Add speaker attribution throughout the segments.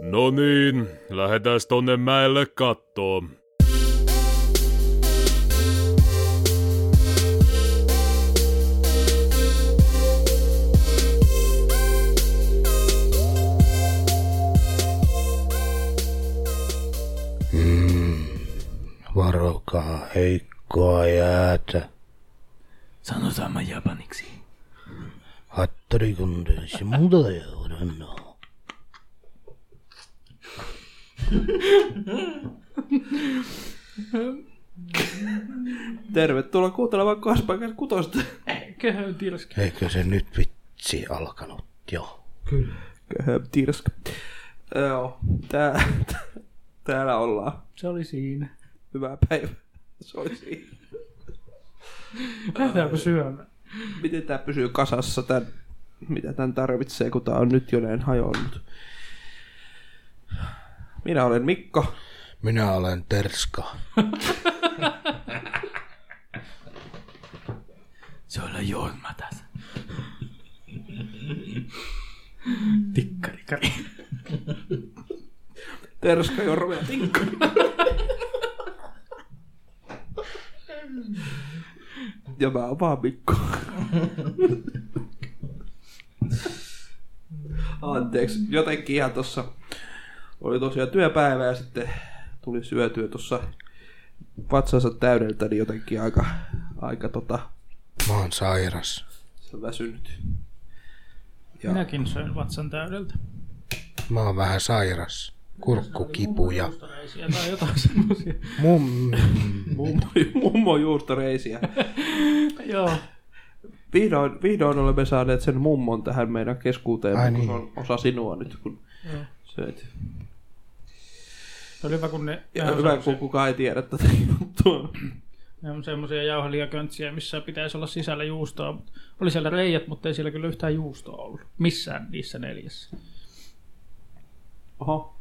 Speaker 1: No niin, lähdetääs tonne mäelle kattoon.
Speaker 2: Varokaa heikkoa jäätä.
Speaker 3: Sano sama japaniksi.
Speaker 2: Hattarikunden se muuta joudanno.
Speaker 3: Tervetuloa kuuntelemaan Kaspakas kutosta.
Speaker 4: Köhön tirski.
Speaker 2: Eikö se nyt vitsi alkanut jo?
Speaker 3: Köhöp tirsk. Joo, tää, täällä ollaan.
Speaker 4: Se oli siinä.
Speaker 3: Hyvää päivää. Se oli siinä.
Speaker 4: Lähdetäänkö syömään?
Speaker 3: Miten tää pysyy kasassa tän, mitä tän tarvitsee, kun tää on nyt jo näin hajonnut. Minä olen Mikko.
Speaker 2: Minä olen Terska.
Speaker 3: Se on Jorma tässä.
Speaker 4: Tikkarikari.
Speaker 3: Terska Jorma ja Tinkka. Ja mä oon vaan Mikko. Anteeksi, jotenkin ihan tossa oli tosiaan työpäivä ja sitten tuli syötyä tossa vatsansa täydeltä, niin jotenkin aika, aika tota,
Speaker 2: Mä oon sairas.
Speaker 3: se on väsynyt. Ja
Speaker 4: Minäkin söin vatsan täydeltä.
Speaker 2: Mä oon vähän sairas. Kurkkukipuja.
Speaker 4: Juustoreisiä tai jotain semmosia.
Speaker 2: Mum.
Speaker 3: mummo, mummo juustoreisiä.
Speaker 4: Joo.
Speaker 3: Vihdoin, vihdoin olemme saaneet sen mummon tähän meidän keskuuteen,
Speaker 2: Ai
Speaker 3: kun
Speaker 2: niin.
Speaker 3: se on osa sinua nyt, kun
Speaker 4: Joo.
Speaker 3: syöt.
Speaker 4: Se oli hyvä, kun ne...
Speaker 3: Ja
Speaker 4: ne on
Speaker 3: hyvä,
Speaker 4: semmosia-
Speaker 3: kun kukaan ei tiedä tätä juttua.
Speaker 4: Ne on semmoisia jauhelijaköntsiä, missä pitäisi olla sisällä juustoa. mut- Oli siellä reijät, mutta ei siellä kyllä yhtään juustoa ollut. Missään niissä neljässä.
Speaker 3: Oho.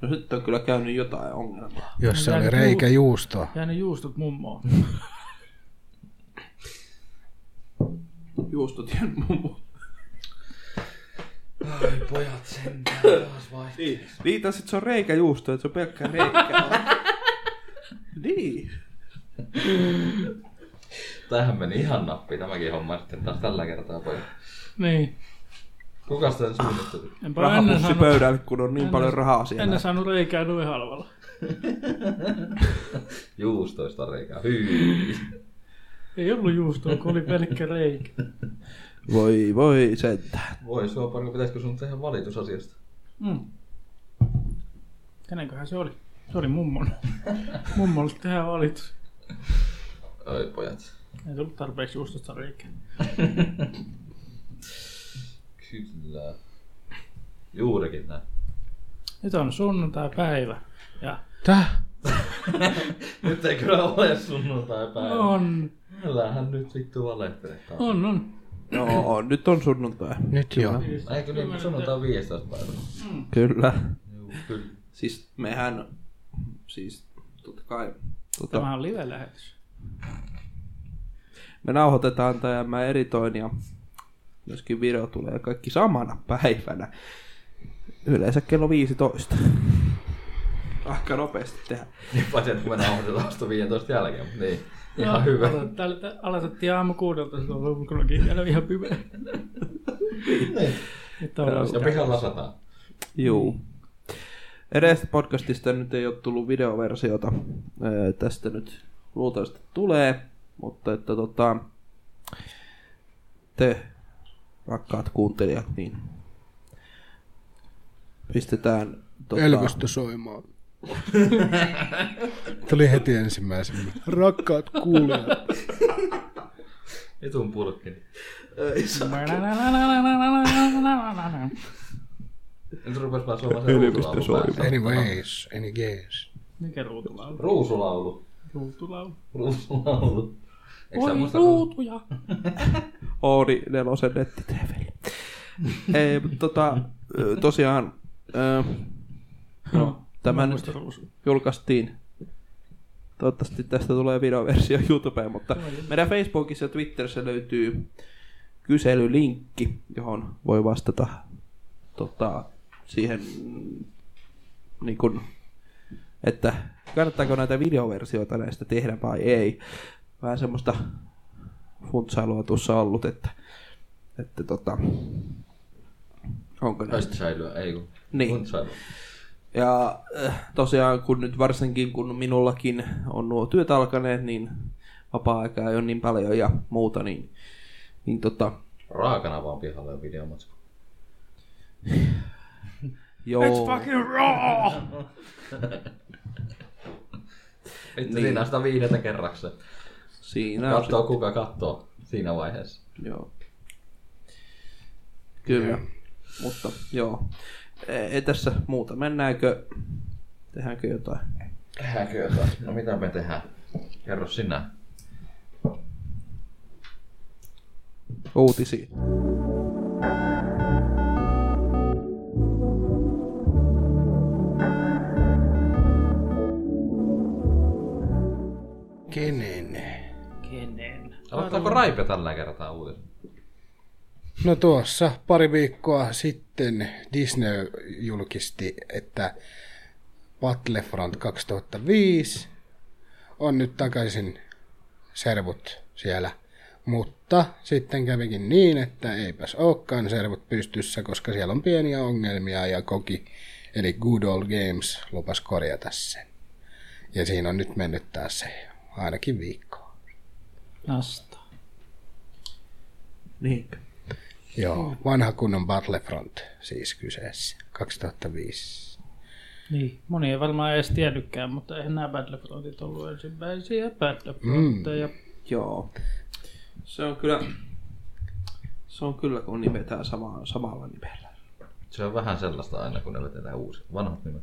Speaker 3: No nyt on kyllä käynyt jotain ongelmaa.
Speaker 2: Jos se oli reikä juustoa.
Speaker 4: Ja ne juustot mummoon.
Speaker 3: Juustotien mummo.
Speaker 5: Ai pojat sentään taas vaihtaa.
Speaker 3: Niin, niin tai sit se on reikäjuusto, että se on pelkkä reikä. niin.
Speaker 5: Tämähän meni ihan nappi tämäkin homma sitten taas tällä kertaa pojat.
Speaker 4: niin.
Speaker 5: Kukas tämän suunnitteli?
Speaker 4: Enpä ole ennen
Speaker 3: Rahapussi
Speaker 4: saanut,
Speaker 3: pöydälle, kun on niin paljon rahaa siellä.
Speaker 4: ennen saanut reikää noin halvalla.
Speaker 5: Juustoista reikää. Hyi.
Speaker 4: Ei ollut juustoa, kun oli pelkkä reikä.
Speaker 3: Voi voi sentään.
Speaker 5: Voi suoparko, pitäisikö sun tehdä valitus asiasta?
Speaker 4: Mm. Kenenköhän se oli? Se oli mummon. Mummolle tehdään valitus.
Speaker 5: Ai pojat.
Speaker 4: Ei tullut tarpeeksi juustosta reikää.
Speaker 5: Kyllä. Juurikin näin.
Speaker 4: Nyt on sunnuntai-päivä. Ja
Speaker 2: Täh?
Speaker 5: Nyt ei kyllä ole sunnuntai päivä.
Speaker 4: No on,
Speaker 5: Älähän nyt vittu valehtelee.
Speaker 4: on, on.
Speaker 3: No, nyt on sunnuntai.
Speaker 2: Nyt jo.
Speaker 5: Eikö niin, kun sunnuntai 15 päivä?
Speaker 3: Kyllä.
Speaker 5: Juu, kyllä.
Speaker 3: Siis mehän, siis totta kai, tota,
Speaker 4: Tämä on live-lähetys.
Speaker 3: me nauhoitetaan tämä ja mä editoin ja myöskin video tulee kaikki samana päivänä. Yleensä kello 15. Aika nopeasti tehdä.
Speaker 5: Niin paitsi, että me nauhoitetaan vasta 15 jälkeen, mutta niin.
Speaker 4: No.
Speaker 5: Ihan hyvä.
Speaker 4: Täällä aloitettiin aamu kuudelta, se on ulkonakin vielä ihan pimeä. Niin. Nyt on
Speaker 3: Joo.
Speaker 4: vasta.
Speaker 5: Ja pihalla sataa.
Speaker 3: Juu. Edestä Niin. podcastista nyt ei ole tullut videoversiota. Öö, tästä nyt luultavasti tulee, mutta että tota, te rakkaat kuuntelijat, niin pistetään tota,
Speaker 2: Elvystä soimaan. Tuli heti ensimmäisenä. Rakkaat kuulijat.
Speaker 5: Vitun purkkini.
Speaker 3: Ei saa.
Speaker 5: Nyt rupes vaan suomaan se ruutulaulu päälle.
Speaker 2: Anyways, any gays.
Speaker 4: Mikä ruutulaulu?
Speaker 5: Ruusulaulu.
Speaker 4: Ruutulaulu.
Speaker 5: Ruusulaulu. Eikö sä
Speaker 4: Oi
Speaker 5: muista
Speaker 4: ruutuja.
Speaker 3: Oodi nelosen netti TV. Ei, mutta tota, ö, tosiaan ö,
Speaker 4: No,
Speaker 3: tämä
Speaker 4: mä
Speaker 3: nyt
Speaker 4: muistan ruusuja.
Speaker 3: julkaistiin. Toivottavasti tästä tulee videoversio YouTubeen, mutta meidän Facebookissa ja Twitterissä löytyy kyselylinkki, johon voi vastata tota, siihen niin kun, että kannattaako näitä videoversioita näistä tehdä vai ei. Vähän semmoista funtsailua tuossa ollut, että, että tota, onko näistä.
Speaker 5: Östsäilyä, ei kun.
Speaker 3: Niin.
Speaker 5: Funtsailua.
Speaker 3: Ja äh, tosiaan, kun nyt varsinkin kun minullakin on nuo työt alkaneet, niin vapaa-aikaa ei ole niin paljon ja muuta, niin, niin tota,
Speaker 5: Raakana vaan pihalle videomatsku.
Speaker 3: joo.
Speaker 4: It's fucking raw!
Speaker 5: Vittu, niin. siinä on sitä viidettä kerrakseen.
Speaker 3: Siinä on
Speaker 5: Kattoo kuka kattoo siinä vaiheessa.
Speaker 3: Joo. Kyllä. Mutta joo. E, Ei, ei tässä muuta. Mennäänkö? Tehdäänkö jotain?
Speaker 5: Tehdäänkö jotain? No mitä me tehdään? Kerro sinä.
Speaker 3: Uutisiin.
Speaker 2: Kenen?
Speaker 4: Kenen?
Speaker 5: Aloittaako Raipe tällä kertaa uutisen?
Speaker 2: No tuossa pari viikkoa sitten Disney julkisti, että Battlefront 2005 on nyt takaisin servut siellä. Mutta sitten kävikin niin, että eipäs olekaan servut pystyssä, koska siellä on pieniä ongelmia ja koki, eli Good Old Games, lupas korjata sen. Ja siinä on nyt mennyt taas se ainakin viikko.
Speaker 4: Nasta.
Speaker 3: Niinkö?
Speaker 2: Joo, vanha kunnon Battlefront siis kyseessä, 2005.
Speaker 4: Niin, moni ei varmaan edes tiennytkään, mutta eihän nämä Battlefrontit ollut ensimmäisiä Battlefrontteja. Mm.
Speaker 3: Joo. Se on kyllä... Se on kyllä, kun nimetään sama, samalla nimellä.
Speaker 5: Se on vähän sellaista aina, kun ne vetetään uusi. Vanhat nimet.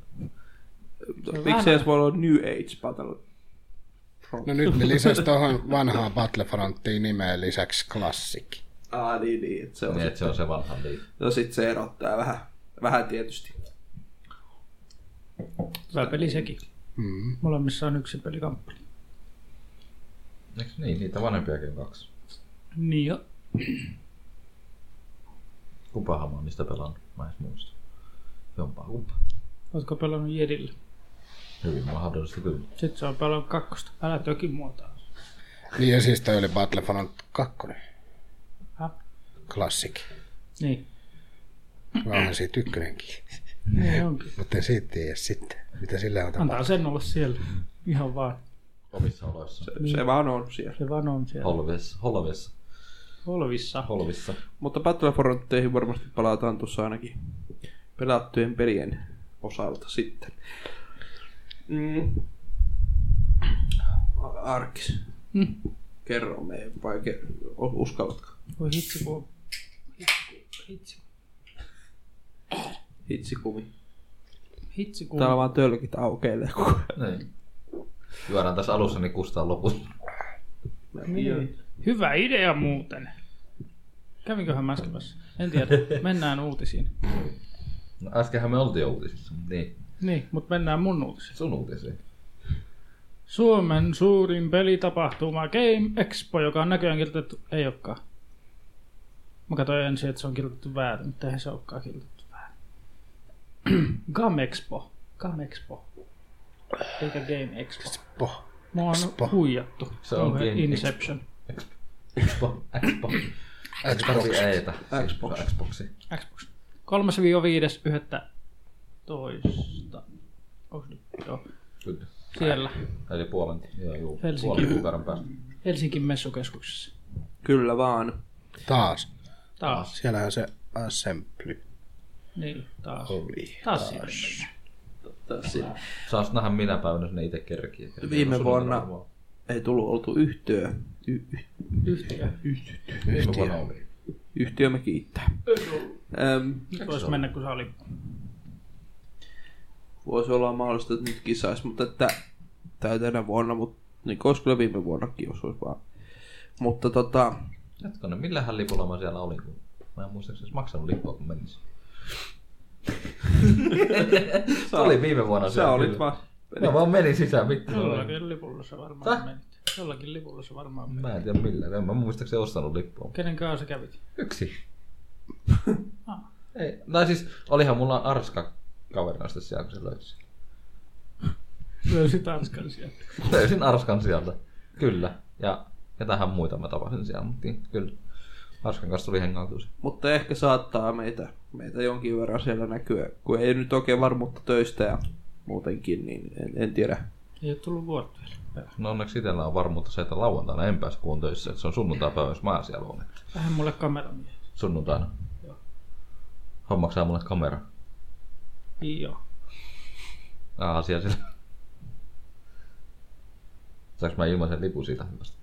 Speaker 3: Miksi edes voi olla New Age Battle?
Speaker 2: No nyt ne lisäsi tuohon vanhaan Battlefronttiin nimeen lisäksi Classic.
Speaker 3: Ah, niin, niin. että Se on
Speaker 5: Niin, että se on se vanha liitto.
Speaker 3: No sit se erottaa vähän, vähän tietysti.
Speaker 4: Hyvä peli sekin.
Speaker 2: Mm.
Speaker 4: Molemmissa on yksi pelikamppani.
Speaker 5: Eikö niin? Niitä vanhempiakin on kaksi.
Speaker 4: Niin jo.
Speaker 5: Kumpahan mä oon niistä pelannut? Mä en edes muista. Jompaa kumpa.
Speaker 4: Ootko pelannut Jedillä?
Speaker 5: Hyvin mahdollisesti kyllä.
Speaker 4: Sitten se on pelannut kakkosta. Älä tökin muuta.
Speaker 2: Niin ja siis toi oli Battlefront 2,
Speaker 4: Häh?
Speaker 2: Classic.
Speaker 4: Niin.
Speaker 2: Vähän siitä ykkönenkin,
Speaker 4: Niin onkin.
Speaker 2: mutta en siitä tiedä sitten, mitä sillä on
Speaker 4: Antaa
Speaker 2: tapahtunut.
Speaker 4: sen olla siellä. Ihan vaan.
Speaker 5: Omissa oloissa.
Speaker 3: Se vaan on siellä.
Speaker 4: Se vaan on siellä.
Speaker 5: Holvissa. Holvissa.
Speaker 4: Holvissa.
Speaker 5: Holvissa.
Speaker 3: Mutta Battlefronteihin varmasti palataan tuossa ainakin pelattujen pelien osalta sitten. Mm. Arkis.
Speaker 4: Mm.
Speaker 3: Kerro meille, vai ke- o- uskallatko?
Speaker 4: Voi hitsi kun... Hitsi,
Speaker 3: Hitsikumi.
Speaker 4: hitsi kun...
Speaker 3: Täällä vaan tölkit aukeille koko ajan.
Speaker 5: Niin. Juodaan tässä alussa, niin kustaa lopussa.
Speaker 4: Niin. Hyvä idea muuten. Kävinköhän mä äsken tässä? En tiedä. Mennään uutisiin.
Speaker 5: No, äskenhän me oltiin jo uutisissa. mutta Niin.
Speaker 4: Niin, mutta mennään mun uutisiin.
Speaker 5: Sun uutisiin.
Speaker 4: Suomen suurin pelitapahtuma Game Expo, joka on näköjään kirjoitettu... Ei olekaan. Mä katsoin ensin, että se on kirjoitettu väärin, mutta eihän se olekaan kirjoitettu väärin. Game Expo. Game Expo. Eikä Game Expo.
Speaker 2: Poh.
Speaker 4: Mua on
Speaker 2: Expo.
Speaker 4: huijattu.
Speaker 5: Se on
Speaker 4: Kauhea
Speaker 5: Game Expo.
Speaker 4: Inception.
Speaker 5: Xbox. Xbox. Xbox. Eitä.
Speaker 3: Xbox.
Speaker 5: Xboxi.
Speaker 4: Xbox. 3-5.11. Toista. Onks nyt? Joo.
Speaker 5: Kyllä.
Speaker 4: Siellä.
Speaker 5: Eli puolen, joo, juu,
Speaker 4: Helsinki.
Speaker 5: puolen kuukauden päästä.
Speaker 4: Helsingin messukeskuksessa.
Speaker 3: Kyllä vaan.
Speaker 2: Taas.
Speaker 4: Taas.
Speaker 2: Siellähän se assembly
Speaker 4: Niin, taas.
Speaker 2: oli.
Speaker 4: Taas siellä. mennään.
Speaker 5: Saas nähdä minä päivänä sinne itse kerkiä.
Speaker 3: Viime
Speaker 5: Sunnuntaina
Speaker 3: vuonna
Speaker 5: varmaan.
Speaker 3: ei tullut oltu yhtiö. Y- y-
Speaker 4: Yhtiö.
Speaker 5: Viime vuonna oli.
Speaker 3: yhtiö me kiittää. Öm,
Speaker 4: Nyt voisi mennä, kun se oli.
Speaker 3: voisi olla mahdollista, että nytkin saisi, mutta että, tai tänä vuonna, mutta niin olisi kyllä viime vuonnakin, jos olisi vaan. Mutta tota,
Speaker 5: Jatkonen, millähän lipulla mä siellä olin? Kun mä en muista, jos maksanut lippua, kun menisin. Se oli viime vuonna
Speaker 3: sä
Speaker 5: siellä.
Speaker 3: olit
Speaker 5: kyllä.
Speaker 3: vaan,
Speaker 5: Mä vaan menin sisään, vittu. se oli.
Speaker 4: Jollakin lipulla se varmaan menit. Jollakin lipulla se varmaan menit.
Speaker 5: Mä en tiedä millään. En mä muistaakseni ostanut lippua.
Speaker 4: Kenen kanssa sä kävit?
Speaker 5: Yksi. No Ei. Tai siis olihan mulla arska kaverina sitten siellä, kun se löysi.
Speaker 4: Löysi Tanskan sieltä.
Speaker 5: Löysin Arskan sieltä. Kyllä. Ja ketähän muita mä tapasin siellä, mutta kyllä. Arskan kanssa tuli hengautua.
Speaker 3: Mutta ehkä saattaa meitä, meitä jonkin verran siellä näkyä, kun ei nyt oikein varmuutta töistä ja muutenkin, niin en, en tiedä.
Speaker 4: Ei ole tullut vuotta vielä. perään.
Speaker 5: No onneksi itsellä on varmuutta se, että lauantaina en pääse kuun töissä, että se on sunnuntaipäivä, jos mä oon siellä olen.
Speaker 4: Vähän mulle kameramiehiä.
Speaker 5: Sunnuntaina. Hommaksaa mulle kamera.
Speaker 4: Joo.
Speaker 5: Ah, siellä sillä. Saanko mä ilmaisen lipun siitä hyvästä?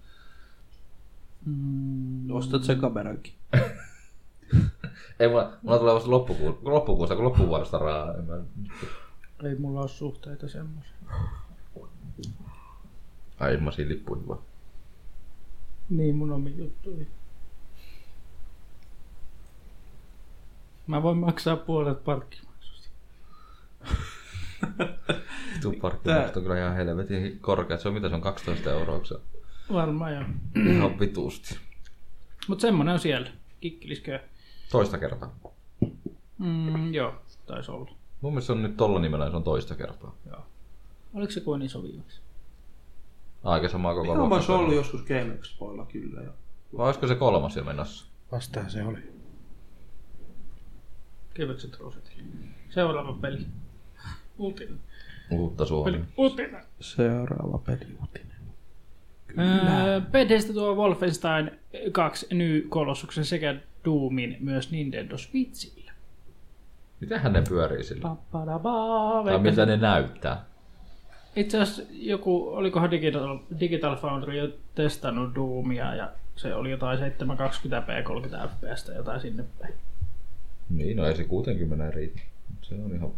Speaker 4: Mm,
Speaker 3: Ostat sen kamerankin.
Speaker 5: Ei, mulla, mulla tulee vasta loppukuusta, loppukuusta kun loppuvuodesta rahaa. En mä...
Speaker 4: Ei mulla ole suhteita semmoisia.
Speaker 5: Ai ilmaisia lippuja vaan.
Speaker 4: Niin mun omi juttuihin. Mä voin maksaa puolet parkkimaksusta.
Speaker 5: Tuu parkkimaksut on kyllä ihan helvetin korkeat. Se on mitä se on 12 euroa, kun se on
Speaker 4: Varmaan joo.
Speaker 5: ihan vituusti.
Speaker 4: Mut semmonen on siellä. Kikkiliskö?
Speaker 5: Toista kertaa.
Speaker 4: Mm, joo, taisi olla.
Speaker 5: Mun mielestä se on nyt tolla nimellä, se on toista kertaa.
Speaker 4: Joo. Oliko se kuin iso viimeksi?
Speaker 5: Aika sama koko
Speaker 3: Joo, mä oon
Speaker 5: luokka.
Speaker 3: ollut joskus Game Expoilla kyllä. Ja...
Speaker 5: Vai olisiko se kolmas jo menossa?
Speaker 2: Vastaan se oli.
Speaker 4: Kivekset rosetille. Seuraava peli. Uutinen.
Speaker 5: Uutta Suomea.
Speaker 4: Peli. Uutinen.
Speaker 3: Seuraava peliuutinen.
Speaker 4: Öö, Bethesda tuo Wolfenstein 2 New Colossuksen sekä Doomin myös Nintendo Switchille.
Speaker 5: Mitähän ne pyörii sillä?
Speaker 4: Pappadabaa,
Speaker 5: Tai miltä ne näyttää?
Speaker 4: Itse asiassa joku, olikohan Digital, Digital Foundry jo testannut Doomia ja se oli jotain 720p 30 fps jotain sinne päin.
Speaker 5: Niin, no ei se 60 riitä. Se on ihan...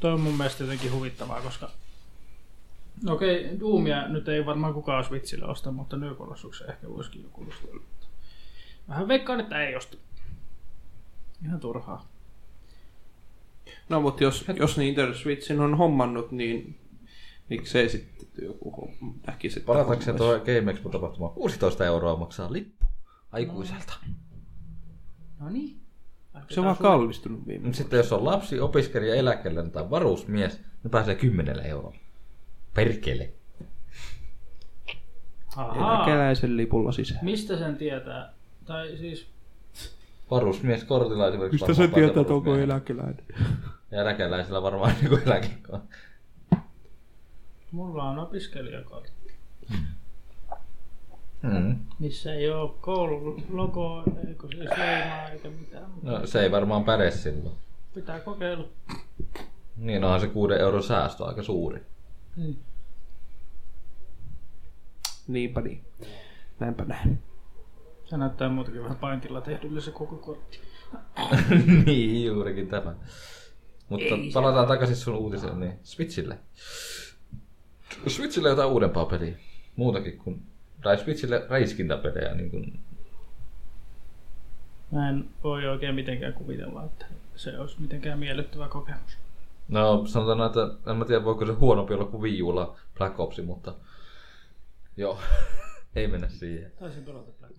Speaker 4: Toi on mun mielestä jotenkin huvittavaa, koska no okei, okay, Doomia nyt ei varmaan kukaan Switchille osta, mutta New Colossuksen ehkä voisikin joku ostaa. Vähän veikkaan, että ei osta. Ihan turhaa.
Speaker 3: No mutta jos, jos Nintendo Switchin on hommannut, niin miksei sitten joku hom- näkisi, että
Speaker 5: Palataanko se
Speaker 3: hommaisi.
Speaker 5: tuo Game Expo tapahtuma? 16 euroa maksaa lippu. Aikuiselta.
Speaker 4: No niin.
Speaker 3: Se on vaan kallistunut viime
Speaker 5: Mut Sitten jos on lapsi, opiskelija, eläkeläinen tai varusmies, niin pääsee 10 eurolla. Perkele.
Speaker 4: Ahaa.
Speaker 3: Eläkeläisen lipulla sisään.
Speaker 4: Mistä sen tietää? Tai siis,
Speaker 5: Varusmies kortilla esimerkiksi varmaan pääsee varusmiehelle.
Speaker 3: eläkeläinen?
Speaker 5: Ja eläkeläisillä varmaan joku eläkekoon.
Speaker 4: mulla on opiskelijakortti,
Speaker 5: Mm.
Speaker 4: missä ei ole koulun logoa, eikö siis leimaa eikä mitään. mutta
Speaker 5: No se ei varmaan päde silloin.
Speaker 4: Pitää kokeilla.
Speaker 5: Niin onhan se 6 euron säästö aika suuri.
Speaker 4: Niin.
Speaker 3: Niinpä niin. Näinpä näin.
Speaker 4: Se näyttää muutenkin vähän paintilla tehdylle se koko kortti.
Speaker 5: niin, juurikin tämä. Mutta Ei, palataan takaisin sun uutiseen, niin Switchille. Switchille jotain uudempaa peliä. Muutakin kuin... Tai Switchille räiskintäpelejä, niin kuin...
Speaker 4: Mä en voi oikein mitenkään kuvitella, että se olisi mitenkään miellyttävä kokemus.
Speaker 5: No, sanotaan, näin, että en mä tiedä, voiko se huonompi olla kuin Wii Ulla Black Opsi, mutta... Joo. Ei mennä siihen.
Speaker 4: Taisin pelata Black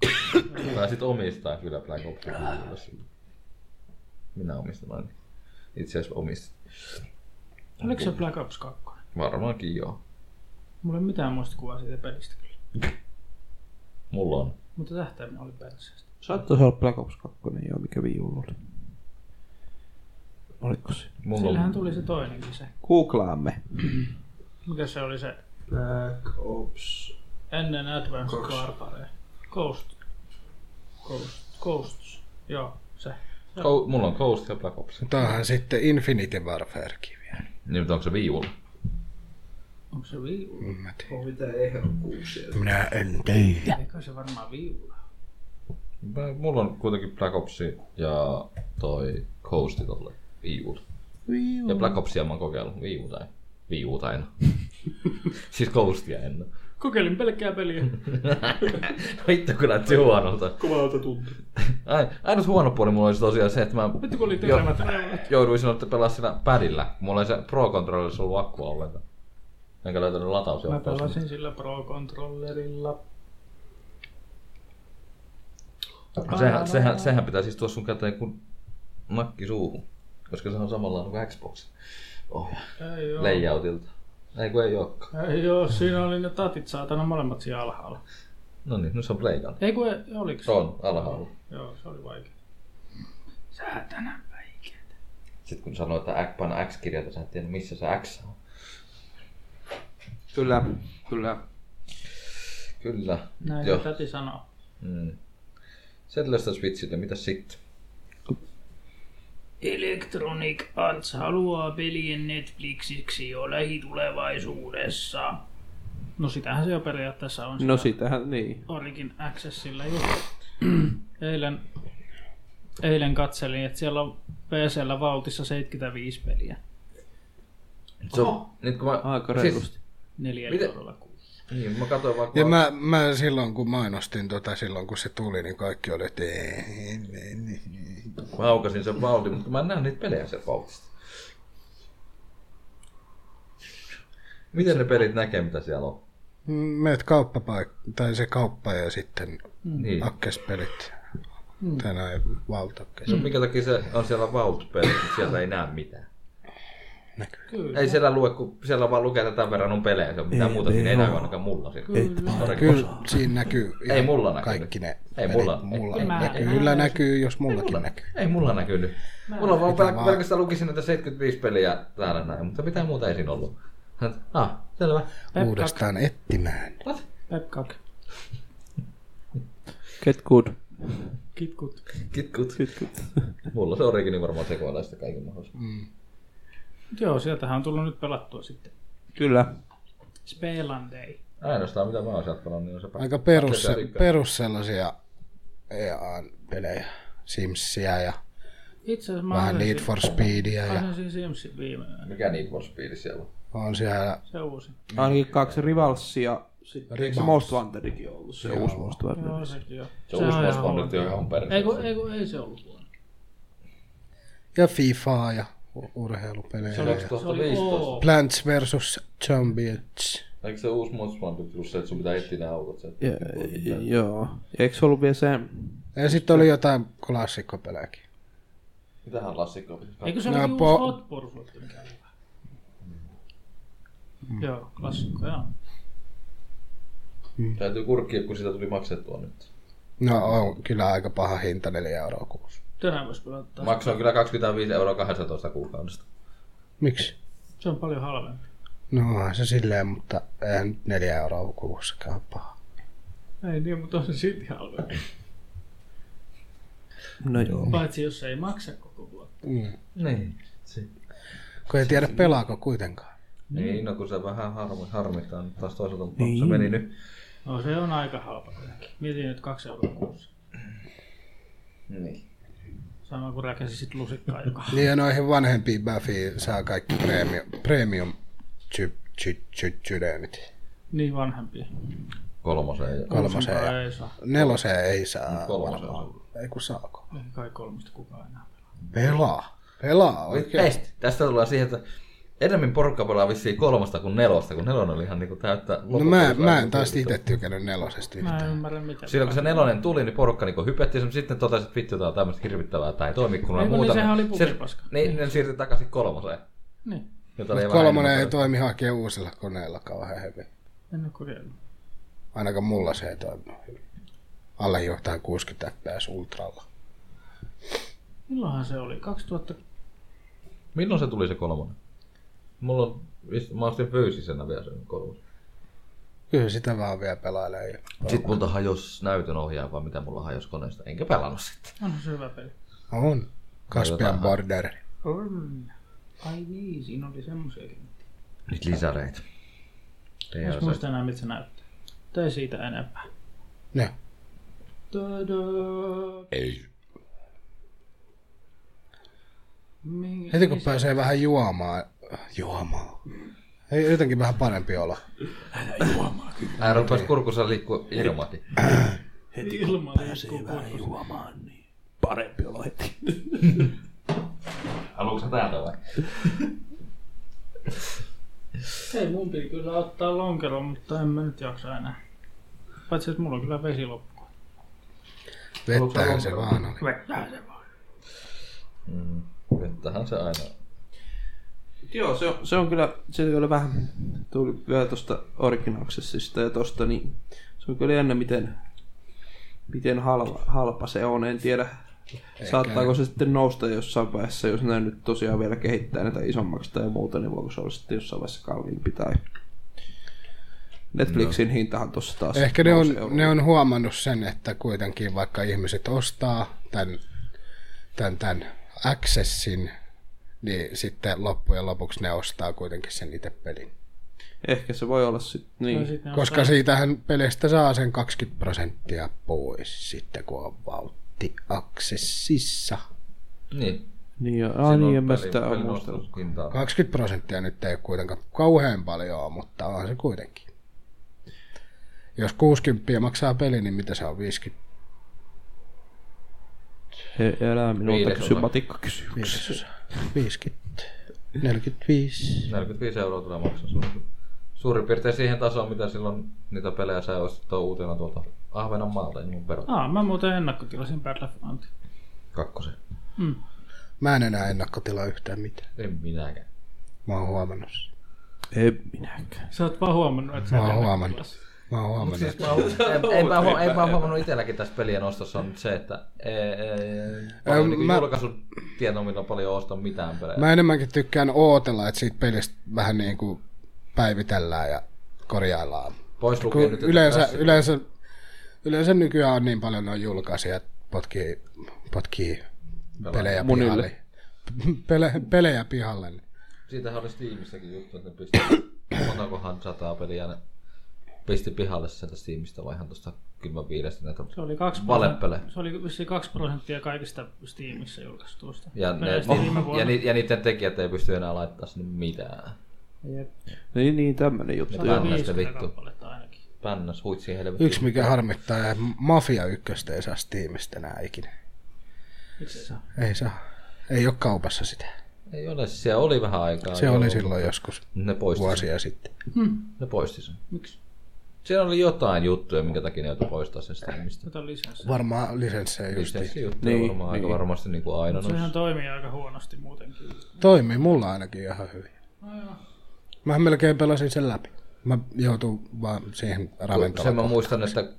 Speaker 5: Tai sit omistaa kyllä Black Opsin Wii Ullassa. Minä omistan aina. Itse asiassa omistin.
Speaker 4: Oliko se Black Ops 2?
Speaker 5: Varmaankin joo.
Speaker 4: Mulla ei ole mitään muistikuvaa siitä pelistä kyllä.
Speaker 5: Mulla on.
Speaker 4: Mutta tähtäimen oli perseestä.
Speaker 3: Saattaisi olla Black Ops 2, joo, mikä viiulla oli. Oliko se?
Speaker 5: Mulla
Speaker 4: Sillähän
Speaker 5: on.
Speaker 4: tuli se toinenkin se.
Speaker 3: Googlaamme.
Speaker 4: Mikä se oli se
Speaker 3: Black Ops.
Speaker 4: Ennen Advanced Warfare. Ghost. Ghost. Ghosts. Joo, se.
Speaker 5: Ko- mulla on Ghost ja Black Ops.
Speaker 2: Tämähän sitten Infinity Warfarekin vielä.
Speaker 5: Niin, mutta onko se Wii Ulla?
Speaker 4: Onko se viivu?
Speaker 2: En Mä tiedän.
Speaker 3: Mitä ehdokkuuksia?
Speaker 2: Minä en tiedä.
Speaker 4: Eikö se varmaan viivulla?
Speaker 5: Mä- Mulla on kuitenkin Black Ops ja toi Coast tolle Wii Ulla. Ja Black Opsia mä oon kokeillut Wii Ulla. Wii Ulla en. siis Coastia en.
Speaker 4: Kokeilin pelkkää peliä.
Speaker 5: Vittu kun näytti huonolta.
Speaker 3: Kuvalta tuntuu.
Speaker 5: Ai- Ainut huono puoli mulla olisi tosiaan se, että mä
Speaker 4: Vittu kun oli
Speaker 5: jo-
Speaker 4: törmät reumat.
Speaker 5: jouduin sanoa, että pelaa sillä padilla. Mulla ei se Pro Controllerissa ollut akkua ollenkaan. Enkä löytänyt latausjohtoa.
Speaker 4: Mä pelasin sillä Pro-kontrollerilla.
Speaker 5: No Sehän, sehän, sehän pitää siis tuossa sun käteen kun nakki suuhun, koska se on samalla kuin Xbox. Oh,
Speaker 4: Ei oo.
Speaker 5: layoutilta. Ei kun ei olekaan.
Speaker 4: Ei joo, siinä oli ne tatit saatana molemmat siellä alhaalla.
Speaker 5: No niin, nyt se on playgun.
Speaker 4: Ei kun ei- oliks?
Speaker 5: Se on alhaalla.
Speaker 4: Joo, se oli vaikea. Säätänä vaikea.
Speaker 5: Sitten kun sanoo, että X, paina X-kirjainta, sä et tiedä missä se X on.
Speaker 3: Kyllä, kyllä.
Speaker 5: Kyllä.
Speaker 4: Näin
Speaker 5: Joo.
Speaker 4: Joo. täti sanoo.
Speaker 5: Mm. Settlöstä Switchille, mitä sitten?
Speaker 4: Electronic Arts haluaa pelien Netflixiksi jo lähitulevaisuudessa. No sitähän se jo periaatteessa on.
Speaker 3: No sitähän, niin.
Speaker 4: Origin Accessillä just. eilen, eilen katselin, että siellä on PCllä vauhtissa 75 peliä.
Speaker 5: Se on, nyt kun mä...
Speaker 3: Aika reilusti.
Speaker 4: Neljä
Speaker 5: Miten-
Speaker 4: eurolla kuussa.
Speaker 5: niin, mä katsoin vaan, kun
Speaker 2: Ja
Speaker 5: mä...
Speaker 2: mä, mä silloin, kun mainostin tota, silloin kun se tuli, niin kaikki oli, että ei, ei, ei, niin. ei.
Speaker 5: mä aukasin sen vauhdin, mutta mä en nähnyt niitä pelejä sen vauhdista. Miten ne pelit näkee, mitä siellä on?
Speaker 2: Meet kauppapaik- tai se kauppa ja sitten
Speaker 5: Niin.
Speaker 2: Ah.
Speaker 5: Mm.
Speaker 2: akkespelit. Tai näin valtakes.
Speaker 5: No minkä takia se on siellä vault-peli, mutta sieltä ei näe mitään.
Speaker 4: Kyllä.
Speaker 5: Ei siellä lue, kun siellä vaan lukee, että tämän verran on pelejä, se on mitään muuta, siinä ei näy ainakaan mulla. Siinä.
Speaker 2: Kyllä siinä näkyy ihan
Speaker 5: Ei mulla näkynyt.
Speaker 2: kaikki ne
Speaker 5: Ei
Speaker 2: pelit.
Speaker 5: mulla-
Speaker 2: mulla
Speaker 4: ei- mä-
Speaker 2: näkyy. Kyllä näkyy, jos mullakin
Speaker 5: Mulla,
Speaker 2: näkyy.
Speaker 5: ei mulla näkynyt. Mulla on vaan pel- pelkästään lukisin näitä 75 peliä täällä näin, mutta mitään muuta ei siinä ollut. Ah, selvä.
Speaker 4: Pep Uudestaan.
Speaker 2: Uudestaan etsimään.
Speaker 5: What?
Speaker 4: Pep Kak.
Speaker 3: Get good.
Speaker 4: Kitkut.
Speaker 5: Kitkut.
Speaker 3: Get good.
Speaker 5: Mulla se origini varmaan sekoilaista kaiken mahdollista.
Speaker 4: Mut Joo, sieltähän on tullut nyt pelattua sitten.
Speaker 3: Kyllä.
Speaker 4: Spelandei.
Speaker 5: Ainoastaan mitä mä oon sieltä pelannut, niin on se
Speaker 2: Aika perus,
Speaker 5: Tätä tykkään.
Speaker 2: perus sellaisia EA-pelejä. Simsia ja
Speaker 4: Itse asiassa mä
Speaker 2: vähän
Speaker 4: asensin-
Speaker 2: Need for Speedia
Speaker 4: mä
Speaker 2: ja
Speaker 4: asensin Simsin viime yönä.
Speaker 5: Mikä Need for Speed siellä on?
Speaker 2: on siellä
Speaker 4: Se uusi.
Speaker 3: Ainakin kaksi rivalssia. Sitten eikö se Most Wantedikin ollut se uusi Most Wanted?
Speaker 4: Joo, sekin jo.
Speaker 5: Se uusi
Speaker 4: on ihan
Speaker 5: Mosbondit on
Speaker 4: huono.
Speaker 5: ihan
Speaker 4: Ei kun,
Speaker 5: perseessä.
Speaker 4: ei kun, ei se ollut huono.
Speaker 2: ja FIFAa ja u-
Speaker 5: Se
Speaker 2: urheilupelejä.
Speaker 5: oli
Speaker 2: ja-
Speaker 5: 2015.
Speaker 4: oo.
Speaker 2: Plants vs. Zombies.
Speaker 5: Eikö se uusi Most Wanted just se, että sun pitää etsiä ne autot? sieltä?
Speaker 3: Ja- ja- Joo. Ja Eikö se ollut vielä se...
Speaker 2: Ja sitten oli jotain klassikkopelääkin.
Speaker 5: Mitähän lassikko on?
Speaker 4: Eikö se
Speaker 2: No,
Speaker 4: ole juuri
Speaker 2: po-
Speaker 4: po... Hot Pursuit, mikä oli hyvä?
Speaker 2: Mm.
Speaker 4: Joo, klassikko, joo.
Speaker 5: Täytyy kurkkia, kun sitä tuli maksettua nyt.
Speaker 2: No on kyllä aika paha hinta, 4 euroa kuusi.
Speaker 4: Tänään voisi kyllä ottaa. Ma...
Speaker 5: Maksoin kyllä 25 euroa 18 kuukaudesta.
Speaker 2: Miksi?
Speaker 4: Se on paljon halvempi.
Speaker 2: No onhan se silleen, mutta eihän nyt 4 euroa kuussakaan ole paha.
Speaker 4: Ei niin, mutta on se silti halvempi.
Speaker 2: Mm.
Speaker 3: No joo.
Speaker 4: Paitsi jos se ei maksa koko vuotta.
Speaker 2: Mm.
Speaker 5: Niin.
Speaker 2: Kun ei tiedä pelaako kuitenkaan.
Speaker 5: Niin, no kun se vähän harmi, harmittaa nyt taas toisaalta, mutta se meni nyt.
Speaker 4: No se on aika halpa kuitenkin. Mietin nyt kaksi euroa kuussa.
Speaker 5: Niin.
Speaker 4: Sama kuin räkäsisit lusikkaa joka.
Speaker 2: Niin ja noihin vanhempiin Buffiin saa kaikki premium, premium ty, ty, ty, tydenit.
Speaker 4: niin vanhempia.
Speaker 5: Kolmoseen ja
Speaker 2: Kolmoseen. ja-
Speaker 4: Kolmosta Ei saa.
Speaker 2: Neloseen ei saa
Speaker 5: kolmoseen
Speaker 2: varmaan. Ei kun saako.
Speaker 4: Ei kai kolmosta kukaan enää.
Speaker 2: Pelaa. Pelaa oikein.
Speaker 5: Oikein. Tästä tullaan siihen, että enemmän porukka pelaa vissiin kolmosta kuin nelosta, kun nelonen oli ihan niinku täyttä
Speaker 2: No mä, mä en taas itse tykännyt nelosesta
Speaker 4: Mä
Speaker 2: yhtään.
Speaker 4: en ymmärrä mitä.
Speaker 5: Silloin kun se nelonen tuli, niin porukka niinku hypetti sen, mutta sitten totesi, että vittu tää on tämmöistä hirvittävää, tää ei toimi kun on
Speaker 4: Ei kun
Speaker 5: muuta.
Speaker 4: niin, sehän oli
Speaker 5: Se-
Speaker 4: pukipaska.
Speaker 5: Niin, ne siirtyi takaisin kolmoseen.
Speaker 4: Niin,
Speaker 5: Jota oli vähän
Speaker 2: Kolmonen ei
Speaker 5: enemmän
Speaker 2: toimi hakea uusilla koneilla kauhean hyvin.
Speaker 4: en ole kokeillut.
Speaker 2: Ainakaan mulla se ei toiminut hyvin. Alle johtaa 60 fps ultralla.
Speaker 4: Milloinhan se oli? 2000...
Speaker 5: tarvittu. Milloin se tuli se kolmonen? Mulla on, mä ostin fyysisenä vielä sen kolmosen.
Speaker 2: Kyllä sitä vaan vielä pelailee. ja-
Speaker 5: Sitten multa hajos näytön ohjaa, vaan mitä mulla hajos koneesta. Enkä pelannut sitten.
Speaker 4: Onhan se hyvä peli.
Speaker 2: On. Caspian
Speaker 5: Otetaan.
Speaker 2: Border.
Speaker 4: On. Ai niin, siinä oli semmosiakin.
Speaker 5: Nyt lisäreitä.
Speaker 4: Mä
Speaker 5: DLC.
Speaker 4: en muista enää, mitä se näyttää. Tai siitä enempää.
Speaker 2: Ne.
Speaker 4: Tadaa.
Speaker 1: Ei.
Speaker 4: Minkä-
Speaker 2: Heti kun
Speaker 4: missä-
Speaker 2: pääsee vähän juomaan. Juomaan. Ei jotenkin vähän parempi olla.
Speaker 5: Hän rupesi kurkussa liikkuu ilmakin.
Speaker 4: ilman liikkuu kurkussa.
Speaker 3: juomaan, niin parempi olo heti.
Speaker 5: Haluatko sä täältä vai?
Speaker 4: Hei, mun piti kyllä ottaa lonkero, mutta en mä nyt jaksa enää. Paitsi, että mulla on kyllä vesi loppu.
Speaker 2: Vettähän se vaan oli.
Speaker 4: Vettää se vaan.
Speaker 5: Mm. Vettähän se aina. on.
Speaker 3: Joo, se on, se on kyllä, se on kyllä vähän, tuli vielä tuosta Origin Accessista ja tosta, niin se on kyllä jännä, miten, miten halva, halpa se on, en tiedä. Ehkä. Saattaako se sitten nousta jossain vaiheessa, jos näin nyt tosiaan vielä kehittää näitä isommaksi tai muuta, niin voiko se olla sitten jossain vaiheessa kalliimpi tai... Netflixin no. hintahan tuossa taas
Speaker 2: Ehkä ne
Speaker 3: nousee
Speaker 2: on,
Speaker 3: euroon.
Speaker 2: ne on huomannut sen, että kuitenkin vaikka ihmiset ostaa tämän, tämän, tämän accessin, niin sitten loppujen lopuksi ne ostaa kuitenkin sen itse pelin.
Speaker 3: Ehkä se voi olla sitten niin.
Speaker 4: No
Speaker 3: No,
Speaker 4: sit ne
Speaker 2: Koska siitähän pelistä saa sen 20 prosenttia pois sitten, kun on vautti accessissa.
Speaker 5: Niin.
Speaker 3: Niin, joo. ah, niin, en mä sitä ole
Speaker 5: on
Speaker 3: muistellut.
Speaker 5: muistellut. Hintaa.
Speaker 2: 20 prosenttia nyt ei ole kuitenkaan kauhean paljon, ole, mutta on se kuitenkin. Jos 60 maksaa peli, niin mitä se on 50?
Speaker 3: He elää minulta
Speaker 5: Viidesosa.
Speaker 3: kysy matikka-kysymyksiä.
Speaker 2: Viidesosa. 50. 45.
Speaker 5: 45 euroa tulee maksaa suurin, suurin piirtein siihen tasoon, mitä silloin niitä pelejä sai ostettua uutena tuolta Ahvenanmaalta, niin mun perä.
Speaker 4: Aa, mä muuten ennakkotilasin Battlefrontin.
Speaker 5: Kakkosen.
Speaker 2: Mä en enää ennakkotila yhtään mitään.
Speaker 5: En minäkään.
Speaker 2: Mä oon huomannut. sen.
Speaker 3: En minäkään.
Speaker 4: Sä oot vaan huomannut, että sä
Speaker 2: Mä
Speaker 4: et
Speaker 2: oon
Speaker 4: ennakkotilasin.
Speaker 2: huomannut. Mä oon huomannut. Siis...
Speaker 5: Mä, en, en, mä, huo, en mä huomannut itselläkin tässä pelien ostossa on nyt se, että ei, ei, ei, paljon
Speaker 2: Ähm,
Speaker 5: niin
Speaker 2: mä-
Speaker 5: mä... julkaisun tietoa, milloin paljon osta mitään pelejä. Mä...
Speaker 2: Mä enemmänkin tykkään ootella, että siitä pelistä vähän niin kuin päivitellään ja korjaillaan.
Speaker 5: Pois lukee
Speaker 2: Kun
Speaker 5: nyt,
Speaker 2: yleensä,
Speaker 5: että
Speaker 2: yleensä, yleensä nykyään on niin paljon noin julkaisijat potkii, potkii pelejä
Speaker 3: Munille.
Speaker 2: pihalle. Pele, pelejä pihalle. niin
Speaker 5: Siitähän oli Steamissäkin juttu, että ne pisti montakohan sataa peliä ne pisti pihalle sieltä Steamista vai ihan tuosta 10-5 näitä.
Speaker 4: Se oli, kaksi
Speaker 5: Valepele.
Speaker 4: se oli vissiin 2 prosenttia kaikista Steamissa julkaistuista.
Speaker 5: Ja, ne,
Speaker 4: Peleistä viime
Speaker 5: ja,
Speaker 4: vuonna.
Speaker 5: ni, ja niiden tekijät ei pysty enää laittaa sinne mitään.
Speaker 4: Jep.
Speaker 3: Niin, niin, tämmönen juttu.
Speaker 5: Mitä on
Speaker 4: 50
Speaker 5: näistä vittu?
Speaker 4: kappaletta ainakin.
Speaker 5: Pännäs huitsi helvetti.
Speaker 2: Yksi mikä harmittaa, ja Mafia 1 ei saa Steamista enää ikinä.
Speaker 4: Itse asiassa.
Speaker 2: Ei saa. Ei ole kaupassa sitä.
Speaker 5: Ei ole, siis siellä oli vähän aikaa.
Speaker 2: Se
Speaker 5: joo.
Speaker 2: oli silloin joskus
Speaker 5: Ne poisti sen.
Speaker 2: vuosia sitten.
Speaker 5: Ne poisti sen.
Speaker 4: Miksi?
Speaker 5: Siellä oli jotain juttuja, minkä takia ne joutui poistamaan sen Steamista.
Speaker 4: Nyt on lisäys.
Speaker 2: Varmaan lisenssejä just.
Speaker 5: Lisenssi juttuja
Speaker 3: Niin,
Speaker 5: niin, varmaan niin. aika
Speaker 3: niin.
Speaker 5: varmasti niin kuin aina.
Speaker 4: Sehän
Speaker 5: noissa.
Speaker 4: toimii aika huonosti muutenkin.
Speaker 2: Toimii mulla ainakin ihan hyvin. Mä melkein pelasin sen läpi. Mä joutun vaan siihen
Speaker 5: Sen mä
Speaker 2: ravintolaan.
Speaker 5: muistan, että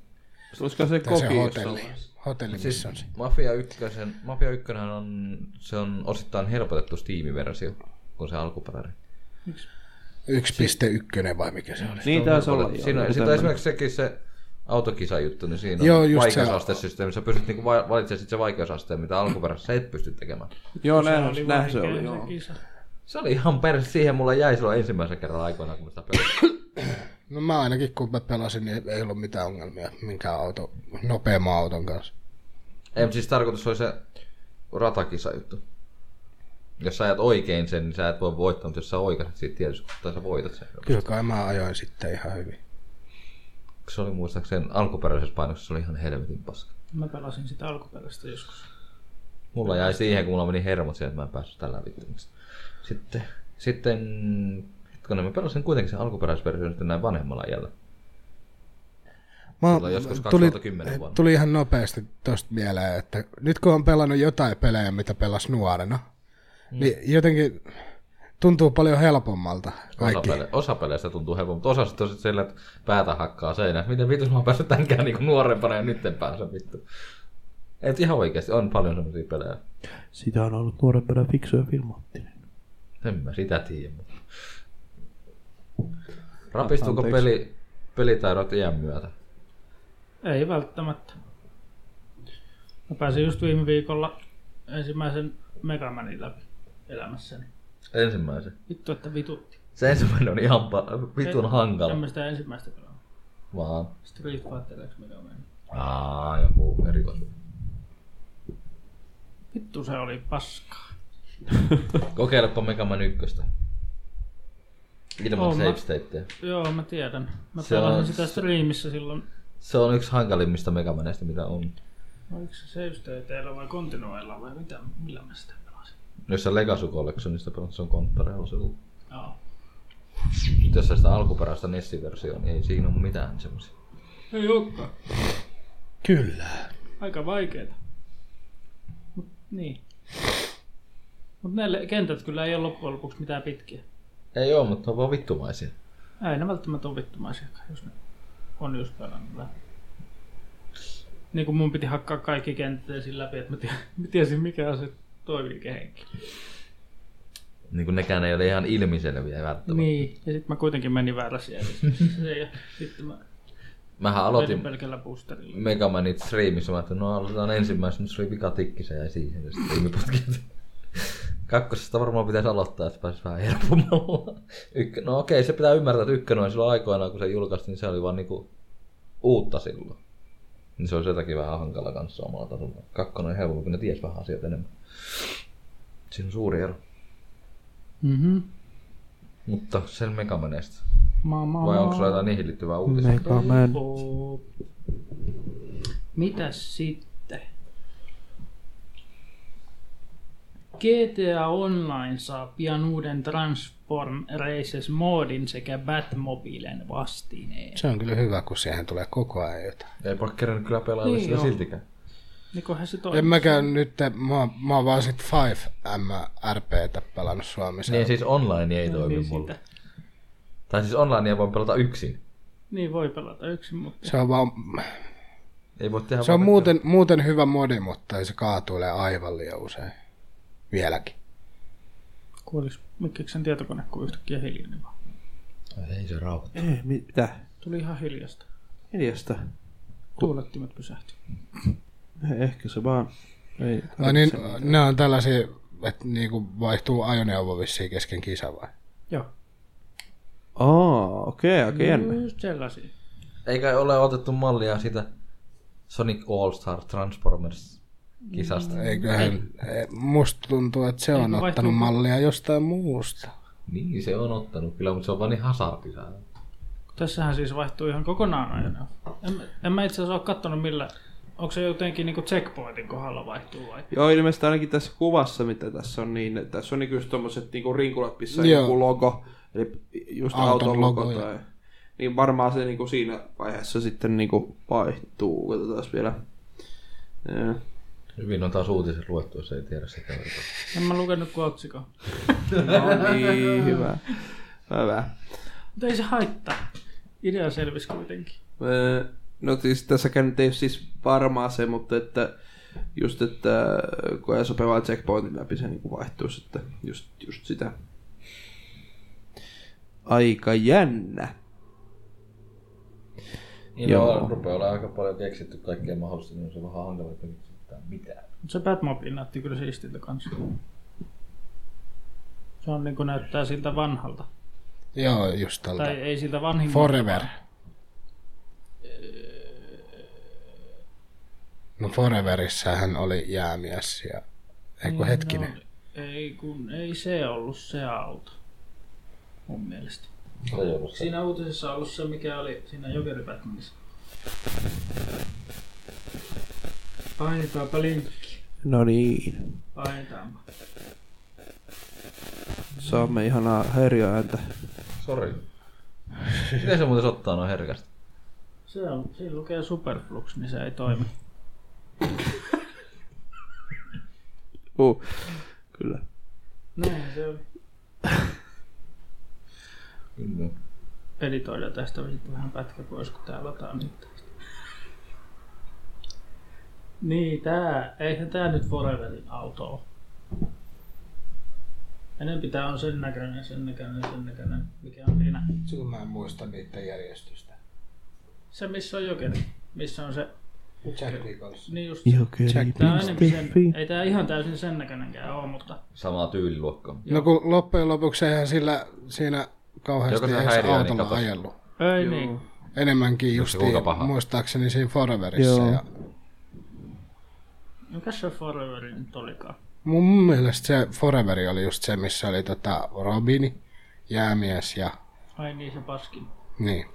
Speaker 3: Olisiko se
Speaker 2: Se
Speaker 3: koki jossain
Speaker 2: hotelli.
Speaker 3: vaiheessa?
Speaker 2: Hotelli,
Speaker 5: Siis
Speaker 2: missä on se.
Speaker 5: Mafia 1, Mafia 1 on, se on osittain helpotettu Steam-versio kuin se alkuperäinen.
Speaker 2: 1.1 vai mikä se oli?
Speaker 3: Niin taisi olla. joo,
Speaker 5: Siinä,
Speaker 3: joku
Speaker 5: sitä
Speaker 3: tämmönen.
Speaker 5: esimerkiksi sekin se autokisajuttu, niin siinä
Speaker 2: Joo,
Speaker 5: on
Speaker 2: just se-
Speaker 5: vaikeusastesysteemi. Sä pystyt niinku va- valitsemaan sit se vaikeusasteen, mitä alkuperäisessä et pysty tekemään.
Speaker 3: Joo, näin, näin se
Speaker 4: vaan
Speaker 3: oli.
Speaker 4: mikä
Speaker 3: Joo.
Speaker 4: kisa.
Speaker 5: Se oli ihan perus. Siihen mulla jäi silloin ensimmäisen kerran aikoina, kun mä sitä pelasin.
Speaker 2: No mä ainakin kun mä pelasin, niin ei ollut mitään ongelmia minkään auto, nopeamman auton kanssa.
Speaker 5: Ei, mut siis tarkoitus oli se ratakisajuttu. Jos sä ajat oikein sen, niin sä et voi voittaa, mutta jos sä oikaiset siitä tietysti, tai sä voitat sen.
Speaker 2: Kyllä kai mä ajoin sitten ihan hyvin.
Speaker 5: Se oli muistaakseni alkuperäisessä painoksessa, se oli ihan helvetin paska.
Speaker 4: Mä pelasin sitä alkuperäistä joskus.
Speaker 5: Mulla jäi siihen, kun mulla meni hermot siihen, että mä en päässyt tällä vittumista. Sitten, sitten hetkonen, mä pelasin kuitenkin sen alkuperäisversion sitten näin vanhemmalla iällä.
Speaker 2: Mä
Speaker 5: Silloin joskus
Speaker 2: tuli,
Speaker 5: 2010 vuonna.
Speaker 2: tuli ihan nopeasti tosta mieleen, että nyt kun on pelannut jotain pelejä, mitä pelas nuorena, mm. niin jotenkin tuntuu paljon helpommalta
Speaker 5: Osa,
Speaker 2: kaikki.
Speaker 5: pele- osa peleistä tuntuu helpommin, mutta osa sitten on sit sillä, että päätä hakkaa seinään. Miten vitus mä oon päässyt tämänkään niin nuorempana ja nyt en pääse vittu. Et ihan oikeasti, on paljon semmoisia pelejä.
Speaker 3: Sitä on ollut nuorempana fiksu ja filmaattinen.
Speaker 5: En mä sitä tiedä. Mutta... Rapistuuko
Speaker 3: Anteeksi.
Speaker 5: peli, pelitaidot iän myötä?
Speaker 4: Ei välttämättä. Mä pääsin just viime viikolla ensimmäisen Megamanin läpi elämässäni.
Speaker 5: Ensimmäisen.
Speaker 4: Vittu, että vitutti.
Speaker 5: Se ensimmäinen on ihan pa- vitun hankala.
Speaker 4: En mä sitä ensimmäistä pelannut.
Speaker 5: Vaan.
Speaker 4: Street Fighter X Megaman.
Speaker 5: Aa, joku erikoisuus.
Speaker 4: Vittu se oli paskaa.
Speaker 5: Kokeilepa Mega Man 1. Ilman
Speaker 4: Oon mä-
Speaker 5: save stateja.
Speaker 4: Joo, mä tiedän. Mä
Speaker 5: Se
Speaker 4: pelasin
Speaker 5: on-
Speaker 4: sitä streamissä silloin.
Speaker 5: Se on yksi hankalimmista Mega Maneista, mitä on.
Speaker 4: No, Oliko se save stateilla vai kontinueilla vai mitä? Millä mä sitä pelasin?
Speaker 5: Jos sä Legacy Collectionista pelaat, se on konttarehosilla.
Speaker 4: Joo.
Speaker 5: Mutta jos sä sitä alkuperäistä NES-versioa, niin ei siinä ole mitään semmoisia.
Speaker 4: Ei olekaan.
Speaker 2: Kyllä.
Speaker 4: Aika vaikeeta. Mut niin. Mutta ne kentät kyllä ei ole loppujen lopuksi mitään pitkiä.
Speaker 5: Ei oo, mutta on vaan vittumaisia.
Speaker 4: Ei ne välttämättä ole vittumaisiakaan, jos ne on just pelannut läpi. Niin kuin mun piti hakkaa kaikki kentät ensin läpi, että mä tie- tiesin mikä on se toimii kehenkin.
Speaker 5: Niin kuin nekään ei ole ihan ilmiselviä välttämättä.
Speaker 4: Niin, ja sitten mä kuitenkin menin väärässä järjestyksessä. ja sitten mä
Speaker 5: Mähän
Speaker 4: Aloitin.
Speaker 5: aloitin
Speaker 4: pelkällä boosterilla.
Speaker 5: Mega Manit striimissä, mä ajattelin, no aloitetaan ensimmäisenä, mutta se oli vika tikkissä ja siihen ja sitten putkilta. Kakkosesta varmaan pitäisi aloittaa, että pääsisi vähän helpommalla. Ykkö... No okei, se pitää ymmärtää, että ykkönen oli silloin aikoinaan, kun se julkaistiin, niin se oli vaan niinku uutta silloin. Niin se oli sen takia vähän hankala kanssa omalla tasolla. Kakkonen oli helpompi, kun ne ties vähän asioita enemmän. Siinä on suuri ero.
Speaker 4: Mm-hmm.
Speaker 5: Mutta sen Mega Manista.
Speaker 4: Ma, ma,
Speaker 5: Vai
Speaker 4: ma.
Speaker 5: onko sulla jotain niihin liittyvää uutista?
Speaker 3: Mega Man.
Speaker 4: Oo. Mitäs sitten? GTA Online saa pian uuden Transform Races-moodin sekä Batmobilen vastineen.
Speaker 2: Se on kyllä hyvä, kun siihen tulee koko ajan jotain.
Speaker 5: Ei ole kerännyt kyllä
Speaker 4: Niin
Speaker 5: pelailla niin, sitä
Speaker 4: joo.
Speaker 5: siltikään.
Speaker 4: Mikohan se
Speaker 2: En
Speaker 4: toimii?
Speaker 2: mäkään nyt, mä, oon- mä oon vaan sit 5MRPtä pelannut Suomessa.
Speaker 5: Niin siis online ei toimi
Speaker 4: niin,
Speaker 5: mulle.
Speaker 4: siitä.
Speaker 5: Tai siis online voi pelata yksin.
Speaker 4: niin voi pelata yksin, mutta
Speaker 2: Se on, vaan,
Speaker 5: Ei voi tehdä
Speaker 2: se on
Speaker 5: vaan
Speaker 2: muuten, muuten hyvä modi, mutta se kaatuilee aivan liian usein. Vieläkin.
Speaker 4: kuolis Mikkiksen tietokone, kun yhtäkkiä hiljeni vaan.
Speaker 5: mitään. Ei se rauhoita.
Speaker 3: Ei, Eh, mitä?
Speaker 4: Tuli ihan hiljasta.
Speaker 3: Hiljasta.
Speaker 4: Tuulettimet pysähtyi.
Speaker 3: Ei, ehkä se vaan. Ei,
Speaker 2: No niin, ne on tällaisia, että niinku vaihtuu ajoneuvo vissiin kesken kisa vai?
Speaker 4: Joo.
Speaker 3: Aa, okei, aika jännä.
Speaker 4: Just sellaisia.
Speaker 5: Eikä ole otettu mallia sitä Sonic All Star Transformers kisasta.
Speaker 2: Mm. Eiköhän, ei. Ehm, eh, musta tuntuu, että se on
Speaker 4: Eikö vaihtuu-
Speaker 2: ottanut mallia jostain muusta.
Speaker 5: Niin se on ottanut kyllä, mutta se on vaan niin hazardissa.
Speaker 4: Tässähän siis vaihtuu ihan kokonaan ajoneuvo. En, mä- en mä itse asiassa ole kattonut millä, onko se jotenkin niinku checkpointin kohdalla vaihtuu vai?
Speaker 3: Joo, ilmeisesti ainakin tässä kuvassa, mitä tässä on, niin tässä on niin just tommoset niinku rinkulat, missä on
Speaker 2: Joo.
Speaker 3: joku logo, eli just
Speaker 2: Auton
Speaker 3: auton, logo,
Speaker 2: logo,
Speaker 3: tai... Niin varmaan se niinku siinä vaiheessa sitten niinku vaihtuu. Katsotaan vielä. Joo.
Speaker 5: Hyvin on taas uutiset luettu, jos ei tiedä sitä.
Speaker 4: En mä lukenut kuin otsikon.
Speaker 3: No niin, hyvä. Hyvä.
Speaker 4: Mutta ei se haittaa. Idea selvisi kuitenkin.
Speaker 3: Öö, No siis tässäkään nyt ei ole siis varmaa se, mutta että just, että kun ei sopivaa checkpointin läpi, se niin vaihtuu sitten just, just sitä. Aika jännä.
Speaker 5: Niin
Speaker 3: Joo.
Speaker 5: Joo. rupeaa olla aika paljon keksitty kaikkea mahdollista, niin se on vähän hankala, että keksitään mitään.
Speaker 4: Mutta se Batmobile näytti kyllä siistiltä kanssa. Se on niinku näyttää siltä vanhalta.
Speaker 2: Joo, just tältä.
Speaker 4: Tai ei siltä vanhimmalta.
Speaker 2: Forever. No Foreverissähän oli jäämies ja... Eiku hetkinen.
Speaker 4: No, ei kun ei se ollut se auto. Mun mielestä.
Speaker 5: Se ei ollut se.
Speaker 4: Siinä uutisessa on ollut se, mikä oli siinä Jokeri Batmanissa. Painetaanpa linkki.
Speaker 3: No niin.
Speaker 4: Painetaanpa.
Speaker 3: Saamme ihanaa häiriöääntä.
Speaker 5: Sori. Miten se muuten ottaa noin herkästi?
Speaker 4: Se on, siinä lukee Superflux, niin se ei toimi.
Speaker 3: Uh, kyllä.
Speaker 4: Näin se oli.
Speaker 5: Kyllä.
Speaker 4: Editoida tästä sitten vähän pätkä pois, kun tää lataa niitä. Niin, tää, eihän tää nyt Foreverin auto oo. Enempi tää on sen näköinen, sen näköinen, sen näköinen, mikä on siinä.
Speaker 2: Silloin mä en muista niiden järjestystä.
Speaker 4: Se missä on jokeri, missä on se,
Speaker 2: Jack Nicholson.
Speaker 4: niin just
Speaker 3: Jokeri,
Speaker 2: Check.
Speaker 4: Tää on enempi sen, ei tää ihan täysin sen näköinenkään oo, mutta
Speaker 5: Samaa tyyliluokkaa.
Speaker 2: No kun loppujen lopuksi eihän sillä siinä
Speaker 5: Joko
Speaker 2: kauheasti
Speaker 5: se
Speaker 2: edes
Speaker 5: häiriö,
Speaker 2: autolla
Speaker 5: niin katos.
Speaker 2: ajellut.
Speaker 4: ei Joo. niin.
Speaker 2: Enemmänkin just
Speaker 5: kuinka paha?
Speaker 2: muistaakseni siinä Foreverissä.
Speaker 3: Joo.
Speaker 2: Ja
Speaker 4: Mikäs se Foreveri nyt olikaan?
Speaker 2: mun mielestä se Foreveri oli just se, missä oli tota Robini, jäämies ja
Speaker 4: Ai niin, se paskin.
Speaker 2: niin,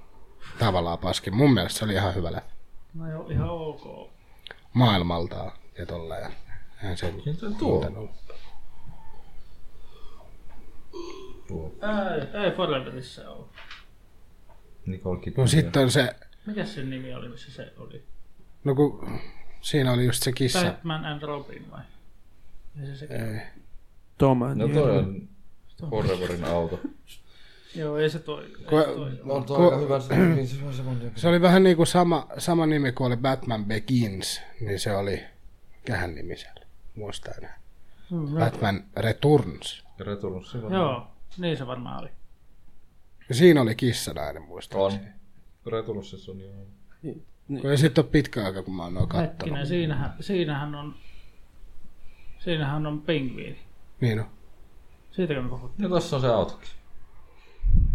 Speaker 2: tavallaan paskin. Mun mielestä se oli ihan hyvä läpi.
Speaker 4: No joo, ihan ok.
Speaker 2: maailmaltaan ja tolleen. Eihän se
Speaker 5: Mitä tuo?
Speaker 2: muuten ollut.
Speaker 4: Ei, ei Foreverissä ole.
Speaker 5: Nicole Kidman.
Speaker 2: No sitten on se,
Speaker 4: Mikäs sen nimi oli, missä se oli?
Speaker 2: no kun siinä oli just se kissa.
Speaker 4: Batman and Robin vai? Ei se sekin.
Speaker 2: Ei.
Speaker 3: Toma. niin
Speaker 5: No
Speaker 4: Niin.
Speaker 5: toi on Foreverin auto.
Speaker 4: Joo, ei se toi. Ei
Speaker 2: Ko-
Speaker 4: se toi.
Speaker 5: No on
Speaker 2: Ko-
Speaker 5: toi aika hyvä. se- niin se on semmoinen.
Speaker 2: Se oli vähän niin kuin sama, sama nimi kuin oli Batman Begins, niin se oli kähän nimisellä. Muista enää. Batman Returns.
Speaker 5: Returns. se varmaan.
Speaker 4: Mm, no. Joo, niin se varmaan oli.
Speaker 2: Ja siinä oli kissanainen muista.
Speaker 5: On. Returnsissa on joo.
Speaker 2: Kun ei sitten ole pitkä aika, kun mä oon noin kattonut.
Speaker 4: Hetkinen, siinähän, siinähän on... Siinähän on pingviini.
Speaker 2: Niin on.
Speaker 4: Siitäkö me puhuttiin?
Speaker 5: Ja tossa on se autokin.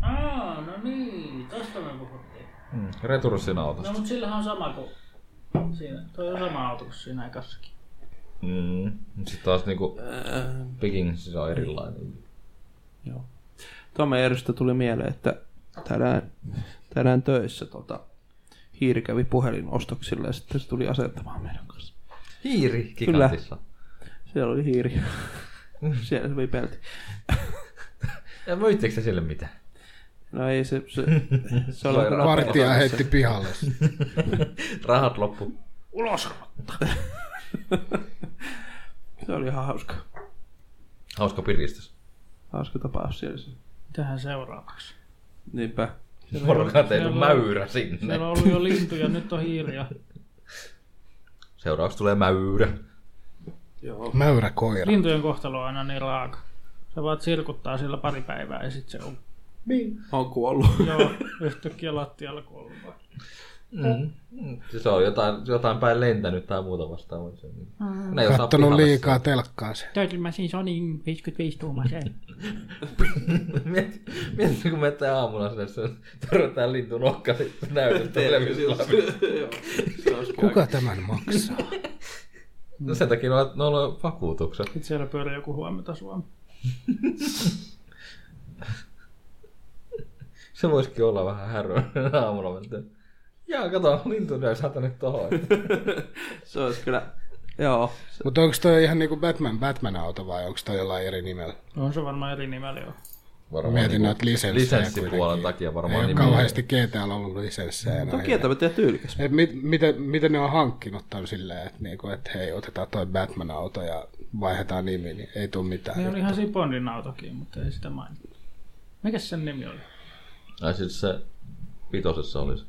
Speaker 4: Aa, no niin, tosta me puhuttiin.
Speaker 5: Mm. Returssin
Speaker 4: No
Speaker 5: autosta.
Speaker 4: mut sillähän on sama kuin siinä. Toi on sama auto kuin siinä ekassakin.
Speaker 5: Mm. Sitten taas niinku Pekingissä se on erilainen.
Speaker 3: Tome Erstä tuli mieleen, että tänään, tänään töissä tota, hiiri kävi puhelinostoksilla ja sitten se tuli asettamaan meidän kanssa.
Speaker 5: Hiiri
Speaker 3: Kyllä.
Speaker 5: gigantissa.
Speaker 3: Siellä oli hiiri. Siellä se oli pelti.
Speaker 5: Ja myittekö se sille mitään?
Speaker 3: No ei se... Se, se oli
Speaker 5: Sairaan.
Speaker 2: Vartija heitti pihalle.
Speaker 5: Rahat loppu.
Speaker 3: Se oli ihan hauska.
Speaker 5: Hauska piristys.
Speaker 3: Hauska tapaus siellä. se.
Speaker 4: Tähän seuraavaksi.
Speaker 3: Niinpä.
Speaker 5: Porukka on tehnyt
Speaker 4: Siellä on-
Speaker 5: mäyrä sinne.
Speaker 4: Siellä on ollut jo lintuja, nyt on hiiriä.
Speaker 5: Seuraavaksi tulee mäyrä.
Speaker 2: Mäyrä koira.
Speaker 4: Lintujen kohtalo on aina niin raaka. Sä vaan sirkuttaa sillä pari päivää ja sit se on
Speaker 3: On kuollut.
Speaker 4: joo, yhtäkkiä lattialla kuollut. vaan.
Speaker 5: Mm. Mm. Se on jotain, jotain päin lentänyt tai muuta vastaavaa. Se, niin. Ne ei osaa
Speaker 2: Kattonut
Speaker 5: pihalle
Speaker 2: liikaa telkkaansa.
Speaker 4: Täytyy mä siinä Sonin 55 tuumaseen.
Speaker 5: Mieti, mieti, kun menette aamulla sinne, se törmätään lintu nokka, sitten näytät televisiolla.
Speaker 2: Kuka tämän maksaa?
Speaker 5: No sen takia ne on, ne on vakuutukset.
Speaker 4: Sitten siellä pyörii joku huomenta Suomi.
Speaker 5: Se voisikin olla vähän häröä aamulla. Mentä. Jaa, kato, lintu näy saata nyt tohon.
Speaker 3: Se olisi kyllä... Joo. Se,
Speaker 2: Mutta onko toi ihan niinku Batman Batman-auto vai onko toi jollain eri nimellä?
Speaker 4: No, On se varmaan eri nimellä joo.
Speaker 5: Varmaan
Speaker 2: Mietin
Speaker 5: niinku
Speaker 2: näitä lisenssejä
Speaker 5: lisenssipuolen
Speaker 2: kuitenkin.
Speaker 5: takia
Speaker 2: Ei
Speaker 5: varmaan
Speaker 2: ole
Speaker 5: nimi.
Speaker 2: kauheasti GTAlla ollut
Speaker 5: No
Speaker 2: lisenssejä. enää.
Speaker 3: toki, että mä tein tyylikäs.
Speaker 2: Et mit, miten, miten ne on hankkinut tämän silleen, että niinku, et hei, otetaan toi Batman-auto ja vaihdetaan nimi, niin ei tule mitään.
Speaker 4: Ne oli ihan siinä Bondin autokin, mutta ei sitä mainita. Mikäs sen nimi oli?
Speaker 5: Ai siis se vitosessa olisi.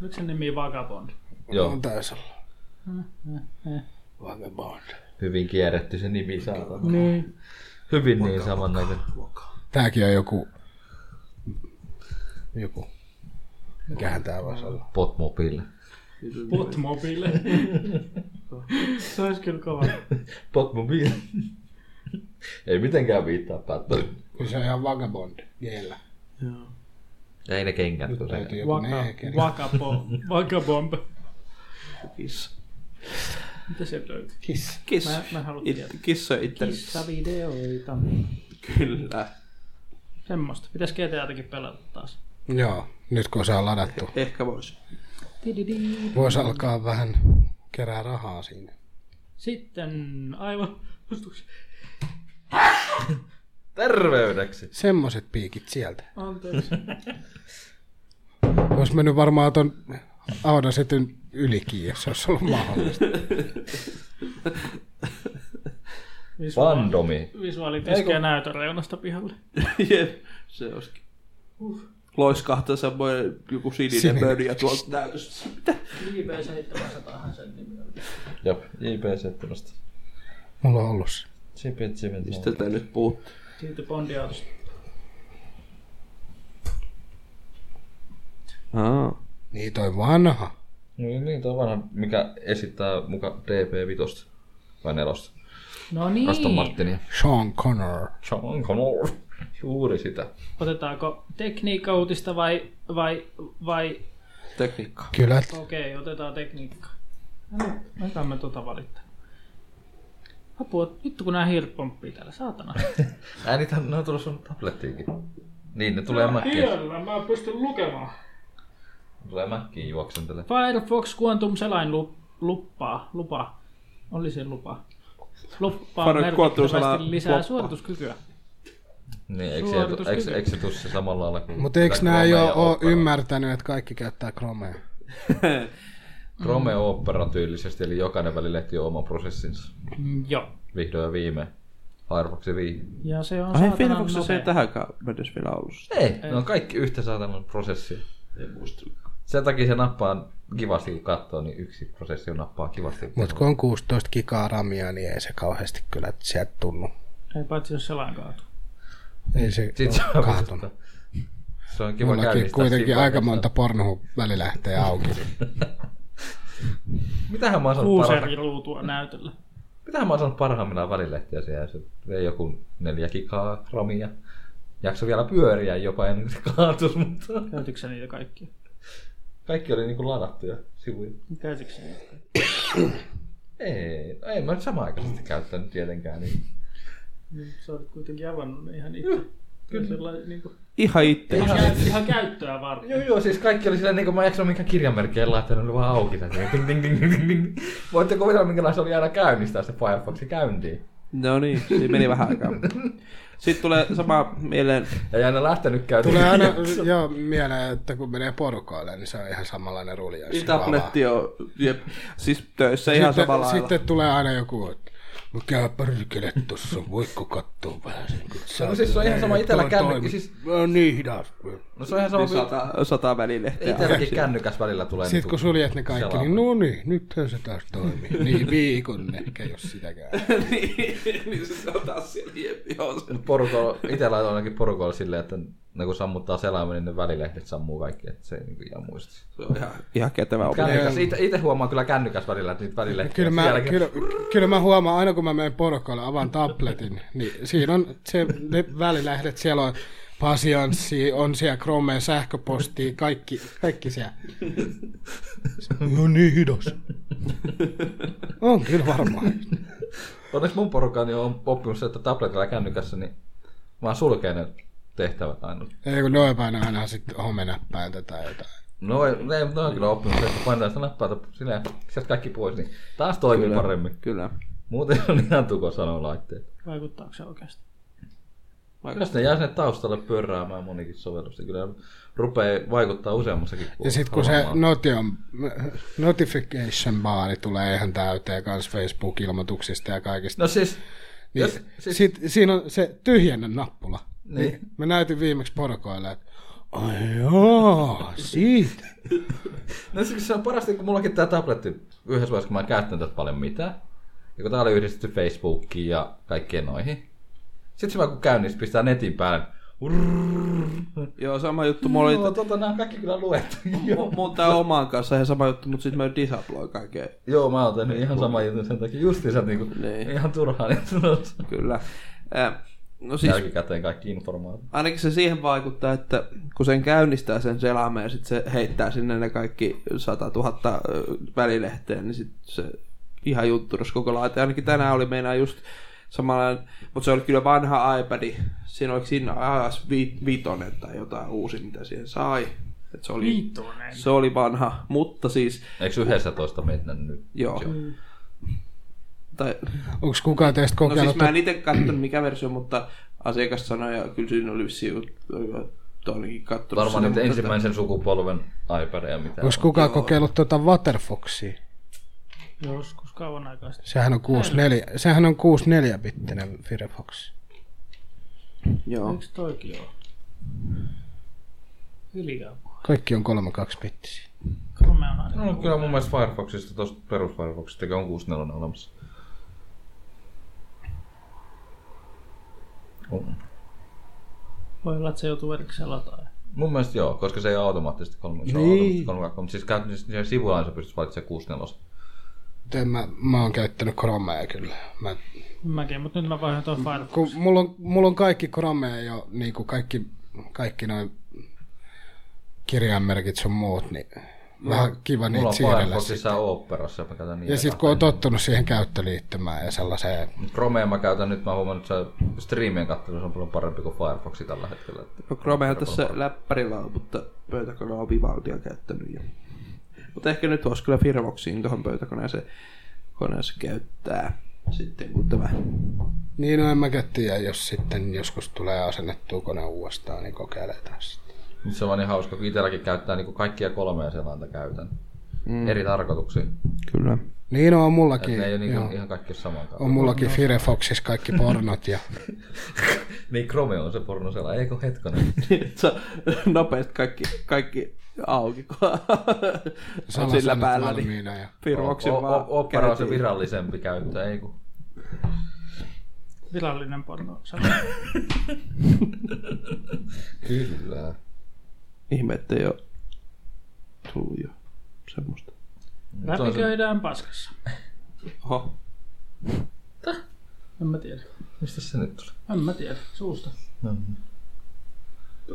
Speaker 4: Oliko sen nimi Vagabond?
Speaker 5: Joo,
Speaker 2: On taisi olla. Vagabond.
Speaker 5: hyvin kierretty se nimi saatana.
Speaker 4: Niin.
Speaker 5: Hyvin niin samannäköinen.
Speaker 2: Tääkin on joku... Joku... Mikähän tää voisi olla?
Speaker 5: Potmobiile.
Speaker 4: Potmobile. se olisi kyllä kova.
Speaker 5: Potmobiile. Ei mitenkään viittaa päättä.
Speaker 2: Kun se on ihan Vagabond kielellä.
Speaker 5: Ei ne kengät. kun se-
Speaker 2: Löytyy joku
Speaker 4: Vaka,
Speaker 2: neekeri.
Speaker 4: vakabo, vagabomb.
Speaker 3: Kissa.
Speaker 4: Mitä sieltä löytyy?
Speaker 2: Kiss.
Speaker 3: Kissa.
Speaker 4: Mä, mä haluan tietää.
Speaker 3: It, kissa itsellesi.
Speaker 4: Kissavideoita.
Speaker 3: Kyllä.
Speaker 4: Semmosta. Pitäis GTAtakin pelata taas.
Speaker 2: Joo, nyt kun se on ladattu.
Speaker 3: Ehkä voisi.
Speaker 2: Voisi alkaa vähän kerää rahaa siinä.
Speaker 4: Sitten aivan... Ostuksi.
Speaker 5: Terveydeksi.
Speaker 2: Semmoset piikit sieltä.
Speaker 4: Anteeksi.
Speaker 2: Olisi mennyt varmaan ton Audasetyn ylikin, jos se olisi ollut mahdollista.
Speaker 4: Visuaali,
Speaker 5: Fandomi.
Speaker 4: visuaalit iskee näytön reunasta pihalle.
Speaker 3: Jep, se olisikin. Loiskahtaa semmoinen joku sininen,
Speaker 2: Sininen.
Speaker 3: mörjä tuolta näytöstä.
Speaker 4: IP700 sen nimi oli.
Speaker 5: Jop, JP7.
Speaker 2: Mulla on ollut se.
Speaker 5: Chipit, chipit.
Speaker 3: Mistä te nyt puhutte?
Speaker 4: Siitä Bondiautosta.
Speaker 3: Aa.
Speaker 2: Niin toi vanha.
Speaker 5: No niin, toi vanha, mikä esittää muka DP5 vai 4.
Speaker 4: No niin.
Speaker 5: Aston Martinia.
Speaker 2: Sean Connor.
Speaker 5: Sean Connor. Juuri sitä.
Speaker 4: Otetaanko tekniikka-uutista vai, vai, vai
Speaker 3: Tekniikka.
Speaker 2: Kyllä.
Speaker 4: Okei, otetaan tekniikka. No, aika me tota valittaa. Apua, vittu kun nää hiiret pomppii täällä, saatana.
Speaker 5: Ää, niitä ne on tullut sun tablettiinkin. Niin, ne tulee mäkkiin.
Speaker 4: mä pystyn lukemaan.
Speaker 5: Tulee mäkkiin juoksentele.
Speaker 4: Firefox Quantum selain lu- luppaa, lupa. Oli se lupa. Luppaa
Speaker 3: Fire- Quantum
Speaker 4: merkittävästi
Speaker 3: selain
Speaker 4: lisää
Speaker 3: luppaa.
Speaker 4: suorituskykyä.
Speaker 5: Niin, eikö
Speaker 4: Suorituskyky.
Speaker 5: se, eikö, eikö se tuu se samalla lailla kuin...
Speaker 2: Mutta eikö
Speaker 5: tämä
Speaker 2: nää
Speaker 5: Chrome
Speaker 2: jo
Speaker 5: ja
Speaker 2: oo
Speaker 5: Opera?
Speaker 2: ymmärtänyt, että kaikki käyttää Chromea?
Speaker 5: Chrome Opera tyylisesti, eli jokainen välilehti on oma prosessinsa.
Speaker 4: Mm, joo.
Speaker 5: Vihdoin ja viimein. Firefox ja Wii.
Speaker 4: Ja se on
Speaker 3: Ai
Speaker 4: saatanan
Speaker 3: Firefox se ei
Speaker 4: nopea.
Speaker 3: tähänkään mennessä vielä ollut.
Speaker 5: Ei, ne on kaikki yhtä saatanan prosessia.
Speaker 6: En muista.
Speaker 5: Sen takia se nappaa kivasti, kun katsoo, niin yksi prosessi nappaa kivasti.
Speaker 2: Mutta kun on 16 gigaa ramia, niin ei se kauheasti kyllä sieltä tunnu.
Speaker 4: Ei paitsi jos selain kaatuu.
Speaker 2: Ei se
Speaker 5: Sitten se
Speaker 2: ole
Speaker 5: on
Speaker 2: kahtunut.
Speaker 5: vasta- Se on kiva
Speaker 2: Mullakin
Speaker 5: käynnistää.
Speaker 2: kuitenkin
Speaker 5: siinä
Speaker 2: aika
Speaker 5: vaiheessa.
Speaker 2: monta pornohu väli lähtee auki.
Speaker 5: Mitähän mä oon saanut
Speaker 4: Kuuseri
Speaker 5: parha...
Speaker 4: ruutua näytöllä.
Speaker 5: Mitähän mä oon saanut parhaimmillaan välilehtiä siellä. Se vei joku neljä gigaa ramia. Jakso vielä pyöriä jopa ennen kuin se kaatus, mutta
Speaker 4: Käytitkö sä niitä kaikkia?
Speaker 5: kaikki oli niinku ladattuja sivuja.
Speaker 4: Käytitkö sä niitä kaikkia?
Speaker 5: Ei, no en mä nyt samaan aikaan sitä käyttänyt tietenkään. Niin.
Speaker 4: Niin, Sä olet kuitenkin avannut ne ihan itse. Kyllä. Sellainen, niin kuin,
Speaker 3: Ihan itse.
Speaker 4: ihan, käy- ihan käyttöä varten.
Speaker 5: Joo, joo, siis kaikki oli sillä, niin kuin mä en jaksanut minkään kirjanmerkkeen laittaa, ne oli vaan auki. tässä. Ding, ding, ding, ding, ding. Voitte kuvitella, minkälaista oli aina käynnistää se Firefoxin käyntiin.
Speaker 3: No niin, siinä meni vähän aikaa. Sitten tulee sama mieleen,
Speaker 5: Ei aina lähtenyt käyntiin.
Speaker 2: Tulee aina joo, mieleen, että kun menee porukoille, niin se on ihan samanlainen ruljanssi.
Speaker 3: tabletti on, jep, siis töissä ihan
Speaker 2: Sitten,
Speaker 3: samalla lailla.
Speaker 2: sitten tulee aina joku, että mikä perkele tuossa, voitko katsoa vähän sen, kun sä
Speaker 5: No siis se on ihan sama itellä kännykkä. Siis,
Speaker 2: No niin hidas.
Speaker 5: no se on ihan sama, kun
Speaker 3: Niin Sata, sata välilehteä.
Speaker 5: itselläkin kännykäs välillä tulee. niin niinku
Speaker 2: Sitten kun suljet ne kaikki,
Speaker 5: Selaa.
Speaker 2: niin no niin, nythän se taas toimii. Niin viikon ehkä, jos sitäkään.
Speaker 3: niin, niin se on taas siellä jep, joo, se.
Speaker 5: Poruko, itellä on ainakin porukoilla silleen, että ne kun sammuttaa selaimen, niin ne välilehdet sammuu kaikki, että se ei niin ihan muista.
Speaker 3: se on ihan, ihan kätevä oppi.
Speaker 5: Kännykäs, ite, ite huomaan kyllä kännykäs välillä, että niitä välilehtiä.
Speaker 2: Kyllä mä,
Speaker 5: Sielläkin-
Speaker 2: kyllä, kyllä mä huomaan, aina kun mä menen porukalle, avaan tabletin, niin siinä on se, ne välilähdet, siellä on pasianssi, on siellä Chromeen sähköpostia, kaikki, kaikki siellä. No niin, hidas. On kyllä varmaan.
Speaker 5: Onneksi mun porukani on oppinut se, että tabletilla ja kännykässä, niin vaan sulkee ne tehtävät aina.
Speaker 2: Ei kun noin päin aina sitten homenäppäintä tai jotain.
Speaker 5: No ei, ne, ne on kyllä oppinut se, että painetaan sitä nappaa, että sinä sieltä kaikki pois, niin taas toimii kyllä. paremmin.
Speaker 3: Kyllä.
Speaker 5: Muuten on ihan tuko sanoa laitteet.
Speaker 4: Vaikuttaako se oikeasti?
Speaker 5: Kyllä ne jää sinne taustalle pörräämään monikin sovellus, niin kyllä rupeaa vaikuttaa useammassakin
Speaker 2: Ja sitten kun se notion, notification baari tulee ihan täyteen kans Facebook-ilmoituksista ja kaikista,
Speaker 5: No siis,
Speaker 2: niin
Speaker 5: jos- siis-
Speaker 2: sit, siinä on se tyhjennä nappula.
Speaker 5: niin.
Speaker 2: Mä näytin viimeksi porukoille, että ai joo, siitä.
Speaker 5: No siis se on parasta, kun mullakin tää tabletti yhdessä vaiheessa, kun mä en käyttänyt tätä paljon mitään. Ja kun tää oli yhdistetty Facebookiin ja kaikkeen noihin. Sitten se vaan kun käynnistä pistää netin päälle.
Speaker 3: Joo, sama juttu. Mulla
Speaker 5: Joo,
Speaker 3: oli
Speaker 5: tota, nää on kaikki kyllä luettu.
Speaker 3: mu- mun tää oman kanssa ihan sama juttu, mutta sitten mä disabloin kaiken.
Speaker 5: Joo, mä oon tehnyt ihan sama jutun sen takia. Justiinsa niinku
Speaker 3: Niin.
Speaker 5: ihan turhaan. Niin
Speaker 3: Kyllä. Äh, no siis,
Speaker 5: siis... Jälkikäteen kaikki informaatio.
Speaker 3: ainakin se siihen vaikuttaa, että kun sen käynnistää sen selaimen ja sitten se heittää sinne ne kaikki 100 000 ö, välilehteen, niin sitten se ihan jutturas koko laite. Ainakin tänään oli meillä just samanlainen, mutta se oli kyllä vanha iPad. Siinä oli siinä AS5 tai jotain uusi, mitä siihen sai. Et se, oli,
Speaker 4: Viittoinen.
Speaker 3: se oli vanha, mutta siis,
Speaker 5: Eikö 11 mennä nyt?
Speaker 3: joo. Tai,
Speaker 2: Onko kukaan teistä
Speaker 3: no siis
Speaker 2: kokeillut?
Speaker 3: mä en itse katsonut mikä versio, mutta asiakas sanoi, ja kyllä siinä oli vissiin toinenkin katsonut.
Speaker 5: Varmaan
Speaker 3: sitä,
Speaker 5: nyt
Speaker 3: mutta-
Speaker 5: ensimmäisen sukupolven iPadia mitä.
Speaker 2: Onko tota- kukaan kokeillut tuota Waterfoxia?
Speaker 4: Joskus kauan aikaa sitten.
Speaker 2: Sehän on 64, sehän on 64-bittinen Firefox.
Speaker 3: Joo.
Speaker 4: Eikö toikin oo? Hiljaa.
Speaker 2: Kaikki on 32-bittisiä.
Speaker 4: Kolme on aina.
Speaker 5: No kyllä mun mielestä Firefoxista, tuosta perus Firefoxista, joka on 64 olemassa. On.
Speaker 4: Voi olla, että se joutuu erikseen lataa.
Speaker 5: Mun mielestä joo, koska se ei ole automaattisesti kolme, se on
Speaker 2: Niin.
Speaker 5: automaattisesti kolme kakkonen, mutta siis käytännössä siellä sivuilla sä pystyt valitsemaan 64.
Speaker 2: No Miten Mä, mä oon käyttänyt Chromea kyllä. Mä,
Speaker 4: Mäkin, mutta nyt mä vaihdan tuon Firefox.
Speaker 2: kun mulla on, mulla on kaikki Chromea jo, niin kuin kaikki, kaikki noin kirjainmerkit sun muut, niin vähän kiva
Speaker 5: Mulla
Speaker 2: niitä
Speaker 5: on
Speaker 2: siirrellä.
Speaker 5: Firefoxissa Operassa, mä käytän niin niitä.
Speaker 2: niin, Ja sitten kun on tottunut siihen käyttöliittymään ja sellaiseen
Speaker 5: Chromea mä käytän nyt, mä huomaan, että se striimien kattelu on paljon parempi kuin Firefoxi tällä hetkellä. että-
Speaker 3: No Chromehan tässä läppärillä on, mutta pöytäkone on Vivaldia käyttänyt jo. Mutta ehkä nyt voisi kyllä Firefoxiin tuohon pöytäkoneeseen koneessa käyttää sitten kun tämä.
Speaker 2: Niin, no en mäkään tiedä, jos sitten joskus tulee asennettua kone uudestaan, niin kokeiletaan sitten.
Speaker 5: niinku Nyt se on vaan niin hauska, kun itselläkin käyttää niin kaikkia kolmea selainta käytän. mm. eri tarkoituksiin.
Speaker 3: Kyllä.
Speaker 2: Niin on
Speaker 5: Et
Speaker 2: mullakin.
Speaker 5: ne ei ole
Speaker 2: joo.
Speaker 5: niinku ihan kaikki saman
Speaker 2: On
Speaker 5: kanssa.
Speaker 2: mullakin Firefoxissa kaikki pornot ja
Speaker 5: Niin Chrome on se pornosela, eikö hetkonen?
Speaker 3: Niin, että sä nopeasti kaikki, kaikki auki, kun on sillä
Speaker 2: salasanat
Speaker 3: päällä. Niin
Speaker 2: valmiina. Ja...
Speaker 3: Firvoksen
Speaker 5: O- o-
Speaker 3: vaan
Speaker 5: o- Opera on se
Speaker 3: käytiin.
Speaker 5: virallisempi käyttö, ei kun.
Speaker 4: Virallinen porno.
Speaker 5: Kyllä.
Speaker 3: Ihme, ettei ole tullut jo semmoista.
Speaker 4: Läpiköidään paskassa.
Speaker 3: Oho.
Speaker 4: En mä tiedä.
Speaker 5: Mistä se nyt tuli?
Speaker 4: En mä tiedä. Suusta.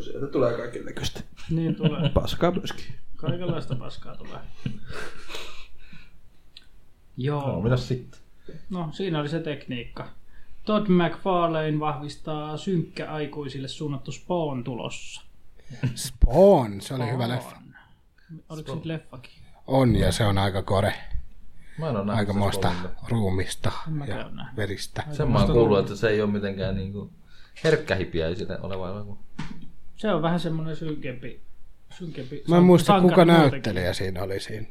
Speaker 3: Sieltä tulee kaiken näköistä.
Speaker 4: Niin tulee.
Speaker 3: Paskaa myöskin.
Speaker 4: Kaikenlaista paskaa tulee. Joo.
Speaker 5: No, mitäs sitten?
Speaker 4: No, siinä oli se tekniikka. Todd McFarlane vahvistaa synkkä aikuisille suunnattu Spawn tulossa.
Speaker 2: Spawn, se oli hyvä leffa.
Speaker 4: Oliko siitä leffakin?
Speaker 2: On ja se on aika kore.
Speaker 5: Mä en ole nähnyt
Speaker 2: Aikamoista
Speaker 5: sitä
Speaker 2: ruumista
Speaker 4: mäkään
Speaker 2: ja
Speaker 4: ole nähnyt.
Speaker 2: veristä.
Speaker 5: Sen mä oon kuullut, että se ei ole mitenkään niinku herkkähipiäisille oleva elokuva.
Speaker 4: Se on vähän semmoinen synkempi. synkempi
Speaker 2: Mä en
Speaker 4: san-
Speaker 2: muista
Speaker 4: sankari
Speaker 2: kuka
Speaker 4: muutenkin.
Speaker 2: näyttelijä siinä oli siinä.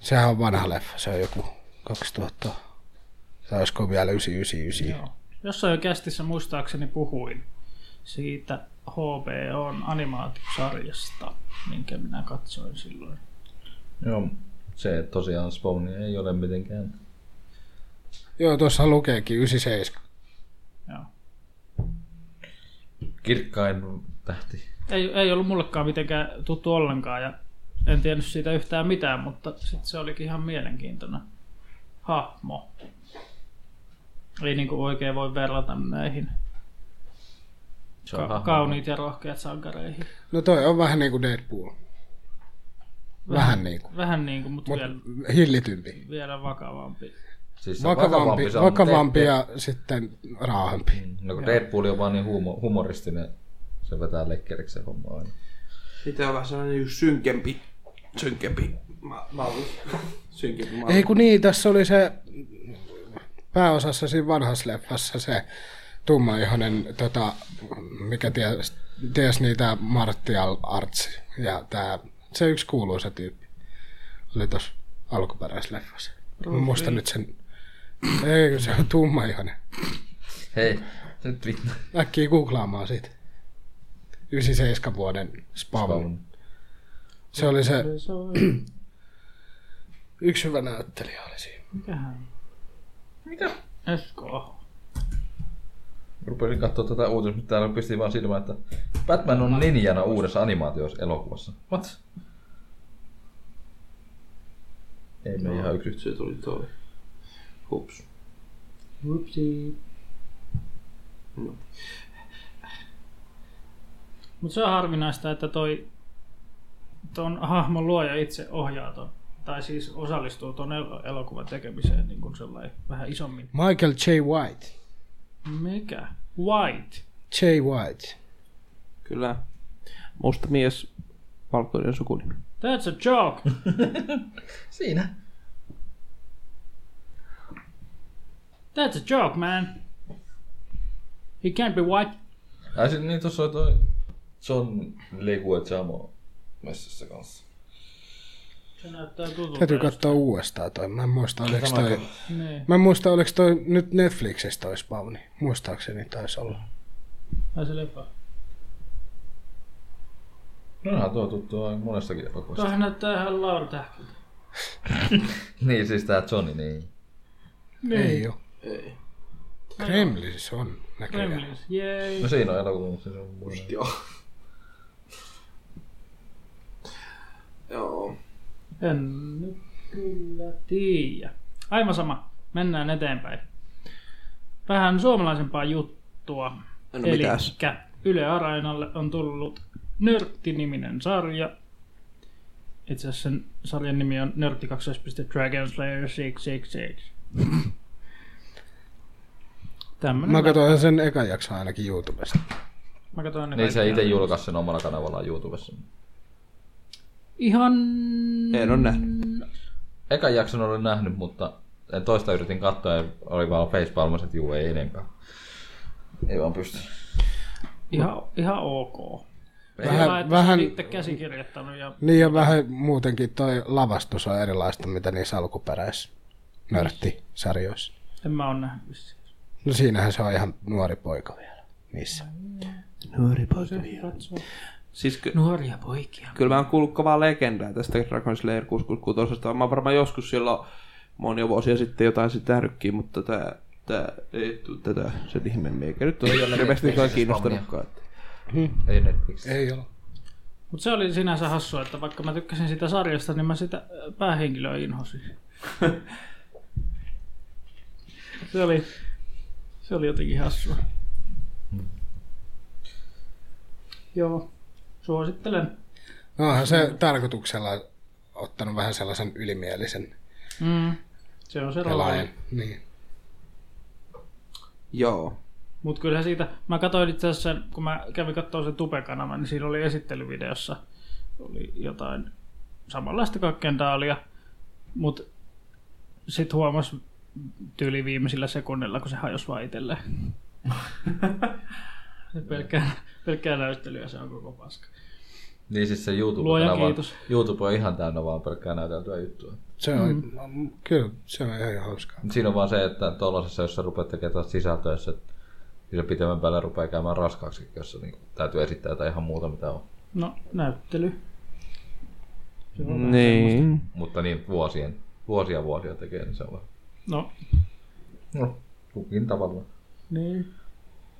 Speaker 2: Sehän on vanha leffa, se on joku 2000. Tai olisiko vielä 999.
Speaker 4: Joo. Jossain kästissä muistaakseni puhuin siitä HBOn animaatiosarjasta, minkä minä katsoin silloin.
Speaker 5: Joo. Se tosiaan Spawni ei ole mitenkään.
Speaker 2: Joo, tuossa lukeekin 97.
Speaker 4: Joo.
Speaker 5: Kirkkain tähti.
Speaker 4: Ei, ei ollut mullekaan mitenkään tuttu ollenkaan ja en tiennyt siitä yhtään mitään, mutta sitten se olikin ihan mielenkiintoinen hahmo. Ei niinku oikein voi verrata näihin
Speaker 5: Se on
Speaker 4: ka-
Speaker 5: hahmo.
Speaker 4: kauniit ja rohkeat sankareihin.
Speaker 2: No toi on vähän niin kuin Deadpool. Vähän niin kuin.
Speaker 4: Vähän niinku, mutta Mut...
Speaker 2: Mut
Speaker 4: vielä,
Speaker 2: hillitympi.
Speaker 4: vielä vakavampi.
Speaker 5: Siis se on
Speaker 2: Vakavampi,
Speaker 5: se on, mutta
Speaker 2: vakavampi
Speaker 5: Deadpool-
Speaker 2: ja sitten raahempi.
Speaker 5: No kun Deadpool on vaan niin huumo, humoristinen, se vetää lekkeriksi se homma aina.
Speaker 3: Sitä on vähän sellainen just synkempi, synkempi ma- malli. Synkempi malli.
Speaker 2: Ei kun niin, tässä oli se pääosassa siinä vanhassa leffassa se tummaihoinen, tota, mikä ties, ties niitä martial arts ja tää, se yksi kuuluisa tyyppi oli tuossa alkuperäisessä leffassa. Mä muistan nyt sen, ei kun se on tummaihoinen.
Speaker 5: Hei, nyt vittu.
Speaker 2: Äkkiä googlaamaan siitä. 97 vuoden spawn.
Speaker 5: Spawn.
Speaker 2: Se oli se
Speaker 4: Se on...
Speaker 2: yksi hyvä näyttelijä oli siinä.
Speaker 4: Mikähän? Mitä? Esko.
Speaker 5: Rupesin katsoa tätä uutista, mutta täällä pisti vaan silmään, että Batman on ninjana uudessa animaatiossa elokuvassa. What? Ei me ihan yksi.
Speaker 3: Nyt se tuli toi. Hups.
Speaker 4: Whoopsie.
Speaker 3: No.
Speaker 4: Mutta se on harvinaista, että toi ton hahmon luoja itse ohjaa ton, tai siis osallistuu ton el- elokuvan tekemiseen niin kuin sellainen vähän isommin.
Speaker 2: Michael J. White.
Speaker 4: Mikä? White.
Speaker 2: J. White.
Speaker 3: Kyllä. Musta mies, valkoinen sukunimi.
Speaker 4: That's a joke.
Speaker 5: Siinä.
Speaker 4: That's a joke, man. He can't be white.
Speaker 5: Ai sit niin tossa oli toi John Leguizamo messissä kanssa.
Speaker 4: Se näyttää tutulta.
Speaker 2: Täytyy katsoa uudestaan toi. Mä en muista, oliko
Speaker 5: Sama
Speaker 2: toi,
Speaker 5: kuin-
Speaker 4: Niin.
Speaker 2: mä en muista, oliko toi nyt Netflixissä toi spawni. Muistaakseni taisi olla.
Speaker 4: Ai se leffa.
Speaker 5: No onhan tuo tuttu aika monestakin elokuvasta.
Speaker 4: Tuohan näyttää ihan Laura Tähkiltä.
Speaker 5: Niin siis tää Johnny, niin.
Speaker 4: Niin.
Speaker 2: Ei oo. Kremlis on näköjään.
Speaker 4: Gremlins, jee.
Speaker 5: No siinä on elokuva, mutta se on muu.
Speaker 3: Joo. Joo.
Speaker 4: En nyt kyllä tiedä. Aivan sama. Mennään eteenpäin. Vähän suomalaisempaa juttua.
Speaker 3: No mitäs?
Speaker 4: Elikkä Yle Areenalle on tullut Nörtti-niminen sarja. Itse asiassa sen sarjan nimi on Nörtti 2. Dragon Slayer 666. Tämmönen.
Speaker 2: Mä katsoin sen ekan jakson ainakin YouTubesta.
Speaker 4: Mä katsoin ne
Speaker 5: Niin se
Speaker 4: kaikki
Speaker 5: itse
Speaker 4: alle.
Speaker 5: julkaisi sen omalla kanavallaan YouTubessa.
Speaker 4: Ihan...
Speaker 2: Eh,
Speaker 3: En ole nähnyt.
Speaker 5: Ekan jakson olen nähnyt, mutta en toista yritin katsoa ja oli vaan facepalmas, että juu ei enempää. Ei vaan pysty.
Speaker 4: Ihan, ihan ok. Vähän,
Speaker 2: Vähän-
Speaker 4: vähän...
Speaker 2: vähän-
Speaker 4: Itse käsikirjoittanut ja
Speaker 2: Niin ja vähän muutenkin toi lavastus on erilaista, mitä niissä alkuperäisissä nörttisarjoissa.
Speaker 4: en mä oo nähnyt vissiin.
Speaker 2: No siinähän se on ihan nuori poika vielä niissä.
Speaker 3: Nuori poika vielä. Siis ky-
Speaker 4: Nuoria poikia.
Speaker 3: kyllä mä oon kuullut kovaa legendaa tästä Dragon Slayer 666. Mä oon varmaan joskus silloin monia vuosia sitten jotain sitä nähnytkin, mutta tää, tää ei tuu tätä sen ihmeemmin. Eikä nyt ole
Speaker 5: Ei ole
Speaker 3: hirveästikaan
Speaker 5: Netflixissä
Speaker 3: kiinnostanutkaan.
Speaker 5: Ei Netflix.
Speaker 2: Ei ole.
Speaker 4: Mutta se oli sinänsä hassua, että vaikka mä tykkäsin sitä sarjasta, niin mä sitä äh, päähenkilöä inhosin. se, oli, se oli jotenkin hassua. Joo, suosittelen.
Speaker 2: No onhan se tarkoituksella ottanut vähän sellaisen ylimielisen
Speaker 4: Mm. Se on se
Speaker 2: pelaajan.
Speaker 4: rooli.
Speaker 2: Niin.
Speaker 3: Joo.
Speaker 4: Mutta kyllähän siitä, mä katsoin itse asiassa, sen, kun mä kävin katsomaan sen Tupe-kanavan, niin siinä oli esittelyvideossa oli jotain samanlaista kakkendaalia, mutta sitten huomas tyyli viimeisillä sekunnilla, kun se hajosi vaan itselleen. Se pelkkää, pelkkää näyttelyä se on koko paska.
Speaker 5: Niin siis se YouTube,
Speaker 4: Luojan
Speaker 5: kanava-
Speaker 4: kiitos.
Speaker 5: YouTube on ihan täynnä vaan pelkkää näyteltyä juttua.
Speaker 2: Se on, mm. kyllä, se on ihan hauskaa.
Speaker 5: Mut Siinä on vaan se, että tuollaisessa, jos sä rupeat tekemään taas sisältöä, jos se niin se pitemmän päälle rupeaa käymään raskaaksi, jos se niin täytyy esittää jotain ihan muuta, mitä on.
Speaker 4: No, näyttely. Se on vähän semmoista.
Speaker 3: Niin.
Speaker 5: Mutta niin vuosien, vuosia vuosia tekee, niin se on vähän-
Speaker 4: No,
Speaker 5: No, kukin tavalla.
Speaker 4: niin.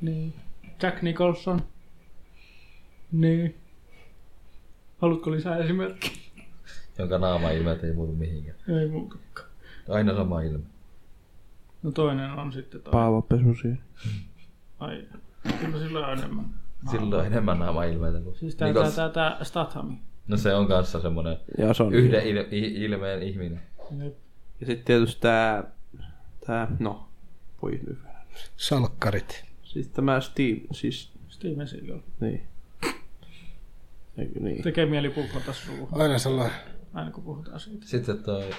Speaker 4: Niin. Jack Nicholson. Niin. Haluatko lisää esimerkkiä?
Speaker 5: Jonka naama ilmeet ei muutu mihinkään.
Speaker 4: Ei muutakaan.
Speaker 5: Aina sama ilme.
Speaker 4: No toinen on sitten toi.
Speaker 3: Paavo Pesusi.
Speaker 4: Ai, kyllä sillä on enemmän.
Speaker 5: Sillä on enemmän naama ilmeitä kuin...
Speaker 4: Siis tää,
Speaker 5: Nikos-
Speaker 4: tää, tää, tää Stathami.
Speaker 5: No se on kanssa semmonen
Speaker 3: Ja se on.
Speaker 5: yhden il, i, ilmeen ihminen.
Speaker 3: Ja sitten tietysti tää, tää, no, voi hyvä.
Speaker 2: Salkkarit.
Speaker 3: Siis tämä Steam, siis,
Speaker 4: Steven Seagal.
Speaker 3: niin. Eikö niin?
Speaker 4: Tekee mieli puklata suuhun,
Speaker 2: Aina sellainen
Speaker 4: aina kun puhutaan siitä.
Speaker 5: Sitten toi...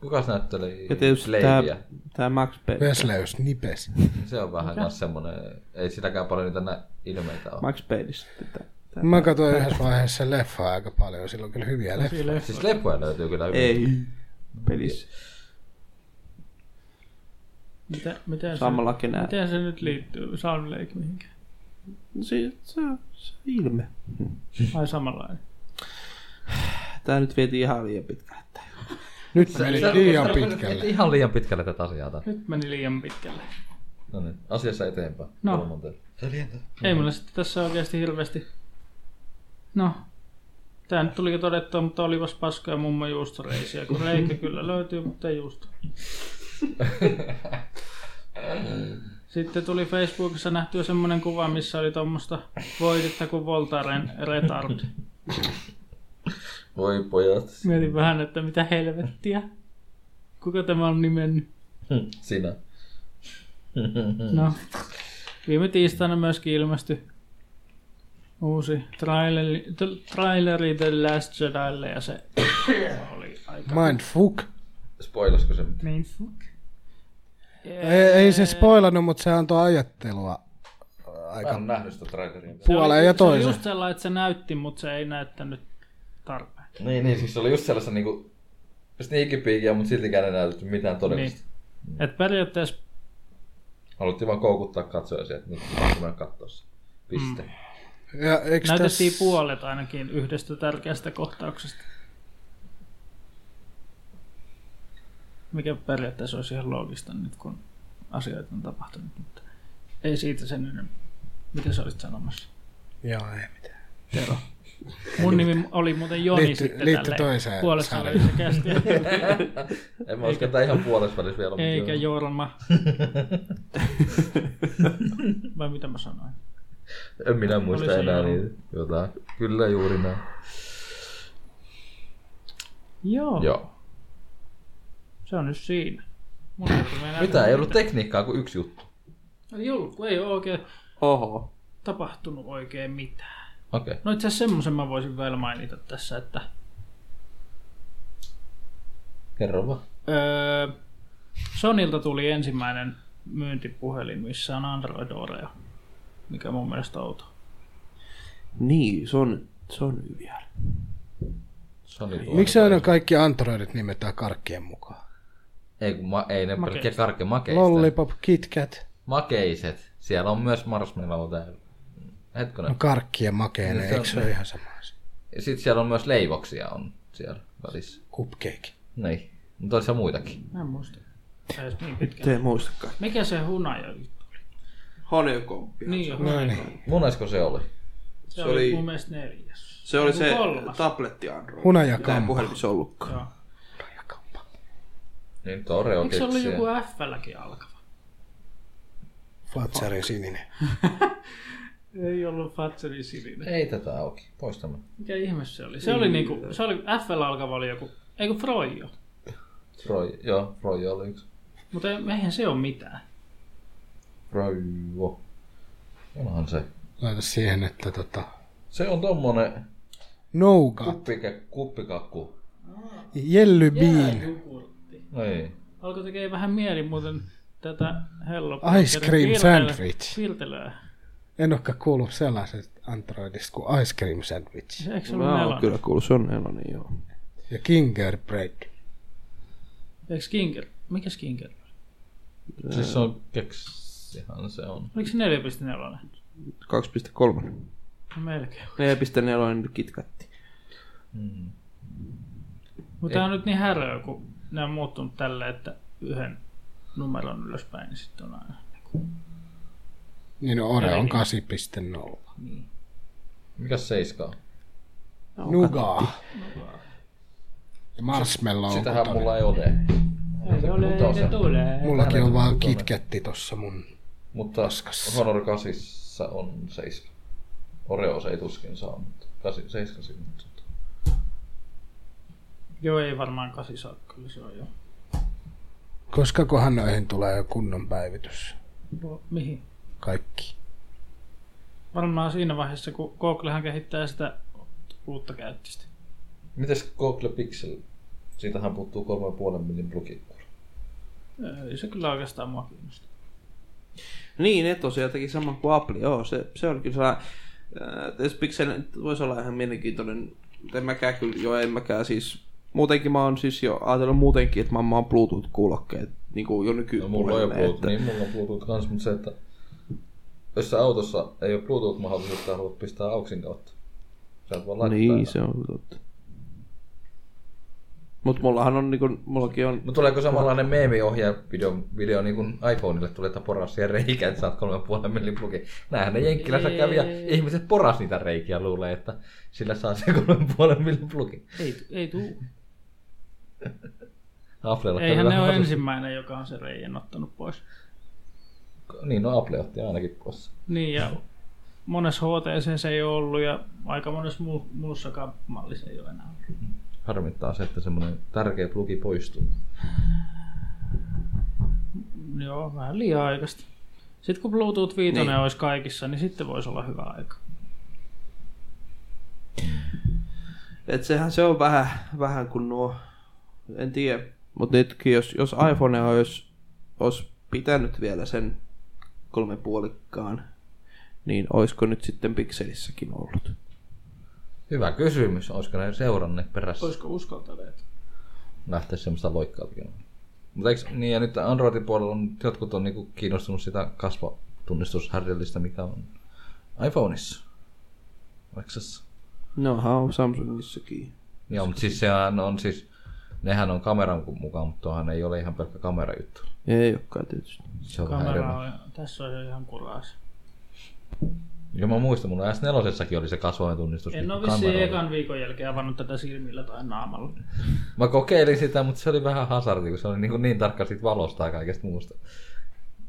Speaker 5: Kukas näytteli
Speaker 3: Ja tietysti tää,
Speaker 5: Leiviä?
Speaker 3: tää Max Payne.
Speaker 2: vesleys nipes.
Speaker 5: Se on vähän kans semmonen... Ei sitäkään paljon niitä nä- ilmeitä ole.
Speaker 3: Max Payne sitten tää. tää.
Speaker 2: Mä katsoin yhdessä vaiheessa leffaa aika paljon, silloin kyllä hyviä leffoja.
Speaker 4: Sille
Speaker 5: Siis leffoja löytyy kyllä hyvin.
Speaker 3: Ei. Pelissä.
Speaker 4: Mitä, miten, se,
Speaker 3: Samalla kenää. No
Speaker 4: miten se nyt liittyy Sound Lake mihinkään?
Speaker 3: Se, se, on- se on ilme.
Speaker 4: Ai samanlainen.
Speaker 3: Tää nyt vietiin ihan liian pitkälle. tää.
Speaker 2: Nyt meni liian
Speaker 5: Et
Speaker 2: pitkälle.
Speaker 5: Ihan liian pitkälle tätä asiaa tää.
Speaker 4: Nyt meni liian pitkälle.
Speaker 5: No niin, asiassa eteenpäin.
Speaker 4: No.
Speaker 5: Kolmanteen.
Speaker 4: Ei mulla sitten tässä oikeasti hirveästi... No, tää nyt tuli jo todettua, mutta olipas paskoja mummo juustoreisiä, kun reikä kyllä löytyy, mutta ei juusto. Sitten tuli Facebookissa nähtyä semmonen kuva, missä oli tuommoista voidetta kuin Voltaren retard.
Speaker 5: Voi pojat.
Speaker 4: Mietin vähän, että mitä helvettiä. Kuka tämä on nimennyt?
Speaker 5: Sinä.
Speaker 4: No, viime tiistaina myöskin ilmestyi uusi traileri, t- traileri The Last Jedille ja se oli aika...
Speaker 2: Mindfuck.
Speaker 5: Spoilasko se mitään?
Speaker 4: Main fuck.
Speaker 2: Ei, ei se spoilannut, mutta se antoi ajattelua
Speaker 5: Mä en oo nähnyt sitä traileria.
Speaker 2: puoleen ja
Speaker 4: Se oli
Speaker 2: toiseen.
Speaker 4: just sellainen, että se näytti, mutta se ei näyttänyt tarpeen.
Speaker 5: Niin, niin, siis se oli just sellaista niinku sneaky peekia, mut siltikään ei näytetty mitään todellista.
Speaker 4: Niin. Et periaatteessa
Speaker 5: Haluttiin vaan koukuttaa katsoja siihen, että nyt pitää mennä kattoo se. Piste.
Speaker 4: Mm.
Speaker 2: Ja eikö
Speaker 4: näytettiin
Speaker 2: tässä-
Speaker 4: puolet ainakin yhdestä tärkeästä kohtauksesta. Mikä periaatteessa olisi ihan loogista nyt, kun asioita on tapahtunut, mutta ei siitä sen enemmän. Mitä sä olit sanomassa?
Speaker 2: Joo, ei mitään.
Speaker 4: Mun nimi oli muuten Joni
Speaker 2: Liitty-
Speaker 4: sitten
Speaker 2: liitty
Speaker 4: tälle
Speaker 2: toiseen
Speaker 4: puolessa
Speaker 2: sarjaan.
Speaker 4: välissä kästi,
Speaker 5: En mä usko, että ihan puolessa välissä vielä. mut
Speaker 4: eikä
Speaker 5: joo.
Speaker 4: Jorma. Vai mitä mä sanoin?
Speaker 5: En minä muista
Speaker 4: Oli se
Speaker 5: enää
Speaker 4: joo.
Speaker 5: niin jotain. Kyllä juuri näin.
Speaker 4: Joo,
Speaker 5: Joo.
Speaker 4: se on nyt siinä. Mun mielestä me ei
Speaker 5: Mitä?
Speaker 4: näytä
Speaker 5: Ei ollut tekniikkaa kuin yksi juttu.
Speaker 4: Julku, ei ole oikein
Speaker 3: Oho.
Speaker 4: tapahtunut oikein mitään.
Speaker 5: Okei. Okay.
Speaker 4: No itse asiassa semmoisen mä voisin vielä mainita tässä, että
Speaker 5: Kerro vaan.
Speaker 4: öö, Sonilta tuli ensimmäinen myyntipuhelin, missä on Android Oreo, mikä mun mielestä on outo.
Speaker 3: Niin, se on, se on vielä.
Speaker 5: Sony tuo-
Speaker 2: Miksi aina kaikki androidit nimetään karkkien mukaan?
Speaker 5: Ei, kun ma- ei ne pelkkiä
Speaker 4: Makeiset.
Speaker 5: karkkeja makeista.
Speaker 2: Lollipop, KitKat,
Speaker 5: Makeiset. Siellä on myös marshmallow täällä. Hetkinen.
Speaker 2: no karkkien makeinen,
Speaker 5: Niin, se
Speaker 2: eikö
Speaker 5: on-
Speaker 2: se ole ihan sama asia?
Speaker 5: Ja sit siellä on myös leivoksia on siellä välissä.
Speaker 2: Cupcake.
Speaker 5: Niin. Mutta olisi muitakin.
Speaker 4: Mä en muista. Ei edes niin pitkä.
Speaker 3: Te ei muistakaan.
Speaker 4: Mikä se hunaja juttu?
Speaker 3: Honekomppi.
Speaker 4: Niin, jo,
Speaker 5: No
Speaker 4: hunaja.
Speaker 5: Monesko se oli?
Speaker 4: Se,
Speaker 3: Se
Speaker 4: oli,
Speaker 3: oli-
Speaker 4: mun mielestä neljäs.
Speaker 3: Se oli
Speaker 4: Joku
Speaker 3: se
Speaker 4: Kolmas.
Speaker 3: tabletti Android. Mitä ei
Speaker 2: Hunajakampa.
Speaker 3: puhelimissa ollutkaan.
Speaker 4: Joo.
Speaker 5: Niin Oreo
Speaker 4: Eikö se ollut
Speaker 5: keksiä.
Speaker 4: joku F-lläkin alkava?
Speaker 2: Fatsarin sininen.
Speaker 4: Ei ollut Fatseri sininen.
Speaker 5: Ei tätä auki. Pois tämä.
Speaker 4: Mikä ihme se oli? Se oli
Speaker 3: Niin.
Speaker 4: niinku, se oli FL alkava oli joku, ei kun Froijo.
Speaker 5: Roy, joo, Roy oli yksi.
Speaker 4: Mutta ei- eihän se ole mitään.
Speaker 5: Roivo. Onhan se.
Speaker 2: Laita siihen, että tota...
Speaker 5: Se on tommonen
Speaker 2: Nougat.
Speaker 5: kuppike, kuppikakku.
Speaker 2: Jelly
Speaker 3: Niin.
Speaker 2: bean.
Speaker 4: Jääjogurtti.
Speaker 5: Niin.
Speaker 4: Alkoi tekee vähän mieli muuten tätä Hello
Speaker 2: Ice cream
Speaker 4: Piltelö-
Speaker 2: sandwich.
Speaker 4: Piltelöä.
Speaker 2: En olekaan kuullut sellaiset androidista kuin ice cream sandwich.
Speaker 4: Eikö se ollut
Speaker 3: Mä oon
Speaker 4: nelonen?
Speaker 3: kyllä kuullut, se on nelonen, joo.
Speaker 2: Ja gingerbread.
Speaker 4: Eikö Kinker? Mikä Kinker?
Speaker 5: Siis se on keksihän se on.
Speaker 4: Oliko se 4.4?
Speaker 3: 2.3.
Speaker 4: No melkein.
Speaker 3: 4.4 kitkatti.
Speaker 4: Mutta tämä on nyt niin häröä, kun ne on muuttunut tälle, että yhden numeron ylöspäin, niin sitten on aina.
Speaker 2: Niin no, Oreo on
Speaker 4: Niin.
Speaker 2: 8.0.
Speaker 4: Niin.
Speaker 5: Mikäs seiska on?
Speaker 2: Nugaa. Ja marshmallow. on
Speaker 5: Sitähän
Speaker 2: kotona.
Speaker 5: mulla ei ole.
Speaker 4: Ei se ole, ei ne
Speaker 5: Kutosen.
Speaker 4: tule.
Speaker 2: Mullakin on vaan
Speaker 5: Kutonen.
Speaker 2: kitkätti tossa mun.
Speaker 5: Mutta
Speaker 2: Paskassa.
Speaker 5: Honor 8 on 7. Oreo se ei tuskin saa, mutta 7 sinne.
Speaker 4: Joo, ei varmaan kasi saa, kyllä se on jo.
Speaker 2: Koska kohan noihin tulee jo kunnon päivitys.
Speaker 4: Vo- Mihin?
Speaker 2: Kaikki.
Speaker 4: Varmaan siinä vaiheessa, kun Googlehan kehittää sitä uutta käyttöstä.
Speaker 5: Mites Google Pixel? Siitähän puuttuu 3,5 millin plugikkuri.
Speaker 4: Ei se kyllä oikeastaan mua kiinnosta.
Speaker 3: Niin, ne tosiaan teki saman kuin Apple, joo. Se, se oli kyllä sellainen... Äh, tässä Pixel voisi olla ihan mielenkiintoinen. mutta En mäkään kyllä, joo en mäkään siis... Muutenkin mä oon siis jo ajatellut muutenkin, että mä, mä oon Bluetooth-kuulokkeet. Niin kuin jo nyky.
Speaker 5: No, mulla on jo Bluetooth,
Speaker 3: että-
Speaker 5: niin mulla on Bluetooth kans, mutta se, että jos sä autossa ei ole Bluetooth-mahdollisuutta, ja haluat pistää auksin kautta. Sä et vaan laittaa.
Speaker 3: Niin, se on totta. Mut mullahan on niinku, mullakin on...
Speaker 5: No tuleeko samanlainen meemiohjaaja video, video niin kuin iPhoneille tulee, että poras siihen reikä, että saat 3,5 millin plugi. Näähän ne Jenkkilässä
Speaker 4: Niin.
Speaker 5: kävi ja ihmiset poras niitä reikiä luulee, että sillä saa sen 3,5 millin plugi.
Speaker 4: Ei, ei tuu.
Speaker 5: Applella
Speaker 4: Eihän ne
Speaker 5: kävi vähän
Speaker 4: ole
Speaker 5: hassusti.
Speaker 4: ensimmäinen, joka on se reijän ottanut pois.
Speaker 5: Niin, no Apple otti ainakin pois.
Speaker 4: Niin, ja monessa HTC se ei ole ollut, ja aika monessa mu- muussakaan mallissa ei ole enää ollut.
Speaker 5: Harmittaa se, että semmoinen tärkeä plugi poistuu.
Speaker 4: Joo, vähän liian aikaista. Sitten kun Bluetooth 5 niin. olisi kaikissa, niin sitten voisi olla hyvä aika.
Speaker 3: Et sehän se on vähän, vähän kuin nuo, en tiedä. Mut nytkin, jos, jos iPhone olisi, olisi pitänyt vielä sen kolme puolikkaan, niin oisko nyt sitten pikselissäkin ollut?
Speaker 5: Hyvä kysymys. Olisiko ne seuranneet perässä Olis...
Speaker 4: Olisiko uskaltaneet?
Speaker 5: lähteä semmoista loikkaa tekemään? Mutta eikö, niin ja nyt Androidin puolella on, jotkut on niinku kiinnostunut sitä kasvotunnistushärjellistä, mikä on iPhoneissa. Oiksessa?
Speaker 3: Nohan on Samsungissakin.
Speaker 5: Joo, mutta siis sehän on siis, nehän on kameran mukaan, mutta tuohan ei ole ihan pelkkä kamerajuttu.
Speaker 3: Ei olekaan tietysti.
Speaker 5: Se on vähän
Speaker 4: Kamera
Speaker 5: erilainen.
Speaker 4: on, tässä on jo ihan kuraas.
Speaker 5: Joo, mä muistan, mulla s 4 oli se kasvojen tunnistus.
Speaker 4: En
Speaker 5: niinku
Speaker 4: ole vissiin
Speaker 5: kameralla.
Speaker 4: ekan viikon jälkeen avannut tätä silmillä tai naamalla.
Speaker 5: Mä kokeilin sitä, mutta se oli vähän hazardi, kun se oli niin, niin tarkka siitä valosta ja kaikesta muusta.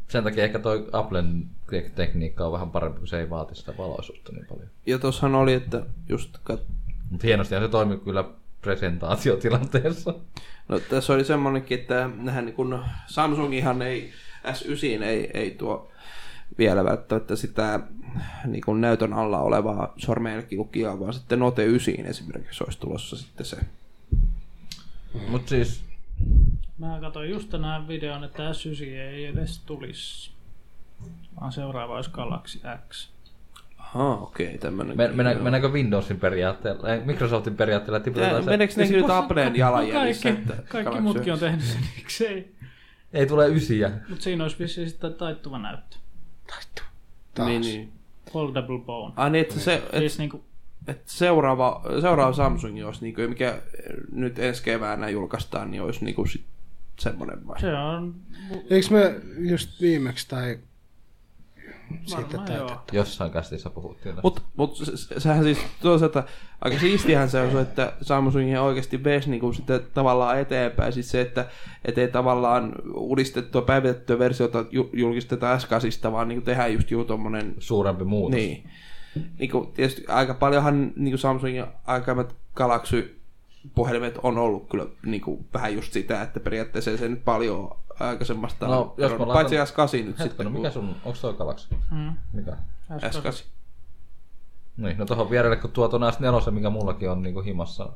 Speaker 5: Sen takia ehkä toi Applen tek- tekniikka on vähän parempi, kun se ei vaati sitä valoisuutta niin paljon.
Speaker 3: Ja tossahan oli, että just kat...
Speaker 5: Mutta hienosti se toimi kyllä presentaatiotilanteessa.
Speaker 3: No tässä oli semmonenkin, että nehän niin kun Samsungihan ei, S9 ei, ei tuo vielä välttämättä sitä niin kuin näytön alla olevaa sormenjälkilukijaa, vaan sitten Note 9 esimerkiksi olisi tulossa sitten se.
Speaker 5: Mutta siis,
Speaker 4: Mä katsoin just tänään videon, että S9 ei edes tulisi, vaan seuraava olisi Galaxy X.
Speaker 3: Aha, okei, tämmönen.
Speaker 5: Men, mennään, mennäänkö Windowsin periaatteella, ei, Microsoftin periaatteella
Speaker 3: Tää-
Speaker 5: tiputetaan tuota se?
Speaker 3: no Meneekö ne
Speaker 4: Siis
Speaker 3: nyt
Speaker 4: possa-
Speaker 3: Appleen
Speaker 4: ka-
Speaker 3: jalanjäljissä?
Speaker 4: Kaikki,
Speaker 3: että
Speaker 4: kaikki
Speaker 3: Galaxy-
Speaker 4: muutkin on tehnyt sen, miksei.
Speaker 5: Ei tule ysiä.
Speaker 4: Mutta siinä olisi vissiin sitten taittuva näyttö.
Speaker 2: Taas.
Speaker 3: Niin, niin.
Speaker 4: Foldable bone.
Speaker 3: Ai niin, että, se, et,
Speaker 4: Siis niinku,
Speaker 3: et seuraava, seuraava Samsung olisi, niin kuin, mikä nyt ensi keväänä julkaistaan, niin olisi niin kuin sit semmoinen vai?
Speaker 4: se on
Speaker 2: Eikö me just viimeksi tai siitä
Speaker 4: varmaan
Speaker 2: täytä?
Speaker 4: joo.
Speaker 5: Jossain kästissä puhuttiin. Mut,
Speaker 3: Mutta mut, se- se- sehän siis toisaalta, aika siistihän se on se, että Samsungin oikeasti vesi niin sitä tavallaan eteenpäin. Siis se, että et ei tavallaan uudistettua, päivitettyä versiota ju- julkisteta S8, vaan niin tehdään just juu tommonen
Speaker 5: Suurempi muutos.
Speaker 3: Niin. niin kuin, tietysti aika paljonhan niin kuin Samsungin aikaisemmat Galaxy puhelimet on ollut kyllä niin kuin, vähän just sitä, että periaatteessa ei se nyt paljon aikaisemmasta
Speaker 5: No,
Speaker 3: on
Speaker 5: jos mä
Speaker 3: eronnut.
Speaker 5: laitan-
Speaker 3: paitsi S8 nyt
Speaker 5: Hetkinen,
Speaker 3: sitten,
Speaker 5: mikä sun, onko toi Galaxy?
Speaker 4: Mm,
Speaker 5: Mikä?
Speaker 4: äsken.
Speaker 3: S8.
Speaker 5: Niin, no tohon vierelle, kun tuo ton S4, mikä mullakin on niinku himassa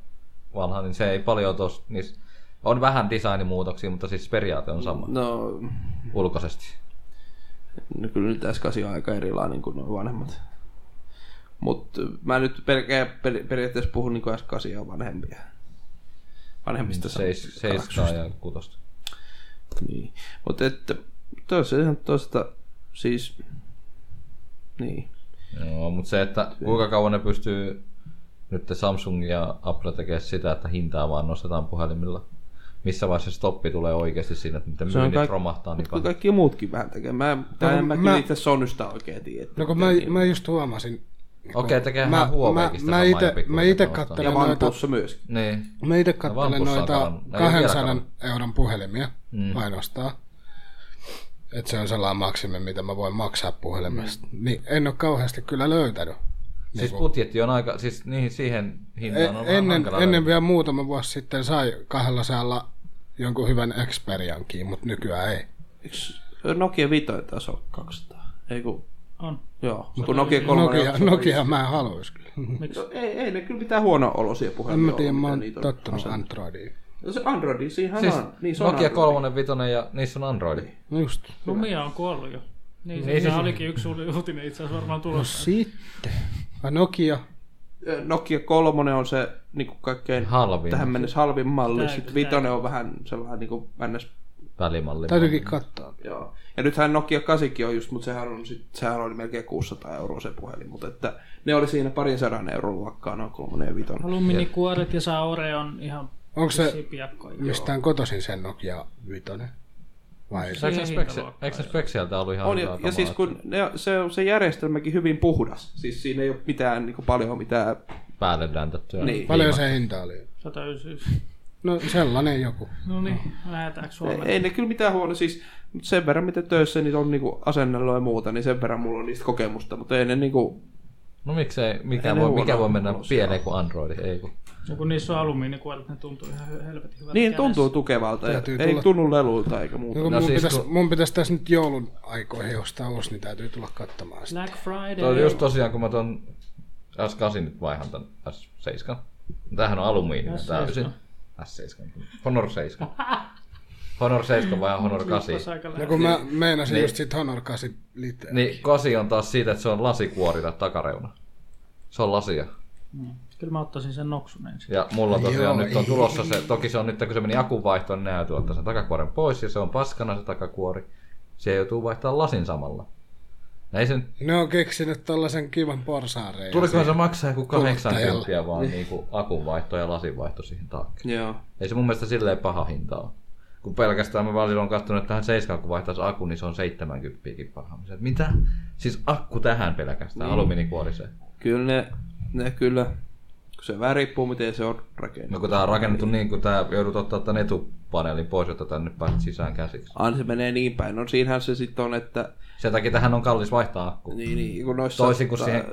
Speaker 5: vanha, niin se ei paljon tos, niissä on vähän designimuutoksia, mutta siis periaate on sama
Speaker 3: No,
Speaker 2: Mm-hmm.
Speaker 5: ulkoisesti.
Speaker 3: no, kyllä nyt S8 on aika erilainen kuin nuo vanhemmat. Mutta mä nyt pelkää, per, periaatteessa puhun niin S8 ja vanhempia. Vanhemmista
Speaker 5: Mm, Seis,
Speaker 3: Samsung-
Speaker 5: seiskaa ja kutosta.
Speaker 3: Niin. Mutta että toisaalta ihan toista siis... Niin.
Speaker 5: Joo, mutta se, että kuinka kauan ne pystyy nyt te Samsung ja Apple tekee sitä, että hintaa vaan nostetaan puhelimilla. Missä vaiheessa stoppi tulee oikeasti siinä, että miten
Speaker 3: Se on
Speaker 5: myynnit
Speaker 3: kaik-
Speaker 5: romahtaa niin
Speaker 3: Mutta kun
Speaker 5: paljon.
Speaker 3: kaikki muutkin vähän tekee. Mä, tai
Speaker 2: No,
Speaker 3: en mä,
Speaker 2: mä-
Speaker 3: mä... itse Sonysta oikein tiedä.
Speaker 2: No kun mä,
Speaker 3: niin.
Speaker 2: mä just huomasin.
Speaker 5: Okei, tekee
Speaker 2: Mä,
Speaker 5: ihan
Speaker 2: mä,
Speaker 5: Huaweikin sitä
Speaker 2: mä
Speaker 5: samaa
Speaker 2: ite,
Speaker 5: ja
Speaker 2: mä ite
Speaker 5: pikkuhiljaa
Speaker 2: kattelen
Speaker 3: ja
Speaker 2: noita,
Speaker 3: Vanpuussa myöskin.
Speaker 5: nostaa. Niin,
Speaker 2: mä ite
Speaker 5: No
Speaker 2: kattelen
Speaker 5: Vanpuussa on
Speaker 2: noita
Speaker 5: kalannut. Ei ole vielä
Speaker 2: 200
Speaker 5: kalannut.
Speaker 2: euron puhelimia
Speaker 5: Mm.
Speaker 2: ainoastaan. Että se on sellainen maksimi, mitä mä voin maksaa puhelimesta.
Speaker 5: Mm.
Speaker 2: Niin en ole kauheasti kyllä löytänyt.
Speaker 5: siis budjetti on aika, siis niihin, siihen hintaan on
Speaker 2: E-
Speaker 5: no, vähän
Speaker 2: ennen,
Speaker 5: hankala
Speaker 2: ennen
Speaker 5: löytää.
Speaker 2: vielä muutama vuosi sitten sai kahdella säällä jonkun hyvän Xperiankin, mutta nykyään ei.
Speaker 3: Yksi Nokia 5 taas on 200. Ei kun,
Speaker 4: On.
Speaker 3: joo. Kun Nokia 3
Speaker 2: Nokia, Nokia mä en haluaisi kyllä.
Speaker 4: Miksi?
Speaker 3: No, ei, ei ne kyllä mitään huono olosia puhelimia
Speaker 2: En mä
Speaker 3: ole,
Speaker 2: tiedä,
Speaker 3: mitä
Speaker 2: mä oon
Speaker 3: niitä on
Speaker 2: tottunut
Speaker 3: asentaa.
Speaker 2: Androidiin.
Speaker 3: No se Android, siinähän
Speaker 5: Siis
Speaker 3: on. Niin, se on
Speaker 5: Nokia
Speaker 3: Android.
Speaker 5: 3, 5 ja niissä on Android.
Speaker 2: No just.
Speaker 4: Lumia on kuollut jo. Niin,
Speaker 5: Niin,
Speaker 4: niin
Speaker 5: siis-
Speaker 4: se olikin yksi uuli- uutinen itse asiassa varmaan tulossa.
Speaker 2: Sitten. Ai Nokia.
Speaker 3: Nokia 3 on se niinku kaikkein
Speaker 5: Halvin
Speaker 3: tähän mennessä halvin malli.
Speaker 4: Tää-
Speaker 3: Sitten vitonen on vähän sellainen niinku ns
Speaker 5: välimalli.
Speaker 2: Täytyykin katsoa.
Speaker 3: Joo. Ja nythän Nokia 8 on just, mutta sehän, on sit, sehän oli melkein 600 euroa se puhelin, mutta että ne oli siinä parin sadan euron luokkaa, noin kolmonen ja vitonen.
Speaker 4: Alumiinikuoret ja saa Oreon ihan
Speaker 2: Onko se
Speaker 4: vissiin piakkoin.
Speaker 2: mistään kotoisin sen Nokia 5? Vai
Speaker 4: Se-
Speaker 5: Eikö se Spexia- eikö se Spexialta ollut ihan
Speaker 3: On,
Speaker 5: hyvää
Speaker 3: ja,
Speaker 5: kamaa,
Speaker 3: ja siis
Speaker 5: että
Speaker 3: kun ne, se, on- se järjestelmäkin hyvin puhdas, siis siinä ei ole mitään, niin kuin paljon mitään,
Speaker 5: päälle läntettyä.
Speaker 3: Niin.
Speaker 2: paljon se hinta oli?
Speaker 4: 199.
Speaker 2: No sellainen joku.
Speaker 4: No niin, lähetäänkö
Speaker 3: ei,
Speaker 4: Suomeen?
Speaker 3: ei ne kyllä mitään huono, siis mut sen verran mitä töissä niitä on niin kuin asennelua ja muuta, niin sen verran mulla on niistä kokemusta, mutta ei ne niin kuin,
Speaker 5: No miksei, mikä,
Speaker 3: Ei ne
Speaker 5: voi,
Speaker 3: huono
Speaker 5: mikä voi mennä
Speaker 3: tulos,
Speaker 5: pieleen kuin Android, ei kun.
Speaker 4: No kun niissä on alumiinikuoret, ne tuntuu ihan hy- helvetin hyvältä
Speaker 3: niin
Speaker 4: kädessä.
Speaker 3: tuntuu tukevalta, ja,
Speaker 2: Täytyy
Speaker 3: ei
Speaker 2: tulla-
Speaker 3: tunnu lelulta eikä muuta.
Speaker 2: No, kun
Speaker 5: No
Speaker 2: mun,
Speaker 5: siis
Speaker 2: pitäis,
Speaker 5: kun-
Speaker 2: mun pitäisi tässä nyt joulun aikoihin ostaa uusi, niin täytyy tulla katsomaan sitä.
Speaker 4: Black Friday.
Speaker 5: Tuo oli just tosiaan, kun mä ton S8 nyt vaihan tän S7. Tämähän on alumiininen
Speaker 4: S7.
Speaker 5: täysin. S7. Honor 7. Honor 7 vai Honor 8?
Speaker 4: Liipas aika
Speaker 2: No
Speaker 4: lähellä.
Speaker 2: kun mä meinasin just siitä Honor 8 liitteen.
Speaker 5: Niin 8 on taas siitä, että se on lasikuorita takareuna. Se on lasia.
Speaker 4: Kyllä mä ottaisin sen noksun ensin.
Speaker 5: Ja mulla tosiaan
Speaker 2: Joo,
Speaker 5: nyt on tulossa se, toki se on nyt, kun se meni akun vaihtoon, niin näytyy ottaa sen takakuoren pois ja se on paskana se takakuori. Se joutuu vaihtamaan lasin samalla. Ei sen
Speaker 2: Ne on keksinyt tällaisen kivan porsaareen.
Speaker 5: Tulikohan se maksaa joku
Speaker 2: Kuluttajalla.
Speaker 5: 80 vaan niinku akunvaihto ja lasinvaihto siihen taakkeen?
Speaker 3: Joo.
Speaker 5: Ei se mun mielestä silleen paha hinta ole. Kun pelkästään mä välillä on katsonut, että tähän 7 kun vaihtaa se akku, niin se on 70 parhaimmillaan. Et Mitä? Siis akku tähän pelkästään, niin. alumiinikuoriseen.
Speaker 3: Kyllä ne, ne kyllä, kun se vähän riippuu miten se on rakennettu.
Speaker 5: No kun tää on rakennettu niin, kun tää joudut ottaa tän etupaneelin pois, jotta tän nyt pääset sisään käsiksi.
Speaker 3: Aina se menee niin päin. No siinähän se sitten on, että...
Speaker 5: Sen takia tähän on kallis vaihtaa akku. Niin.
Speaker 3: Niin, niin, kun noissa,
Speaker 5: Toisin kuin siihen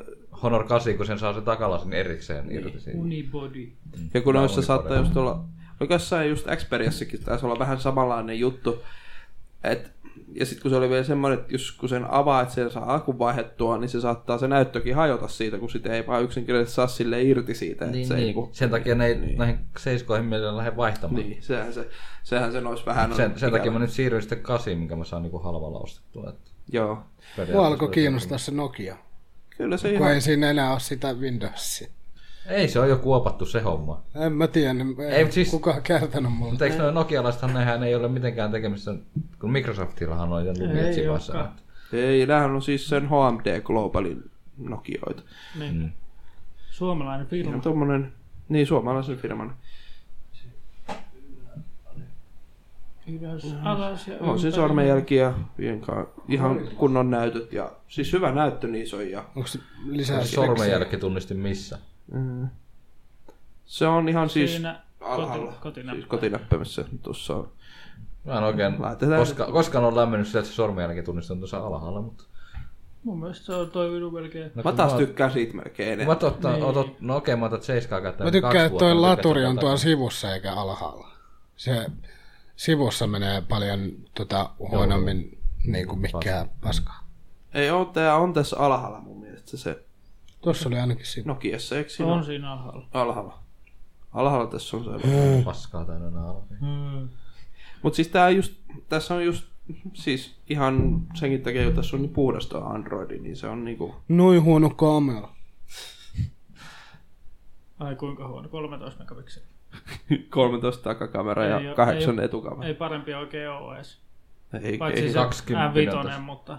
Speaker 5: Honor 8, kun sen saa sen takalasin erikseen niin. irti siitä.
Speaker 4: Unibody.
Speaker 3: Ja kun noissa saattaa just olla... No jossain just Xperiassakin taisi olla vähän samanlainen juttu. Et, ja sitten kun se oli vielä semmoinen, että jos kun sen avaa, että sen saa akun vaihdettua, niin se saattaa se näyttökin hajota siitä, kun sitä ei vaan yksinkertaisesti saa sille irti siitä. Että
Speaker 5: Niin,
Speaker 3: se ei
Speaker 5: niin.
Speaker 3: niinku,
Speaker 5: Sen takia ne ei niin. näihin seiskoihin mielellään lähde vaihtamaan.
Speaker 3: niin, sehän se, sehän se nois vähän on.
Speaker 5: Sen, sen takia
Speaker 3: ikävä.
Speaker 5: mä nyt siirryin sitten kasiin, minkä mä saan niinku halvalla ostettua. Että
Speaker 3: Joo.
Speaker 2: Mua alkoi kiinnostaa se Nokia.
Speaker 3: Kyllä se
Speaker 2: Kun
Speaker 3: ihan...
Speaker 2: ei siinä enää ole sitä Windowsia.
Speaker 5: Ei se on jo kuopattu se homma.
Speaker 2: En mä tiedä,
Speaker 5: Ei,
Speaker 2: ei,
Speaker 5: mut
Speaker 2: ei
Speaker 5: siis-
Speaker 2: siis... kukaan kertonut mulle.
Speaker 5: Mutta eikö noin nokialaisethan nehän ei ole mitenkään tekemistä, kun Microsoftillahan on niiden
Speaker 4: Ei
Speaker 5: lumia sivassa.
Speaker 4: olekaan.
Speaker 3: Ei, näähän on siis sen HMD Globalin Nokioita.
Speaker 4: Niin. Mm. Suomalainen firma.
Speaker 3: Ihan tommonen, niin suomalaisen firman.
Speaker 4: Ylös, alas ja
Speaker 3: On
Speaker 4: ympäri.
Speaker 3: siis sormenjälkiä, vienkaan ihan kunnon näytöt ja siis hyvä näyttö niissä on ja
Speaker 2: Onko lisää
Speaker 5: Sormenjälki tunnisti missä.
Speaker 3: Mm. Se on ihan siis
Speaker 4: Siinä
Speaker 3: alhaalla.
Speaker 4: koti- kotinäppä.
Speaker 3: Siis kotinäppäimessä tuossa on.
Speaker 5: Mä en oikein
Speaker 3: Laitetaan-
Speaker 5: koska, koskaan ole lämmennyt sitä, että se sormenjälki tunnisti on tuossa alhaalla, mutta...
Speaker 4: Mun mielestä se on toi vidu melkein.
Speaker 5: No,
Speaker 3: Mä
Speaker 5: kun
Speaker 3: taas tykkään siitä melkein
Speaker 5: Mä
Speaker 3: enemmän.
Speaker 5: totta,
Speaker 4: Niin.
Speaker 5: otot, no okei, mä otan seiskaa käyttäen
Speaker 2: Mä
Speaker 5: kaksi
Speaker 2: tykkään, että
Speaker 5: vuotta,
Speaker 2: toi
Speaker 5: mä
Speaker 2: laturi
Speaker 5: tykkään
Speaker 2: on
Speaker 5: tätä.
Speaker 2: tuolla sivussa eikä alhaalla. Se sivussa menee paljon tota, huonommin niin kuin mikään paskaa.
Speaker 3: Ei oo, tää on tässä alhaalla mun mielestä se, se
Speaker 2: Tuossa oli ainakin siinä.
Speaker 3: Nokiassa, eikö siinä
Speaker 4: On
Speaker 3: on.
Speaker 4: siinä alhaalla.
Speaker 3: alhaalla? Alhaalla tässä on se.
Speaker 2: Mm.
Speaker 5: Paskaa täynnä nää alvi.
Speaker 3: Mut siis tää just, tässä on just siis ihan senkin takia, kun tässä on niin puhdasta Androidi, niin se on niinku...
Speaker 2: Noin huono kamera.
Speaker 4: Ai kuinka huono, 13 megapikseliä.
Speaker 3: 13 takakamera
Speaker 4: Ei
Speaker 3: ja
Speaker 4: oo-
Speaker 3: 8
Speaker 4: ei oo-
Speaker 3: etukamera.
Speaker 4: Ei parempia oikein oo edes.
Speaker 3: Ei,
Speaker 4: Paitsi
Speaker 3: ei.
Speaker 4: se
Speaker 5: 20
Speaker 4: M5,
Speaker 5: tossa.
Speaker 4: mutta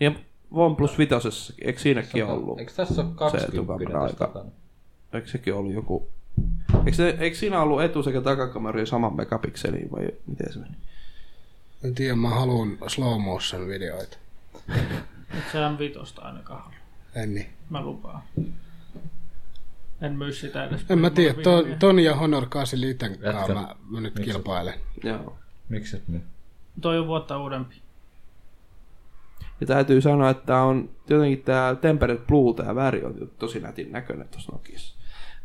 Speaker 3: Ja OnePlus 5, eikö siinäkin ollut?
Speaker 5: Eikö tässä ole 20
Speaker 3: etukamera
Speaker 5: tässä
Speaker 3: aika?
Speaker 5: takana?
Speaker 3: Eikö sekin ollut joku... Eikö, se, eikö siinä ollut etu- sekä takakameri saman megapikseliin vai miten se meni?
Speaker 2: En tiedä, mä haluan slow motion videoita.
Speaker 4: et se M5 ainakaan halua.
Speaker 2: En niin.
Speaker 4: Mä lupaan. En myy sitä edes.
Speaker 2: En mä tiedä,
Speaker 4: Mulla
Speaker 2: ton,
Speaker 4: viiniä.
Speaker 2: ton ja Honor 8 Liten
Speaker 5: Jatka.
Speaker 2: kanssa mä, mä nyt
Speaker 5: Miksi?
Speaker 2: kilpailen.
Speaker 3: Joo.
Speaker 5: Miksi et niin?
Speaker 3: No
Speaker 4: Toi on vuotta uudempi.
Speaker 3: Ja täytyy sanoa, että tää on jotenkin tämä Tempered Blue, tämä väri on tosi nätin näköinen tuossa Nokiassa.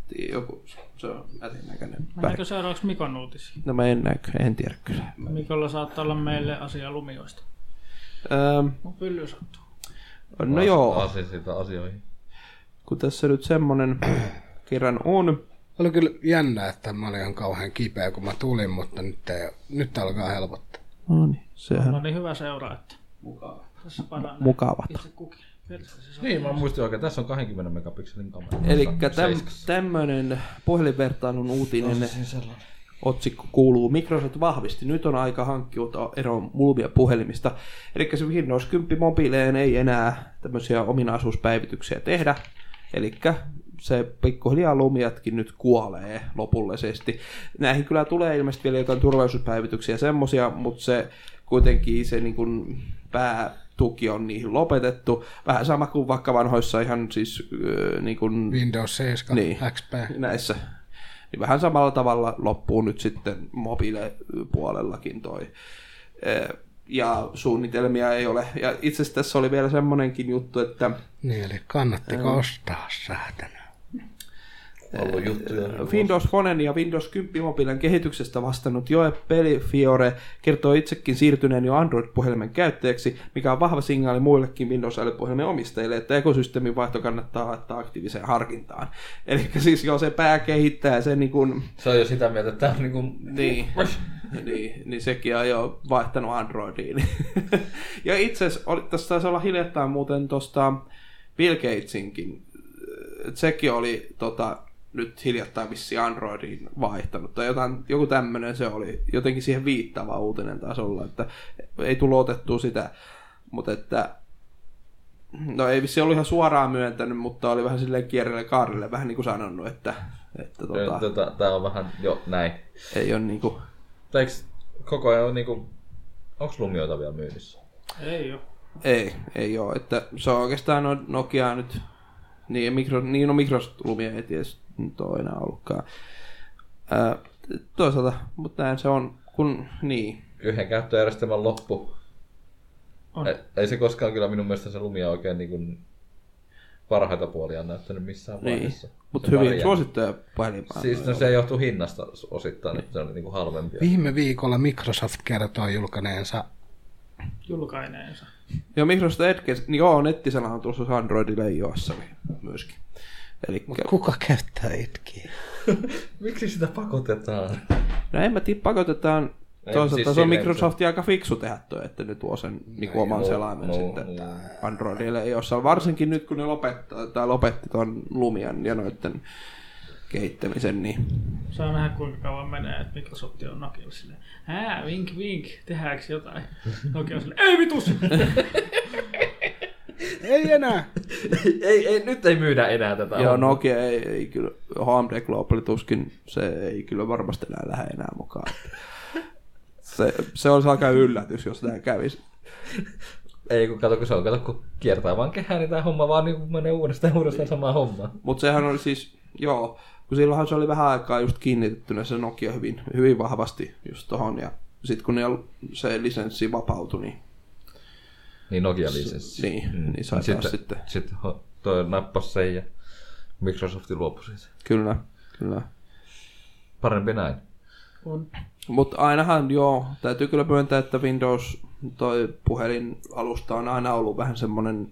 Speaker 3: Tii, Joku, se on nätin näköinen väri.
Speaker 4: Mennäänkö seuraavaksi Mikon uutisiin?
Speaker 3: No mä en näe, kyllä, en tiedä kyllä.
Speaker 4: Mikolla saattaa olla meille asia lumioista.
Speaker 3: Öö,
Speaker 4: Mun pylly sattuu.
Speaker 3: no joo,
Speaker 5: Asi siitä asioihin.
Speaker 3: kun tässä nyt semmonen kerran on,
Speaker 2: Oli kyllä jännä, että mä olin ihan kauhean kipeä, kun mä tulin, mutta nyt, ei, nyt alkaa helpottaa.
Speaker 3: no niin, sehän
Speaker 4: No
Speaker 3: on
Speaker 4: niin hyvä seura, että tässä paranee
Speaker 3: mukavat.
Speaker 4: itse kukin. Perse se saa.
Speaker 5: Niin, mä muistin oikein, tässä on 20 megapikselin kamera.
Speaker 3: Eli
Speaker 5: Seiskassa.
Speaker 3: tämmöinen puhelinvertailun uutinen otsikko kuuluu, Microsoft vahvisti, nyt on aika hankkiutua eroon mulmia puhelimista. Eli se Windows 10 mobiileen ei enää tämmöisiä ominaisuuspäivityksiä tehdä. Eli se pikkuhiljaa lumiatkin nyt kuolee lopullisesti. Näihin kyllä tulee ilmeisesti vielä jotain turvallisuuspäivityksiä ja semmosia, mutta se kuitenkin se niin kuin päätuki on niihin lopetettu. Vähän sama kuin vaikka vanhoissa ihan siis öö, niin kuin
Speaker 2: Windows 7
Speaker 3: Niin.
Speaker 2: niin. XP.
Speaker 3: näissä. Niin vähän samalla tavalla loppuu nyt sitten mobiile-puolellakin toi. Ee, Ja suunnitelmia ei ole. Ja itse asiassa tässä oli vielä semmonenkin juttu, että eh,
Speaker 2: Niin, eli kannattiko ostaa säätänä?
Speaker 5: Ollut juttuja.
Speaker 3: Windows Phoneen ja Windows 10 mobiilen kehityksestä vastannut Joe Pelifiore kertoo itsekin siirtyneen jo Android-puhelimen käyttäjäksi, mikä on vahva signaali muillekin Windows älypuhelimen omistajille, että ekosysteemin vaihto kannattaa laittaa aktiiviseen harkintaan. Eli siis joo, se pää kehittää sen niin kuin
Speaker 5: Se on jo sitä mieltä, että tää on niinku...
Speaker 3: Niin, niin, niin sekin on jo vaihtanut Androidiin. ja itse asiassa oli- tässä taisi olla hiljattain muuten tuosta Bill Gatesinkin. äh, Sekin oli tota, nyt hiljattain vissi Androidiin vaihtanut. Tai jotain, joku tämmöinen se oli. Jotenkin siihen viittava uutinen taas olla, että ei tullut otettua sitä. Mutta että No ei vissi ollut ihan suoraan myöntänyt, mutta oli vähän silleen kierrelle kaarelle vähän niin kuin sanonut, että, että tota,
Speaker 5: Tota, tää on vähän jo näin.
Speaker 3: ei ole niin kuin,
Speaker 5: Tai eiks koko ajan on niinku... Onks lumioita vielä myynnissä?
Speaker 4: Ei oo.
Speaker 3: Ei, ei ole. Että se on oikeastaan no, Nokia nyt. Niin, ja mikro, niin no Microsoft Lumia ei ties nyt ole enää ollutkaan. Ää, toisaalta, mutta näin se on, kun niin.
Speaker 5: Yhden käyttöjärjestelmän loppu.
Speaker 4: On.
Speaker 5: Ei, ei se koskaan kyllä minun mielestä se lumia oikein niin kuin parhaita puolia on näyttänyt missään
Speaker 3: niin.
Speaker 5: vaiheessa.
Speaker 3: Mutta
Speaker 5: Se
Speaker 3: hyvin
Speaker 5: pärjää.
Speaker 3: suosittuja puhelimaa.
Speaker 5: Siis no, se johtuu hinnasta osittain, että se on niin kuin halvempia.
Speaker 2: Viime viikolla Microsoft kertoi julkaneensa
Speaker 4: Julkaineensa.
Speaker 3: Joo, Microsoft Edge, niin joo, nettisana on tulossa Androidille iOS myöskin. Eli
Speaker 2: Kuka käyttää itkiä?
Speaker 5: Miksi sitä pakotetaan?
Speaker 3: No en mä tiedä, pakotetaan Toisaalta
Speaker 5: siis
Speaker 3: se on
Speaker 5: silleen,
Speaker 3: Microsoftin aika fiksu tehdä toi, että ne tuo sen niin kuin oman
Speaker 5: Joo,
Speaker 3: selaimen
Speaker 5: no,
Speaker 3: sitten.
Speaker 5: joo.
Speaker 3: Androidille ei osaa, varsinkin nyt kun ne lopettaa, tai lopetti ton Lumian ja noitten kehittämisen, niin
Speaker 4: Saa nähdä kuinka kauan menee, että Microsoft on Nokia silleen. Hää, vink vink, tehdäänkö jotain? Nokia on silleen, ei vitus!
Speaker 2: Ei enää.
Speaker 5: ei, ei, nyt ei myydä enää tätä.
Speaker 3: Joo, Nokia ei, ei kyllä, HMD Global tuskin, se ei kyllä varmasti enää lähde enää mukaan. Se, se olisi aika yllätys, jos tämä kävisi.
Speaker 5: Ei kun kato, kun se on, kato, kun kiertää vaan kehää, niin tämä homma vaan niin menee uudestaan ja uudestaan samaan hommaan.
Speaker 3: Mutta sehän oli siis, joo, kun silloinhan se oli vähän aikaa just kiinnitettynä se Nokia hyvin, hyvin vahvasti just tohon. Ja sitten kun ne, se lisenssi vapautui, niin
Speaker 5: Niin Nokia lisenssi.
Speaker 3: Niin, niin sai
Speaker 5: sitten,
Speaker 3: taas sitten.
Speaker 5: Sitten ho- toi nappasi sen ja Microsoft luopui siitä.
Speaker 3: kyllä, kyllä.
Speaker 5: Parempi näin.
Speaker 4: On.
Speaker 3: Mutta ainahan joo, täytyy kyllä myöntää, että Windows toi puhelinalusta on aina ollut vähän semmoinen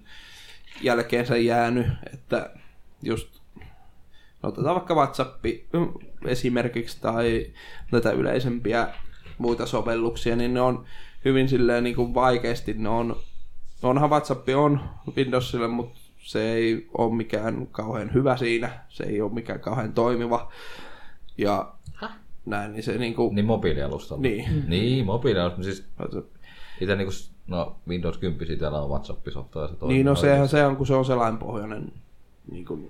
Speaker 3: jälkeensä jäänyt, että just no otetaan vaikka WhatsApp esimerkiksi tai näitä yleisempiä muita sovelluksia, niin ne on hyvin silleen niin kuin vaikeasti, ne on, onhan WhatsApp on Windowsille, mutta se ei ole mikään kauhean hyvä siinä, se ei ole mikään kauhean toimiva ja näin, niin se niin kuin,
Speaker 5: Niin mobiilialustalla.
Speaker 3: Niin.
Speaker 5: Niin, mobiilialustalla. Siis
Speaker 3: Kato.
Speaker 5: itse niinku, s- no Windows 10 täällä on WhatsApp-softa ja se toimii.
Speaker 3: Niin, no
Speaker 5: oikein.
Speaker 3: sehän se on, kun se on sellainen pohjainen niin kuin,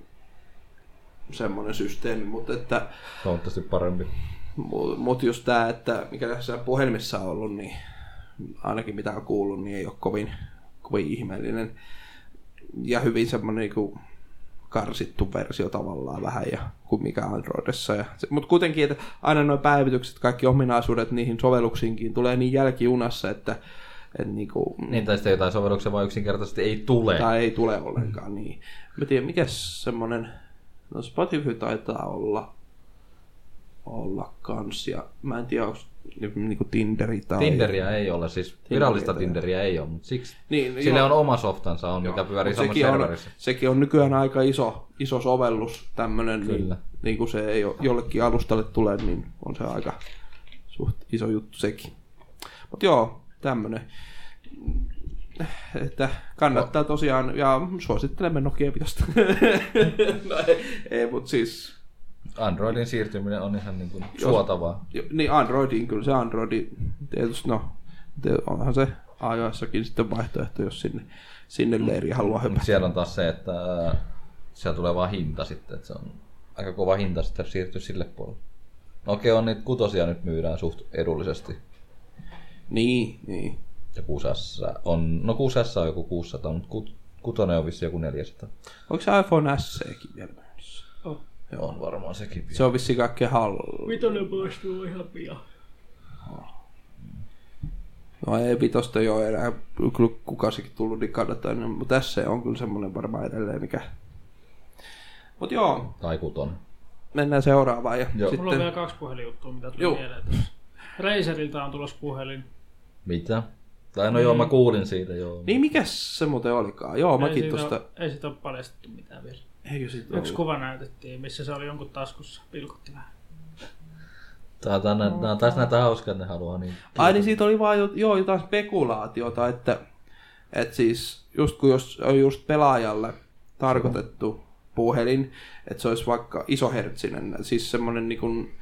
Speaker 3: semmoinen systeemi, mutta että
Speaker 5: Huomattavasti parempi.
Speaker 3: mu- mut just tämä, että mikä tässä puhelimessa on ollut, niin ainakin mitä on kuullut, niin ei ole kovin, kovin ihmeellinen ja hyvin semmoinen niin kuin, karsittu versio tavallaan vähän ja kuin mikä Androidissa. Ja se, mutta kuitenkin, että aina nuo päivitykset, kaikki ominaisuudet niihin sovelluksiinkin tulee niin jälkijunassa, että, että niin kuin,
Speaker 5: Niin, tai sitten jotain sovelluksia vaan yksinkertaisesti ei tule.
Speaker 3: Tai ei tule ollenkaan, niin. Mä tiedän, mikä semmonen... No Spotify taitaa olla olla kans, ja mä en tiedä, onko niinku Tinderi tai...
Speaker 5: Tinderiä ei ole, siis virallista
Speaker 3: Tinderiä.
Speaker 5: Tinderiä ei ole, mutta siksi
Speaker 3: Niin,
Speaker 5: sille
Speaker 3: joo.
Speaker 5: on oma softansa, on, mikä pyörii
Speaker 3: Mut
Speaker 5: samassa
Speaker 3: sekin on,
Speaker 5: serverissä.
Speaker 3: sekin on nykyään aika iso, iso sovellus, tämmönen,
Speaker 5: Kyllä.
Speaker 3: niin, niin kun se ei ole, jollekin alustalle tulee, niin on se aika suht iso juttu sekin. Mutta joo, tämmönen. Että kannattaa
Speaker 5: No.
Speaker 3: tosiaan, ja suosittelemme Nokia Vitosta. no ei, ei mutta siis
Speaker 5: Androidin siirtyminen on ihan niin kuin
Speaker 3: Jos-
Speaker 5: suotavaa.
Speaker 3: Jo- Niin Androidiin kyllä se Androidi, tietysti no, te- onhan se iOSakin sitten vaihtoehto, jos sinne, sinne leiri haluaa
Speaker 5: Mut
Speaker 3: hypätä.
Speaker 5: siellä on taas Mm, se, että ää, siellä tulee vaan hinta sitten, että se on aika kova hinta sitten siirtyä sille puolelle. No okei, on niitä kutosia nyt myydään suht edullisesti.
Speaker 3: Niin, niin.
Speaker 5: Ja 6 on, no 6 on joku 600, mutta kut, kutonen on vissi joku 400.
Speaker 3: Onko se iPhone SEkin vielä myynnissä?
Speaker 5: Joo, on varmaan sekin.
Speaker 3: Se on vissiin kaikkein hallu.
Speaker 4: Vitonen poistuu ihan pian.
Speaker 3: No ei vitosta jo enää, kyllä kukasikin tullut, niin kannattaa, niin- mutta tässä on kyllä semmoinen varmaan edelleen, mikä... Mut joo,
Speaker 5: Tai kutonen.
Speaker 3: mennään seuraavaan ja
Speaker 5: Joo.
Speaker 4: Mulla on vielä
Speaker 3: sitten...
Speaker 4: kaksi puhelinjuttua, mitä tuli
Speaker 3: Juu.
Speaker 4: mieleen tässä. Razerilta on tulossa puhelin.
Speaker 5: Mitä? Tai no joo,
Speaker 4: Mm.
Speaker 5: mä kuulin siitä joo.
Speaker 3: Niin mikä se muuten olikaan? Joo,
Speaker 4: ei,
Speaker 3: mäkin
Speaker 4: siitä,
Speaker 3: tosta...
Speaker 4: ei siitä ole paljastettu mitään vielä.
Speaker 3: Eikö sit
Speaker 4: Yksi
Speaker 3: ollut?
Speaker 4: kuva näytettiin, missä se oli jonkun taskussa. Pilkutti vähän.
Speaker 5: Tää, tää, nää, nää, on taas näitä hauskaa, että ne haluaa niin.
Speaker 3: Ai niin siitä oli vaan jo, joo, jotain spekulaatiota, että, että siis just kun jos on just pelaajalle tarkoitettu puhelin, että se olisi vaikka isohertsinen, siis semmoinen niin kuin,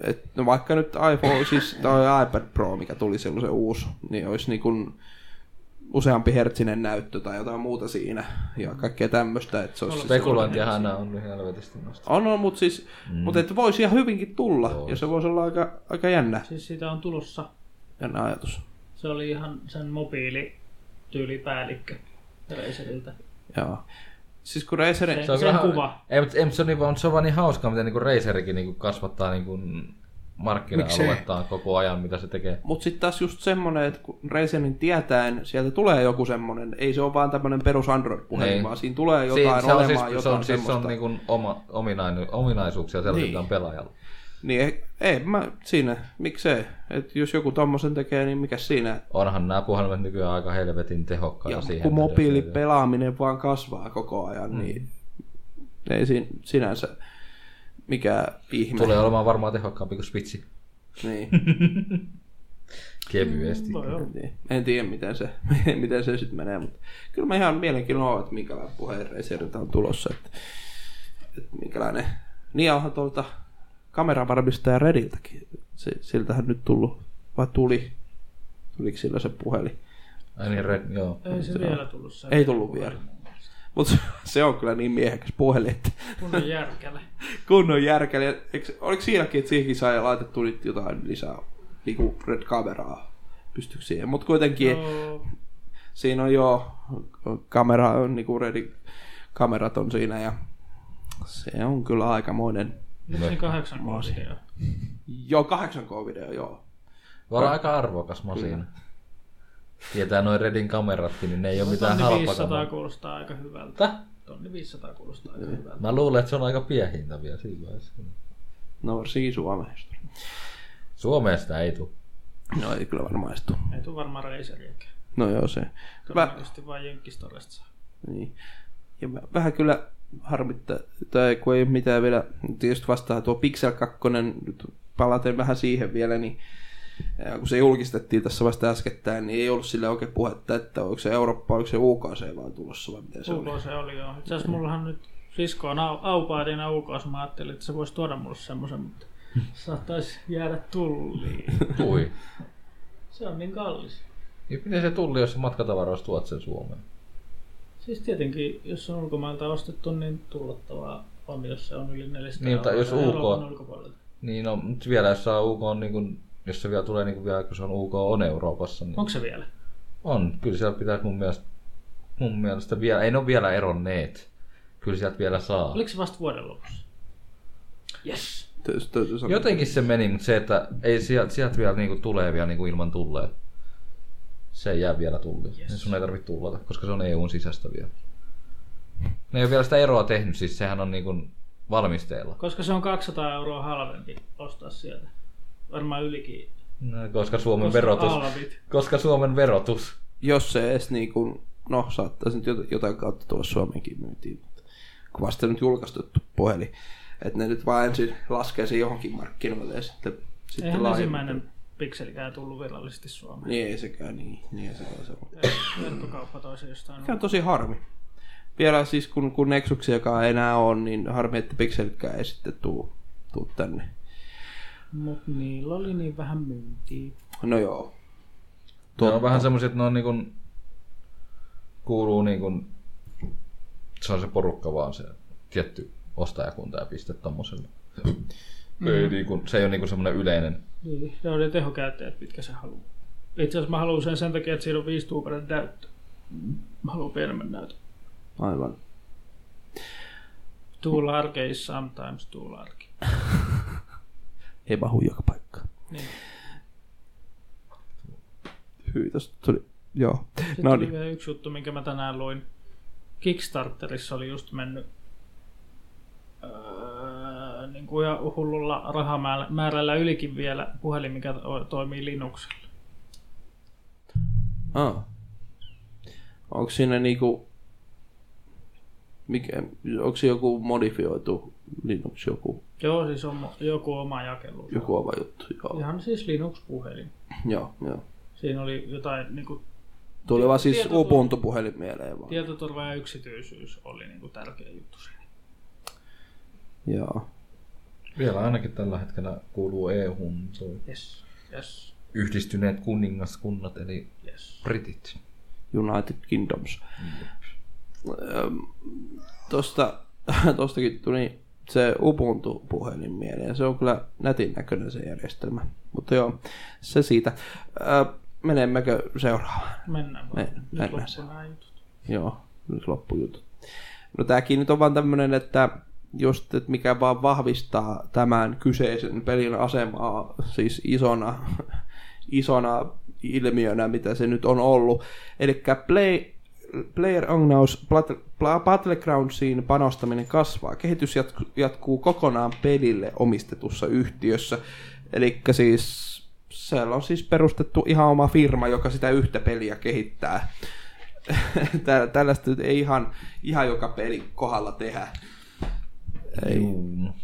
Speaker 3: että no vaikka nyt iPhone, siis tai iPad Pro, mikä tuli silloin se uusi, niin olisi niin kuin useampi hertsinen näyttö tai jotain muuta siinä ja kaikkea tämmöistä, että se olisi siis
Speaker 5: Spekulointiahan nää on ihan helvetisti noista.
Speaker 3: on, on mutta siis, mm. mutta että voisi ihan hyvinkin tulla, ja se voisi olla aika, aika jännä,
Speaker 4: Siis siitä on tulossa.
Speaker 3: jännä ajatus.
Speaker 4: Se oli ihan sen mobiilityylipäällikkö Razerilta.
Speaker 3: Joo. Siis kun Razerin...
Speaker 4: Se- sen kuva.
Speaker 5: Ei, mutta ei, mut se on niin, vaan, se on vaan niin hauskaa, miten niinku Razerikin niinku kasvattaa niinku markkina-aluettaan koko ajan, mitä se tekee.
Speaker 3: Mutta sitten taas just semmonen, että kun Razerin tietäen sieltä tulee joku semmonen, ei se ole vaan tämmönen perus Android-puhelin,
Speaker 5: Niin.
Speaker 3: vaan siinä tulee
Speaker 5: Siin-
Speaker 3: jotain
Speaker 5: se on
Speaker 3: olemaan
Speaker 5: siis,
Speaker 3: jotain
Speaker 5: se on, siis se
Speaker 3: semmoista.
Speaker 5: on niinku oma, ominainen, ominaisuuksia sellaisia,
Speaker 3: Niin.
Speaker 5: mitä on pelaajalla.
Speaker 3: Niin ei, ei mä siinä, miksei. Et jos joku tommosen tekee, niin mikä siinä?
Speaker 5: Onhan nämä puhelimet nykyään aika helvetin tehokkaita
Speaker 3: Ja
Speaker 5: siihen.
Speaker 3: kun
Speaker 5: nähden,
Speaker 3: mobiilipelaaminen vaan kasvaa koko ajan, mm. niin ei siinä, sinänsä mikään
Speaker 5: että
Speaker 3: ihme.
Speaker 5: Tulee olemaan varmaan tehokkaampi kuin Switch.
Speaker 3: Niin.
Speaker 5: Kevyesti.
Speaker 4: Voi olla.
Speaker 3: En tiedä. En tiedä, miten se, miten se sitten menee, mutta kyllä mä ihan mielenkiinnolla oon, että minkälainen puheenreiseriltä on tulossa, että, että minkälainen. Niin onhan tuolta kameravarmistaja Rediltäkin, se, siltähän nyt tullut, vai tuli, tuliko sillä se puhelin.
Speaker 5: Ai niin, red, joo.
Speaker 4: Ei se,
Speaker 3: Se on-
Speaker 4: vielä tullut se.
Speaker 3: Ei tullut vielä. Mutta se on kyllä niin miehekäs puhelin, että
Speaker 4: Kunnon järkele.
Speaker 3: kunnon järkeli. Eikö, oliko siinäkin, että siihenkin sai laitettu nyt jotain lisää niinku red kameraa? Pystyykö siihen? Mutta kuitenkin...
Speaker 4: Joo,
Speaker 3: siinä on jo kamera on niinku ready, kamerat on siinä ja se on kyllä aikamoinen.
Speaker 4: nyt se kahdeksan vuosia.
Speaker 3: Joo, 8K-video, joo.
Speaker 5: Voi olla aika arvokas masina. Tietää noin Redin kameratkin, niin ne ei ole mitään
Speaker 4: Tonni 500
Speaker 5: halpaa.
Speaker 4: kuulostaa aika hyvältä.
Speaker 5: kameraa.
Speaker 4: Tonni 500 kuulostaa aika hyvältä.
Speaker 5: Mä luulen, että se on aika piehintä vielä siinä vaiheessa.
Speaker 3: No varsinkin Suomesta.
Speaker 5: Suomeen sitä ei tule.
Speaker 3: No ei kyllä varmaan edes tuu.
Speaker 4: Ei tule varmaan Razeriäkään.
Speaker 3: No joo se. Vä,
Speaker 4: Todennäköisesti vaan Jenkkistoresta saa.
Speaker 3: niin. Ja mä, vähän kyllä harmittaa, tai kun ei mitään vielä, tietysti vastaa tuo Pixel 2, nyt palaten vähän siihen vielä, niin ää, kun se julkistettiin tässä vasta äskettäin, niin ei ollut sille oikein puhetta, että onko se Eurooppa, onko se UKC vaan tulossa vai miten se oli.
Speaker 4: UK se oli joo. Itse asiassa mullahan nyt sisko on au- aupaadina UKssa. Mä ajattelin, että se voisi tuoda mulle semmoisen, mutta saattaisi jäädä tulliin.
Speaker 5: Tui.
Speaker 4: Se on niin kallis.
Speaker 5: Ja miten se tulli, jos sä matkatavaroissa tuot sen Suomeen?
Speaker 4: Siis tietenkin, jos on ulkomailta ostettu, niin tullattavaa on, jos se on yli 400
Speaker 5: Niin, mutta
Speaker 4: euroa
Speaker 5: jos
Speaker 4: tai
Speaker 5: UK
Speaker 4: Euroopan ulkopuolella.
Speaker 5: Niin no, nyt vielä jos saa UK on niin kuin, jos se vielä tulee niin kuin vielä, kun se on UK on Euroopassa, niin
Speaker 4: Onko se vielä?
Speaker 5: on. Kyllä siellä pitää mun mielestä, mun mielestä vielä, ei ne ole vielä eronneet. Kyllä sieltä vielä saa.
Speaker 4: Oliko se vasta vuoden lopussa? Yes.
Speaker 3: Täytyy- täytyy sanoa.
Speaker 5: Jotenkin se meni, mutta se, että ei sieltä, sieltä vielä niinku tulee vielä niinku ilman tulleen. Se ei jää vielä tulliin.
Speaker 4: Yes.
Speaker 5: Yes. Sun ei tarvitse tullata, koska se on EUn sisästä vielä. Ne ei ole vielä sitä eroa tehnyt, siis sehän on niinku valmisteilla.
Speaker 4: Koska se on 200 euroa halvempi ostaa sieltä. Varmaan ylikin.
Speaker 5: No, koska Suomen
Speaker 4: Koska
Speaker 5: verotus.
Speaker 4: alvit.
Speaker 5: Koska Suomen verotus.
Speaker 3: jos se edes niin kuin, no saattaisi nyt jot- jotain kautta tulla Suomenkin myyntiin, mutta kun vasta nyt julkaistettu puhelin, että ne nyt vaan ensin laskee se johonkin markkinoille ja sitten, sitten
Speaker 4: Eihän
Speaker 3: laajentaa.
Speaker 4: ensimmäinen pikselikään tullut virallisesti Suomeen.
Speaker 3: Niin ei sekään, niin, niin ei sekään se ole.
Speaker 4: Verkkokauppa toisi jostain.
Speaker 3: Mikä on tosi harmi. Vielä siis kun, kun Nexuksiakaan ei enää on, niin harmi, että pikselikään ei sitten tuu, tuu tänne.
Speaker 4: Mut niillä oli niin vähän myyntiä.
Speaker 3: No joo.
Speaker 5: Tuo on vähän semmoiset, että ne on niinku, kuuluu niinku, se on se porukka vaan se tietty ostajakunta ja piste tommoselle. Ei niinku, se ei ole niinku semmoinen yleinen
Speaker 4: Niin, ne oli tehokäyttäjät, mitkä se haluaa. Itse asiassa mä haluan sen sen takia, että siinä on viisi tuumainen näyttö. Mä haluan pienemmän näytön.
Speaker 3: Aivan.
Speaker 4: Too large is sometimes too large.
Speaker 3: Ei mahu joka paikkaan.
Speaker 4: Niin.
Speaker 3: Hyi, tosta tuli. Joo.
Speaker 4: Sitten
Speaker 3: No
Speaker 4: oli
Speaker 3: niin.
Speaker 4: vielä yksi juttu, minkä mä tänään luin. Kickstarterissa oli just mennyt öö, niin kuin ihan hullulla rahamäärällä ylikin vielä puhelin, mikä to- toimii Linuxilla.
Speaker 3: Aa. Onko siinä niinku... Mikä, onko se joku modifioitu Linux joku,
Speaker 4: Joo, siis on mo- joku oma jakelu.
Speaker 3: joku oma juttu? Joo,
Speaker 4: Ihan siis Linux-puhelin.
Speaker 3: joo, joo.
Speaker 4: Siinä oli jotain, niin kuin,
Speaker 3: Tuli vaan siis
Speaker 4: tietoturva-
Speaker 3: Ubuntu-puhelin mieleen vaan.
Speaker 4: tietoturva ja yksityisyys oli niin kuin, tärkeä juttu siinä.
Speaker 3: Joo.
Speaker 5: Vielä ainakin tällä hetkellä kuuluu EU-hun toi
Speaker 4: Yes, yes,
Speaker 5: yhdistyneet kuningaskunnat eli
Speaker 4: yes.
Speaker 5: britit.
Speaker 3: United Kingdoms. Öm, Tosta, tostakin tuli se Ubuntu-puhelin mieleen. Se on kyllä nätin näköinen se järjestelmä. Mutta joo, se siitä. Ö, menemmekö seuraavaan?
Speaker 4: Mennään vaan.
Speaker 3: Me-
Speaker 4: Nyt
Speaker 3: mennään
Speaker 4: loppuu
Speaker 3: se.
Speaker 4: nämä jutut.
Speaker 3: Joo, nyt loppujutut. No tääkin nyt on vaan tämmönen, että just, että mikä vaan vahvistaa tämän kyseisen pelin asemaa siis isona, isona ilmiönä, mitä se nyt on ollut. Eli play, Player Unknowns Plat- Pla- Battlegroundsiin panostaminen kasvaa. Kehitys jatku- jatkuu kokonaan pelille omistetussa yhtiössä. Eli siis siellä on siis perustettu ihan oma firma, joka sitä yhtä peliä kehittää. Tä- Tällaista nyt ei ihan, ihan joka pelin kohdalla tehdä. Ei.
Speaker 5: Juu.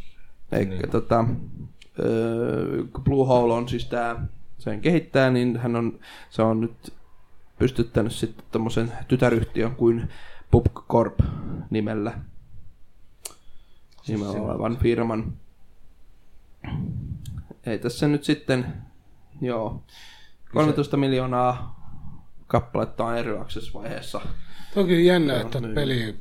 Speaker 3: Eikä, niin. tota, öö, kun Blue Hole on siis tää, sen kehittää, niin hän on, se on nyt pystyttänyt sitten tommosen tytäryhtiön kuin Pupcorp nimellä. Nimellä olevan firman. Ei tässä nyt sitten, joo, 13 miljoonaa kappaletta on eri vaiheessa
Speaker 2: Toki jännä, että peli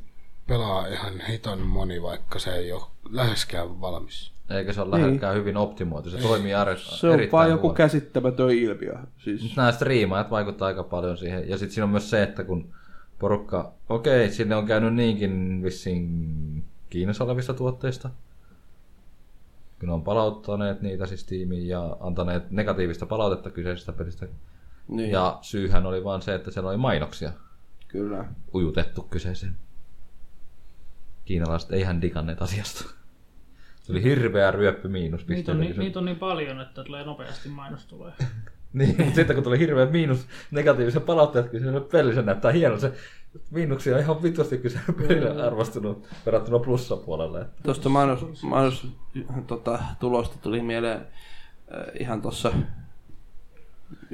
Speaker 2: pelaa ihan hiton moni, vaikka se ei ole läheskään valmis.
Speaker 5: Eikä se ole lähellekään hyvin optimoitu. Se toimii ääre-
Speaker 3: Se on
Speaker 5: erittäin
Speaker 3: vaan joku
Speaker 5: huonosti.
Speaker 3: käsittämätön ilmiö. Siis,
Speaker 5: Nyt nämä striimaajat vaikuttaa aika paljon siihen. Ja sitten siinä on myös se, että kun porukka, okei, sinne on käynyt niinkin vissiin Kiinassa olevista tuotteista. Kun ne on palauttaneet niitä siis tiimiin ja antaneet negatiivista palautetta kyseisestä pelistä.
Speaker 3: niin, ja.
Speaker 5: Ja syyhän oli vaan se, että siellä oli mainoksia
Speaker 3: kyllä.
Speaker 5: ujutettu kyseiseen. Kiinalaiset eihän diganneet asiasta. Se oli hirveä
Speaker 4: Niitä
Speaker 5: ryöppy
Speaker 4: on,
Speaker 5: miinuspisteitä.
Speaker 4: niin, niitä on niin paljon, että tulee nopeasti mainos tulee.
Speaker 5: Niin, mutta sitten kun tuli hirveä miinus negatiiviset palautteet kyseiselle pelissä, näyttää hieno se. Miinuksia on ihan vitusti kyseiselle pelille arvostunut verrattuna plussapuolelle. että
Speaker 3: Tuosta mainos, mainos tota, tulosta tuli mieleen äh, ihan tuossa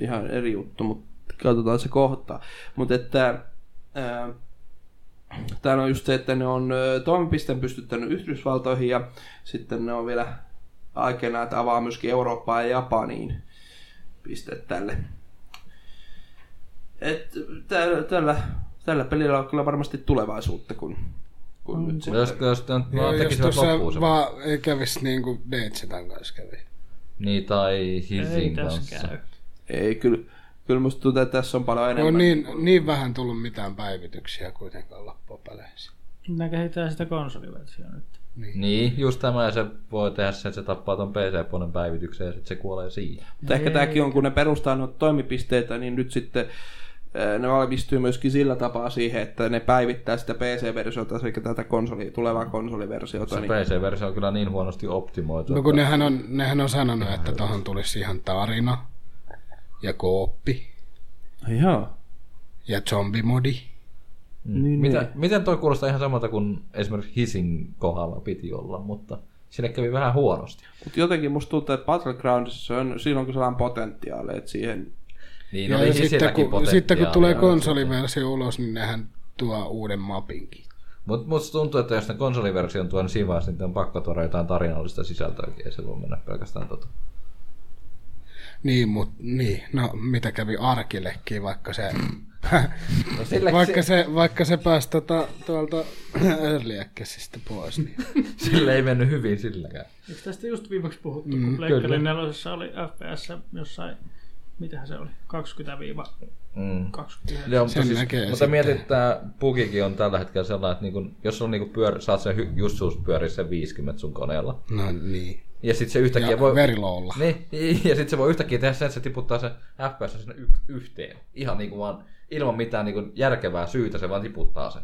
Speaker 3: ihan eri juttu, mutta katsotaan se kohta. Mutta että äh, täällä on just se, että ne on äh, toimipisteen pystyttänyt Yhdysvaltoihin ja sitten ne on vielä aikana, että avaa myöskin Eurooppaan ja Japaniin piste tälle. Et, tällä, tällä, tällä pelillä on kyllä varmasti tulevaisuutta, kun, kun nyt
Speaker 5: Mutta Jos, jos ne vaan
Speaker 2: Ja jos
Speaker 5: tekisivät loppuun
Speaker 2: tuossa
Speaker 5: sen.
Speaker 2: vaan ei kävisi niin kuin Neitsetan kanssa kävi.
Speaker 5: Niin, tai
Speaker 4: Ei
Speaker 5: Hisin
Speaker 4: tässä
Speaker 5: kanssa.
Speaker 4: käy.
Speaker 3: Ei, kyllä, kyllä musta tuntuu, että tässä on paljon
Speaker 2: No
Speaker 3: enemmän.
Speaker 2: niin, niin vähän tullut mitään päivityksiä kuitenkaan loppupeleissä. No
Speaker 4: Minä kehitetään sitä konsoliversiota nyt.
Speaker 5: Niin, just tämä, ja se voi tehdä sen, että se tappaa ton PC-puolen päivityksen ja sitten se kuolee siihen.
Speaker 3: Mutta ehkä tämäkin on, kun ne perustaa noita toimipisteitä, niin nyt sitten ää, ne valmistuu myöskin sillä tapaa siihen, että ne päivittää sitä PC-versiota sekä tätä konsoli, tulevaa konsoliversiota.
Speaker 5: Se
Speaker 3: Niin,
Speaker 5: PC-versio on kyllä niin huonosti optimoitu.
Speaker 2: No kun nehän on, nehän on sanonut, että tuohon tulisi ihan tarina ja kooppi
Speaker 3: joo.
Speaker 2: ja zombimodi.
Speaker 3: Niin,
Speaker 5: Mm. Mitä,
Speaker 3: niin.
Speaker 5: Miten toi kuulostaa ihan samalta kuin esimerkiksi Hisin kohdalla piti olla, mutta sille kävi vähän huonosti.
Speaker 3: Mutta jotenkin musta tuntuu, että Battlegroundsissa on, siinä on sellainen potentiaali, että siihen...
Speaker 5: Niin,
Speaker 2: Ja,
Speaker 5: oli
Speaker 2: ja
Speaker 5: siis
Speaker 2: sitten,
Speaker 5: silläkin
Speaker 2: kun, sitten kun tulee
Speaker 5: potentiaalia.
Speaker 2: konsoliversio ulos, niin nehän tuo uuden mapinkin.
Speaker 5: Mut musta tuntuu, että jos ne konsoliversion tuon siinä vaiheessa, niin on pakko tuoda jotain tarinallista sisältöäkin, ei se voi mennä pelkästään tota.
Speaker 2: Niin, mut, niin, no mitä kävi Arkillekin, vaikka se,
Speaker 5: No sillä,
Speaker 2: Siis vaikka se, vaikka se pääsi tota, tuolta Early Accessista pois. Niin.
Speaker 5: sillä ei mennyt hyvin silläkään.
Speaker 4: Eikö tästä just viimeksi puhuttu, mm, kun Pleikkarin nelosessa oli FPS jossain, mitähän se oli, 20-29. Ja.
Speaker 5: Mm. Joo, mutta,
Speaker 2: Sen
Speaker 5: siis,
Speaker 2: näkee
Speaker 5: mutta
Speaker 2: sitten.
Speaker 5: mietit, että pukikin on tällä hetkellä sellainen, että niin kun, jos on niin kun pyör, saat sen hy- jussuus pyörii sen 50 sun koneella,
Speaker 2: No niin.
Speaker 5: ja sitten se yhtäkkiä
Speaker 2: Ja
Speaker 5: voi...
Speaker 2: veriloolla.
Speaker 5: Niin, ja sitten se voi yhtäkkiä tehdä sen, että se tiputtaa sen FPS sinne y- yhteen. Ihan niin kuin vaan ilman mitään niin kuin järkevää syytä se vaan tiputtaa sen.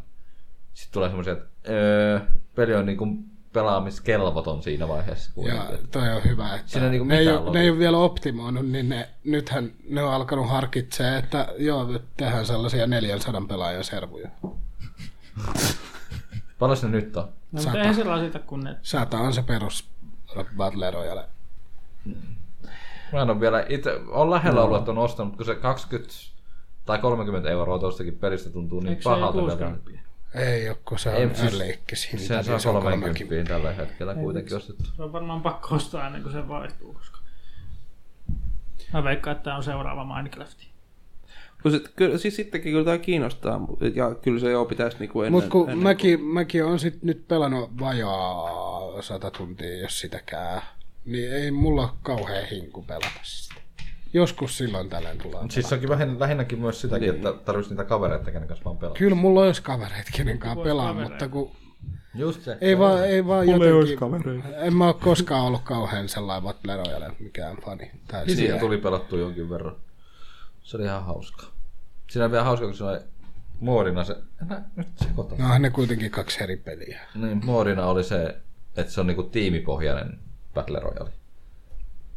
Speaker 5: Sitten tulee semmoisia, että öö, peli on niin kuin pelaamiskelvoton siinä vaiheessa.
Speaker 2: Ja
Speaker 5: kuitenkin.
Speaker 2: toi on hyvä, että
Speaker 5: Siinä ei niinku
Speaker 2: ne, ei
Speaker 5: mitään
Speaker 2: ole, ne
Speaker 5: logiikkaa.
Speaker 2: ei ole vielä optimoinut, niin ne, nythän ne on alkanut harkitsemaan, että joo, nyt tehdään sellaisia 400 pelaajan servuja.
Speaker 5: Paljon se nyt on?
Speaker 4: No, mutta eihän se rasita kun ne...
Speaker 2: Sata on se perus Battle Royale.
Speaker 5: Mä en ole vielä itse, on lähellä ollut, että on ostanut, mutta kun se 20 tai 30 euroa tuostakin pelistä tuntuu niin
Speaker 4: Eikö se
Speaker 5: pahalta.
Speaker 4: ole
Speaker 5: vielä.
Speaker 4: 60?
Speaker 2: Ei ole, kun se
Speaker 5: Ei,
Speaker 2: on
Speaker 5: mutta siis
Speaker 2: siis,
Speaker 5: Sen saa 30 tällä hetkellä kuitenkin ostettu.
Speaker 4: Se on varmaan pakko ostaa ennen kuin se vaihtuu, koska... Mä veikkaan, että tää on seuraava Minecraft.
Speaker 3: Kun sit, kyllä, siis sittenkin kyllä tämä kiinnostaa, mut- ja kyllä se joo pitäisi niinku ennen...
Speaker 2: Mutta kun
Speaker 3: ennen
Speaker 2: mäkin, mäkin on sit nyt pelannut vajaa sata tuntia, jos sitäkään, niin ei mulla ole kauhean hinku pelata sitä. Joskus silloin tällöin tulee.
Speaker 5: Siis se onkin vähän, lähinnäkin myös sitäkin, että tarvitsisi niitä kavereita, kenen kanssa vaan pelata.
Speaker 2: Kyllä mulla olisi kavereita, kenen kanssa
Speaker 4: Mulla
Speaker 2: pelaa,
Speaker 4: olisi kavereita.
Speaker 2: mutta kun
Speaker 5: Just se.
Speaker 2: ei vaan, ei vaan jotenkin...
Speaker 3: kavereita.
Speaker 2: En mä ole koskaan ollut kauhean sellainen Battle Royale mikään fani. Tai
Speaker 5: Siinä
Speaker 2: sillä-
Speaker 5: Niin tuli pelattua jonkin verran. Se oli ihan hauskaa. Siinä on vielä hauskaa, kun se oli moodina se... Enä, nyt sekoitan.
Speaker 2: No onhan ne kuitenkin kaksi eri peliä.
Speaker 5: Niin, moodina oli se, että se on niinku tiimipohjainen Battle Royale.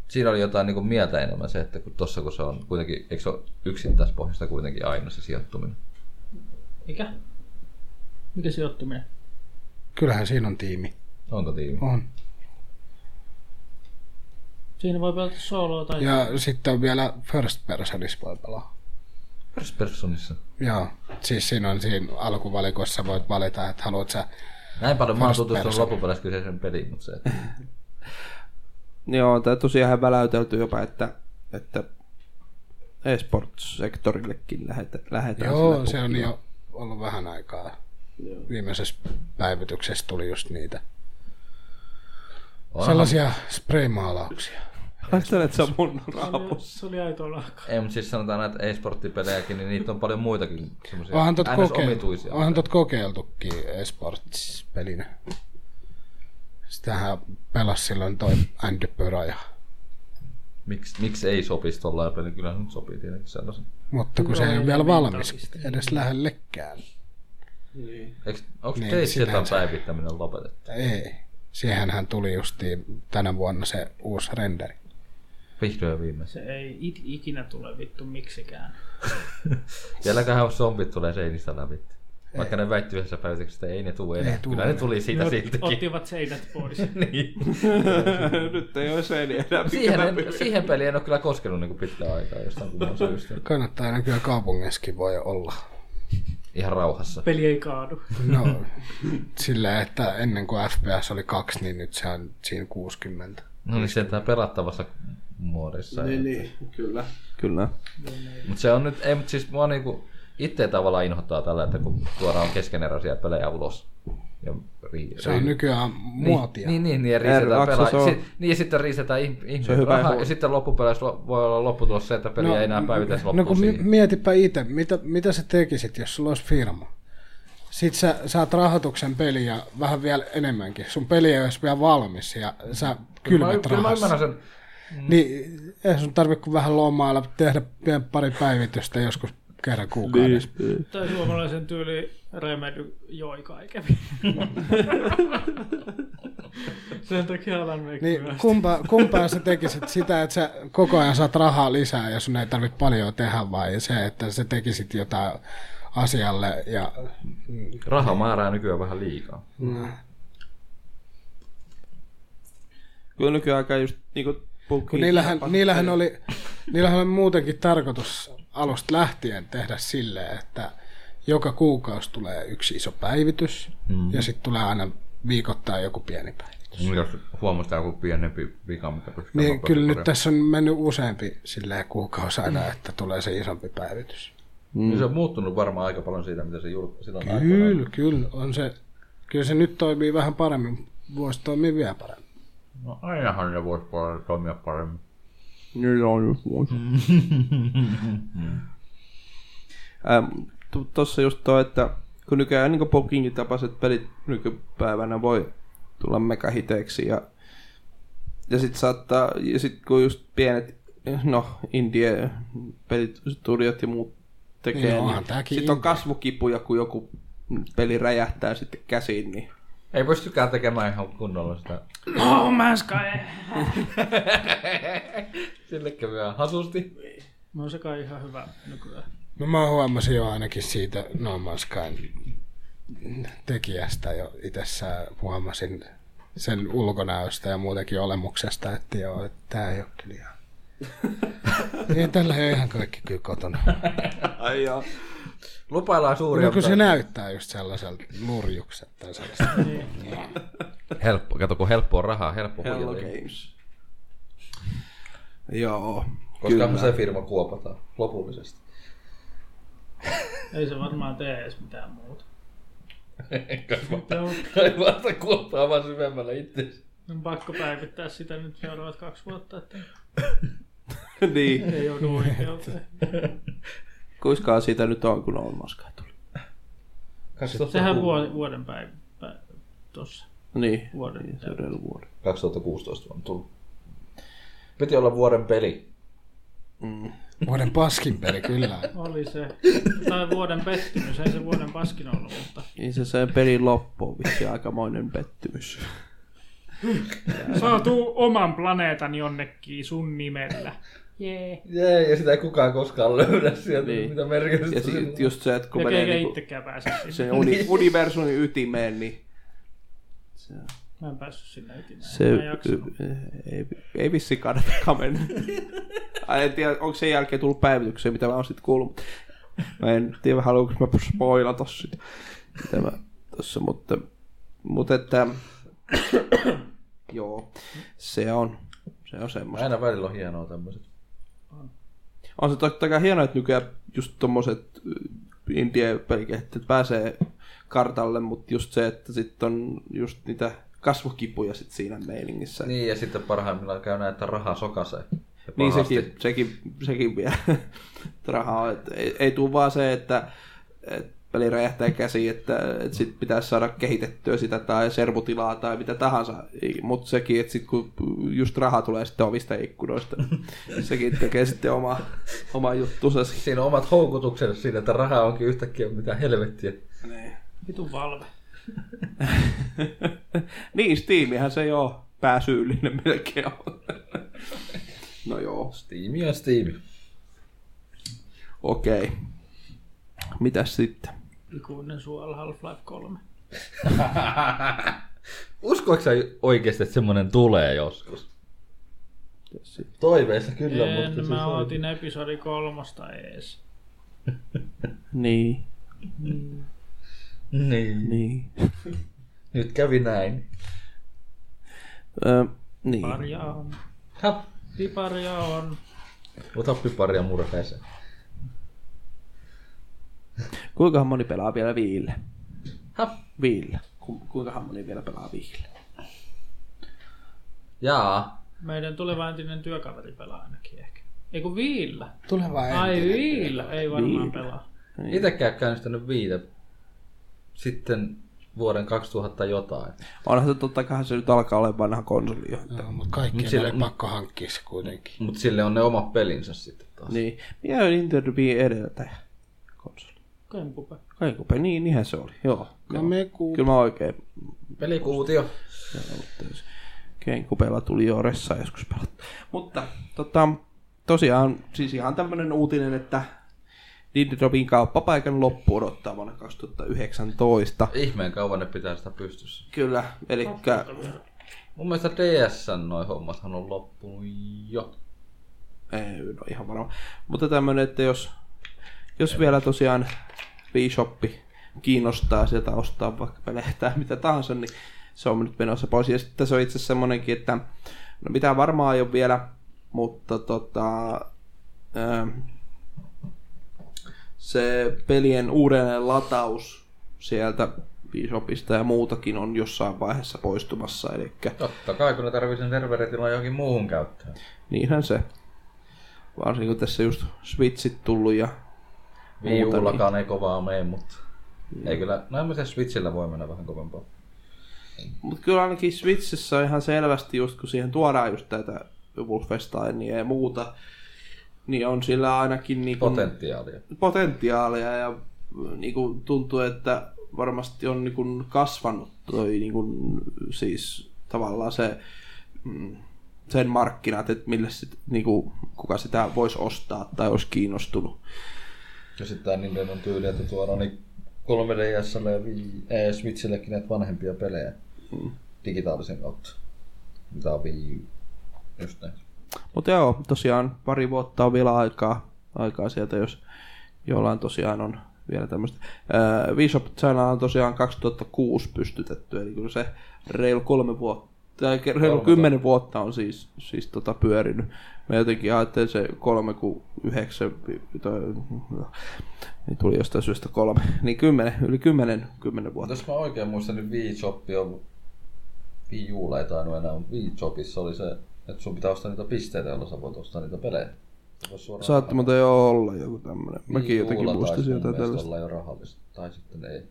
Speaker 5: Siinä oli jotain niinku mieltä enemmän se, että kun tossa kun se on kuitenkin, eikö se ole yksittäispohjasta kuitenkin aina se sijoittuminen?
Speaker 4: Mikä? Mikä sijoittuminen?
Speaker 2: Kyllähän siinä on tiimi.
Speaker 5: Onko tiimi?
Speaker 2: On.
Speaker 4: Siinä voi pelata soloa tai...
Speaker 2: Ja sitten on vielä first personissa voi pelaa.
Speaker 5: First personissa.
Speaker 2: Joo, siis siinä on siinä alkuvalikossa voit valita, että haluat sä...
Speaker 5: Näin paljon mä oon
Speaker 2: First
Speaker 5: tutustunut
Speaker 2: person.
Speaker 5: loppupeleissä kyseisen peliin, mutta se...
Speaker 3: Joo, tämä tosiaan ihan väläytelty jopa, että, että esports-sektorillekin lähetä, lähetään
Speaker 2: Joo,
Speaker 3: sillä
Speaker 2: se on niin.
Speaker 3: pukilla.
Speaker 2: jo ollut vähän aikaa. Viimeisessä päivityksessä tuli just niitä
Speaker 5: Onhan-
Speaker 2: sellaisia spraymaalauksia.
Speaker 3: Ajattelen, että se on mun
Speaker 4: Se oli,
Speaker 3: raapus.
Speaker 4: se oli aito lahka.
Speaker 5: Ei, mutta siis sanotaan näitä e-sporttipelejäkin, niin niitä on paljon muitakin semmoisia
Speaker 2: Onhan tot, kokeil-
Speaker 5: omituisia.
Speaker 2: onhan tot kokeiltukin esports-pelinä. Sitähän pelasi silloin toi Andy Pyraja.
Speaker 5: Miksi miks ei sopisi tollain peli? Kyllä nyt sopii tietenkin sellaisen.
Speaker 2: Mutta kun se ei ole vielä valmis edes lähellekään.
Speaker 5: Eikö, onko
Speaker 2: Niin,
Speaker 5: niin, Days Zetan
Speaker 2: sinänsä.
Speaker 5: päivittäminen lopetettu?
Speaker 2: Ei. Siihenhän tuli justiin tänä vuonna se uusi renderi.
Speaker 5: Vihdoin ja viimeisen.
Speaker 4: Se ei it, ikinä tule vittu miksikään.
Speaker 5: Vieläköhän zombit tulee seinistä läpi. Vaikka ne väitti yhdessä päivityksessä, että ei ne tule enää.
Speaker 2: tuu
Speaker 5: Kyllä ne
Speaker 2: enää.
Speaker 5: tuli siitä
Speaker 4: No, Ne ot-
Speaker 5: siltikin.
Speaker 4: ottivat seinät pois.
Speaker 5: niin.
Speaker 3: Nyt ei ole seiniä enää. mikä
Speaker 5: siihen,
Speaker 3: mä
Speaker 5: en,
Speaker 3: pyydän.
Speaker 5: siihen peliin en ole kyllä koskenut niin pitkään aikaa jostain kumman syystä.
Speaker 2: Kannattaa aina kyllä kaupungissakin voi olla.
Speaker 5: Ihan rauhassa.
Speaker 4: Peli ei kaadu.
Speaker 2: No, sillä että ennen kuin FPS oli kaksi, niin nyt se on siinä 60.
Speaker 5: No niin, sieltä pelattavassa muodossa.
Speaker 3: Niin, niin, kyllä. Kyllä.
Speaker 5: Mutta se on nyt, ei, mut siis mua niinku itse tavallaan inhottaa tällä, että kun tuodaan keskeneräisiä pelejä ulos. Ja ri-
Speaker 2: Se on nykyään muotia.
Speaker 5: Niin, niin, niin, ja
Speaker 3: R2
Speaker 5: riistetään pelaa.
Speaker 3: se on-
Speaker 5: Si- niin, ja sitten riistetään ihm-
Speaker 3: on
Speaker 5: ihmisiä
Speaker 3: hyvä
Speaker 5: rahaa,
Speaker 3: huoli.
Speaker 5: ja sitten loppupeleissä lo- voi olla lopputulos se, että peli ei enää päivitä, se
Speaker 2: No
Speaker 5: loppuu
Speaker 2: kun mi-
Speaker 5: siihen.
Speaker 2: mietipä itse, mitä, mitä sä tekisit, jos sulla olisi firma? Sitten sä saat rahoituksen peliin ja vähän vielä enemmänkin. Sun peli ei olisi vielä valmis ja sä
Speaker 5: Mä,
Speaker 2: kylmät
Speaker 5: kyllä mä
Speaker 2: rahassa.
Speaker 5: ymmärrän sen.
Speaker 2: Niin ei sun tarvitse kuin vähän lomailla, tehdä pian pari päivitystä joskus kerran
Speaker 5: Niin.
Speaker 2: kuukaudessa.
Speaker 4: Tai suomalaisen tyyli Remedy joi kaiken. Sen takia alan
Speaker 2: Niin
Speaker 4: niin, kun...
Speaker 2: kumpa, kumpaa sä tekisit sitä, että sä koko ajan saat rahaa lisää ja sun ei tarvitse paljon tehdä vai se, että sä tekisit jotain asialle ja
Speaker 5: Raha määrää nykyään vähän liikaa.
Speaker 3: Kyllä nykyaikaan just niinku
Speaker 2: Kun
Speaker 3: pukki.
Speaker 2: niillähän, niillähän, oli, niillähän oli muutenkin tarkoitus alusta lähtien tehdä silleen, että joka kuukausi tulee yksi iso päivitys mm. ja sitten tulee aina viikoittain joku pieni päivitys.
Speaker 5: Jos huomataan joku pienempi vika, mikä pystyy
Speaker 2: Niin
Speaker 5: nopeasti
Speaker 2: kyllä nyt
Speaker 5: korjaamaan.
Speaker 2: tässä on mennyt useampi silleen kuukausi aina, että tulee se isompi päivitys.
Speaker 5: Niin se on muuttunut varmaan aika paljon siitä, mitä se julk... silloin aikoinaan.
Speaker 2: Kyllä, kyllä. On se, kyllä se nyt toimii vähän paremmin. Voisi toimia vielä paremmin.
Speaker 5: No ainahan ne voisi toimia paremmin.
Speaker 3: Niillä on just vuosi.
Speaker 2: Mm.
Speaker 3: Tuossa Ähm, just toi, että kun nykyään niin Pokinkin tapaiset pelit nykypäivänä voi tulla megahiteiksi ja, ja sitten saattaa, ja sit kun just pienet, no indie pelistudiot ja muut
Speaker 2: Niin,
Speaker 3: tekee,
Speaker 2: no,
Speaker 3: niin,
Speaker 2: onhan tääkin
Speaker 3: sitten on
Speaker 2: indie.
Speaker 3: kasvukipuja, kun joku peli räjähtää sitten käsiin, niin
Speaker 5: Ei pystykään tekemään ihan kunnolla sitä.
Speaker 4: No Man's Sky!
Speaker 5: Sille kävyään hasusti.
Speaker 4: No se kai ihan hyvä nykyään.
Speaker 2: No mä huomasin jo ainakin siitä No Man's Skyn tekijästä jo itsessään huomasin sen ulkonäöstä ja muutenkin olemuksesta, että joo, että tää ei ole kyllä ihan... Niin, tällä ei ole ihan kaikki kyllä kotona.
Speaker 3: ai joo.
Speaker 5: Lupaillaan suuria.
Speaker 2: No kun se
Speaker 5: mutta-
Speaker 2: näyttää just sellaiselta nurjukselta tai sellaiselta.
Speaker 5: Helppo, kato kun helppo on rahaa, helppo
Speaker 3: Hello
Speaker 5: huijata.
Speaker 3: Games. Joo,
Speaker 5: Koska se firma kuopataan lopullisesti.
Speaker 4: Ei se varmaan tee edes mitään muuta.
Speaker 5: Ei vasta kuoppaa vaan syvemmälle itse.
Speaker 4: On pakko päivittää sitä nyt seuraavat kaksi vuotta, että
Speaker 3: niin.
Speaker 4: ei joudu oikeuteen.
Speaker 3: Kuiskaa siitä nyt on, kun on maskaa tuli.
Speaker 4: Sehän vuoden, vuoden päivä. Pä, tossa.
Speaker 3: Niin,
Speaker 4: Vuoden.
Speaker 3: se on reilu vuoden.
Speaker 5: 2016 on tullut. Piti olla vuoden peli.
Speaker 2: Vuoden paskin peli kyllä.
Speaker 4: Oli se. Tai vuoden pettymys. Ei se vuoden paskin ollut, mutta
Speaker 3: Niin se sen pelin loppu on vitsi aikamoinen pettymys.
Speaker 4: Saatuu oman planeetan jonnekin sun nimellä. Jee.
Speaker 5: Jee, ja sitä ei kukaan koskaan löydä sieltä,
Speaker 3: Niin.
Speaker 5: mitä merkitystä
Speaker 3: Ja
Speaker 5: sillä
Speaker 3: sit just se, että kun
Speaker 4: Ja
Speaker 3: menee
Speaker 4: eikä
Speaker 3: niinku
Speaker 4: itsekään pääse sinne.
Speaker 3: sen uni, universumin ytimeen, niin Se,
Speaker 4: Mä en päässyt sinne ikinä.
Speaker 3: se
Speaker 4: Mä en jaksanut.
Speaker 3: ei, ei vissiin kannatakaan mennä. Ai, en tiedä, onko sen jälkeen tullut päivityksiä, mitä mä oon sitten kuullut. mutta Mä en tiedä, haluanko mä spoilata sitä, mitä mä tossa, mutta, mutta että, joo, se on, se on semmoista.
Speaker 5: Aina välillä on hienoa tämmöiset.
Speaker 3: On se totta kai hienoa, että nykyään just tommoset äh, indie pelikehittäjät pääsee kartalle, mutta just se, että sitten on just niitä kasvokipuja sit siinä meiningissä. Niin,
Speaker 5: Niin, ja sitten parhaimmillaan käy näin, että raha sokasee. Ja
Speaker 3: niin
Speaker 5: pahasti.
Speaker 3: sekin, sekin, sekin vielä rahaa. Et ei, ei tule vaan se, että et peli räjähtää käsiin, että et sit pitäisi saada kehitettyä sitä tai servotilaa tai mitä tahansa. Mutta sekin, että sit kun just raha tulee sitten ovista ja ikkunoista, niin sekin tekee sitten oma, oma juttunsa. siihen.
Speaker 5: Siinä on omat houkutuksensa siinä, että raha onkin yhtäkkiä mitä helvettiä.
Speaker 4: Vitu valve.
Speaker 3: niin, Steamihän se joo, pääsyyllinen melkein on. no joo,
Speaker 5: Steam ja Steam.
Speaker 3: okei. Okay. Mitäs sitten?
Speaker 4: Ikuinen suola Half-Life 3.
Speaker 5: Uskoiko sä oikeasti, että semmonen tulee joskus?
Speaker 3: Mitäs sitten?
Speaker 5: Toiveessa kyllä,
Speaker 4: en,
Speaker 5: mutta
Speaker 4: mä
Speaker 5: siis
Speaker 4: otin episodi kolmosta ees.
Speaker 3: Niin,
Speaker 5: niin.
Speaker 3: niin.
Speaker 5: Nyt kävi näin.
Speaker 3: Ö, niin.
Speaker 4: Parja on.
Speaker 5: Häh?
Speaker 4: Piparja on.
Speaker 5: Ota piparia murheeseen.
Speaker 3: Kuinka moni pelaa vielä viille?
Speaker 5: Häh?
Speaker 3: Viille. Ku, kuinka moni vielä pelaa viille?
Speaker 5: Jaa.
Speaker 4: Meidän tuleva entinen työkaveri pelaa ainakin ehkä. Ei kun Viillä.
Speaker 2: Tuleva
Speaker 4: Ai
Speaker 2: entinen.
Speaker 4: Viillä. Ei varmaan pelaa.
Speaker 5: Itekään käynnistänyt viite sitten vuoden 2000 jotain.
Speaker 3: Onhan se totta kai se nyt alkaa olla vanha konsoli jo.
Speaker 2: Joo, mutta kaikki
Speaker 5: Mut sillä-
Speaker 2: on pakko hankkia se kuitenkin.
Speaker 5: Mutta sille on ne omat pelinsä sitten taas.
Speaker 3: Niin. Mikä on Nintendo Wii edeltäjä konsoli?
Speaker 4: Kempupe.
Speaker 3: Kaikupe, niin, niinhän se oli. Joo.
Speaker 2: No me kuulemme.
Speaker 3: Kyllä mä oikein
Speaker 5: Pelikuutio.
Speaker 3: Kenkupella tuli jo ressa joskus pelattu. Mutta tota, tosiaan siis ihan tämmöinen uutinen, että Dindropin kauppapaikan loppu odottaa vuonna 2019.
Speaker 5: Ihmeen kauan ne pitää sitä pystyssä.
Speaker 3: Kyllä, eli
Speaker 5: Mun mielestä DSn noi hommathan on loppunut jo.
Speaker 3: ei no ihan varma. Mutta tämmöinen, että jos, jos vielä tosiaan Bishoppi kiinnostaa sieltä ostaa vaikka pelejä tai mitä tahansa, niin se on nyt menossa pois. Ja sitten se on itse asiassa semmonenkin, että no mitä varmaan ei ole vielä, mutta tota, ähm, se pelien uudelleen lataus sieltä Bishopista ja muutakin on jossain vaiheessa poistumassa. Eli
Speaker 5: Totta kai, kun ne tarvii sen serveritila johonkin muuhun käyttöön.
Speaker 3: Niinhän se. Varsinkin kun tässä just Switchit tullut ja
Speaker 5: Viiullakaan ei kovaa mene, mutta... Ei kyllä, no en mä tiedä, Switchillä voi mennä vähän kovempaa.
Speaker 3: Mutta kyllä ainakin Switchissä on ihan selvästi just kun siihen tuodaan just tätä Wolfensteinia ja muuta, niin on sillä ainakin niinku
Speaker 5: Potentiaalia.
Speaker 3: potentiaalia ja niinku tuntuu, että varmasti on niinku kasvanut toi niinku, siis tavallaan se mm, sen markkinat, että millä sit, niinku, kuka sitä voisi ostaa tai olisi kiinnostunut.
Speaker 5: Ja sitten tää Nintendon tyyli, että tuodaan niin 3DSlle ja Wii- eh, Switchillekin näitä vanhempia pelejä
Speaker 3: Mm.
Speaker 5: digitaalisen kautta. Mitä on Wii U. Just näin.
Speaker 3: Mutta joo, tosiaan pari vuotta on vielä aikaa, aikaa sieltä, jos jollain tosiaan on vielä tämmöistä. Äh, Bishop China on tosiaan 2006 pystytetty, eli kyllä se reilu kolme vuotta, tai ke- reilu kymmenen vuotta on siis, siis tota pyörinyt. Mä jotenkin ajattelin se kolme kuin yhdeksän, vi- tai, niin tuli jostain syystä kolme, niin kymmenen, yli kymmenen, kymmenen
Speaker 5: Mutta
Speaker 3: vuotta.
Speaker 5: jos mä oikein muistan, niin Wii Shop on... Wii Ulla ei tainnut enää, mutta Wii Shopissa oli se, että sun pitää ostaa niitä pisteitä, joilla sä voit ostaa niitä pelejä. Vois suoraan-
Speaker 3: Saatti muuten jo olla joku tämmönen. Mäkin
Speaker 5: Wii
Speaker 3: jotenkin
Speaker 5: Niin, Ulla taisi
Speaker 3: muistasin
Speaker 5: mun
Speaker 3: jotain
Speaker 5: mielestä
Speaker 3: tällaista.
Speaker 5: olla jo rahallista, tai sitten ei.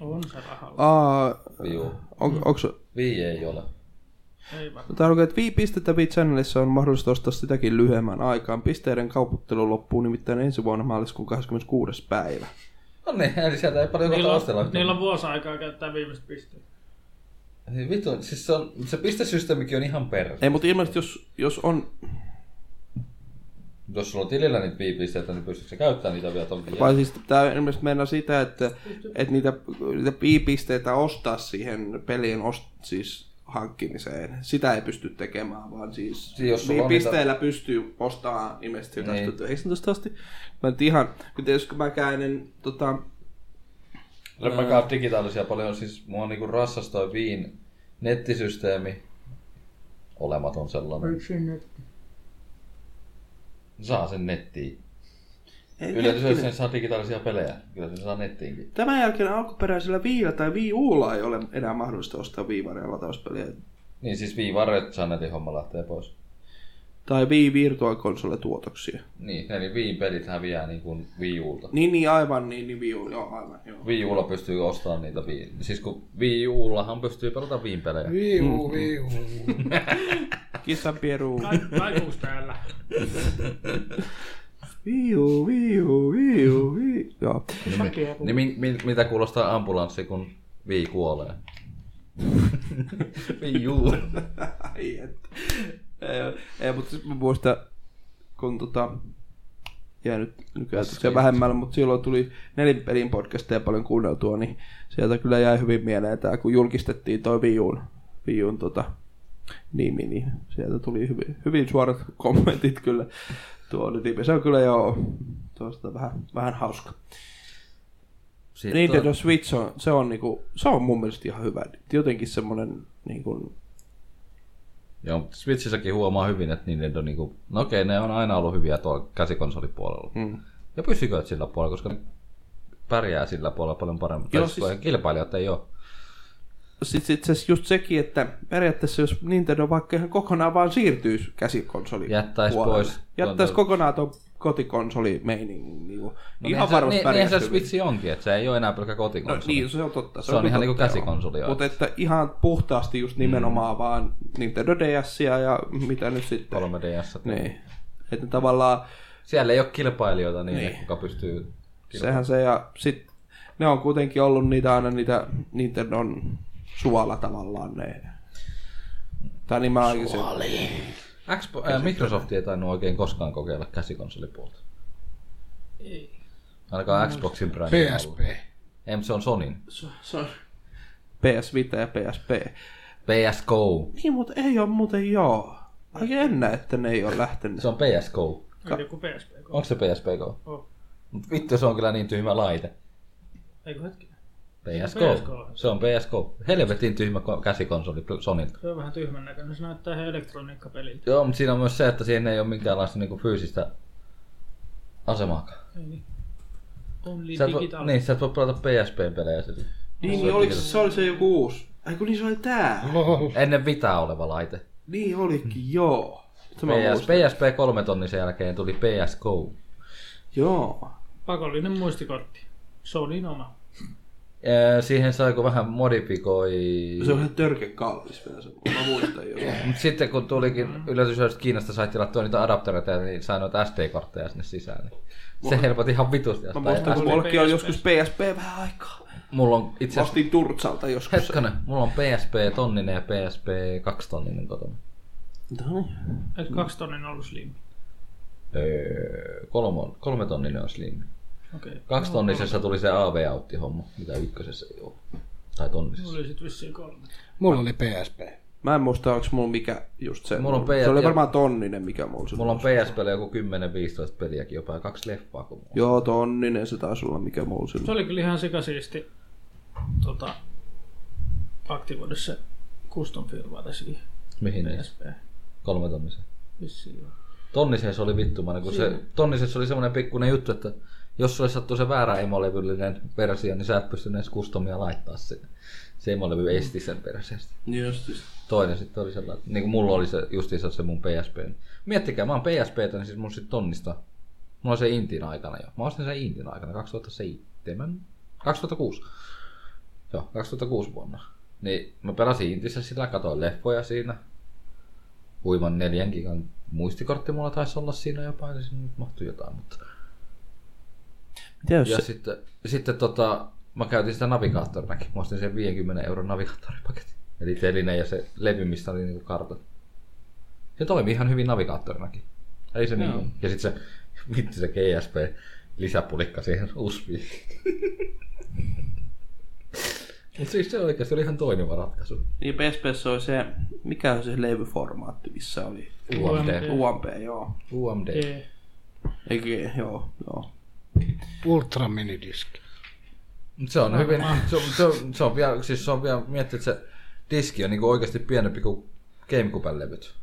Speaker 4: On se rahalla.
Speaker 3: Aa,
Speaker 5: Wii U.
Speaker 3: on, onko se
Speaker 5: Wii ei ole.
Speaker 3: Ah.
Speaker 4: Ei varmaan.
Speaker 3: Täällä lukee, että viipistettä V-Channelissa on mahdollista ostaa sitäkin lyhyemmän aikaan. Pisteiden kauputtelu loppuu nimittäin ensi vuonna maaliskuun 26. päivä.
Speaker 5: No niin, eli sieltä ei paljon kohta
Speaker 4: Niillä on,
Speaker 5: ostella. yhtään.
Speaker 4: niillä on vuosi aikaa käyttää viimeistä pisteet.
Speaker 5: Ei Vittu, siis se, on, se pistesysteemikin on ihan perä.
Speaker 3: Ei, mutta ilmeisesti jos, jos on...
Speaker 5: Mut Jos sulla on tilillä niitä viipisteitä, niin pystytkö sä käyttämään niitä vielä ton
Speaker 3: Vai siis tämä ilmeisesti meinaa sitä, että, että niitä, niitä piipisteitä ostaa siihen pelien ost, siis hankkimiseen. Sitä ei pysty tekemään, vaan siis
Speaker 5: Siis jos sulla
Speaker 3: niin
Speaker 5: on
Speaker 3: pisteillä niitä... pystyy ostamaan ilmeisesti jotain
Speaker 5: Niin.
Speaker 3: 19 asti. Mä nyt ihan, kun tietysti kun mä käyn, tota,
Speaker 5: Kyllä mä käyn digitaalisia paljon, siis mua niinku rassas toi Viin nettisysteemi, olematon sellainen. Saa sen nettiin.
Speaker 3: ei,
Speaker 5: Yllätys, jos
Speaker 3: hetkinen.
Speaker 5: sen saa digitaalisia pelejä, kyllä sen saa nettiinkin.
Speaker 3: Tämän jälkeen alkuperäisellä viillä tai Wii Ulla ei ole enää mahdollista ostaa viivaria latauspelejä.
Speaker 5: Niin siis viivaret saa netin homma lähtee pois.
Speaker 3: Tai Wii Virtual Console tuotoksia.
Speaker 5: Niin, eli Viin pelit häviää niin kuin Wii Ulta.
Speaker 3: Niin, niin aivan, niin, niin Wii U, joo aivan, joo.
Speaker 5: Wii Ulla pystyy ostamaan niitä Wii. Siis kun Wii Ullahan pystyy pelata Viin pelejä.
Speaker 2: Viu, viu.
Speaker 3: Kissan pieru.
Speaker 4: Kai- Kaikuus täällä.
Speaker 3: No Viu, viu, viu, viu. Joo.
Speaker 5: Niin mi, mi, mitä kuulostaa ambulanssi, kun Vii kuolee? Vii U.
Speaker 3: Ai että. Ei, ei, mutta siis mä muistan, kun tota, jää nyt nykyään se vähemmällä, mutta silloin tuli nelin pelin podcasteja paljon kuunneltua, niin sieltä kyllä jäi hyvin mieleen tämä, kun julkistettiin toi Viun, Viun tota, nimi, niin sieltä tuli hyvin, hyvin suorat kommentit kyllä tuolle nimi. Se on kyllä joo, tuosta vähän, vähän hauska.
Speaker 5: Sitten
Speaker 3: Nintendo Switch on, se on, niinku, se on mun mielestä ihan hyvä. Jotenkin semmonen niinku,
Speaker 5: Joo, mutta Switchissäkin huomaa hyvin, että Nintendo niinku... No okei, ne on aina ollut hyviä tuolla käsikonsolipuolella.
Speaker 3: Mm.
Speaker 5: Ja pysykööt sillä puolella, koska ne pärjää sillä puolella paljon paremmin.
Speaker 3: Joo,
Speaker 5: Joo, siis...
Speaker 3: siis-
Speaker 5: Kilpailijat ei ole.
Speaker 3: sitten Siis itse asiassa just sekin, että periaatteessa jos Nintendo vaikka ihan kokonaan vaan siirtyisi käsikonsoliin.
Speaker 5: Jättäis pois
Speaker 3: Jättäisi
Speaker 5: tuon-
Speaker 3: kokonaan tuon kotikonsoli meiningin. Niin no ihan
Speaker 5: niinhän se-
Speaker 3: varmasti
Speaker 5: niin-
Speaker 3: pärjäs
Speaker 5: niinhän se
Speaker 3: hyvin.
Speaker 5: Switch onkin, että se ei ole enää pelkkä kotikonsoli.
Speaker 3: No, niin, se on totta.
Speaker 5: Se on ihan
Speaker 3: totta,
Speaker 5: niinku
Speaker 3: joo.
Speaker 5: käsikonsoli, joo.
Speaker 3: Mutta että ihan puhtaasti just nimenomaan mm. vaan Nintendo DSia ja mitä nyt sitten.
Speaker 5: 3DS.
Speaker 3: Niin. Että tavallaan
Speaker 5: Siellä ei ole kilpailijoita niin,
Speaker 3: Niin.
Speaker 5: niin. kuka pystyy...
Speaker 3: Sehän se, ja sit ne on kuitenkin ollut niitä aina niitä Nintendon suola tavallaan ne. Tai niin mä ainakin se,
Speaker 5: Xbox, äh, Microsoft ei tainnut oikein koskaan kokeilla käsikonsolipuolta.
Speaker 4: Ei.
Speaker 5: Ainakaan Xboxin brändi.
Speaker 2: PSP.
Speaker 5: Ei, mutta se on Sonin.
Speaker 3: se on PS Vita ja PSP.
Speaker 5: PSGO.
Speaker 3: Niin, mutta ei ole muuten joo. Ai ennä, että ne ei ole lähtenyt.
Speaker 5: Se on PSGO.
Speaker 4: Oli joku PSP.
Speaker 5: Onko se PSP Go?
Speaker 4: Oh.
Speaker 5: Mut vittu, se on kyllä niin tyhmä laite.
Speaker 4: Eikö hetkinen?
Speaker 5: PSK.
Speaker 4: PSGO.
Speaker 5: Se on PSK. Helvetin tyhmä ko- käsikonsoli pl- Sonilta.
Speaker 4: Se on vähän tyhmän näköinen. Se näyttää ihan elektroniikkapeliltä.
Speaker 5: Joo, mutta siinä on myös se, että siihen ei ole minkäänlaista niinku fyysistä asemaakaan.
Speaker 4: Ei niin. Only
Speaker 5: Sä et, voi,
Speaker 4: digital.
Speaker 5: niin, sä et voi pelata PSP-pelejä sillä.
Speaker 3: Niin, niin oliko se, se oli se joku uusi? Ai kun niin se oli tää.
Speaker 2: Lol.
Speaker 5: Ennen vitaa oleva laite.
Speaker 3: Niin
Speaker 5: Mm.
Speaker 3: olikin, joo. Tämä
Speaker 5: PS, PSP 3 tonnin sen jälkeen tuli PSGO.
Speaker 3: Joo.
Speaker 4: Pakollinen muistikortti. Sonyin oma.
Speaker 5: Ee, siihen saiko vähän modifikoi...
Speaker 3: Se on ihan törkeä kallis vielä se. Mä muistan jo.
Speaker 5: Mut sitten kun tulikin yllätys, että Kiinasta sait tilattua niitä adaptereita, niin sai noita SD-kortteja sinne sisään. Niin. Se helpotti ihan vitusti.
Speaker 3: Mä
Speaker 5: jostain.
Speaker 3: muistan, kun
Speaker 4: oli
Speaker 3: mullakin oli
Speaker 4: PSP.
Speaker 3: joskus PSP vähän aikaa.
Speaker 5: Mulla on itse
Speaker 3: Mä
Speaker 5: asiassa...
Speaker 3: ostin Turtsalta joskus.
Speaker 5: Hetkonen, mulla on PSP tonninen ja PSP 2 tonninen kotona.
Speaker 3: No niin.
Speaker 4: Eikö kaksi tonnin ollut slim?
Speaker 5: Öö, kolme, kolme tonninen on slim.
Speaker 4: Okei. Okay.
Speaker 5: Kaksi tonnisessa tuli se AV-autti homma, mitä ykkösessä ei ole. Tai tonnisessa.
Speaker 4: Oli sit vissiin kolme.
Speaker 2: Mulla oli PSP.
Speaker 3: Mä en muista, onko mulla mikä just se.
Speaker 5: Mulla on
Speaker 3: Se
Speaker 5: PS-
Speaker 3: oli
Speaker 5: ja-
Speaker 3: varmaan tonninen, mikä mulla se.
Speaker 5: Mulla on PSP joku 10-15 peliäkin jopa ja kaksi leffaa kun mulla.
Speaker 3: Joo, tonninen se taisi olla, mikä mulla
Speaker 4: Se
Speaker 3: sillä.
Speaker 4: oli kyllä ihan sikasiisti tota, aktivoida se custom firmaa siihen
Speaker 5: Mihin ne?
Speaker 4: PSP.
Speaker 5: Kolme tonnisen.
Speaker 4: Vissiin joo.
Speaker 5: Tonnisessa oli vittumainen, kun se, tonnisessa oli semmoinen pikkuinen juttu, että jos sulle sattuu se väärä emolevyllinen versio, niin sä et pystynyt edes customia laittaa sinne. Se emolevy esti sen peräisesti.
Speaker 4: Niin
Speaker 3: Just
Speaker 5: Toinen sitten oli sellainen, niin kuin mulla oli se justiinsa se mun PSP. Miettikää, mä oon PSPtä, niin siis mun sit tonnista. Mulla on se Intin aikana jo. Mä ostin sen Intin aikana 2007, 2006. Joo, 2006 vuonna. Niin mä pelasin Intissä sillä, katoin leffoja siinä. Huiman neljän gigan muistikortti mulla taisi olla siinä jopa, niin sinne nyt mahtui jotain, mutta...
Speaker 3: Mitä jos
Speaker 5: Ja
Speaker 3: se...
Speaker 5: sitten, sitten tota, mä käytin sitä navigaattorinakin. Mä ostin sen 50 euron navigaattoripaketin. Eli teline ja se levy, mistä oli niinku kartat. Se toimi ihan hyvin navigaattorinakin. Ei se niin.
Speaker 4: Joo.
Speaker 5: Ja sitten se, vittu se GSP, lisäpulikka siihen USBiin. Mutta siis se oikeasti oli ihan toimiva ratkaisu.
Speaker 3: Niin PSPssä oli se, mikä on se levyformaatti, missä oli?
Speaker 5: UMD.
Speaker 3: UMP, joo.
Speaker 5: UMD.
Speaker 4: Ei.
Speaker 3: Eikä, joo, joo.
Speaker 2: Ultra minidiski.
Speaker 5: Mut Se on hyvin, se on, se on, se on vielä, siis se on vielä, miettii, että se diski on niinku oikeasti pienempi kuin GameCube-levyt.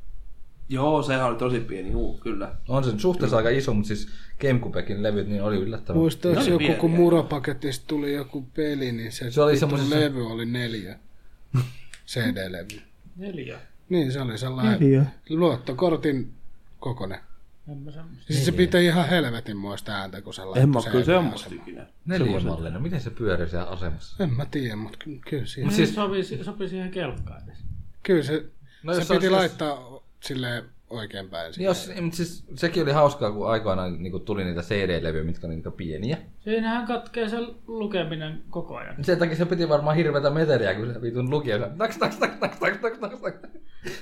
Speaker 3: Joo, sehän oli tosi pieni, juu, kyllä.
Speaker 5: On se nyt suhteessa aika iso, mutta siis GameCubekin levyt niin oli yllättävän.
Speaker 2: Muistaaks
Speaker 3: Ne oli
Speaker 2: joku,
Speaker 3: pieniä.
Speaker 2: kun murapaketista tuli joku peli, niin se,
Speaker 5: Se oli
Speaker 2: vitun
Speaker 5: semmosessa-
Speaker 2: levy oli neljä. CD-levy.
Speaker 4: Neljä.
Speaker 2: Niin, se oli sellainen luottokortin kokonen.
Speaker 4: En mä semmoista.
Speaker 2: Siis se pitää ihan helvetin muista ääntä, kun se laittoi
Speaker 3: En mä
Speaker 2: sen
Speaker 3: kyllä
Speaker 2: ääneen
Speaker 3: semmoista
Speaker 2: asemaan.
Speaker 3: ikinä.
Speaker 5: Neljämallinen, miten se pyörii siellä asemassa?
Speaker 2: En mä tiedä, mutta ky- kyllä, siinä,
Speaker 4: Niin
Speaker 5: siis-
Speaker 4: siis... sopii, sopii siihen kelkkaan edes.
Speaker 2: kyllä se,
Speaker 5: No
Speaker 2: no, se piti
Speaker 5: jos se olisi-
Speaker 2: olisi... laittaa silleen oikein päin.
Speaker 5: Niin Jos, mutta siis, sekin oli hauskaa, kun aikoinaan niin kuin tuli niitä CD-levyjä, mitkä oli niitä pieniä.
Speaker 4: Siinähän katkee se lukeminen koko ajan.
Speaker 5: Sen takia se piti varmaan hirveätä meteriä, kun se vitun luki. ja se Naks, naks, naks, naks, naks, naks, naks, naks.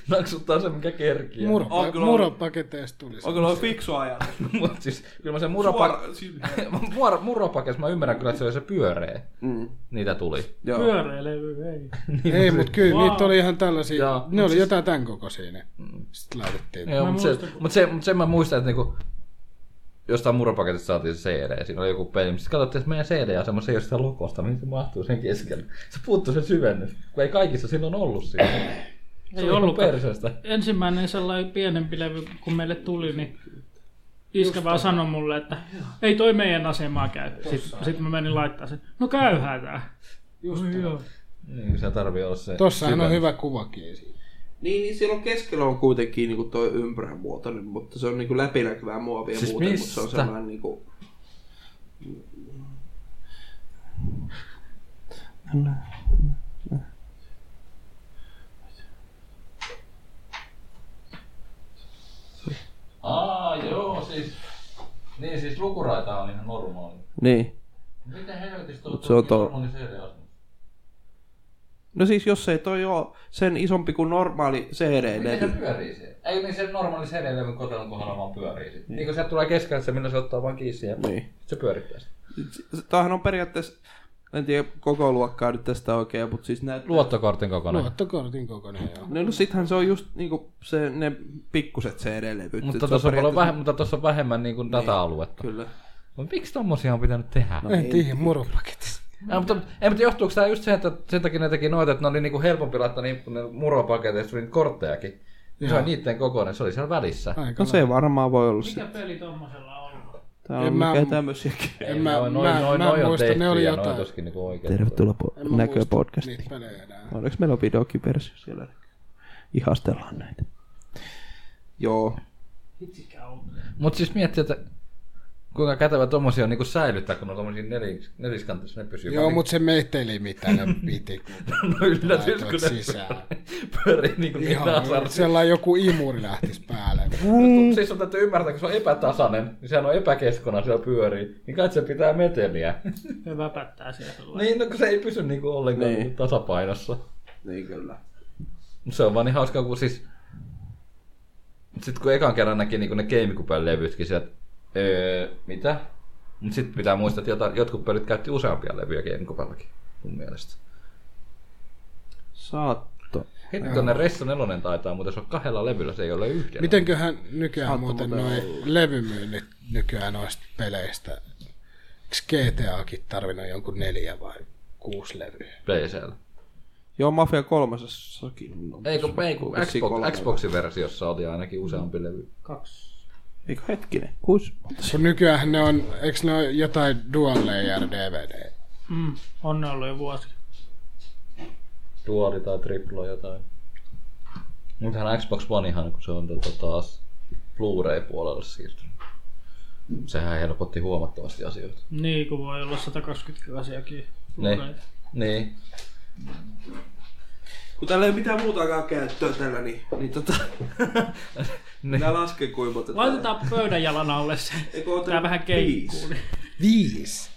Speaker 5: Naksuttaa se, mikä kerkiä.
Speaker 2: Murapa-
Speaker 3: On kyllä-
Speaker 2: Murapaketeista tuli se.
Speaker 3: Onko noin fiksu ajatus?
Speaker 5: Mut siis, kyllä mä sen murapak...
Speaker 3: Suora, siis,
Speaker 5: Muora, muropakes, mä ymmärrän kyllä, että se oli se pyöree.
Speaker 3: mm,
Speaker 5: Niitä tuli.
Speaker 3: joo.
Speaker 4: Pyöreä levy, ei.
Speaker 2: Ei, mutta kyllä
Speaker 4: Wow.
Speaker 2: niitä oli ihan tällaisia,
Speaker 5: Joo, mut
Speaker 2: ne oli
Speaker 5: siis- Mm.
Speaker 2: jotain tämän kokoisia ne. Sitten laitettiin.
Speaker 5: Joo,
Speaker 4: Mä
Speaker 5: mutta se,
Speaker 4: muistan.
Speaker 5: mut se, mut sen mä muistan, että niinku, jostain murapaketista saatiin se CD, siinä oli joku peli. Sitten katsottiin, että meidän CD-asemassa ei ole sitä lokosta, mihin se mahtuu sen keskelle. Se puuttuu se syvennys, kun ei kaikissa silloin ollut siinä. Se
Speaker 4: Ei
Speaker 5: oli ollut
Speaker 4: ollutkaan.
Speaker 5: perseestä.
Speaker 4: ensimmäinen sellainen pienempi levy, kun meille tuli, niin iskä vaan sanoi mulle, että ei toi meidän asemaa käy. Sitten sit mä menin laittaa sen. No käyhän tää. Just joo.
Speaker 5: Niin, se tarvii olla se
Speaker 2: Tossahan on
Speaker 5: syvennys.
Speaker 2: hyvä kuvakin siinä.
Speaker 3: Niin, niin silloin keskellä on kuitenkin niin tuo ympyrän muotoinen, mutta se on niin kuin läpinäkyvää muovia
Speaker 5: Siis
Speaker 3: siis muuten, mutta se on
Speaker 5: mistä?
Speaker 3: sellainen niin kuin...
Speaker 5: Aa, joo, siis... Niin, siis lukuraita on ihan normaali.
Speaker 3: Niin.
Speaker 5: Miten helvetistä on
Speaker 3: Se on tuo-
Speaker 5: CD-asema?
Speaker 3: No siis jos ei toi ole sen isompi kuin normaali CD-levy.
Speaker 5: pyörii se? Ei niin se normaali CD-levyn kotelon kohdalla vaan pyörii sit. Niin kun se tulee keskellä, että se milloin se ottaa vaan kiinni ja
Speaker 3: Niin.
Speaker 5: se pyörittää sitä.
Speaker 3: Tämähän on periaatteessa, en tiedä koko luokkaa nyt tästä oikein, mutta siis näitä...
Speaker 5: Luottokortin kokonaan.
Speaker 2: Luottokortin kokoinen, joo.
Speaker 3: No, no sittenhän se on just niinku se, ne pikkuset CD-levyt.
Speaker 5: Mutta
Speaker 3: Et
Speaker 5: tuossa on, paljon
Speaker 3: periaatteessa-
Speaker 5: vähemmän, mutta tossa on vähemmän niin kuin data-aluetta.
Speaker 3: Kyllä.
Speaker 5: Mut Miksi tommosia on pitänyt tehdä? No.
Speaker 2: En tiedä, murupaketista.
Speaker 5: Ei, mutta, ei, mutta johtuuko tämä just se, että sen takia ne teki noita, että ne oli niinku helpompi laittaa niin, kun ne muropaketeista tuli niitä korttejakin. Joo. Se oli niiden kokoinen, se oli siellä välissä.
Speaker 2: Aika
Speaker 3: No se varmaan voi olla se.
Speaker 4: Mikä peli tommosella on ollut?
Speaker 3: Täällä
Speaker 2: En
Speaker 3: on
Speaker 2: mä-
Speaker 3: mikään tämmösiäkin.
Speaker 2: En mä,
Speaker 5: Noin-
Speaker 2: mä,
Speaker 5: noin-
Speaker 2: mä,
Speaker 5: noin on
Speaker 2: muistan,
Speaker 5: tehty
Speaker 2: ne oli
Speaker 5: ja noin
Speaker 2: jotain.
Speaker 5: tossakin niinku oikein.
Speaker 3: Tervetuloa
Speaker 2: En
Speaker 3: po-
Speaker 2: mä muista Niin.
Speaker 3: näköpodcastiin.
Speaker 2: niitä pelejä enää.
Speaker 3: Onneksi meillä on videokin versio siellä. Ihastellaan näitä. Joo.
Speaker 4: Hitsikä on.
Speaker 5: Mutta siis miettii, että kuinka kätevä tommosia on niinku säilyttää, kun ne on tommosia nelis, neliskantissa, ne pysyy
Speaker 2: Joo,
Speaker 5: vaan
Speaker 2: mutta se mehteli mitään ne piti, kun
Speaker 5: niinku- no yllätys, kun
Speaker 2: laitoit
Speaker 5: ne
Speaker 2: sisään.
Speaker 5: pyörii niinku niin
Speaker 2: Ihan
Speaker 5: tasaisesti.
Speaker 2: sellainen joku imuri lähtis päälle.
Speaker 3: Mm.
Speaker 5: Siis on täytyy ymmärtää, kun se on epätasainen, niin sehän on epäkeskona, siellä pyörii, niin kai se pitää meteliä.
Speaker 4: Ja väpättää sieltä. Niin.
Speaker 5: niin, no kun se ei pysy niinku ollenkaan
Speaker 3: Niin.
Speaker 5: niinku tasapainossa.
Speaker 3: Niin kyllä.
Speaker 5: Mut se on vaan niin hauskaa, kun siis... Sitten kun ekan kerran näki niinku ne GameCuben levytkin, sieltä, öö, mitä? Mut sitten pitää muistaa, että jotain, jotkut pelit käytti useampia levyjä GameCubellakin, mun mielestä.
Speaker 3: Saatto.
Speaker 5: Hitto, ne Resto 4 taitaa muuten se on kahdella levyllä, se ei ole yhdellä.
Speaker 2: Mitenköhän nykyään muuten
Speaker 3: muuten
Speaker 2: noin levymyynnit nykyään noista peleistä? Eiks GTAkin tarvinnut jonkun neljä vai kuusi levyä?
Speaker 5: PCllä?
Speaker 3: Joo, Mafia kolmasessakin. on-
Speaker 5: Ei kun, ei, kun
Speaker 3: Vissiin kolme-
Speaker 5: Xbox, Xboxin versiossa oli ainakin useampi levy.
Speaker 4: Kaksi.
Speaker 3: Eikö hetkinen? Kuus?
Speaker 2: Kun nykyään ne on, eiks ne ole jotain dual layer DVD?
Speaker 4: Mm, on ne ollut jo vuosi.
Speaker 5: Duali tai triplo jotain. Nythän Xbox Onehan, kun se on tota taas Blu-ray-puolelle siirtynyt. Sehän helpotti huomattavasti asioita.
Speaker 4: Niin, kun voi olla 120 asiakin.
Speaker 5: Niin.
Speaker 4: lukeneita.
Speaker 5: Niin.
Speaker 3: Kun täällä ei ole mitään muutakaan käyttöä tällä, niin, niin tota...
Speaker 5: Niin.
Speaker 3: Nää laske kuinka otetaan.
Speaker 4: Laitetaan pöydän jalan alle se.
Speaker 3: Eikö oota
Speaker 4: Tää vähän
Speaker 3: viisi?
Speaker 4: keikkuu. niin.
Speaker 2: Viisi!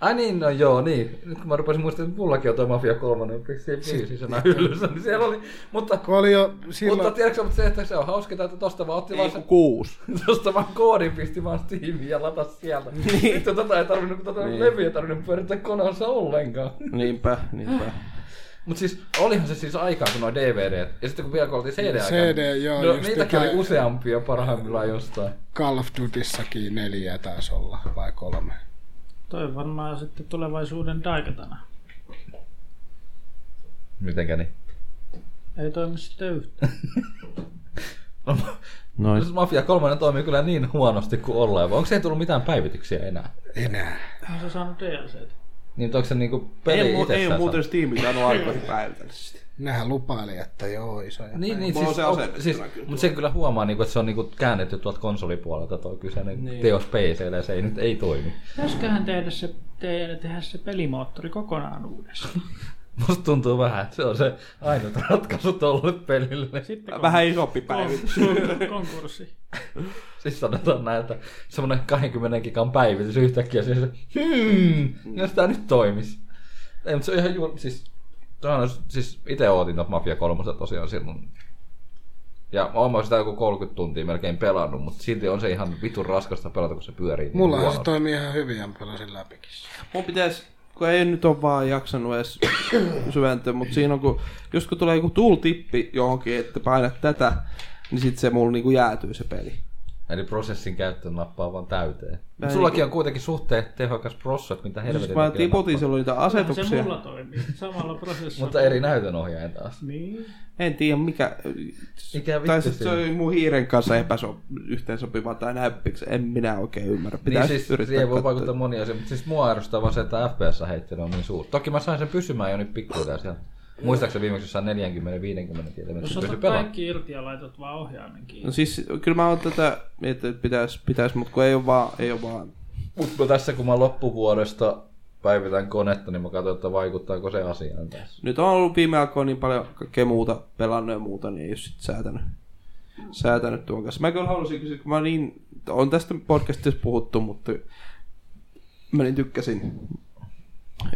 Speaker 5: Ai niin, no joo, niin. Nyt kun mä rupesin muistamaan, että mullakin on toi Mafia 3, niin se biisi sana hyllyssä, niin siellä oli. Mutta,
Speaker 2: Kun oli jo
Speaker 5: mutta
Speaker 2: silloin...
Speaker 5: tiedätkö, mutta se, että se on hauskinta, että tosta vaan otti
Speaker 3: Ei
Speaker 5: vaan
Speaker 3: kun
Speaker 5: se,
Speaker 3: kuusi.
Speaker 5: tosta vaan koodin pisti vaan Steamiin ja latas sieltä. Nyt on tota ei tarvinnut, kun tota
Speaker 3: Niin.
Speaker 5: levyä ei tarvinnut pyörittää koneessa ollenkaan.
Speaker 3: Niinpä, niinpä.
Speaker 5: Mutta siis olihan se siis aikaa, kun noi DVD. Ja sitten kun vielä kun oltiin CD-aikaa.
Speaker 2: CD,
Speaker 5: niin-
Speaker 2: joo,
Speaker 5: no,
Speaker 2: just
Speaker 5: niitäkin
Speaker 2: jotain-
Speaker 5: oli useampia parhaimmillaan jostain.
Speaker 2: Call of Dutyssakin neljä taisi olla, vai kolme.
Speaker 4: Toi on varmaan sitten tulevaisuuden daikatana.
Speaker 5: Mitenkä niin?
Speaker 4: Ei toimi sitten yhtään.
Speaker 3: Noin.
Speaker 5: No, siis Mafia 3 toimii kyllä niin huonosti kuin ollaan. Onko se ei tullut mitään päivityksiä enää?
Speaker 2: Enää.
Speaker 4: On se saanut DLCtä.
Speaker 5: Niin mutta onko se niinku peli
Speaker 3: Ei, mu-
Speaker 5: itsessään?
Speaker 3: ei ole muuten
Speaker 5: saanut?
Speaker 3: Steam saanut aikoihin päivitellä sitä.
Speaker 2: Nehän lupaili, että joo, isoja.
Speaker 5: Niin, niin
Speaker 3: Mulla on
Speaker 5: siis,
Speaker 3: se
Speaker 5: on,
Speaker 3: asenne
Speaker 5: siis,
Speaker 3: kyllä kyllä.
Speaker 5: mutta se kyllä huomaa, niinku, että se on niinku käännetty tuolta konsolipuolelta tuo kyseinen
Speaker 3: Niin.
Speaker 5: teos PClle ja se ei nyt ei toimi.
Speaker 4: Pitäisiköhän tehdä se, te, tehdä se pelimoottori kokonaan uudestaan?
Speaker 5: Musta tuntuu vähän, että se on se ainut ratkaisu tolle pelille.
Speaker 4: Sitten kon-
Speaker 3: Vähän isompi päivitys.
Speaker 4: kon- konkurssi.
Speaker 5: Siis sanotaan näin, että semmonen 20 gigan päivitys yhtäkkiä, siis hmm, jos tää nyt toimis. Ei, mutta se on ihan juuri, siis, tämä on, siis itse ootin tuota Mafia 3 tosiaan silloin. Ja mä oon sitä joku 30 tuntia melkein pelannut, mutta silti on se ihan vitun raskasta pelata, kun se pyörii. niin
Speaker 2: Mullahan se
Speaker 5: huonosti.
Speaker 2: toimii ihan hyvin ja mä pelasin läpikin.
Speaker 3: Mun pitäis, kun ei nyt ole vaan jaksanut edes syventyä, mutta siinä on kun, just kun tulee joku tool-tippi johonkin, että painat tätä, niin sit se mulla niinku jäätyy se peli.
Speaker 5: Eli prosessin käyttö nappaa vaan täyteen.
Speaker 3: Mä
Speaker 5: Mut
Speaker 3: en-
Speaker 5: sullakin on kuitenkin suhteet tehokas prosessoit, mitä
Speaker 3: Siis
Speaker 5: helvetin.
Speaker 3: kun mä
Speaker 5: tekee
Speaker 3: tiputin,
Speaker 5: nappaa.
Speaker 3: siellä oli niitä
Speaker 4: Asetuksia. Se
Speaker 3: asetuksia.
Speaker 4: mulla toimii. Samalla prosessilla.
Speaker 5: Mutta eri näytönohjaajan taas.
Speaker 4: Niin.
Speaker 3: En tiedä mikä...
Speaker 5: Mikä vittu
Speaker 3: tai sit se
Speaker 5: siinä?
Speaker 3: oli mun hiiren kanssa epäso yhteensopiva tai näppiksi. En minä oikein ymmärrä. Pitäis
Speaker 5: niin siis
Speaker 3: yrittää
Speaker 5: siihen voi
Speaker 3: katsoa.
Speaker 5: vaikuttaa moni asia, mutta siis mua ärsyttää vaan se, että FPS heittely on niin suuri. Toki mä sain sen pysymään jo nyt pikkuhiljaa siellä. Muistaakseni viimeksi jossain 40-50 tietä, mutta
Speaker 4: Jos
Speaker 5: se pysyi
Speaker 4: otat
Speaker 5: pelaamaan.
Speaker 4: kaikki irti ja laitat vaan ohjaimen kiinni.
Speaker 3: No siis kyllä mä oon tätä, että pitäis, pitäis mutta kun ei oo vaan, ei oo vaan.
Speaker 5: Mutta tässä kun mä loppuvuodesta päivitän konetta, niin mä katson, että vaikuttaako se asiaan tässä. Siis
Speaker 3: Nyt on ollut viime aikoina niin paljon kaikkea muuta pelannut ja muuta, niin ei oo sit säätänyt, säätänyt tuon kanssa. Mä kyllä halusin kysyä, kun mä niin, on tästä podcastissa puhuttu, mutta mä niin tykkäsin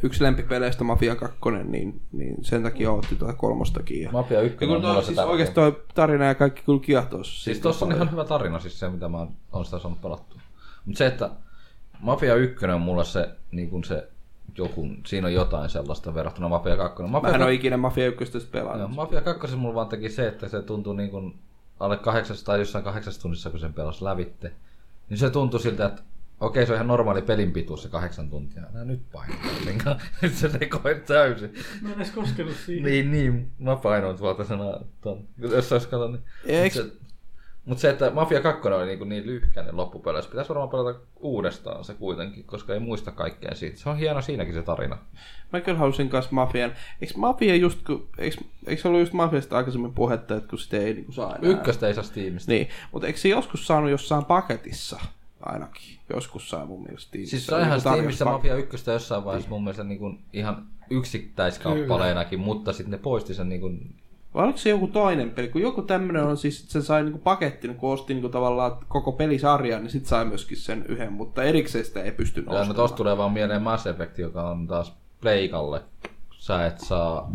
Speaker 3: yksi lempipeleistä Mafia 2, niin, niin sen takia otti tuota kolmostakin. Ja...
Speaker 5: Mafia 1
Speaker 3: Ja
Speaker 5: on
Speaker 3: kun
Speaker 5: mulla
Speaker 3: toi,
Speaker 5: se
Speaker 3: siis
Speaker 5: tärkein.
Speaker 3: oikeesti toi tarina ja kaikki kyllä kiehtoo.
Speaker 5: Siis tossa on ihan hyvä tarina, siis se mitä mä oon- oon sitä saanut pelattua. Mutta se, että Mafia 1 on mulla se, niin kun se joku, siinä on jotain sellaista verrattuna Mafia 2. Mafia
Speaker 3: Mä en ole ikinä Mafia 1
Speaker 5: Joo,
Speaker 3: pelannut.
Speaker 5: Mafia 2 mulla vaan teki se, että se tuntui niin kuin alle kahdeksas tai jossain kahdeksassa tunnissa, kun sen pelasi lävitte. Niin se tuntui siltä, että okei, se on ihan normaali pelin pituus se kahdeksan tuntia. Nää nyt painaa kuitenkaan. Nyt se sekoi täysin.
Speaker 4: Mä en edes koskenut siihen.
Speaker 5: Niin, niin. Mä painoin tuolta sanaa. Ton. Jos sais katsoa, niin...
Speaker 3: Eiks-
Speaker 5: Mut se- Mut se, että Mafia 2 oli niin, niin lyhkäinen loppupeleissä, pitäisi varmaan pelata uudestaan se kuitenkin, koska ei muista kaikkea siitä. Se on hieno siinäkin se tarina.
Speaker 3: Mä kyllä halusin kanssa Mafian. Eiks Mafia just, kun, eiks, eiks ollut just Mafiasta aikaisemmin puhetta, että kun sitä ei niinku saa enää.
Speaker 5: Ykköstä ei saa Steamista.
Speaker 3: Niin, mutta eikö se joskus saanut jossain paketissa ainakin? Joskus sai mun mielestä Steamissa.
Speaker 5: Siis se on
Speaker 3: Joku
Speaker 5: ihan
Speaker 3: niinku tarjous-
Speaker 5: Steamissa Mafia 1 jossain vaiheessa mun mielestä niin kuin ihan yksittäiskappaleenakin, mutta sitten ne poisti sen niin kuin,
Speaker 3: Vai oliko se joku toinen peli? Kun joku tämmönen on siis, että sen sai niinku pakettina, kun osti niinku tavallaan koko pelisarjan, niin sit sai myöskin sen yhden, mutta erikseen sitä ei pystynyt
Speaker 5: ja no
Speaker 3: ostamaan.
Speaker 5: tosta tulee vaan mieleen Mass Effect, joka on taas Pleikalle. Sä et saa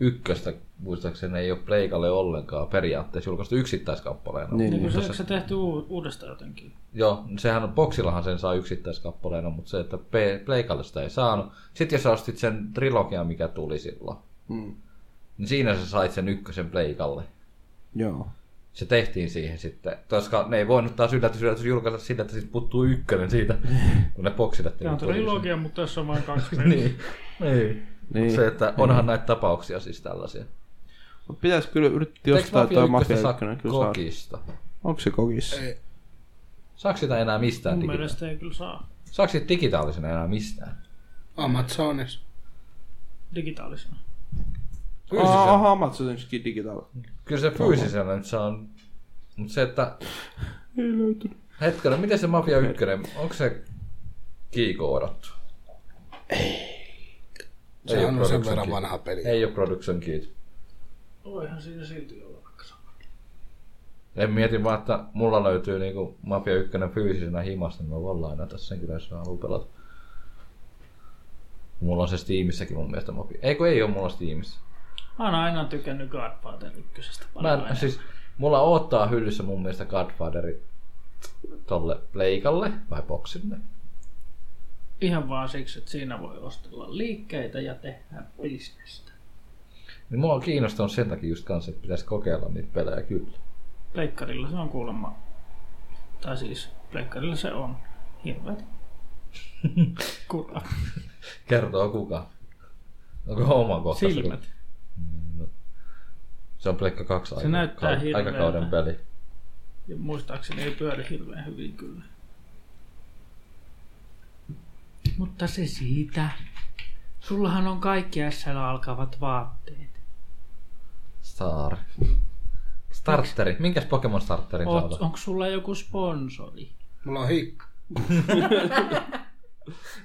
Speaker 5: ykköstä, muistaakseni ei ole Pleikalle ollenkaan periaatteessa julkaistu yksittäiskappaleena.
Speaker 3: Niin,
Speaker 4: Niin,
Speaker 3: niin.
Speaker 4: kun se, eikö se tehty u- uudestaan jotenkin?
Speaker 5: Joo, sehän on, boksillahan sen saa yksittäiskappaleena, mutta se, että P- Pleikalle sitä ei saanut. Sitten jos sä ostit sen trilogian, mikä tuli silloin,
Speaker 3: Mm.
Speaker 5: niin siinä sä sait sen ykkösen Pleikalle.
Speaker 3: Joo.
Speaker 5: se tehtiin siihen sitten, koska ne ei voinut taas yllätys, yllätys julkaista sillä, että sitten puuttuu ykkönen siitä, kun ne boksilat
Speaker 4: Tämä on trilogia, mutta tässä on vain kaksi peliä.
Speaker 5: Niin, niin.
Speaker 3: Niin.
Speaker 5: niin. Se, että onhan näitä tapauksia siis tällaisia.
Speaker 3: Mut pitäis kyllä yrittää
Speaker 5: Eikö
Speaker 3: jostain toi Mafia
Speaker 5: ykköstä saa
Speaker 3: 1, kyllä saa.
Speaker 5: kokista?
Speaker 3: Onko se kokissa?
Speaker 2: Ei,
Speaker 5: Saako sitä enää mistään
Speaker 4: Mun
Speaker 5: digita-
Speaker 4: mielestä ei kyllä saa
Speaker 5: Saako sitä digitaalisena enää mistään?
Speaker 2: Amazonis.
Speaker 4: digitaalisena.
Speaker 5: Fyysisen.
Speaker 3: Aha, aha, Amazoninkin digital.
Speaker 5: Kyllä se fyysisenä nyt saa, mutta se, että
Speaker 3: Ei löytynyt.
Speaker 5: hetkinen, miten se Mafia 1, onko se kiikoodattu? Ei
Speaker 2: Se
Speaker 5: oo
Speaker 2: on sen
Speaker 5: production
Speaker 2: verran
Speaker 5: kit.
Speaker 2: vanha peli.
Speaker 5: Ei ole production kit.
Speaker 4: Voihan siinä silti olla vaikka sama.
Speaker 5: En mieti vaan, että mulla löytyy niinku Mafia 1 fyysisenä himasta, niin mä voin lainata sen kyllä, jos mä haluan pelata. Mulla on se Steamissäkin mun mielestä mobi. Ei kun ei ole mulla Steamissa.
Speaker 4: Mä oon aina tykännyt Godfather 1.
Speaker 5: Mä en, siis, mulla odottaa hyllyssä mun mielestä Godfatheri tolle pleikalle vai boksille.
Speaker 4: Ihan vaan siksi, että siinä voi ostella liikkeitä ja tehdä bisnestä.
Speaker 5: Niin mua on kiinnostanut sen takia just kanssa, että pitäisi kokeilla niitä pelejä kyllä.
Speaker 4: Pleikkarilla se on kuulemma, tai siis pleikkarilla se on hirveet. Kurva.
Speaker 5: Kertoo kuka. Onko omakohtaisesti?
Speaker 4: Silmät.
Speaker 5: Niin, no. Se on Pleikka 2
Speaker 4: Se näyttää
Speaker 5: aika,
Speaker 4: hirveältä.
Speaker 5: aikakauden peli.
Speaker 4: Ja muistaakseni ei pyöri hirveän hyvin kyllä. Mutta se siitä. Sullahan on kaikki SL alkavat vaatteet.
Speaker 5: Star. Starteri. Minkäs Pokemon starterin sä
Speaker 4: Oot,
Speaker 5: otat?
Speaker 4: onko sulla joku sponsori?
Speaker 2: Mulla on hikka.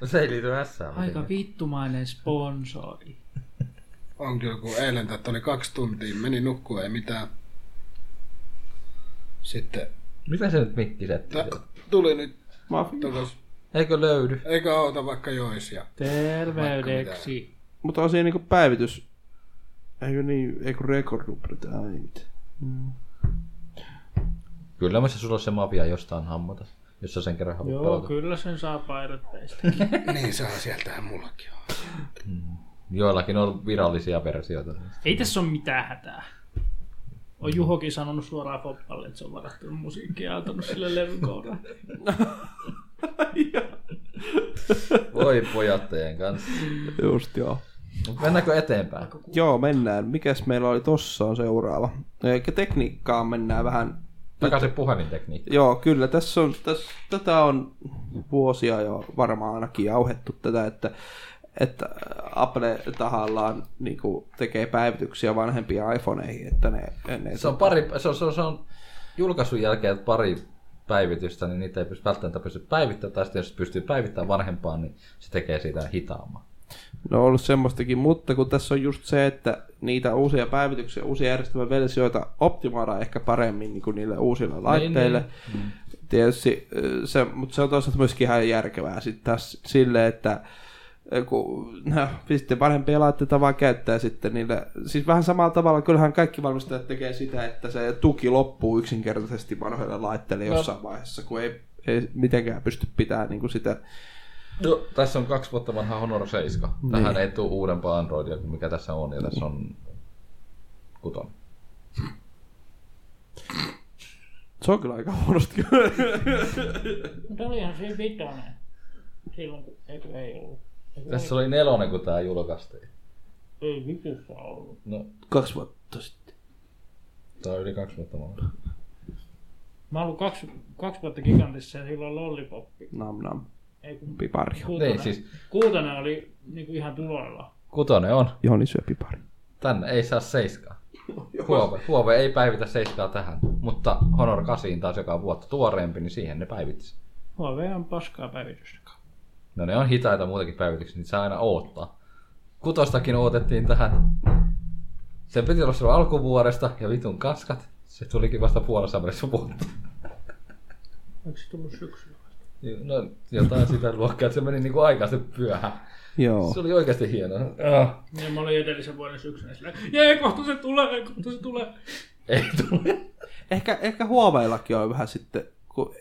Speaker 5: No se ei liity Sään.
Speaker 4: Aika vittumainen sponsori.
Speaker 2: On kyllä, kun eilen tätä oli kaksi tuntia, meni nukkua, ei mitään. Sitten
Speaker 5: Mitä se nyt mikki setti?
Speaker 2: tä- tuli nyt
Speaker 3: Mafia.
Speaker 2: takas,
Speaker 5: Eikö löydy?
Speaker 2: eikä auta vaikka joisia.
Speaker 4: Terveydeksi.
Speaker 3: Mutta on siinä niinku päivitys. Eikö niin, eikö record numero tää ei mitään.
Speaker 5: Kyllä mä se sulla on se mafia jostain hammata, jos sä sen kerran haluat
Speaker 4: Joo,
Speaker 5: pelata.
Speaker 4: kyllä sen saa painotteista.
Speaker 2: Niin saa sieltähän mullakin on.
Speaker 5: Joillakin on virallisia versioita.
Speaker 4: Ei tässä ole mitään hätää. On Juhokin sanonut suoraan poppalle, että se on varattunut musiikkia ja antanut sille levykoudaa.
Speaker 5: Voi pojattajien kanssa.
Speaker 3: Just joo.
Speaker 5: Mut Mennäänkö eteenpäin?
Speaker 3: Joo, mennään. Mikäs meillä oli tossa on seuraava? Eikä tekniikkaan mennään vähän.
Speaker 5: Takaisin puhelintekniikka.
Speaker 3: Joo, kyllä. Tässä on, tässä, tätä on vuosia jo varmaan ainakin jauhettu tätä, että, että Apple tahallaan niin tekee päivityksiä vanhempiin iPhoneihin, että ne, ne tota-
Speaker 5: Se on, pari, se on, se on, se on julkaisun jälkeen pari päivitystä, niin niitä ei pysty, välttämättä pysty päivittämään. Tai sitten jos pystyy päivittämään vanhempaan, niin se tekee siitä hitaamman.
Speaker 3: No on ollut semmoistakin, mutta kun tässä on just se, että niitä uusia päivityksiä, uusia järjestelmäversioita optimoidaan ehkä paremmin niin kuin niille uusille laitteille. Niin, niin. Tietysti, ö, se, mutta se on toisaalta myöskin ihan järkevää sitten taas sille, että ö, kun no, sitten vanhempia laitteita vaan käyttää sitten niille. Siis vähän samalla tavalla kyllähän kaikki valmistajat tekee sitä, että se tuki loppuu yksinkertaisesti vanhoille laitteille jossain vaiheessa, kun ei, ei mitenkään pysty pitämään niin kuin sitä
Speaker 5: No, tässä on kaksi vuotta vanha Honor 7. Tähän ei tule uudempaa Androidia kuin mikä tässä on, ja tässä on kuton.
Speaker 3: se on kyllä aika huonosti kyllä.
Speaker 4: Mutta olihan siinä vitonen. Silloin kun eikö ei ollut.
Speaker 5: Tässä oli nelonen, kun tämä julkaistiin.
Speaker 4: Ei vitussa ollut.
Speaker 5: No,
Speaker 3: Kaksi vuotta sitten.
Speaker 5: tämä on yli kaksi vuotta vanha.
Speaker 4: Mä oon ollut kaksi, kaksi vuotta gigantissa ja silloin lollipoppi.
Speaker 3: Nam nam.
Speaker 4: Ei kun
Speaker 3: Pipari.
Speaker 4: kuutonen.
Speaker 5: Niin, siis
Speaker 4: Kuutonen oli niinku ihan tuloilla.
Speaker 5: kutonen on.
Speaker 3: Joni syö pipari.
Speaker 5: Tänne ei saa seiskaa. Huove, Huove ei päivitä seiskaa tähän, mutta Honor 8 taas joka on vuotta tuoreempi, niin siihen ne päivitti.
Speaker 4: HV on paskaa päivitystä.
Speaker 5: No ne on hitaita muutenkin päivityksiä, niin saa aina oottaa. Kutostakin ootettiin tähän. Se piti olla silloin alkuvuodesta ja vitun kaskat. Se tulikin vasta puolessa välissä vuotta.
Speaker 4: Onko se tullut syksyllä?
Speaker 5: No jotain sitä luokkaa, että se meni niinku aikaisesti pyöhään.
Speaker 3: Joo.
Speaker 5: Se oli oikeasti hieno. Ah.
Speaker 4: Ja mä olin edellisen vuoden syksynä sillä, jee, kohta se tulee, kohta se tulee.
Speaker 5: Ei tule.
Speaker 3: Ehkä, ehkä Huaweillakin on vähän sitten, kun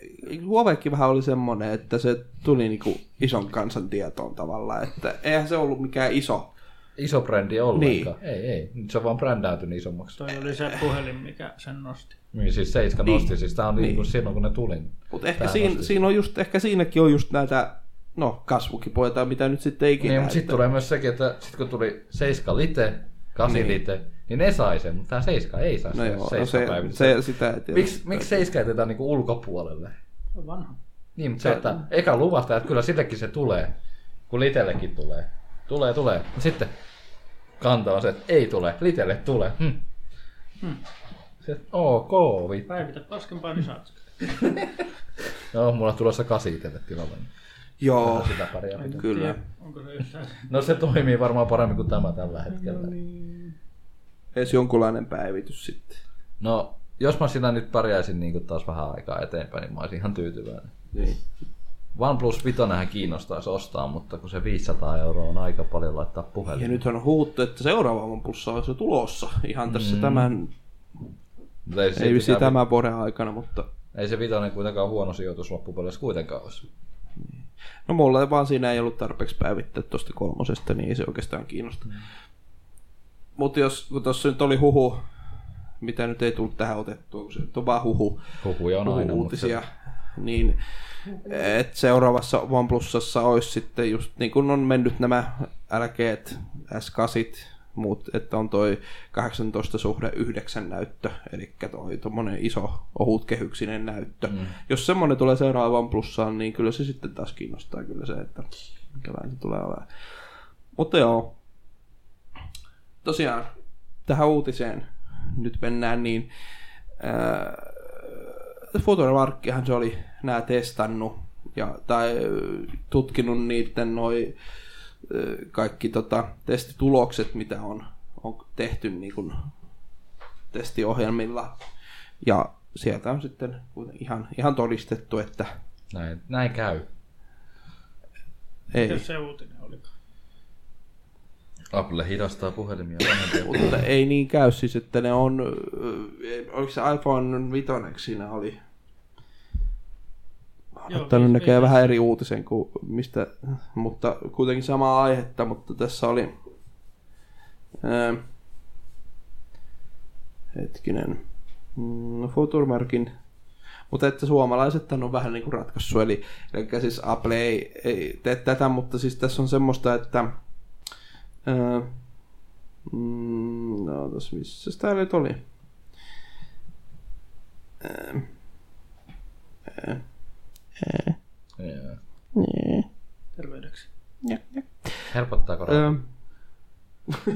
Speaker 3: Huaweikin vähän oli semmoinen, että se tuli niinku ison kansan tietoon tavallaan, että eihän se ollut mikään iso.
Speaker 5: Iso brändi ollenkaan. Niin. Ei, ei. Nyt se on vaan brändäytynyt niin isommaksi.
Speaker 4: Toi oli se puhelin, mikä sen nosti.
Speaker 5: Niin, siis Seiska nosti, niin. siis tää on niin. silloin kun ne tuli.
Speaker 3: Mutta ehkä,
Speaker 5: Tää
Speaker 3: siinä,
Speaker 5: nosti.
Speaker 3: siinä on just, ehkä siinäkin on just näitä no, kasvukipoja tai mitä nyt sitten ikinä.
Speaker 5: Niin, mutta sitten tulee myös sekin, että sit kun tuli 7 lite, 8 niin. lite, niin ne sai sen, mutta tämä 7 ei saa
Speaker 3: no
Speaker 5: sitä
Speaker 3: joo, no
Speaker 5: 7
Speaker 3: se,
Speaker 5: päivitystä.
Speaker 3: se, sitä ei tiedä.
Speaker 5: Miksi miksi 7 jätetään niinku ulkopuolelle?
Speaker 4: Se on vanha.
Speaker 5: Niin, mutta se, että eka luvasta, että kyllä sillekin se tulee, kun litellekin tulee. Tulee, tulee. Mutta sitten kanta on se, että ei tule, litelle tulee. Hm.
Speaker 3: Hmm.
Speaker 5: Se, ok, vittu.
Speaker 4: Päivitä paskempaa, niin saat sen.
Speaker 5: No, mulla on tulossa kasi itselle tilalle. niin
Speaker 3: Joo,
Speaker 5: Sitä paria pitää.
Speaker 3: kyllä.
Speaker 4: Onko se yhtään?
Speaker 5: No se toimii varmaan paremmin kuin tämä tällä hetkellä.
Speaker 3: Edes jonkunlainen päivitys sitten.
Speaker 5: No, jos mä sillä nyt pärjäisin niin taas vähän aikaa eteenpäin, niin mä olisin ihan tyytyväinen.
Speaker 3: Niin.
Speaker 5: OnePlus 5 kiinnostaisi ostaa, mutta kun se 500 euroa on aika paljon laittaa
Speaker 3: Ja
Speaker 5: puhelin.
Speaker 3: nyt on huuttu, että seuraava OnePlus on se tulossa ihan tässä tämän,
Speaker 5: Mut ei,
Speaker 3: ei
Speaker 5: Mm.
Speaker 3: vissiin
Speaker 5: ei, pitää, tämä...
Speaker 3: tämän vuoden aikana, mutta
Speaker 5: ei se vitonen kuitenkaan huono sijoitus loppupeleissä kuitenkaan olisi.
Speaker 3: no mulle vaan siinä ei ollut tarpeeksi päivittää tuosta kolmosesta, niin ei se oikeastaan kiinnosta. Mutta jos, kun tuossa nyt oli huhu, mitä nyt ei tullut tähän otettua, kun se nyt on vaan huhu,
Speaker 5: Huhuja on aina, mutta se,
Speaker 3: uutisia, niin et seuraavassa OnePlusassa olisi sitten just niin kuin on mennyt nämä LGt, S8, muut, että on toi 18 suhde 9 näyttö, eli toi tommonen iso ohutkehyksinen näyttö. Mm. Jos semmonen tulee seuraavaan OnePlusaan, niin kyllä se sitten taas kiinnostaa kyllä se, että minkälainen se tulee olemaan. Mutta joo, tosiaan tähän uutiseen nyt mennään, niin ää, Fotoremarkkihan se oli nämä testannut ja, tai ö, tutkinut niiden noi, ö, kaikki tota, testitulokset, mitä on, on tehty niin kun, testiohjelmilla. Ja sieltä on sitten kuiten- ihan, ihan todistettu, että
Speaker 5: näin, näin käy.
Speaker 3: ei,
Speaker 4: Jos se uutinen olikaan.
Speaker 5: Apple hidastaa puhelimia vanhempia.
Speaker 3: mutta ei niin käy siis, että ne on, ö, oliko se iPhone 5 siinä oli?
Speaker 4: Joo, niin
Speaker 3: Tämä
Speaker 4: viis-
Speaker 3: näkee
Speaker 4: viis-
Speaker 3: vähän eri uutisen kuin mistä, mutta kuitenkin samaa aihetta, mutta tässä oli... Ää, hetkinen. Mm, Futurmarkin. Mutta että suomalaiset tämän on vähän niin kuin ratkaissut, eli, eli siis Apple ei, ei tee tätä, mutta siis tässä on semmoista, että... Ää, mm, no, tässä missä täällä nyt oli? Ää, ää, ää.
Speaker 5: Joo.
Speaker 3: Niin.
Speaker 4: Terveydeksi.
Speaker 5: Helpottaako rahaa?
Speaker 3: Öö.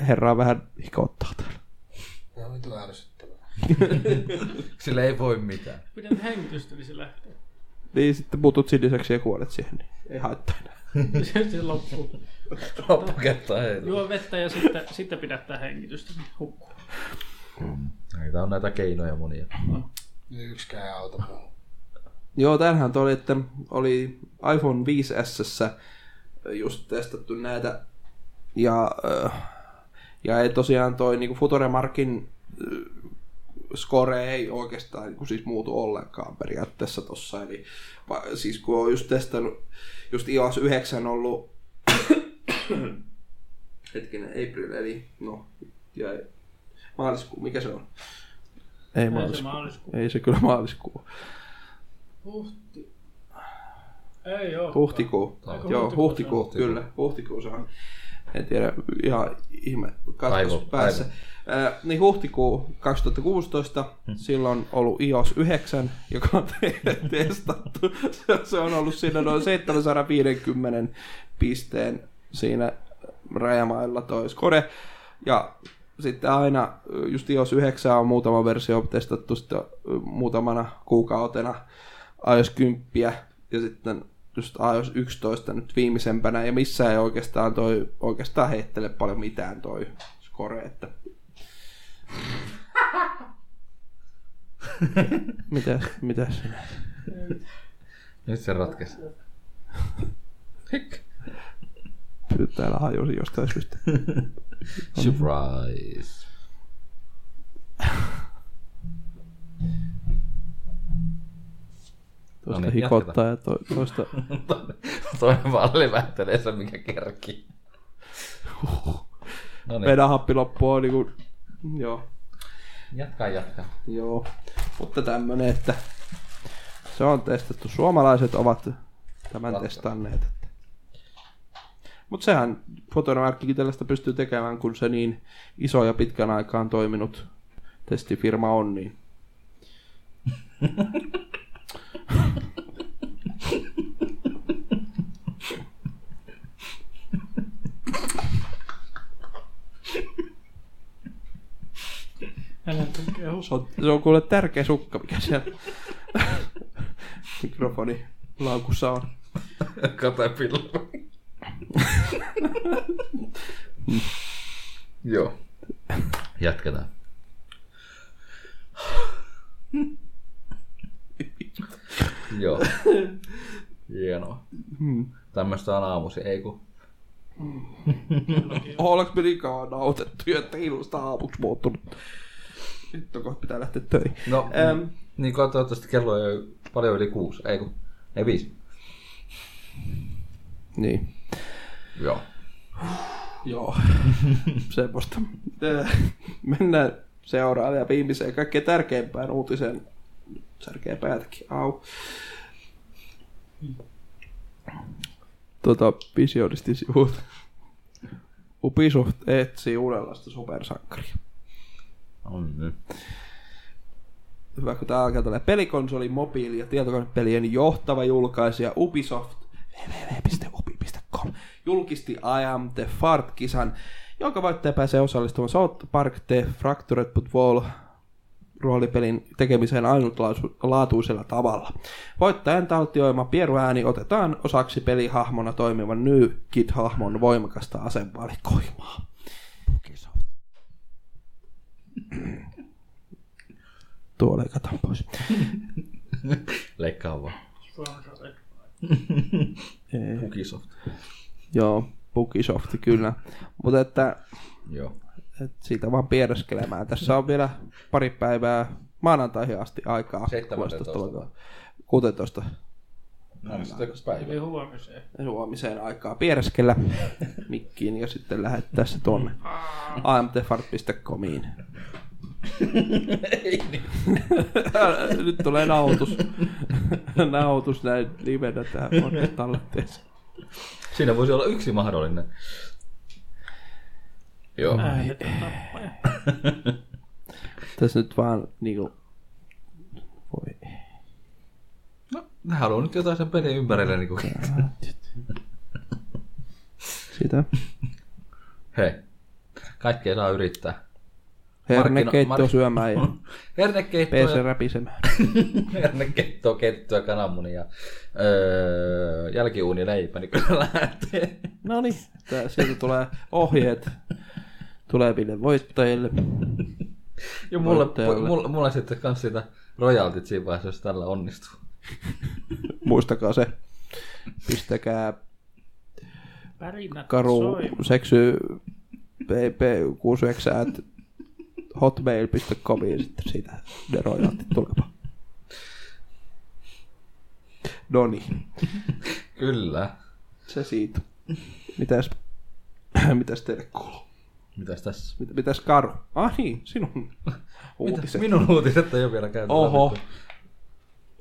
Speaker 3: Herra vähän hikottaa täällä.
Speaker 2: Tämä on tuo ärsyttävä.
Speaker 5: Sillä ei voi mitään.
Speaker 4: Pidän hengitystä, niin se lähtee.
Speaker 3: Niin sitten muutut siniseksi ja kuolet siihen, niin ei haittaa enää.
Speaker 4: Se, se loppuu.
Speaker 5: Loppukerta ei.
Speaker 4: Juo vettä ja sitten, sitten pidättää hengitystä, niin hukkuu.
Speaker 5: Näitä on näitä keinoja monia.
Speaker 2: Ei Yksikään ei auta muu.
Speaker 3: Joo, tämähän toi oli, että oli iPhone 5S just testattu näitä. Ja, ö, ja ei tosiaan toi niinku Futuremarkin ö, score ei oikeastaan niinku siis muutu ollenkaan periaatteessa tossa. Eli va- siis kun on just testannut, just iOS 9 ollut hetkinen, April, eli no, jäi maaliskuu, mikä se on? Ei
Speaker 4: Ei se
Speaker 3: maaliskuu.
Speaker 4: maaliskuu.
Speaker 3: Ei se kyllä maaliskuu.
Speaker 4: Huhti. Ei oo.
Speaker 3: Huhtikuu.
Speaker 4: Aika
Speaker 3: Joo,
Speaker 4: huhtikuu
Speaker 3: huhtikuu, kyllä. Huhtikuu se on. En tiedä, ihan ihme katkos
Speaker 5: Aivo-
Speaker 3: päässä. Äh, niin huhtikuu 2016, silloin ollut iOS 9, joka on te- testattu. Se- se on ollut siinä noin 750 pisteen siinä rajamailla toi score. Ja sitten aina, just iOS 9 on muutama versio testattu sitten muutamana kuukautena iOS 10 ja sitten just iOS 11 nyt viimeisempänä ja missään ei oikeastaan toi oikeastaan heittele paljon mitään toi score, että mitäs, mitäs sinä?
Speaker 5: Nyt se ratkesi.
Speaker 3: Nyt täällä hajosi jostain syystä.
Speaker 5: Surprise.
Speaker 3: Toista
Speaker 5: niin,
Speaker 3: hikottaa ja to, toista...
Speaker 5: Toinen vaan levähtelee se, mikä kerki. No niin,
Speaker 3: Meidän happi loppuu niin kuin... Joo.
Speaker 5: jatka jatka.
Speaker 3: Joo, mutta tämmönen, että se on testattu. Suomalaiset ovat tämän
Speaker 5: Ratkaisu.
Speaker 3: testanneet. Että. Mut sehän fotonamarkkikin tällaista pystyy tekemään, kun se niin iso ja pitkän aikaan toiminut testifirma on, niin
Speaker 4: Älä tukee hus.
Speaker 3: se on, se on kuule tärkeä sukka, mikä siellä mikrofoni laukussa on.
Speaker 5: Katapilva. Joo. Jatketaan. Joo. Hienoa. Tämmöistä on aamusi, ei kun.
Speaker 3: Ollaanko me liikaa nautettu ja teilusta aamuksi muuttunut? Nyt on kohta pitää lähteä töihin.
Speaker 5: No,
Speaker 3: Äm.
Speaker 5: niin kuin toivottavasti kello ei ole paljon yli kuusi, ei kun, ei viisi.
Speaker 3: Niin.
Speaker 5: Joo.
Speaker 3: Joo. Semmosta. Äh, Mennään seuraavaan viimeiseen kaikkein tärkeimpään uutiseen. Särkeä päätäkin. Au. Tota, visionistin sivut. Ubisoft etsii uudenlaista supersankkaria.
Speaker 5: On nyt.
Speaker 3: hyvä, kun tämä alkaa tällä pelikonsoli, mobiili- ja tietokonepelien johtava julkaisija Ubisoft www.ubi.com julkisti I Am The Fart-kisan, jonka voittaja pääsee osallistumaan South Park The Fractured But Wall roolipelin tekemiseen ainutlaatuisella tavalla. Voittajan taltioima pieruääni otetaan osaksi pelihahmona toimivan New Kid-hahmon voimakasta asevalikoimaa. Ubisoft. Tuo leikataan pois.
Speaker 5: Leikkaa vaan.
Speaker 3: Ei.
Speaker 5: Ubisoft.
Speaker 3: Joo, Bukisofti kyllä. Mutta että,
Speaker 5: Joo.
Speaker 3: että siitä vaan piereskelemään. Tässä on vielä pari päivää maanantaihin asti aikaa.
Speaker 5: 17.
Speaker 3: 16. 16.
Speaker 5: No, sitten päivä.
Speaker 4: Eli huomiseen.
Speaker 3: Suomiseen aikaa piereskellä mikkiin ja sitten lähettää se tuonne amtfart.comiin. niin. Nyt tulee nautus. nautus näin livenä tähän podcast-tallenteeseen.
Speaker 5: Siinä voisi olla yksi mahdollinen. Joo.
Speaker 4: Ai, että tappaja.
Speaker 3: Tässä nyt vaan niinku... Voi
Speaker 5: No, ne haluaa nyt jotain sen pelin ympärille. Niin kuin.
Speaker 3: Sitä.
Speaker 5: Hei. Kaikkea saa yrittää.
Speaker 3: Hernekeittoa
Speaker 5: mark-
Speaker 3: syömään ja
Speaker 5: Hernekeittoa,
Speaker 3: PC
Speaker 5: ja-
Speaker 3: räpisemään.
Speaker 5: hernekeittoa, keittoa, kananmunia ja öö, jälkiuunileipä, niin kyllä lähtee.
Speaker 3: No niin, sieltä tulee ohjeet tuleville voittajille.
Speaker 5: Ja mulle,
Speaker 3: Voittajalle.
Speaker 5: mulle, mulle sitten kans siitä royaltit siinä vaiheessa, jos tällä onnistuu.
Speaker 3: Muistakaa se. Pistäkää
Speaker 4: Pärinät
Speaker 3: karu
Speaker 4: soi.
Speaker 3: seksy pp69 at hotmail.comiin sitten siitä ne rojaltit tulemaan. No niin,
Speaker 5: Kyllä.
Speaker 3: se siitä. Mitäs, mitäs teille kuuluu?
Speaker 5: Mitäs tässä?
Speaker 3: Mit, mitäs Karu? Ah niin, sinun
Speaker 5: Mitäs
Speaker 3: uutiset.
Speaker 5: minun uutiset ei ole vielä käyty
Speaker 3: Oho.
Speaker 5: läpi.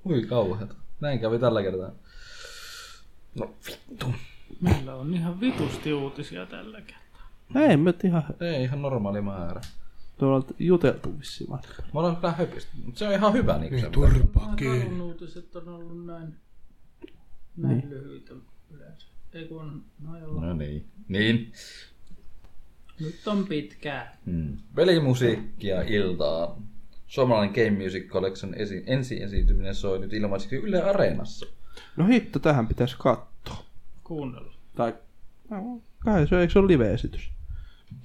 Speaker 5: Ui kauheeta. Näin kävi tällä kertaa. No vittu.
Speaker 4: Meillä on ihan vitusti uutisia tällä kertaa.
Speaker 3: Ei, me nyt ihan
Speaker 5: Ei ihan normaali määrä.
Speaker 3: tuolta juteltu vissiin vaan.
Speaker 5: Mä olen kyllä höpistä, mutta se on ihan hyvä niinku se.
Speaker 2: Turpa
Speaker 4: Karun uutiset on ollut näin, näin niin. lyhyitä yleensä. Ei kun, no joo.
Speaker 5: No niin. Niin.
Speaker 4: Nyt on pitkää.
Speaker 5: Hmm. Pelimusiikkia iltaa. Suomalainen Game Music Collection esi- ensi esiintyminen soi nyt ilmaiseksi Yle Areenassa.
Speaker 3: No hitto, tähän pitäisi katsoa.
Speaker 4: Kuunnella.
Speaker 3: Tai no, kai se, eikö se ole live-esitys?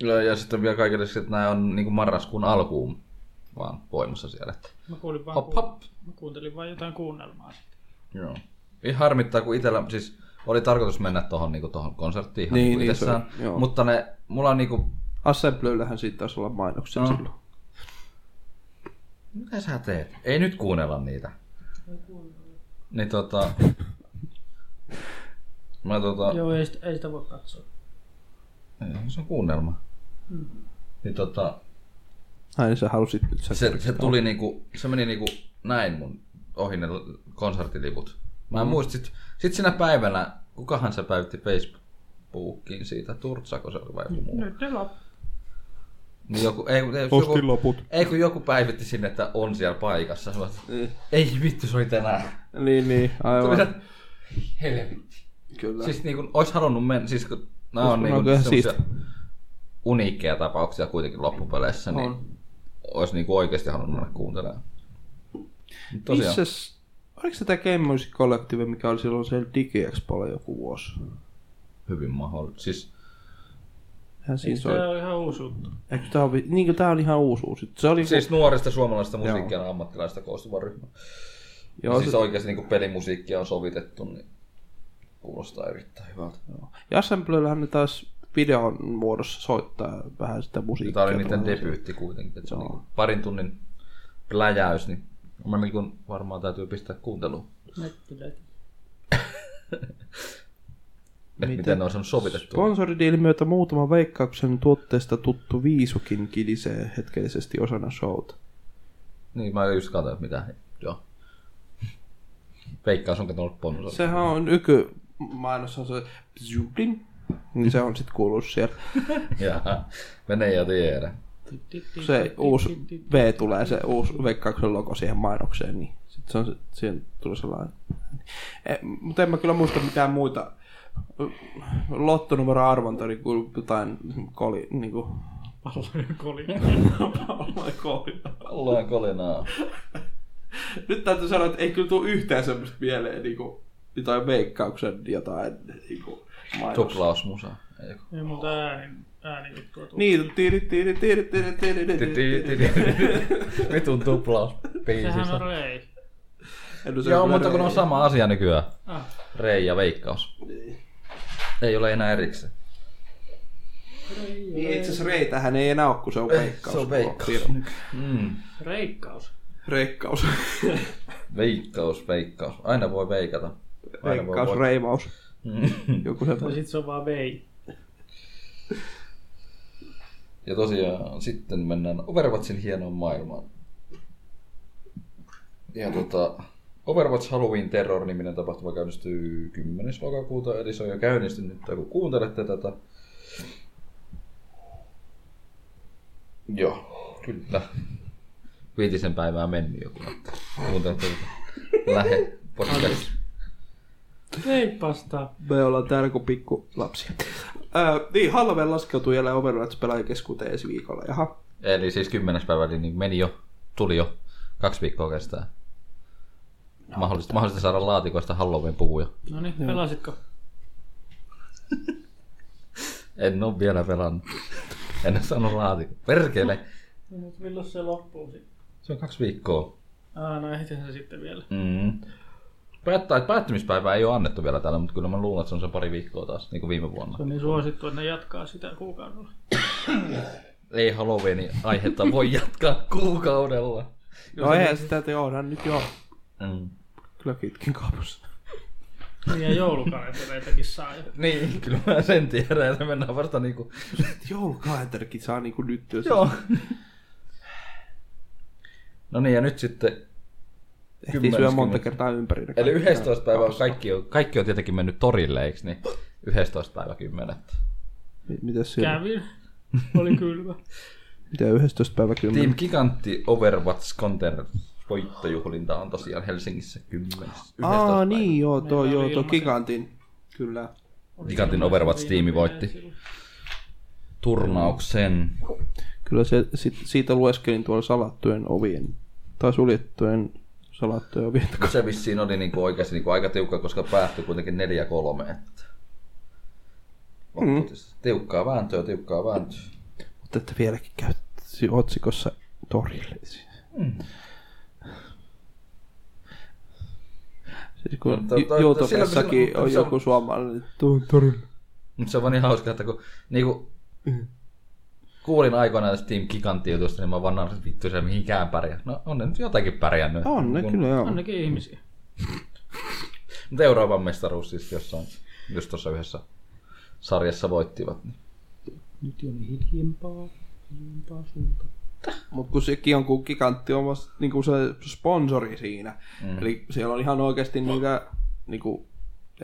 Speaker 5: Kyllä, ja sitten vielä kaikille, se, että nämä on niin kuin marraskuun alkuun vaan voimassa siellä. Että.
Speaker 4: Mä, kuulin vaan
Speaker 5: Hop
Speaker 4: kuun...
Speaker 5: hop.
Speaker 4: Mä kuuntelin vaan jotain kuunnelmaa. sitten.
Speaker 5: Joo. Ihan harmittaa, kun itsellä, siis oli tarkoitus mennä tuohon niinku, tohon konserttiin ihan
Speaker 3: Niin,
Speaker 5: niinku
Speaker 3: niin, se
Speaker 5: itsessään,
Speaker 3: oli, joo.
Speaker 5: mutta ne, mulla on niinku,
Speaker 3: Assembleyllähän siitä taisi olla mainoksia
Speaker 5: No.
Speaker 3: no. silloin.
Speaker 5: mitä sä teet? Ei nyt kuunnella niitä. Niin tota, mä tota,
Speaker 4: Joo, ei sitä, ei sitä voi katsoa.
Speaker 5: Ei, se on kuunnelma.
Speaker 3: Hmm.
Speaker 5: Niin tota,
Speaker 3: Ai niin sä halusit nyt sen.
Speaker 5: se, se tuli niinku, se meni niinku näin mun ohi ne l- konserttiliput. Mä en muista, sit, sit sinä päivänä, kukahan se päivitti Facebookiin siitä, Turtsako se oli vai joku muu?
Speaker 4: Nyt ne lop.
Speaker 5: Niin joku, ei, kun- ei, kun
Speaker 3: Ostin
Speaker 5: joku,
Speaker 3: loput.
Speaker 5: Ei kun joku päivitti sinne, että on siellä paikassa. Mä oon, että
Speaker 3: Niin.
Speaker 5: ei vittu, se oli tänään.
Speaker 3: Niin, niin, aivan.
Speaker 5: Tuli se- Helvetti.
Speaker 3: Kyllä.
Speaker 5: Siis niin kun, ois halunnut mennä, siis kun nää on
Speaker 3: No,
Speaker 5: niin kun,
Speaker 3: kyllähän
Speaker 5: semmosia uniikkeja tapauksia kuitenkin loppupeleissä, niin
Speaker 3: On.
Speaker 5: ois niin oikeesti halunnut mennä kuuntelemaan. Mut Tosiaan.
Speaker 3: Missäs, oliko se tämä Game Music Collective, mikä oli silloin siellä DigiExpolla joku vuosi?
Speaker 5: Hyvin mahdollista. Siis,
Speaker 3: Eihän siinä
Speaker 4: Tää
Speaker 3: ole.
Speaker 4: on ihan uusi juttu.
Speaker 3: Eikö tää on, vi- niin kuin tää on ihan uusi uusi. Se oli
Speaker 5: siis nuorista suomalaista musiikkialan ammattilaista koostuva ryhmä. Joo,
Speaker 3: Joo,
Speaker 5: siis
Speaker 3: se,
Speaker 5: se... oikeasti niin pelimusiikkia on sovitettu, niin kuulostaa erittäin hyvältä.
Speaker 3: ja Assemblyllähän ne taas videon muodossa soittaa vähän sitä musiikkia.
Speaker 5: Tämä oli niiden
Speaker 3: tuollaista.
Speaker 5: debyytti kuitenkin. Että se on
Speaker 3: Joo.
Speaker 5: niin parin tunnin pläjäys, niin, mä niin kuin varmaan täytyy pistää kuunteluun. Että miten, miten ne on saanut sovitettu.
Speaker 3: Sponsoridiilin myötä muutama veikkauksen tuotteesta tuttu viisukin kilisee hetkellisesti osana showta.
Speaker 5: Niin, mä just katsoin, että mitä. Joo. Veikkaus on katsonut bonus. Se...
Speaker 3: Sehän on yky mainossa se bzzuklin, niin se on sitten kuullut sieltä.
Speaker 5: Mene ja tiedä.
Speaker 3: Kun se uusi V tulee, se uusi veikkauksen logo siihen mainokseen, niin sitten se on se, siihen tulee sellainen. Mutta en mä kyllä muista mitään muita lottonumero arvonta, niin kuin jotain koli, niin kuin
Speaker 4: Pallojen koli.
Speaker 3: Oh
Speaker 5: Ollaan kolinaa.
Speaker 3: Nyt täytyy sanoa, että ei kyllä tule yhtään semmoista mieleen niin kuin, jotain veikkauksen jotain niin kuin,
Speaker 5: Tuplausmusa. Ei kun-
Speaker 4: Ei muuta ääni, äänijuttua tule.
Speaker 3: Niin, tiiri, tiiri, tiiri, tiiri, tiiri, tiiri, tiiri.
Speaker 5: Vitun tuplaus
Speaker 4: Sehän
Speaker 5: biisistä.
Speaker 4: on rei.
Speaker 3: En ole
Speaker 5: Joo,
Speaker 3: kyllä
Speaker 5: mutta kun on
Speaker 3: rei-
Speaker 5: sama asia nykyään.
Speaker 4: Ah.
Speaker 5: Rei ja veikkaus. Ei ole enää erikseen.
Speaker 3: Niin, itse asiassa reitähän ei enää ole, kun se on veikkaus.
Speaker 5: Eh, Se on veikkaus.
Speaker 3: Tiedä.
Speaker 5: Mm.
Speaker 4: Reikkaus.
Speaker 3: Reikkaus.
Speaker 5: Veikkaus, veikkaus. Aina voi veikata. Aina voi
Speaker 3: Veikkaus,
Speaker 5: voittaa.
Speaker 3: reimaus.
Speaker 5: Mm.
Speaker 3: Joku se
Speaker 4: Tai No sit se on vaan vei.
Speaker 5: Ja tosiaan sitten mennään Overwatchin hienoon maailmaan. Ja tota, Overwatch Halloween Terror-niminen tapahtuma käynnistyy 10. lokakuuta, eli se on jo käynnistynyt, tai kun kuuntelette tätä. Joo, kyllä. Viitisen päivää mennyt joku. Kuuntelette tätä. Lähe podcast.
Speaker 4: Reippasta.
Speaker 3: Me ollaan täällä kuin pikku lapsia. Öö, niin, Halloween laskeutuu jälleen Overwatch-pelaajien keskuuteen ensi viikolla. Jaha.
Speaker 5: Eli siis 10. päivä, eli niin meni jo, tuli jo. Kaksi viikkoa kestää. Mahdollista, mahdollista saada laatikoista Halloween-pukuja.
Speaker 4: No niin, pelasitko?
Speaker 5: En ole vielä pelannut. En ole saanut laatikko. Perkele!
Speaker 4: No mut milloin se loppuu sitten?
Speaker 5: Se on kaksi viikkoa.
Speaker 4: Ah, no ehtihän se sitten vielä.
Speaker 5: Mm. Päättä, päättymispäivää ei ole annettu vielä täällä, mutta kyllä mä luulen, että se on se pari viikkoa taas, niin kuin viime vuonna.
Speaker 4: Se on niin suosittu, että ne jatkaa sitä kuukaudella.
Speaker 5: Ei Halloweenin aihetta voi jatkaa kuukaudella.
Speaker 3: No eihän sitä te ole, nyt jo
Speaker 5: Mm.
Speaker 3: klökitkin kaapus.
Speaker 4: Niin ja joulukalentereitakin saa. jo.
Speaker 5: Niin, kyllä mä sen tiedän, että mennään vasta niinku...
Speaker 3: Joulukalenterikin saa niinku nyt jo.
Speaker 5: Joo. No niin, ja nyt sitten
Speaker 3: Ehtii
Speaker 5: Kymmenes,
Speaker 3: syö Siis monta
Speaker 5: kymmenes.
Speaker 3: kertaa ympäri. ne
Speaker 5: Eli
Speaker 3: kaikki.
Speaker 5: 11. päivä on kaikki, on, kaikki on tietenkin mennyt torille, eikö niin? 11. päivä 10.
Speaker 3: Mi- Mitäs siinä?
Speaker 4: Kävin. Oli kylmä.
Speaker 3: Mitä 11. päivä 10?
Speaker 5: Team Gigantti Overwatch Contender voittojuhlinta on tosiaan Helsingissä 10.
Speaker 3: Aa, niin joo, tuo,
Speaker 4: Meillä
Speaker 3: joo,
Speaker 4: oli
Speaker 3: tuo
Speaker 4: ilmaisen.
Speaker 3: gigantin. Kyllä.
Speaker 5: Gigantin Overwatch-tiimi voitti turnauksen.
Speaker 3: Kyllä se, sit, siitä lueskelin tuolla salattujen ovien, tai suljettujen salattujen ovien
Speaker 5: No
Speaker 3: takana.
Speaker 5: Se vissiin oli niinku oikeasti niinku aika tiukka, koska päättyi kuitenkin 4-3. että-
Speaker 3: Mm.
Speaker 5: Tiukkaa vääntöä, tiukkaa vääntöä.
Speaker 3: Mutta että vieläkin käyt si- otsikossa torille. Siis. Siis kun
Speaker 5: Mutta- mutta-
Speaker 3: Ju-
Speaker 5: silloin-
Speaker 3: YouTubessakin
Speaker 5: silloin-
Speaker 3: on
Speaker 5: se on-
Speaker 3: joku suomalainen, että tuo on torille.
Speaker 5: Mutta se on vaan niin hauska, että kun niinku,
Speaker 3: Mm.
Speaker 5: kuulin aikoinaan tästä Team Gigantin jutusta, niin mä vaan nautin, että vittu se ei mihinkään pärjää. No on ne nyt jotakin pärjännyt. Niinku
Speaker 3: On ne
Speaker 5: Kun-
Speaker 3: kyllä joo.
Speaker 4: On nekin ihmisiä.
Speaker 5: Mutta Euroopan mestaruus siis jossain, just tuossa yhdessä sarjassa voittivat. niin.
Speaker 4: Nyt on hiljempaa. Hiljempaa suunta.
Speaker 3: Mutta kun sekin on, kun gigantti on vasta, niin kuin se sponsori siinä. Mm. Eli siellä on ihan oikeasti niitä, niin kuin,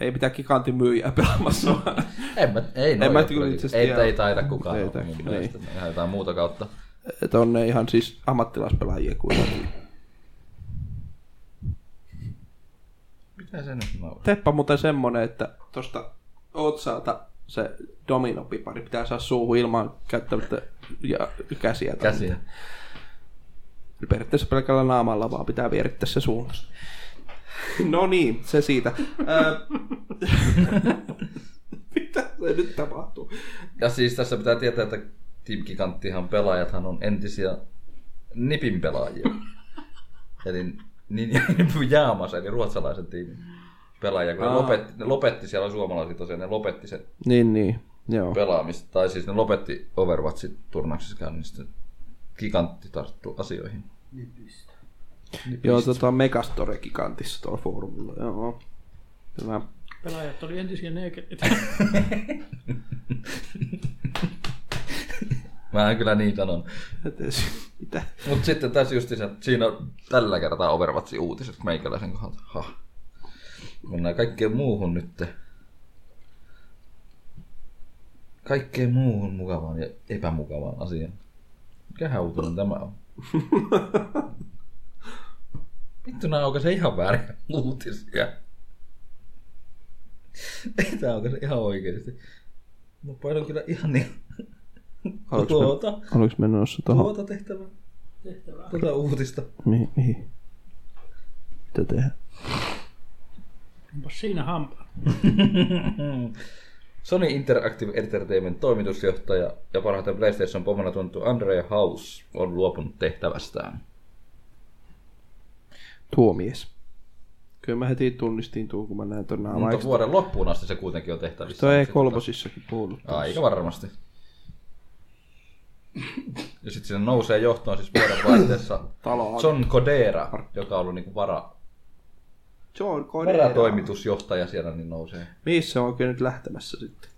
Speaker 3: ei mitään gigantin myyjää pelaamassa. vaan-
Speaker 5: En mä, ei,
Speaker 3: En mä
Speaker 5: ole
Speaker 3: kyllä
Speaker 5: kyllä-
Speaker 3: itse asiassa
Speaker 5: ei,
Speaker 3: tiedä.
Speaker 5: ei taida kukaan.
Speaker 3: Ei
Speaker 5: olla
Speaker 3: taida,
Speaker 5: mun
Speaker 3: niin.
Speaker 5: mielestä. Se on Ihan jotain muuta kautta.
Speaker 3: Että on ne ihan siis ammattilaispelaajia kuitenkin.
Speaker 5: Mitä se nyt nauraa?
Speaker 3: Teppa muuten semmonen, että tosta otsaalta se dominopipari pitää saada suuhun ilman käyttämättä ja käsiä. tai
Speaker 5: Käsiä.
Speaker 3: mitään. Periaatteessa pelkällä naamalla vaan pitää vierittää se suun. No niin, se siitä. Ö, Mitä se nyt tapahtuu?
Speaker 5: Ja siis tässä pitää tietää, että Team Giganttihan pelaajathan on entisiä Nipin pelaajia. Eli niin, niin pyjaamas, eli ruotsalaisen tiimin pelaaja, kun ne
Speaker 3: Aa.
Speaker 5: lopetti, ne lopetti siellä suomalaisia tosiaan, ne lopetti sen
Speaker 3: Niin, niin. Joo.
Speaker 5: pelaamista, tai siis ne lopetti Overwatchin turnauksessa käynnin, niin sitten gigantti tarttuu asioihin.
Speaker 3: Joo, tota Megastore-gigantissa tuolla foorumilla, joo. Hyvä.
Speaker 4: Pelaajat oli entisiä neekerit.
Speaker 5: Mä en kyllä niin sanon.
Speaker 3: Etes, mitä?
Speaker 5: Mutta sitten tässä just se, siinä on tällä kertaa Overwatchin uutiset meikäläisen kohdalta. Ha. Mennään kaikkeen muuhun nyt. Kaikkeen muuhun mukavaan ja epämukavaan asiaan. Mikähän uutinen tämä on? Vittu, nää onko se ihan väärin uutisia? Ei tää onko se ihan oikeesti. Mä painon kyllä ihan niin.
Speaker 3: Oliko me-
Speaker 5: Tuota,
Speaker 3: Oliko me menossa tuohon?
Speaker 5: tuota tehtävää. Tuota uutista.
Speaker 3: Mihin, mihin? Mitä tehdään?
Speaker 4: Onpa siinä hampaa.
Speaker 5: Mm. Sony Interactive Entertainment toimitusjohtaja ja parhaiten PlayStation pomona tuntu Andre Haus on luopunut tehtävästään.
Speaker 3: Tuo mies. Kyllä mä heti tunnistin tuon, kun mä näin tuon naamaa.
Speaker 5: Mutta
Speaker 3: Eikö
Speaker 5: vuoden loppuun asti se kuitenkin on tehtävissä.
Speaker 3: Tuo
Speaker 5: Sitten tota-
Speaker 3: E3-sissakin puhunut.
Speaker 5: Aika varmasti. Ja sitten sinne nousee johtoon siis vuoden vaihteessa
Speaker 3: Talo on.
Speaker 5: John Codera, joka on ollut niinku vara,
Speaker 3: John Codera.
Speaker 5: varatoimitusjohtaja siellä, niin nousee.
Speaker 3: Missä on oikein nyt lähtemässä sitten?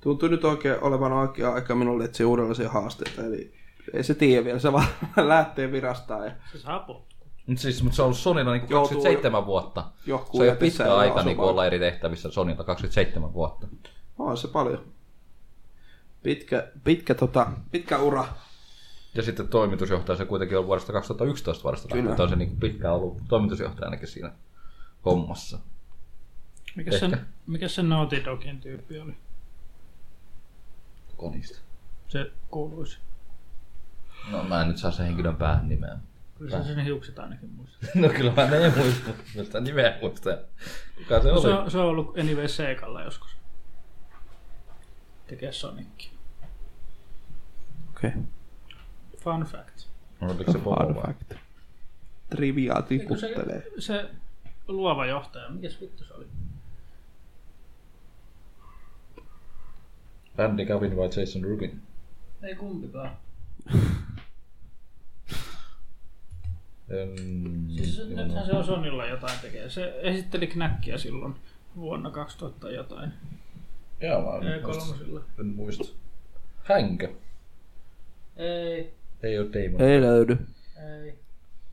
Speaker 3: Tuntuu nyt oikein olevan oikea aika minulle etsiä uudenlaisia haasteita, eli ei se tiedä vielä, se vaan lähtee virastaan ja
Speaker 4: Se saa potkut.
Speaker 5: Mut siis, mut se on ollut Sonilla niinku
Speaker 3: Joo,
Speaker 5: 27 vuotta.
Speaker 3: johkuu
Speaker 5: Se on jo
Speaker 3: ja pissää
Speaker 5: pitkä
Speaker 3: ja
Speaker 5: aika
Speaker 3: asumaan.
Speaker 5: niinku olla eri tehtävissä Sonilla, 27 vuotta.
Speaker 3: On se paljon. Pitkä, pitkä, tota, pitkä ura.
Speaker 5: Ja sitten toimitusjohtaja, se kuitenkin on vuodesta 2011 varasta
Speaker 3: Kyllä.
Speaker 5: lähtien, on se niin pitkään ollut toimitusjohtajanakin siinä hommassa.
Speaker 4: Mikä
Speaker 5: Ehkä.
Speaker 4: sen, mikä sen Naughty Dogin tyyppi oli?
Speaker 5: Kuka niistä?
Speaker 4: Se kuuluisi.
Speaker 5: No mä en nyt saa sen henkilön päähän nimeä.
Speaker 4: Kyllä sä sen hiukset ainakin muistat.
Speaker 5: No kyllä mä ne en muista, mä sitä nimeä muista. Kuka se
Speaker 4: No,
Speaker 5: oli?
Speaker 4: se, on, se on ollut Anyway Seikalla joskus. Tekee Sonicin.
Speaker 3: Okei. Okay.
Speaker 4: Fun fact.
Speaker 5: No, Oliko se pomo vai?
Speaker 3: fact. Trivia
Speaker 4: Eikö se,
Speaker 3: tiputtelee.
Speaker 4: se luova johtaja, mikäs vittu se oli?
Speaker 5: Randy Gavin vai Jason Rubin?
Speaker 4: Ei kumpikaan.
Speaker 5: En...
Speaker 4: Siis nythän se on Sonilla jotain tekee. Se esitteli knäkkiä silloin vuonna 2000 jotain.
Speaker 5: Joo, mä en
Speaker 4: Ei
Speaker 5: muista.
Speaker 4: kolmosilla.
Speaker 5: En muista. Hänkö?
Speaker 4: Ei,
Speaker 5: Ei ole Damon.
Speaker 3: Ei löydy.
Speaker 4: ei.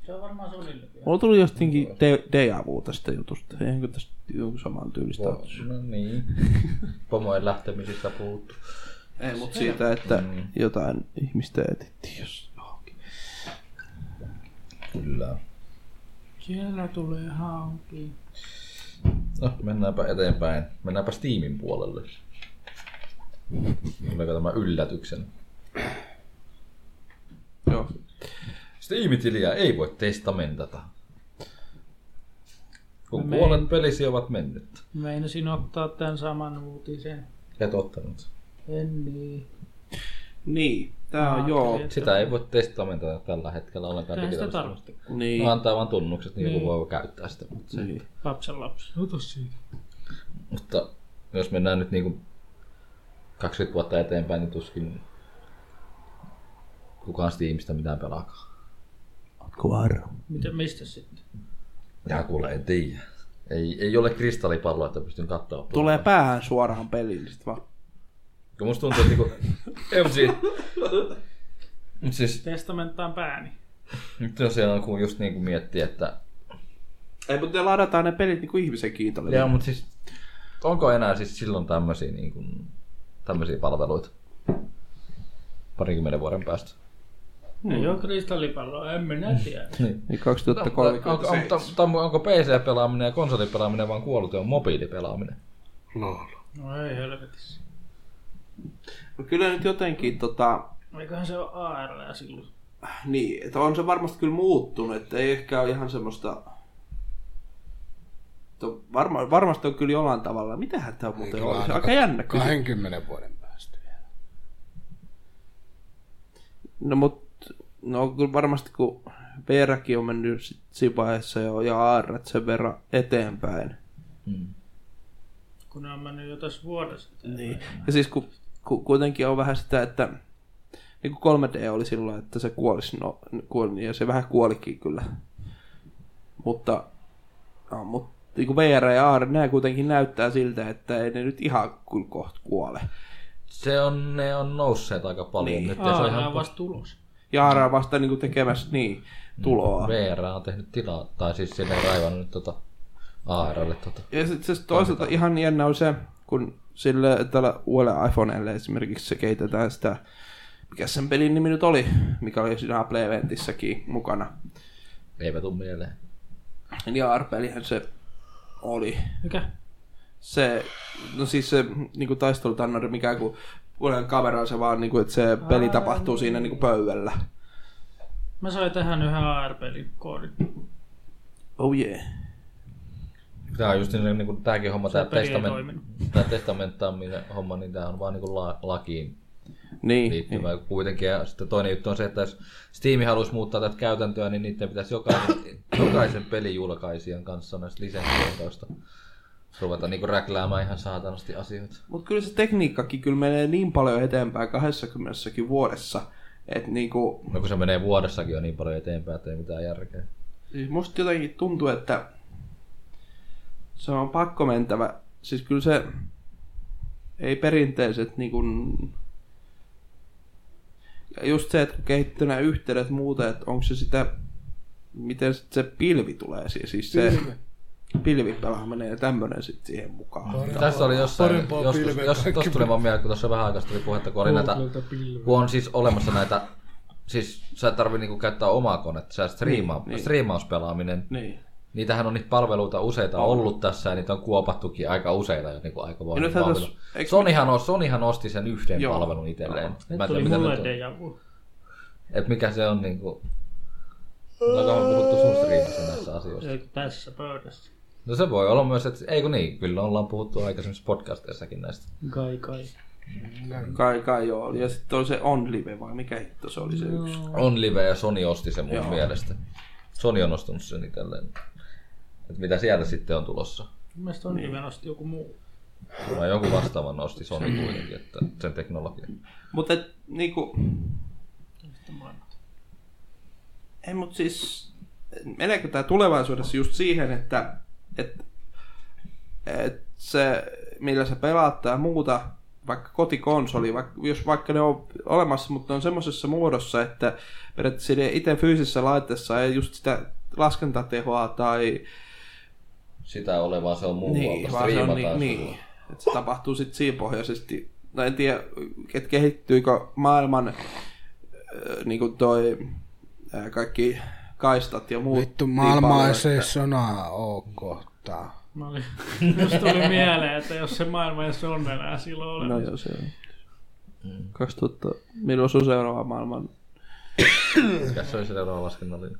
Speaker 4: Se on varmaan Sonille.
Speaker 3: Mulla tuli jostakin de- dejavu tästä jutusta. Eihän tästä jonkun saman tyylistä
Speaker 5: Wow. No niin. Pomojen lähtemisistä puhuttu.
Speaker 3: Ei, mutta siitä, että
Speaker 5: Mm.
Speaker 3: jotain ihmistä etittiin jos johonkin.
Speaker 5: Kyllä.
Speaker 4: Siellä tulee hauki.
Speaker 5: No, mennäänpä eteenpäin. Mennäänpä Steamin puolelle. Tuleeko tämä yllätyksen?
Speaker 3: Joo.
Speaker 5: Steam-tiliä ei voi testamentata. Kun
Speaker 4: Mä mein-
Speaker 5: puolet pelisi ovat mennyt.
Speaker 4: Meinasin ottaa tämän saman uutisen.
Speaker 5: Et ottanut.
Speaker 4: En niin.
Speaker 3: Niin, tää
Speaker 4: Ah,
Speaker 3: on joo.
Speaker 5: Sitä ei voi testamentata tällä hetkellä ollenkaan
Speaker 4: Tähän sitä
Speaker 5: digitaalisella.
Speaker 4: tarvitse.
Speaker 3: Niin.
Speaker 5: No antaa vaan tunnukset, niin joku
Speaker 4: Niin.
Speaker 5: voi käyttää sitä. Mutta, se.
Speaker 3: niin.
Speaker 4: Lapsen lapsi. Ota siitä.
Speaker 5: mutta jos mennään nyt niinku 20 vuotta eteenpäin, niin tuskin kukaan Steamista mitään pelaakaan.
Speaker 3: Ootko varma?
Speaker 4: Mitä, mistä sitten?
Speaker 5: Ja kuule, en tiedä. Ei, ei ole kristallipalloa, että pystyn katsoa.
Speaker 3: Tulee päähän suoraan peliin niin sit vaan.
Speaker 5: Kun musta tuntuu, että niinku... ei, mut siis... Mut siis,
Speaker 4: Testamenttaan pääni.
Speaker 5: nyt tosiaan kun just niinku miettii, että...
Speaker 3: Ei, mutta ne ladataan ne pelit niinku ihmisen kiitolle.
Speaker 5: Joo, mut siis... Onko enää siis silloin tämmösiä niinku... Tämmösiä palveluita? Parinkymmenen vuoden päästä.
Speaker 4: Hmm. Ei ole kristallipalloa, en minä tiedä.
Speaker 3: Niin
Speaker 5: Onko, onko,
Speaker 3: 2037.
Speaker 5: onko, onko PC-pelaaminen ja konsolipelaaminen vaan kuollut jo mobiilipelaaminen?
Speaker 2: Lol.
Speaker 4: No ei helvetissä.
Speaker 3: No kyllä nyt jotenkin tota,
Speaker 4: Eiköhän se ole AR silloin.
Speaker 3: niin, että on se varmasti kyllä muuttunut, että ei ehkä ole ihan semmoista, että on varma, varmasti on kyllä jollain tavalla, mitähän tämä on muuten
Speaker 2: Kyllä
Speaker 3: on,
Speaker 2: ainakaan
Speaker 3: aika jännä kyllä.
Speaker 2: 20 vuoden päästä vielä.
Speaker 3: No mut, no kyllä varmasti kun VRkin on mennyt sit siinä vaiheessa jo ja AR sen verran eteenpäin.
Speaker 5: Mm.
Speaker 4: kun ne on mennyt jo tässä vuodessa.
Speaker 3: Niin. Ja siis kun, ku, kuitenkin on vähän sitä, että niin kuin 3D oli silloin, että se kuolisi, no, kuoli, ja se vähän kuolikin kyllä. Mutta, no, mutta niin kuin VR ja AR, nämä kuitenkin näyttää siltä, että ei ne nyt ihan kyllä kohta kuole.
Speaker 5: Se on, ne on nousseet aika paljon
Speaker 3: Niin.
Speaker 5: niin. nyt. ja se
Speaker 4: Aa,
Speaker 5: on
Speaker 4: ihan
Speaker 5: ihan
Speaker 4: vasta tulos.
Speaker 3: Ja AR on vasta niin kuin tekemässä niin tuloa.
Speaker 5: VR on tehnyt tilaa, tai siis sille on raivannut tota ARlle tota.
Speaker 3: Ja sitten siis toisaalta ihan jännä on se, kun sille tällä uudelle iPhoneelle esimerkiksi se kehitetään sitä, mikä sen pelin nimi nyt oli, mikä oli siinä Apple Eventissäkin mukana.
Speaker 5: Eipä tuu mieleen.
Speaker 3: Niin AR-pelihän se oli.
Speaker 4: Mikä?
Speaker 3: Se, no siis se niinku taistelutannori, mikä kun puolen kameraa se vaan, niinku, että se peli tapahtuu siinä niinku pöydällä.
Speaker 4: Mä sain tähän yhden AR-pelin koodin.
Speaker 3: Oh yeah.
Speaker 5: Tää on just niin, niin kuin tääkin homma, tää,
Speaker 4: Se peli ei
Speaker 5: testament,
Speaker 4: toiminut.
Speaker 5: tää testamenttaaminen homma, niin tää on vaan niin kuin la, lakiin
Speaker 3: Niin.
Speaker 5: liittyvä kuitenkin. Ja sitten toinen juttu on se, että jos Steam haluaisi muuttaa tätä käytäntöä, niin niiden pitäisi jokaisen, jokaisen pelijulkaisijan kanssa näistä lisenssikohtaista ruveta niinku räkläämään ihan saatanasti asioita.
Speaker 3: Mutta kyllä se tekniikkakin kyllä menee niin paljon eteenpäin 20 vuodessa, että niinku,
Speaker 5: No kun se menee vuodessakin jo niin paljon eteenpäin, että ei mitään järkeä.
Speaker 3: Siis musta jotenkin tuntuu, että se on pakko mentävä. Siis kyllä se ei perinteiset niin kun... Ja just se, että kun kehittyy nämä yhteydet muuten, että onko se sitä, miten sit se pilvi tulee siis, siis se pilvipelaaminen ja tämmöinen sitten siihen mukaan.
Speaker 5: Tässä oli jossain,
Speaker 2: Parempaa
Speaker 5: joskus,
Speaker 2: pilveä
Speaker 5: jos,
Speaker 2: kaikki
Speaker 5: tossa tuli vaan mieleen, kun tuossa vähän aikaa sitten oli puhetta, kun oli näitä, kun on siis olemassa näitä, siis sä et tarvi niinku käyttää omaa konetta, sä striimaa,
Speaker 3: Niin, niin.
Speaker 5: niin, striimauspelaaminen,
Speaker 3: Niin.
Speaker 5: niitähän on niitä palveluita useita ollut tässä, ja niitä on kuopattukin aika useita jo niinku aika paljon
Speaker 3: nythän
Speaker 5: palveluita.
Speaker 3: tässä- eikö-
Speaker 5: Sonyhan, on, Sonyhan osti sen yhden
Speaker 3: Joo.
Speaker 5: palvelun itselleen.
Speaker 4: Nyt
Speaker 5: Mä
Speaker 4: tuli
Speaker 5: en tiedä, mitä
Speaker 4: mulle
Speaker 5: nyt on.
Speaker 4: dejavu.
Speaker 5: Et mikä se on niinku... Ollaanko me puhuttu sun striimissä näissä asioista?
Speaker 4: Ei, Tässä pöydässä.
Speaker 5: No se voi olla myös, että ei kun niin, kyllä ollaan puhuttu aikaisemmissa podcasteissakin näistä.
Speaker 4: Kai kai.
Speaker 3: Kai kai joo. Ja sitten on se On Live vai mikä hitto se oli se yksi.
Speaker 5: On live ja Sony osti sen mun
Speaker 3: Joo.
Speaker 5: Joo. mielestä. Sony on ostanut sen itselleen. Et mitä sieltä sitten on tulossa?
Speaker 4: Mielestäni on niin. nosti joku muu.
Speaker 5: Vai joku vastaava nosti Sony kuitenkin, että sen teknologia.
Speaker 3: Mutta niinku,
Speaker 4: Sitten molemmat.
Speaker 3: Ei, mutta siis meneekö tämä tulevaisuudessa just siihen, että et, et se, millä sä pelaat tai muuta, vaikka kotikonsoli, vaikka, jos vaikka ne on olemassa, mutta ne on semmoisessa muodossa, että periaatteessa niiden itse fyysisessä laitteessa ei just sitä laskentatehoa tai
Speaker 5: Sitä olevaa se on
Speaker 3: niin,
Speaker 5: muualta,
Speaker 3: vaan se on niin,
Speaker 5: striimataan
Speaker 3: niin. Että se tapahtuu sitten siinä pohjaisesti. No en tiedä, että kehittyykö maailman äh, niin kuin toi äh, kaikki kaistat ja muut.
Speaker 2: Vittu,
Speaker 3: niin
Speaker 2: maailma
Speaker 3: paljon,
Speaker 2: ei
Speaker 3: että-
Speaker 2: se sanaa oo kohtaa.
Speaker 4: Mä olin, musta tuli mieleen, että jos se maailma ei on enää silloin ole.
Speaker 3: No joo, se on. Mm. 2000, milloin sun seuraava maailman
Speaker 5: Mikä se oli se seuraava laskennallinen?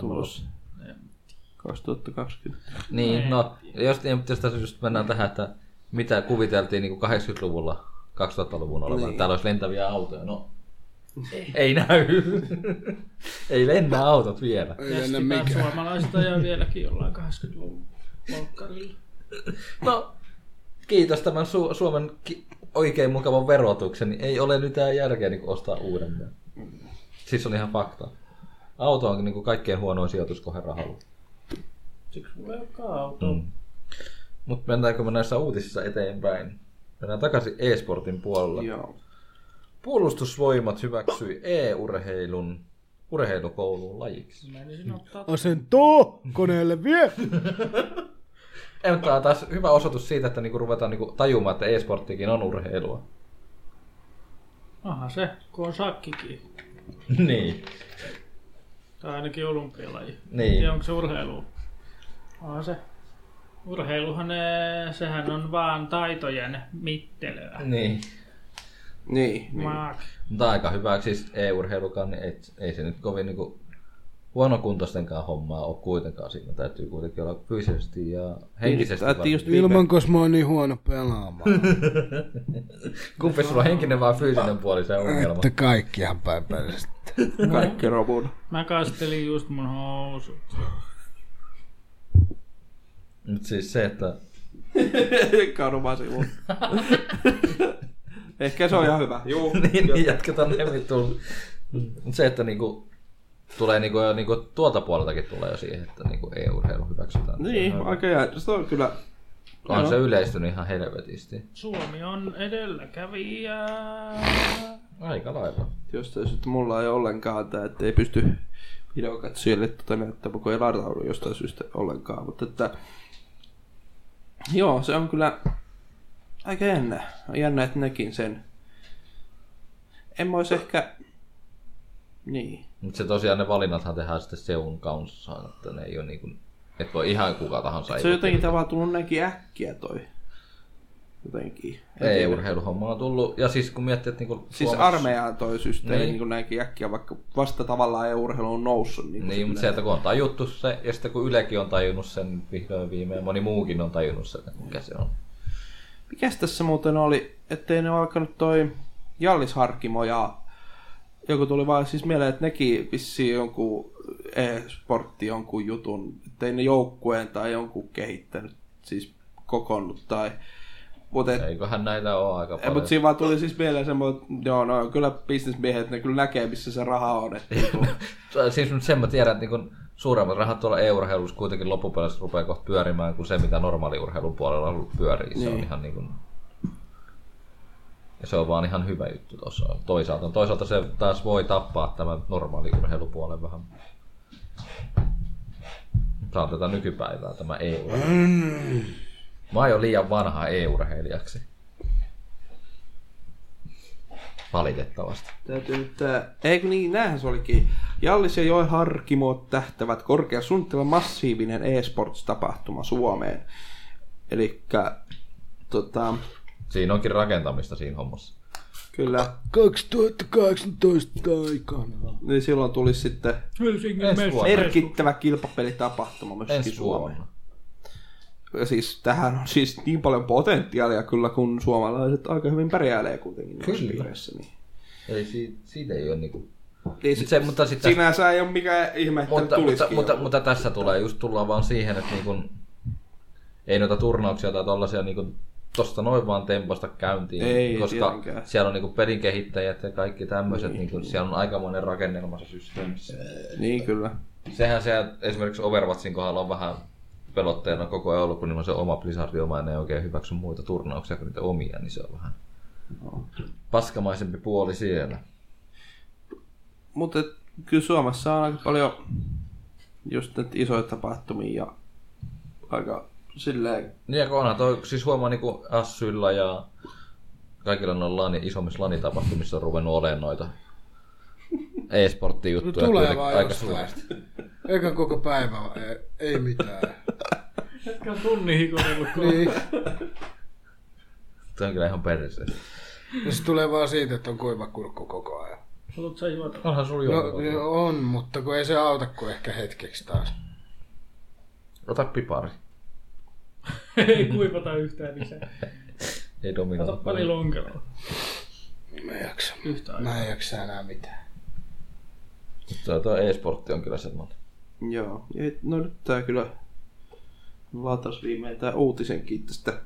Speaker 3: tulos? 2020.
Speaker 5: Niin,
Speaker 4: Ei.
Speaker 5: no, jos, niin, mutta jos tässä just mennään tähän, että mitä kuviteltiin niin 80-luvulla, 2000-luvun olevan,
Speaker 3: Niin.
Speaker 5: niin. täällä olisi lentäviä autoja, no ei näy. ei lennä autot vielä.
Speaker 2: Ei ole
Speaker 4: Testitään
Speaker 2: mikään.
Speaker 4: suomalaista ja vieläkin jollain 80-luvun polkkarilla.
Speaker 5: No, kiitos tämän Su- Suomen ki- oikein mukavan verotuksen, niin ei ole mitään järkeä niin ostaa uudemman. Siis on ihan fakta. Auto on niin kaikkein huonoin sijoituskohde rahalla.
Speaker 4: Siksi mulla ei olekaan autoa. Mm.
Speaker 5: Mutta mennäänkö me näissä uutisissa eteenpäin? Mennään takaisin e-sportin puolelle.
Speaker 3: Joo.
Speaker 5: Puolustusvoimat hyväksyi e-urheilun urheilukouluun lajiksi.
Speaker 4: Menisin ottaa
Speaker 2: Asento koneelle vie!
Speaker 5: Ei, mutta tää on taas hyvä osoitus siitä, että niinku ruvetaan niinku tajumaan, että e-sporttikin on urheilua.
Speaker 4: Aha se, kun on sakkikin.
Speaker 5: niin.
Speaker 4: Tai ainakin olympialaji. En
Speaker 5: niin.
Speaker 4: tiedä, onko se urheilu. Onhan se. Urheiluhan, eh, sehän on vaan taitojen mittelyä.
Speaker 5: Niin.
Speaker 3: Niin, niin.
Speaker 4: Mark.
Speaker 5: Mutta aika hyvä, siis e-urheilukaan, niin ei, ei se nyt kovin niinku huonokuntoistenkaan hommaa ole kuitenkaan. Siinä täytyy kuitenkin olla fyysisesti ja henkisesti.
Speaker 3: Niin, taitiin just
Speaker 5: varmasti.
Speaker 2: Ilman, koska mä oon niin huono pelaamaan,
Speaker 5: Kumpi sulla on henkinen vai fyysinen puoli se ongelma?
Speaker 2: että kaikkihan päin päästä.
Speaker 3: Kaikki robuna.
Speaker 4: Mä kastelin just mun housut.
Speaker 5: Nyt siis se, että
Speaker 3: Kadumaan sivuun. Ehkä se on ihan hyvä.
Speaker 5: Juu, niin, niin jatketaan ne vittuun. Mut se, että niinku, tulee niinku, jo niinku tuolta puoleltakin tulee jo siihen, että niinku e-urheilu hyväksytään.
Speaker 3: Niin, aika jää. Se on kyllä...
Speaker 5: On se yleistynyt ihan helvetisti.
Speaker 4: Suomi on edelläkävijä.
Speaker 5: Aika lailla.
Speaker 3: Jostain syystä mulla ei ollenkaan tää, että ei pysty videokatsojille tota näyttämään, kun ei lataudu jostain syystä ollenkaan. Mutta että... Joo, se on kyllä aika jännä. On jännä, että nekin sen. En mä ois ehkä... Niin.
Speaker 5: Mutta se tosiaan ne valinnathan tehdään sitten seun kanssa, että ne ei ole niinku, et voi ihan kuka tahansa.
Speaker 3: Se on jotenkin tavallaan tullut näinkin äkkiä toi. Jotenkin. En
Speaker 5: Ei,
Speaker 3: tiedä.
Speaker 5: urheiluhomma on tullut. Ja siis kun miettii, että niinku
Speaker 3: Siis
Speaker 5: Suomessa-
Speaker 3: armeijaan toi systeemi
Speaker 5: Niin.
Speaker 3: niin. niin näinkin äkkiä, vaikka vasta tavallaan EU-urheilu on noussut. Niin,
Speaker 5: Niin, mutta se, että kun on tajuttu se, ja sitten kun Ylekin on tajunnut sen vihdoin viimein, moni muukin on tajunnut sen, että mikä se on.
Speaker 3: Mikäs tässä muuten oli, ettei ne ole alkanut toi Jallis Harkimo ja joku tuli vaan siis mieleen, että nekin vissiin jonkun e-sportti jonkun jutun, ettei ne joukkueen tai jonkun kehittänyt, siis kokoonnut tai... Mutta
Speaker 5: Eiköhän näillä ole aika
Speaker 3: Ei,
Speaker 5: paljon.
Speaker 3: mutta siinä vaan tuli siis mieleen semmoinen, että joo, no kyllä bisnesmiehet, ne kyllä näkee, missä se raha on. Että, niinku-
Speaker 5: Siis nyt sen mä tiedän, että niin suuremmat rahat tuolla e-urheilussa kuitenkin loppupeleissä rupeaa kohta pyörimään kuin se, mitä normaaliurheilun puolella pyörii. Se on
Speaker 3: Niin.
Speaker 5: ihan niin kuin... Ja se on vaan ihan hyvä juttu tuossa. Toisaalta, toisaalta se taas voi tappaa tämän normaaliurheilupuolen vähän. Saa tätä nykypäivää, tämä e-urheilu. Mä oon jo liian vanha e-urheilijaksi. Valitettavasti.
Speaker 3: Täytyy nyt tää... Eikö niin, näähän se olikin. Jallis ja Joen Harkimo tähtävät korkean suunnittelevan massiivinen e-sports-tapahtuma Suomeen. Eli tota,
Speaker 5: Siinä onkin rakentamista siinä hommassa.
Speaker 3: kyllä,
Speaker 2: 2018 aikana.
Speaker 3: niin silloin tulisi sitten
Speaker 4: Helsingin
Speaker 5: Ensi
Speaker 4: mesta-
Speaker 5: vuonna.
Speaker 3: merkittävä kilpapelitapahtuma myöskin
Speaker 5: Ensi
Speaker 3: Suomeen.
Speaker 5: vuonna.
Speaker 3: Ja siis tähän on siis niin paljon potentiaalia kyllä, kun suomalaiset aika hyvin pärjäilee kuitenkin näissä
Speaker 5: Kyllä.
Speaker 3: piireissä. Niin.
Speaker 5: Eli siitä, siitä ei ole niinku...
Speaker 3: Niin
Speaker 5: Mut se, mutta sitten...
Speaker 3: Sinänsä ei ole mikään ihme, että
Speaker 5: mutta, mutta,
Speaker 3: tulisikin.
Speaker 5: mutta, mutta, tässä tulee, just tullaan vaan siihen, että niinku, ei noita turnauksia tai tollasia niinku tosta noin vaan tempasta käyntiin,
Speaker 3: Ei
Speaker 5: koska
Speaker 3: tietenkään.
Speaker 5: siellä on niinku pelin kehittäjät ja kaikki tämmöiset, niin, niinku, siellä on aikamoinen rakennelma se systeemissä.
Speaker 3: Niin kyllä.
Speaker 5: Sehän se esimerkiksi Overwatchin kohdalla on vähän pelotteena koko ajan ollut, kun niillä on se oma Blizzardin oma ja ne ei oikein hyväksy muita turnauksia kuin niitä omia, niin se on vähän paskamaisempi puoli siellä.
Speaker 3: Mutta et kyllä Suomessa on aika paljon just näitä isoja tapahtumia ja aika silleen...
Speaker 5: Niin ja kun onhan toi, siis huomaa niinku Assylla ja kaikilla noilla lani, isommissa lanitapahtumissa on ruvennut olemaan noita e-sportti juttuja.
Speaker 2: No Tulee vaan jostain. Eikä koko päivä, ei, ei mitään.
Speaker 4: Hetkä on tunnin hikoillut.
Speaker 2: Niin.
Speaker 5: Se on kyllä ihan perse.
Speaker 2: Ja se tulee vaan siitä, että on kuiva kurkku koko ajan.
Speaker 4: Haluatko sä juota?
Speaker 5: Onhan sulla
Speaker 2: No,
Speaker 5: joku.
Speaker 2: joo, on, mutta kun ei se auta kuin ehkä hetkeksi taas.
Speaker 5: Ota pipari.
Speaker 4: Ei kuivata yhtään niin lisää.
Speaker 5: Ei dominoida.
Speaker 4: Ota pari lonkeroa.
Speaker 2: Mä en jaksa.
Speaker 4: Yhtä aikaa.
Speaker 2: Mä en jaksa enää mitään.
Speaker 5: Tuo, tuo e-sportti on kyllä semmoinen.
Speaker 3: Joo, ja et- no nyt tää kyllä latas viimein tää uutisenkin tästä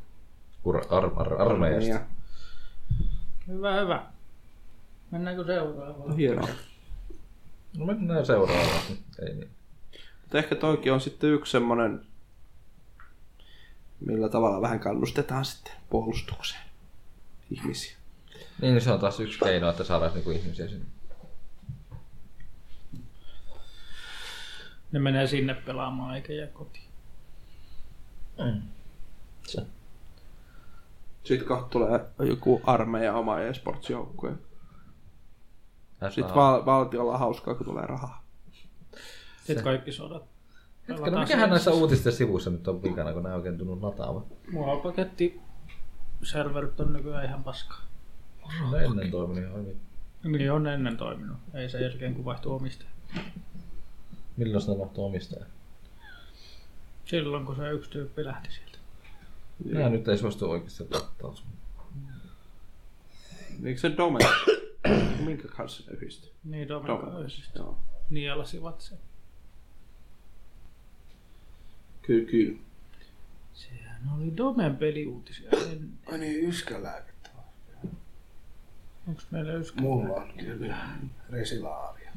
Speaker 5: Kur, ar, ar, armeijasta.
Speaker 3: Niin Ja-
Speaker 4: Hyvä, hyvä. Mennäänkö
Speaker 3: No
Speaker 4: seuraavaan?
Speaker 3: hienoa.
Speaker 5: No mennään seuraavaan. Ei niin.
Speaker 3: Mutta ehkä toikin on sitten yksi semmonen, millä tavalla vähän kannustetaan sitten puolustukseen ihmisiä.
Speaker 5: Niin, niin se on taas yksi keino, että saadaan niinku ihmisiä sinne.
Speaker 4: Ne menee sinne pelaamaan eikä jää kotiin.
Speaker 3: Sitten kohta tulee joku armeija oma e-sports-joukkue.
Speaker 5: Sitten
Speaker 3: Sitten
Speaker 5: vaan...
Speaker 3: val- valtiolla on hauskaa, kun tulee rahaa.
Speaker 4: Sitten kaikki sodat.
Speaker 5: No, mikähän näissä uutisten sivuissa nyt on vikana, kun nämä ei oikein tunnu lataavan?
Speaker 4: Mua paketti serverit on nykyään ihan paskaa.
Speaker 5: Se No, ennen toiminut ihan hyvin.
Speaker 4: Niin on ennen toiminut. Ei se jälkeen kun vaihtui omistaja.
Speaker 5: Milloin sitä mahtuu omistaa?
Speaker 4: Silloin kun se yksi tyyppi lähti sieltä.
Speaker 5: Minä nyt ei suostu oikeasti vastaus.
Speaker 3: Eikö se Domen? Minkä kanssa ne yhdistyy?
Speaker 4: Niin Dominikon
Speaker 5: siis.
Speaker 4: yhdessä.
Speaker 3: Joo.
Speaker 4: Nielasivat sen.
Speaker 3: Kyllä, kyllä.
Speaker 4: Sehän oli Domen peliuutisia ennen.
Speaker 2: Ai niin, yskälääkettä.
Speaker 4: Onks meillä yskä?
Speaker 2: Mulla on kyllä resilaavia.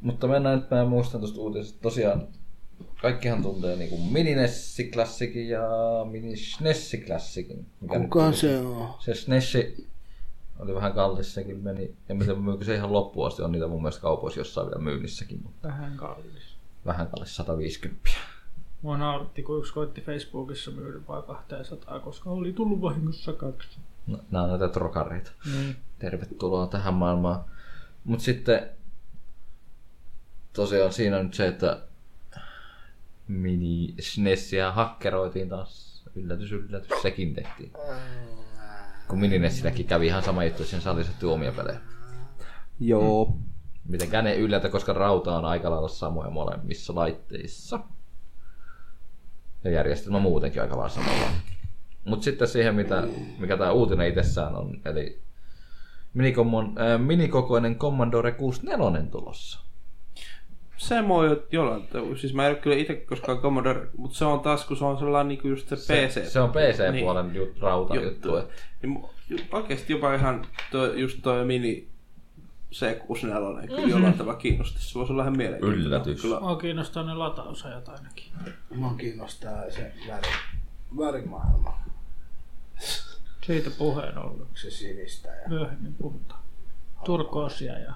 Speaker 5: Mutta mennään nyt, mä muistan tuosta uutisesta. Tosiaan kaikkihan tuntee niinku mini Nessi-klassikin ja mini Snessi-klassikin. mikä nyt
Speaker 2: Kuka
Speaker 5: tuli.
Speaker 2: se on?
Speaker 5: Se Snessi oli vähän kallis, sekin meni. En mä tiedä, myykö se ihan loppuun asti. On niitä mun mielestä kaupoissa jossain vielä myynnissäkin. Mutta
Speaker 4: Vähän kallis.
Speaker 5: vähän kallis, 150.
Speaker 4: Mua nauratti, kun yksi koitti Facebookissa myydä vaan 200, koska oli tullut vahingossa kaksi.
Speaker 5: No, nämä on näitä trokareita.
Speaker 4: Niin.
Speaker 5: Tervetuloa tähän maailmaan. Mutta sitten tosiaan siinä on nyt se, että mini SNESiä hakkeroitiin taas. Yllätys, yllätys, sekin tehtiin. Kun mini Nessilläkin kävi ihan sama juttu, sen saa lisätty omia pelejä.
Speaker 3: Joo.
Speaker 5: Mm. Mitenkään ei yllätä, koska rauta on aika lailla samoja molemmissa laitteissa. Ja järjestelmä muutenkin aika lailla samalla. Mutta sitten siihen, mitä, mikä tämä uutinen itsessään on, eli minikommon, äh, minikokoinen Commodore 64 tulossa.
Speaker 3: Se mua jo, jollain, tavalla- siis mä en ole kyllä itse koskaan Commodore, mutta se on taas, kun se on sellainen niinku just se, PC.
Speaker 5: Se on PC-puolen niin. jut, rauta
Speaker 3: Juttu.
Speaker 5: juttu. et
Speaker 3: Niin, mu- ju- oikeesti jopa ihan toi, just toi mini C64 kyllä jollain tavalla kiinnostaisi. Se voisi olla ihan mielenkiintoinen.
Speaker 5: Mm. Yllätys.
Speaker 3: Kyllä.
Speaker 4: Mua kiinnostaa ne latausajat ainakin.
Speaker 2: Mua kiinnostaa se väri, värimaailma.
Speaker 4: Siitä puheen ollen.
Speaker 2: Onko se sinistä ja
Speaker 4: Myöhemmin puhutaan. Turkoosia ja...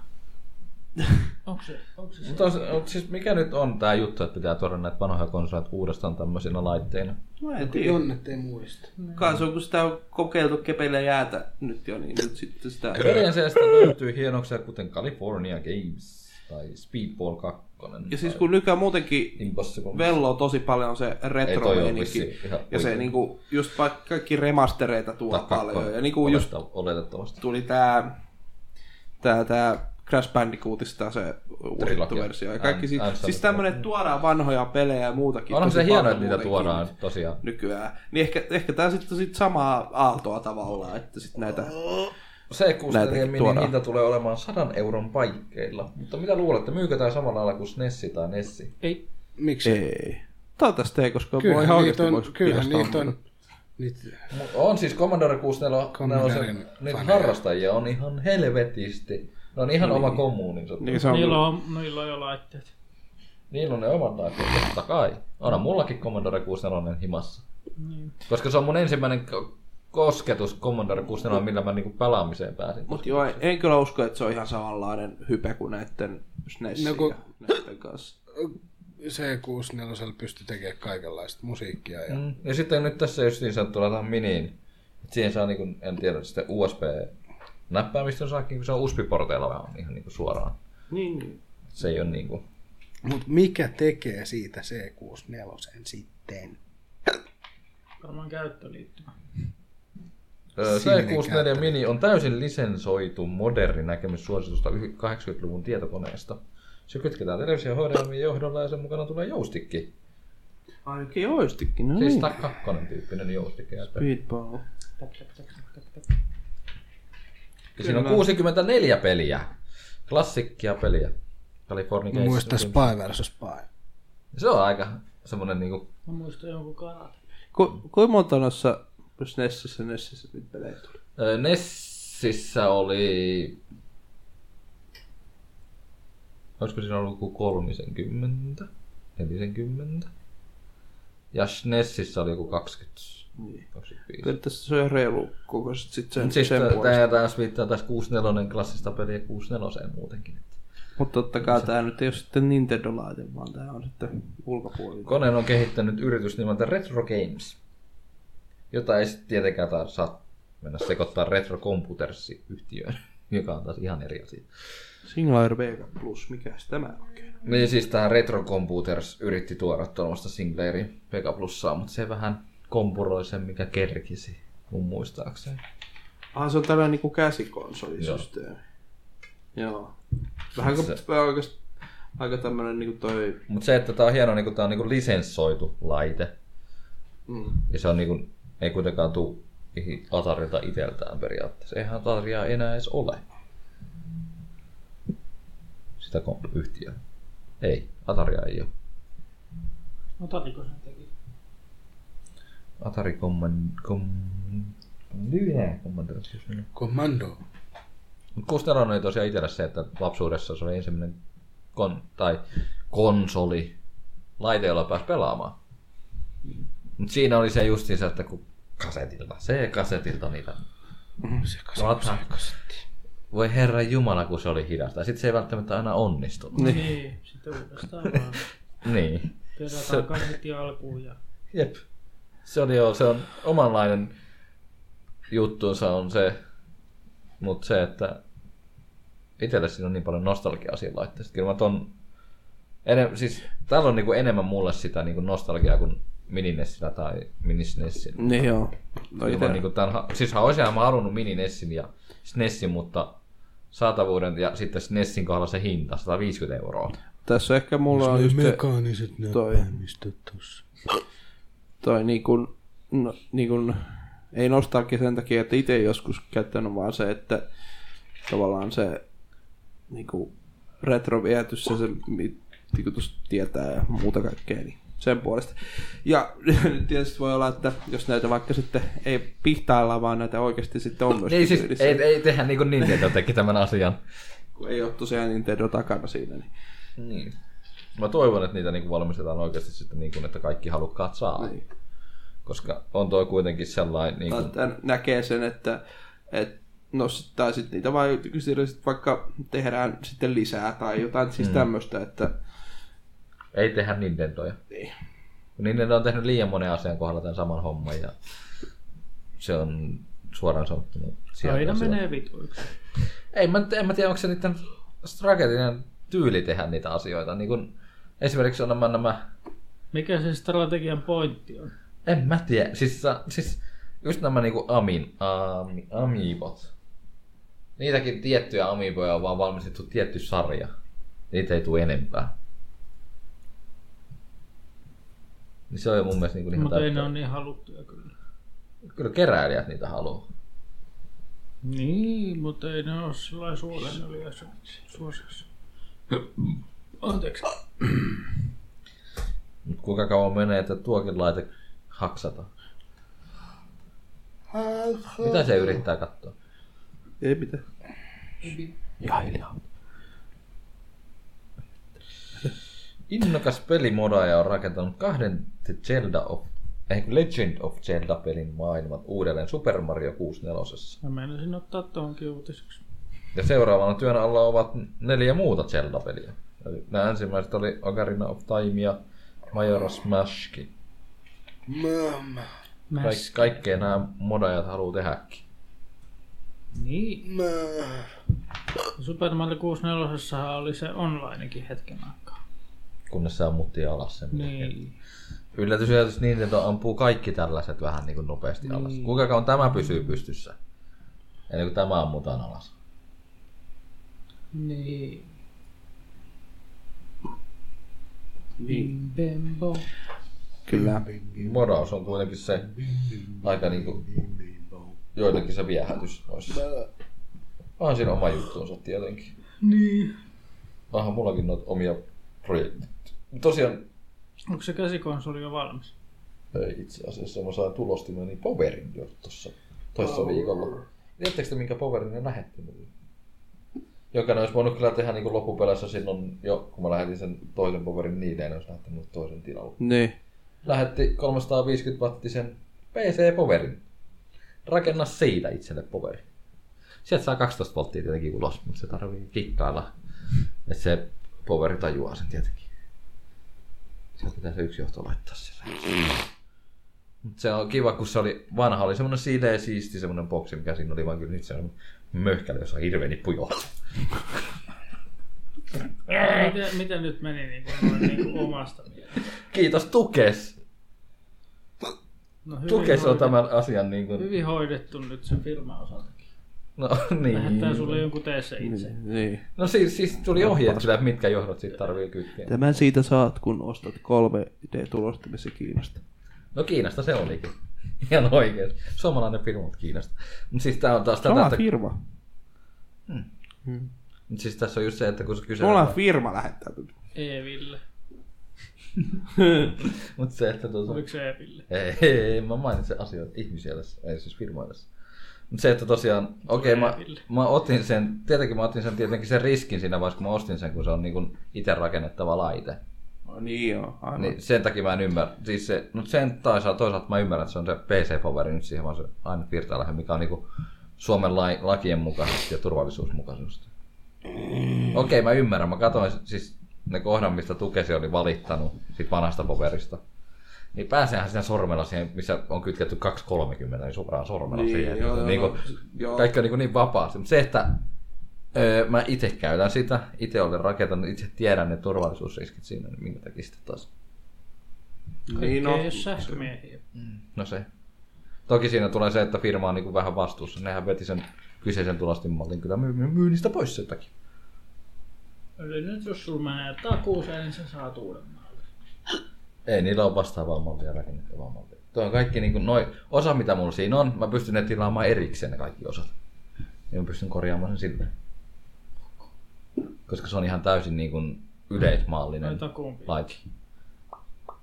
Speaker 4: Onko se, onko se se?
Speaker 5: Mutta on- on- siis mikä nyt on tämä juttu, että pitää tuoda näitä vanhoja konsoleita uudestaan tämmöisinä laitteina?
Speaker 3: Mä No, en tiedä.
Speaker 2: jonnet ei muista.
Speaker 3: Kai se on, kun sitä on kokeiltu kepeillä jäätä nyt jo, niin nyt sitten sitä...
Speaker 5: Pelien seasta löytyy hienoksia kuten California Games tai Speedball 2.
Speaker 3: Ja siis
Speaker 5: tai
Speaker 3: kun nykyään muutenkin
Speaker 5: Impossible.
Speaker 3: velloo tosi paljon se
Speaker 5: Ei,
Speaker 3: retro
Speaker 5: toi on vissiin ihan
Speaker 3: ja se
Speaker 5: huikea.
Speaker 3: niinku, just vaikka kaikki remastereita tuo
Speaker 5: Tai kakkonen,
Speaker 3: paljon. Ja niinku just
Speaker 5: oletta- Oletettavasti.
Speaker 3: tuli tää, tää, tää Crash Bandicootista se uusittu
Speaker 5: Trilogia.
Speaker 3: versio. Ja kaikki
Speaker 5: Än-
Speaker 3: siis,
Speaker 5: Answer
Speaker 3: siis tämmönen, että tuodaan vanhoja pelejä ja muutakin.
Speaker 5: Onhan
Speaker 3: tosi
Speaker 5: se hienoa,
Speaker 3: paljon
Speaker 5: että niitä
Speaker 3: muutenkin
Speaker 5: tuodaan tosiaan.
Speaker 3: Nykyään. Niin ehkä, ehkä tää sitten on sit samaa aaltoa tavallaan, että sit näitä...
Speaker 5: Se
Speaker 3: Näitäkin
Speaker 5: kuustelien minin
Speaker 3: tuodaan.
Speaker 5: hinta tulee olemaan 100 euron paikkeilla. Mutta mitä luulette, myykö tämä samalla lailla kuin Snessi tai E Nessi?
Speaker 4: Ei.
Speaker 2: Miksi?
Speaker 3: Ei. Toivottavasti ei, koska voi ihan
Speaker 2: Kyllähän
Speaker 3: oikeasti
Speaker 2: niitä on,
Speaker 3: voisi
Speaker 2: kyllähän
Speaker 3: kiinnostaa
Speaker 2: niitä on,
Speaker 3: muuta.
Speaker 2: niitä
Speaker 5: Mut On siis Commodore 64, on se,
Speaker 2: Commodoren
Speaker 5: niitä
Speaker 2: faneja.
Speaker 5: harrastajia on ihan helvetisti. Ne on ihan oma kommuuninsa.
Speaker 3: Niin se on
Speaker 4: Niillä on, niillä on jo laitteet.
Speaker 5: Niillä on ne omat laitteet, totta kai. Onhan mullakin Commodore 64 himassa.
Speaker 4: Niin.
Speaker 5: Koska se on mun ensimmäinen ko- kosketus Commodore 64, millä mä niinku pelaamiseen pääsin.
Speaker 3: Mutta joo, en kyllä usko, että se on ihan samanlainen hype kuin näiden SNESin
Speaker 2: No
Speaker 3: no,
Speaker 2: kun-
Speaker 3: kun... ja näiden kanssa.
Speaker 2: C64 pystyy tekemään kaikenlaista musiikkia ja
Speaker 5: Mm, Ja sitten nyt tässä justiin saa tulla tähän miniin. Et siihen saa niinku, en tiedä, sitten USB-näppäimistön saakin, kun se on USB-porteilla vaan ihan niinku suoraan.
Speaker 3: Niin, niin.
Speaker 5: Et Se ei ole niinku...
Speaker 2: Mutta mikä tekee siitä C64 sitten?
Speaker 4: Varmaan käyttöliittymä.
Speaker 5: Ö,
Speaker 2: Sininen
Speaker 5: C64 Mini on täysin lisensoitu moderni näkemys suositusta yh- 80-luvun tietokoneesta. Se kytketään televisio HDMI johdolla ja sen mukana tulee joustikki.
Speaker 3: Ainakin oistikin, no
Speaker 5: Siis
Speaker 3: niin.
Speaker 5: niin. kakkonen tyyppinen joustikki. Ja
Speaker 3: Speedball.
Speaker 5: siinä on
Speaker 3: Kyllä.
Speaker 5: 64 peliä. Klassikkia peliä. California
Speaker 2: Muista
Speaker 5: Games.
Speaker 2: Spy vs. Spy.
Speaker 5: Se on aika semmonen niinku
Speaker 4: Mä muistan jonkun kalat.
Speaker 3: Ku, kuinka monta noissa SNESissä NESissä nyt pelejä tuli?
Speaker 5: Ö, Nessissä oli... Olisiko siinä ollut joku 30, 40? Ja Nessissä oli joku 20,
Speaker 3: Niin.
Speaker 5: 25.
Speaker 3: Periaatteessa se on ihan reilu kokoiset sit sen,
Speaker 5: Mut
Speaker 3: siis
Speaker 5: siis
Speaker 3: sen puolesta.
Speaker 5: tää taas viittaa taas 64 klassista peliä 64 muutenkin. että.
Speaker 3: Mutta totta kai tää nyt ei ole sitten Nintendo-laite, vaan tää on sitten ulkopuolinen.
Speaker 5: Koneen on kehittänyt yritys nimeltä Retro Games, jota ei sit tietenkään taas saa mennä sekoittaa Retro Computers-yhtiöön, joka on taas ihan eri asia.
Speaker 3: Singular Vega Plus, mikä se tämä oikein? on?
Speaker 5: Niin siis tää Retro Computers yritti tuoda tuommoista Singlerin Vega Plussaa, mutta se vähän kompuroi sen, mikä kerkisi, mun muistaakseni.
Speaker 3: Ah, se on tällainen niinku käsikonsolisysteemi. Joo. Vähän kuin
Speaker 5: Se-
Speaker 3: vähän oikeasti aika tämmönen niinku toi...
Speaker 5: Mutta se, että tää on hieno, niinku, tää on niinku lisenssoitu laite,
Speaker 3: Mm.
Speaker 5: ja se on niinku, ei kuitenkaan tuu Atarilta iteltään periaatteessa. Eihän Ataria enää edes ole. sitä kom- yhtiöä. Ei, Ataria ei ole.
Speaker 4: No tariko sen teki?
Speaker 5: Atari Command... Com... Lyhä Commander.
Speaker 2: Kommando.
Speaker 5: Kustannon oli tosiaan itsellä se, että lapsuudessa se oli ensimmäinen kon, tai konsoli, laite, jolla pääsi pelaamaan. Mutta siinä oli se justiinsa, että kun kasetilta, se kasetilta niitä
Speaker 2: Mm, Se
Speaker 5: Lataa. voi herra jumala, kun se oli hidasta. Sitten se ei välttämättä aina onnistunut.
Speaker 3: Niin.
Speaker 4: Niin, sitten uudestaan vaan.
Speaker 5: Niin. Se-
Speaker 4: Pelataan kasetti alkuun ja...
Speaker 5: Jep. Se, oli jo, se on omanlainen juttuunsa on se, mutta se, että itselle siinä on niin paljon nostalgiaa siinä laitteessa. Kyllä mä ton, enem, siis täällä on niinku enemmän mulle sitä niinku nostalgiaa kuin mininessillä tai minisnessillä.
Speaker 3: Niin joo. No,
Speaker 5: Kyllä
Speaker 3: ite,
Speaker 5: mä niinku tämän, ha- siis olisinhan mä halunnut mininessin ja snessin, mutta saatavuuden ja sitten snessin kohdalla se hinta, 150 euroa.
Speaker 3: Tässä ehkä mulla on just se,
Speaker 2: mekaaniset
Speaker 3: toi.
Speaker 2: näppäimistöt tossa.
Speaker 3: toi niin kuin, no, niin kuin, ei nostaakin sen takia, että itse joskus käyttänyt, vaan se, että tavallaan se niin kuin retroviehetys, se, se mi- niin kuin tuossa tietää ja muuta kaikkea, niin sen puolesta. Ja nyt tietysti voi olla, että jos näitä vaikka sitten ei pihtailla, vaan näitä oikeasti sitten on myös
Speaker 5: Niin siis
Speaker 3: tyylissä.
Speaker 5: ei, ei tehdä niin kuin Nintendo teki tämän asian.
Speaker 3: kun ei ole tosiaan Nintendo takana siinä. Niin.
Speaker 5: Niin. Mä toivon, että niitä niinku valmistetaan oikeasti sitten niin kuin, että kaikki halukkaat saa.
Speaker 3: Niin.
Speaker 5: Koska on toi kuitenkin sellainen... Niin kuin,
Speaker 3: Että näkee sen, että et, no, sit- tai sitten niitä vai, kyllä siellä sit vaikka tehdään sitten lisää tai jotain siis tämmöistä, että
Speaker 5: ei tehdä Nintendoja.
Speaker 3: Niin.
Speaker 5: Nintendo on tehnyt liian monen asian kohdalla tämän saman homman ja se on suoraan sanottuna... siellä
Speaker 4: Aina
Speaker 5: on se-
Speaker 4: menee vituiksi.
Speaker 5: Ei, mä, nyt- en mä tiedä, onko se niiden strateginen tyyli tehdä niitä asioita. Niin kuin, esimerkiksi on nämä, nämä
Speaker 4: Mikä se strategian pointti on?
Speaker 5: En mä tiedä. Siis, sa- siis just nämä niinku amin, ami, amiibot. Niitäkin tiettyjä amiiboja on vaan valmistettu tietty sarja. Niitä ei tule enempää. Niin se on jo mun mielestä niinku ihan
Speaker 4: Mutta ei
Speaker 5: täyttä-
Speaker 4: ne ole niin haluttuja kyllä.
Speaker 5: Kyllä keräilijät niitä haluaa.
Speaker 4: Niin, mutta ei ne ole sillä suuren yleisön suosiossa. Anteeksi.
Speaker 5: Mut kuinka kauan menee, että tuokin laite haksata? Mitä se yrittää katsoa?
Speaker 3: ei mitään.
Speaker 5: Ihan hiljaa. Innokas pelimodaaja on rakentanut kahden The Zelda of, eh, Legend of Zelda-pelin maailmat uudelleen Super Mario 64.
Speaker 4: Mä menisin ottaa tuohonkin uutiseksi.
Speaker 5: Ja seuraavana työn alla ovat neljä muuta Zelda-peliä. Eli nämä ensimmäiset oli Ocarina of Time ja Majora's Mask.
Speaker 2: Mamma,
Speaker 5: Kaik,
Speaker 4: Mäs.
Speaker 5: kaikkea nämä modaajat haluaa tehdäkin.
Speaker 4: Niin.
Speaker 2: mamma.
Speaker 4: Super Mario 64 oli se onlinekin hetken aikaa.
Speaker 5: Kunnes se ammuttiin alas sen.
Speaker 4: Niin.
Speaker 5: Yllätys, yllätys, Nintendo ampuu kaikki tällaiset vähän niin kuin nopeasti alas.
Speaker 4: Niin.
Speaker 5: Kuinka kauan tämä pysyy pystyssä? Ennen kuin tämä ammutaan alas.
Speaker 4: Niin.
Speaker 3: Niin.
Speaker 4: Bimbo.
Speaker 3: Kyllä.
Speaker 5: Modaus on kuitenkin se aika niin kuin joidenkin se viehätys noissa. Onhan siinä oma juttuunsa tietenkin.
Speaker 4: Niin.
Speaker 5: Onhan mullakin noita omia projekteja. Tosiaan
Speaker 4: Onko se käsikonsoli jo valmis?
Speaker 5: ei itse asiassa mä sain tulostimeni Powerin jo tuossa toissa viikolla. Tiedättekö te minkä Powerin ne lähetti mulle? Joka ne olisi voinut kyllä tehdä niin loppupeleissä silloin jo, kun mä lähetin sen toisen Powerin niille, ja ne olisi lähettänyt mulle toisen tilalle.
Speaker 3: Niin.
Speaker 5: Lähetti 350 wattisen PC Powerin. Rakenna siitä itselle Poweri. Sieltä saa 12 volttia tietenkin ulos, mutta se tarvii kikkailla. Että se Poweri tajuaa sen tietenkin. Sieltä pitää se yksi johto laittaa sille. Mut se on kiva, kun se oli vanha, oli semmonen sileä siisti semmonen boksi, mikä siinä oli, vaan kyllä nyt se on möhkäli, jossa on hirveä nippu johto.
Speaker 4: Miten, miten nyt meni niin kuin, noin, niin kuin omasta mielestä?
Speaker 5: Kiitos Tukes!
Speaker 4: No, hyvin
Speaker 5: Tukes on
Speaker 4: hoidettu-
Speaker 5: tämän asian niin kuin...
Speaker 4: Hyvin hoidettu nyt sen firman osaltakin.
Speaker 5: No niin.
Speaker 4: Lähettää sulle jonkun tee se itse.
Speaker 3: niin.
Speaker 5: No siis, siis tuli ohjeet sillä, että mitkä johdot sit tarvii kytkeä.
Speaker 3: Tämän siitä saat, kun ostat 3D-tulostimessa Kiinasta.
Speaker 5: No Kiinasta se olikin. Ihan oikein. Suomalainen firma mutta Kiinasta. Mutta siis tää on taas tätä,
Speaker 3: Sama
Speaker 5: että
Speaker 3: firma.
Speaker 5: Mut Siis tässä on just se, että kun se kyselee...
Speaker 3: Mulla on firma lähettää.
Speaker 4: Eville.
Speaker 5: Mutta se, että tuota...
Speaker 4: Oliko se Eville?
Speaker 5: Ei, ei, ei, mä mainitsen asioita ihmisiä tässä, ei siis firmoja tässä. Mutta se, että tosiaan, okei, okay, mä, mä, otin sen, tietenkin mä otin sen tietenkin sen riskin siinä vaiheessa, kun mä ostin sen, kun se on niin itse rakennettava laite.
Speaker 3: No, niin joo, aivan.
Speaker 5: Niin sen takia mä en ymmärrä. Siis se, no sen toisaalta, toisaalta mä ymmärrän, että se on se PC-poweri nyt siihen vaan se aina virtaa lähde, mikä on niinku Suomen lai, lakien mukaisesti ja turvallisuusmukaisesti. Okei,
Speaker 3: Mm.
Speaker 5: okay, mä ymmärrän. Mä katsoin siis ne kohdan, mistä tukesi oli valittanut siitä vanhasta paperista. Niin pääseehän sinä sormella siihen, missä on kytketty 2.30, niin suoraan sormella
Speaker 3: Niin,
Speaker 5: siihen.
Speaker 3: joo, joo,
Speaker 5: niin kuin,
Speaker 3: joo.
Speaker 5: Kaikki on niin, kuin niin vapaasti. Mutta se, että öö, mä itse käytän sitä, itse olen rakentanut, itse tiedän ne turvallisuusriskit siinä, niin minkä takia sitten taas
Speaker 3: Niin,
Speaker 4: Ei ole sähkömiehiä.
Speaker 5: No se. Toki siinä tulee se, että firma on niin vähän vastuussa. Nehän veti sen kyseisen tulastin mallin kyllä myy- myy- myynnistä pois sen takia.
Speaker 4: Eli nyt jos sulla menee takuuseen, niin sä saat uudemman.
Speaker 5: Ei, niillä on vastaavaa mallia rakennettavaa mallia. Tuo on kaikki niin kuin noi, osa mitä mulla siinä on, mä pystyn ne tilaamaan erikseen ne kaikki osat. Ja mä pystyn korjaamaan sen silleen. Koska se on ihan täysin niin kuin
Speaker 4: Tai
Speaker 3: Niin.
Speaker 5: yleismaallinen
Speaker 4: takuun pitää.
Speaker 5: laite.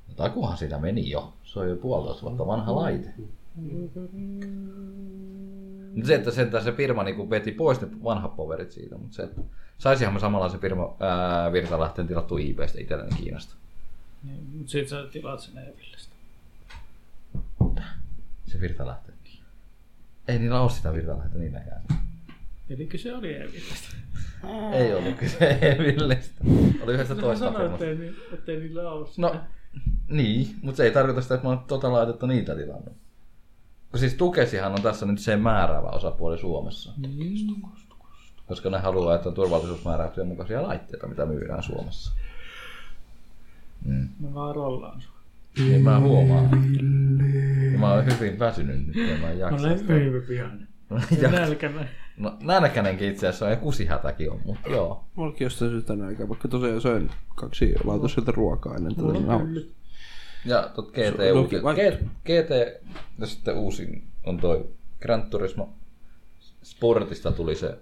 Speaker 5: No, Takuhan siitä meni jo. Se on jo puolitoista vuotta vanha laite. Mutta se, että sentään se firma niinku veti pois ne vanhat poverit siitä, mutta se, että saisihan me samanlaisen firma ää, virta lähteen tilattu IPstä itselleni Kiinasta.
Speaker 4: Niin, mut sit sä tilaat sen Eville sitä.
Speaker 5: Se virta lähtee. Ei niillä ole sitä virta lähteä niilläkään.
Speaker 4: Eli kyse oli Eville sitä.
Speaker 5: Ei ollut kyse Evillestä. Oli yhdessä
Speaker 4: Mä
Speaker 5: toista
Speaker 4: sanoin,
Speaker 5: firmasta.
Speaker 4: ettei, ni- ettei niillä ole sitä.
Speaker 5: No, niin, mutta se ei tarkoita sitä, että mä oon tota laitetta niitä tilannut. Kun siis Tukesihan on tässä nyt se määräävä osapuoli Suomessa.
Speaker 4: Niin.
Speaker 5: koska ne haluaa, että on turvallisuusmääräyksien mukaisia laitteita, mitä myydään Suomessa.
Speaker 4: Me vaan rollaan sua.
Speaker 5: Niin mä huomaan. Ja Mä oon hyvin väsynyt nyt, ja mä
Speaker 4: Mä
Speaker 5: en jaksa.
Speaker 4: olen hyvin vihainen. No Ja nälkäinen.
Speaker 5: No, nälkänenkin itse asiassa on, ja kusihätäkin on, mutta joo.
Speaker 3: Mullakin jostain syystä tänään aikaa, vaikka tosiaan söin kaksi lautaselta ruokaa ennen tätä niin
Speaker 5: Mm.
Speaker 3: nauhoitusta.
Speaker 5: Ja tot GT,
Speaker 3: Se- no,
Speaker 5: uusi,
Speaker 3: vai-
Speaker 5: G- GT, ja sitten uusin on toi Gran Turismo. Sportista tuli se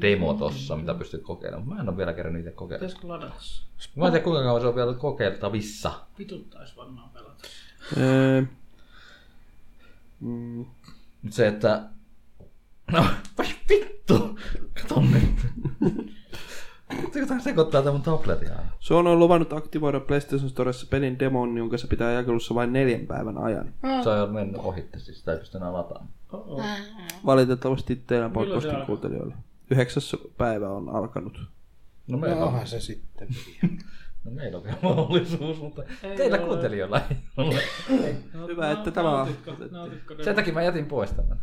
Speaker 5: demo tossa, mitä pystyt kokeilemaan. Mä en ole vielä kerran niitä kokeilla.
Speaker 4: Pitäisikö ladata se?
Speaker 5: Mä en tiedä kuinka kauan se on vielä kokeiltavissa.
Speaker 4: Vituttais varmaan pelata.
Speaker 3: Öö, mm,
Speaker 5: Mut se, että... No, vai vittu! Kato nyt. Vittu, Jotain sekoittaa tämän mun tabletin aina.
Speaker 3: Se on luvannut aktivoida PlayStation Storessa pelin demon, jonka se pitää jakelussa vain neljän päivän ajan.
Speaker 5: Se on jo mennyt ohitte, siis sitä ei pysty enää lataamaan.
Speaker 4: Oh-oh.
Speaker 3: Valitettavasti teidän
Speaker 4: Milloin se
Speaker 3: podcastin
Speaker 4: alkaa?
Speaker 3: kuuntelijoille. Yhdeksäs päivä on alkanut.
Speaker 5: No meillä,
Speaker 2: No
Speaker 5: no.
Speaker 2: onhan se sitten.
Speaker 5: No, meillä on vielä mahdollisuus, mutta
Speaker 4: Ei
Speaker 5: ei teillä
Speaker 4: ole.
Speaker 5: kuuntelijoilla ei ole.
Speaker 4: No,
Speaker 3: Hyvä, että tämä on-
Speaker 4: nautitko- nautitko
Speaker 5: Sen takia mä jätin pois tämän.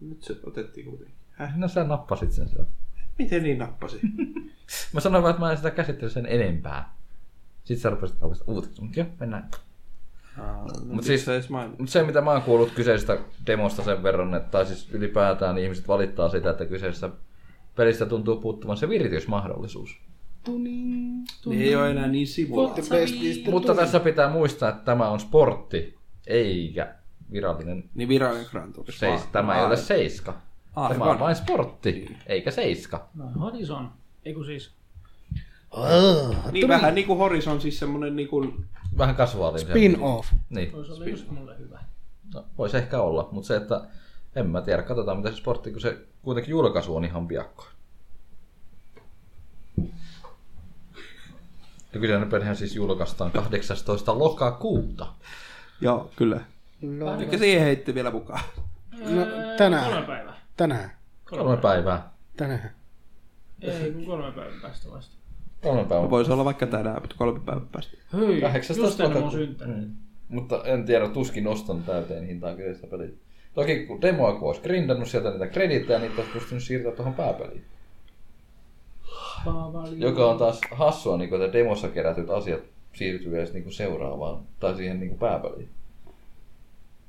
Speaker 3: Nyt se otettiin kuitenkin.
Speaker 5: No sä nappasit sen sieltä.
Speaker 3: Miten niin nappasi?
Speaker 5: Mä sanoin vaan, että mä en sitä käsittele sen enempää. Sitten sä rupesit kauheasti uutiksi, mutta joo, mennään.
Speaker 3: Mutta
Speaker 5: Mut
Speaker 3: siis...
Speaker 5: siis-
Speaker 3: Sä edes mainita.
Speaker 5: Mut se, mitä mä oon kuullut kyseisestä demosta sen verran, että tai siis ylipäätään ihmiset valittaa sitä, että kyseessä pelistä tuntuu puuttuvan se viritysmahdollisuus.
Speaker 3: Niin ei ole enää niin sivulla.
Speaker 5: Mutta tässä pitää muistaa, että tämä on sportti, eikä virallinen
Speaker 3: Niin virallinen Gran Turismo.
Speaker 5: seis. Siis Tämä ei ole seiska.
Speaker 3: Ah. Aivan.
Speaker 5: Tämä on vain sportti, eikä seiska.
Speaker 4: No, Horizon. Ei kun siis.
Speaker 3: Niin vähän niin kuin Horizon, siis semmonen niin kuin...
Speaker 5: Vähän kasuaalinen.
Speaker 2: Pin-off.
Speaker 5: Niin,
Speaker 4: Voisi olla just mulle hyvä.
Speaker 5: no, voisi ehkä olla, mutta se, että en mä tiedä, katsotaan mitä se sportti, kun se kuitenkin julkaisu on ihan piakkoin. Ja kyseinen pelihän siis julkaistaan 18. lokakuuta.
Speaker 3: Joo, kyllä.
Speaker 2: No,
Speaker 3: Eli siihen heitti vielä mukaan.
Speaker 2: no,
Speaker 4: Kolme
Speaker 2: tänään,
Speaker 4: päivää.
Speaker 2: tänään,
Speaker 5: Kolme päivää.
Speaker 2: tänään.
Speaker 4: Ei kun kolme päivän päästä vasta.
Speaker 5: Kolme päivää.
Speaker 3: Voisi olla vaikka tänään, mutta kolme päivän päästä.
Speaker 4: Hyi,
Speaker 5: 18.
Speaker 4: just ennen mun
Speaker 5: lokakuuta.
Speaker 4: synttärit.
Speaker 5: Mm. Mutta en tiedä, tuskin ostan täyteen hintaan kyseistä peliä. Toki kun demoa kun olisi grindannut sieltä niitä krediittejä, niitä olisi pystynyt siirtämään tuohon pääpeliin.
Speaker 4: Paavali.
Speaker 5: Joka on taas hassua, niin kun, että demossa kerätyt asiat siirtyy edes niin seuraavaan tai siihen niin pääpeliin.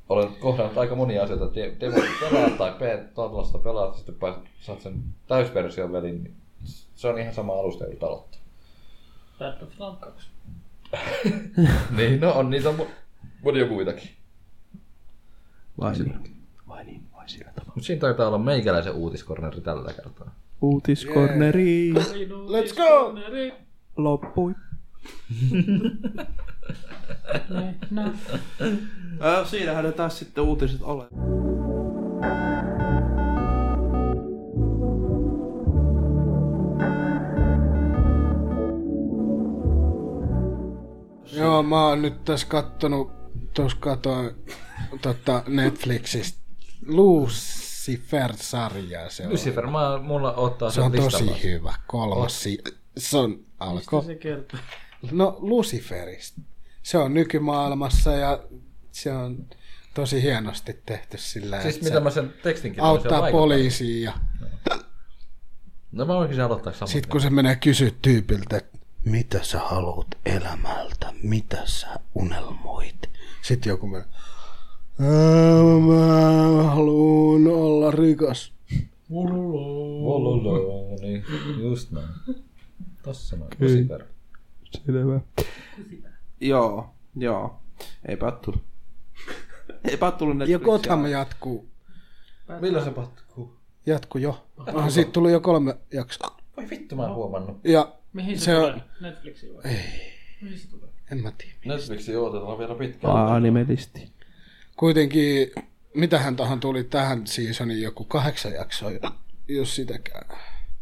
Speaker 5: Olen kohdannut aika monia asioita, että de- demo pelaat tai pe- tuollaista pelaat, ja sitten pääset, saat sen täysversion väliin, niin se on ihan sama alusta, jota aloittaa.
Speaker 4: Battlefield 2.
Speaker 5: niin, no on niitä mu- monia muitakin.
Speaker 3: Vai niin. Vai niin, vai sillä tavalla.
Speaker 5: Mutta siinä taitaa olla meikäläisen uutiskorneri tällä kertaa.
Speaker 3: Uutiskorneri yeah.
Speaker 2: Let's go!
Speaker 3: loppui.
Speaker 4: No,
Speaker 3: Äh, siinähän ne taas sitten uutiset ole.
Speaker 2: Joo, mä oon nyt tässä kattonut, tuossa katoin tota Netflixistä Lucifer-sarjaa se on.
Speaker 5: Lucifer, mä, mulla ottaa
Speaker 2: se
Speaker 5: sen
Speaker 2: on
Speaker 5: listalla.
Speaker 2: tosi hyvä. Kolmas, si- se on alko.
Speaker 4: se kertoo.
Speaker 2: No Luciferista. Se on nykymaailmassa ja se on tosi hienosti tehty sillä,
Speaker 5: Siis
Speaker 2: että se
Speaker 5: mitä mä sen tekstinkin toin, se
Speaker 2: auttaa
Speaker 5: vaikuttaa.
Speaker 2: poliisiin ja
Speaker 5: No mä voisin aloittaa saman.
Speaker 2: Sitten kun se menee kysyä tyypiltä, että mitä sä haluat elämältä, mitä sä unelmoit. Sitten joku menee, "Ää, mä haluan olla rikas.
Speaker 5: Vololo, niin just näin. Tossa noin, Lucifer.
Speaker 3: Selvä. Joo, joo. Eipä oo tullut. Eipä oo tullut
Speaker 2: Ja
Speaker 3: Netflixiä.
Speaker 2: Gotham jatkuu.
Speaker 5: Milloin se pattuu?
Speaker 2: Jatku jo. Onhan siitä tullut jo kolme jaksoa.
Speaker 5: Oi vittu, mä en huomannut.
Speaker 2: Ja
Speaker 4: Mihin se,
Speaker 2: Se on-
Speaker 4: tulee? Netflixiin vai? Mihin se tulee?
Speaker 2: en mä tiedä.
Speaker 5: Netflixi odotetaan vielä pitkään.
Speaker 3: Animelisti.
Speaker 2: Kuitenkin, mitähän tahan tuli tähän seasonin joku kahdeksan jaksoa, jo- jos sitäkään.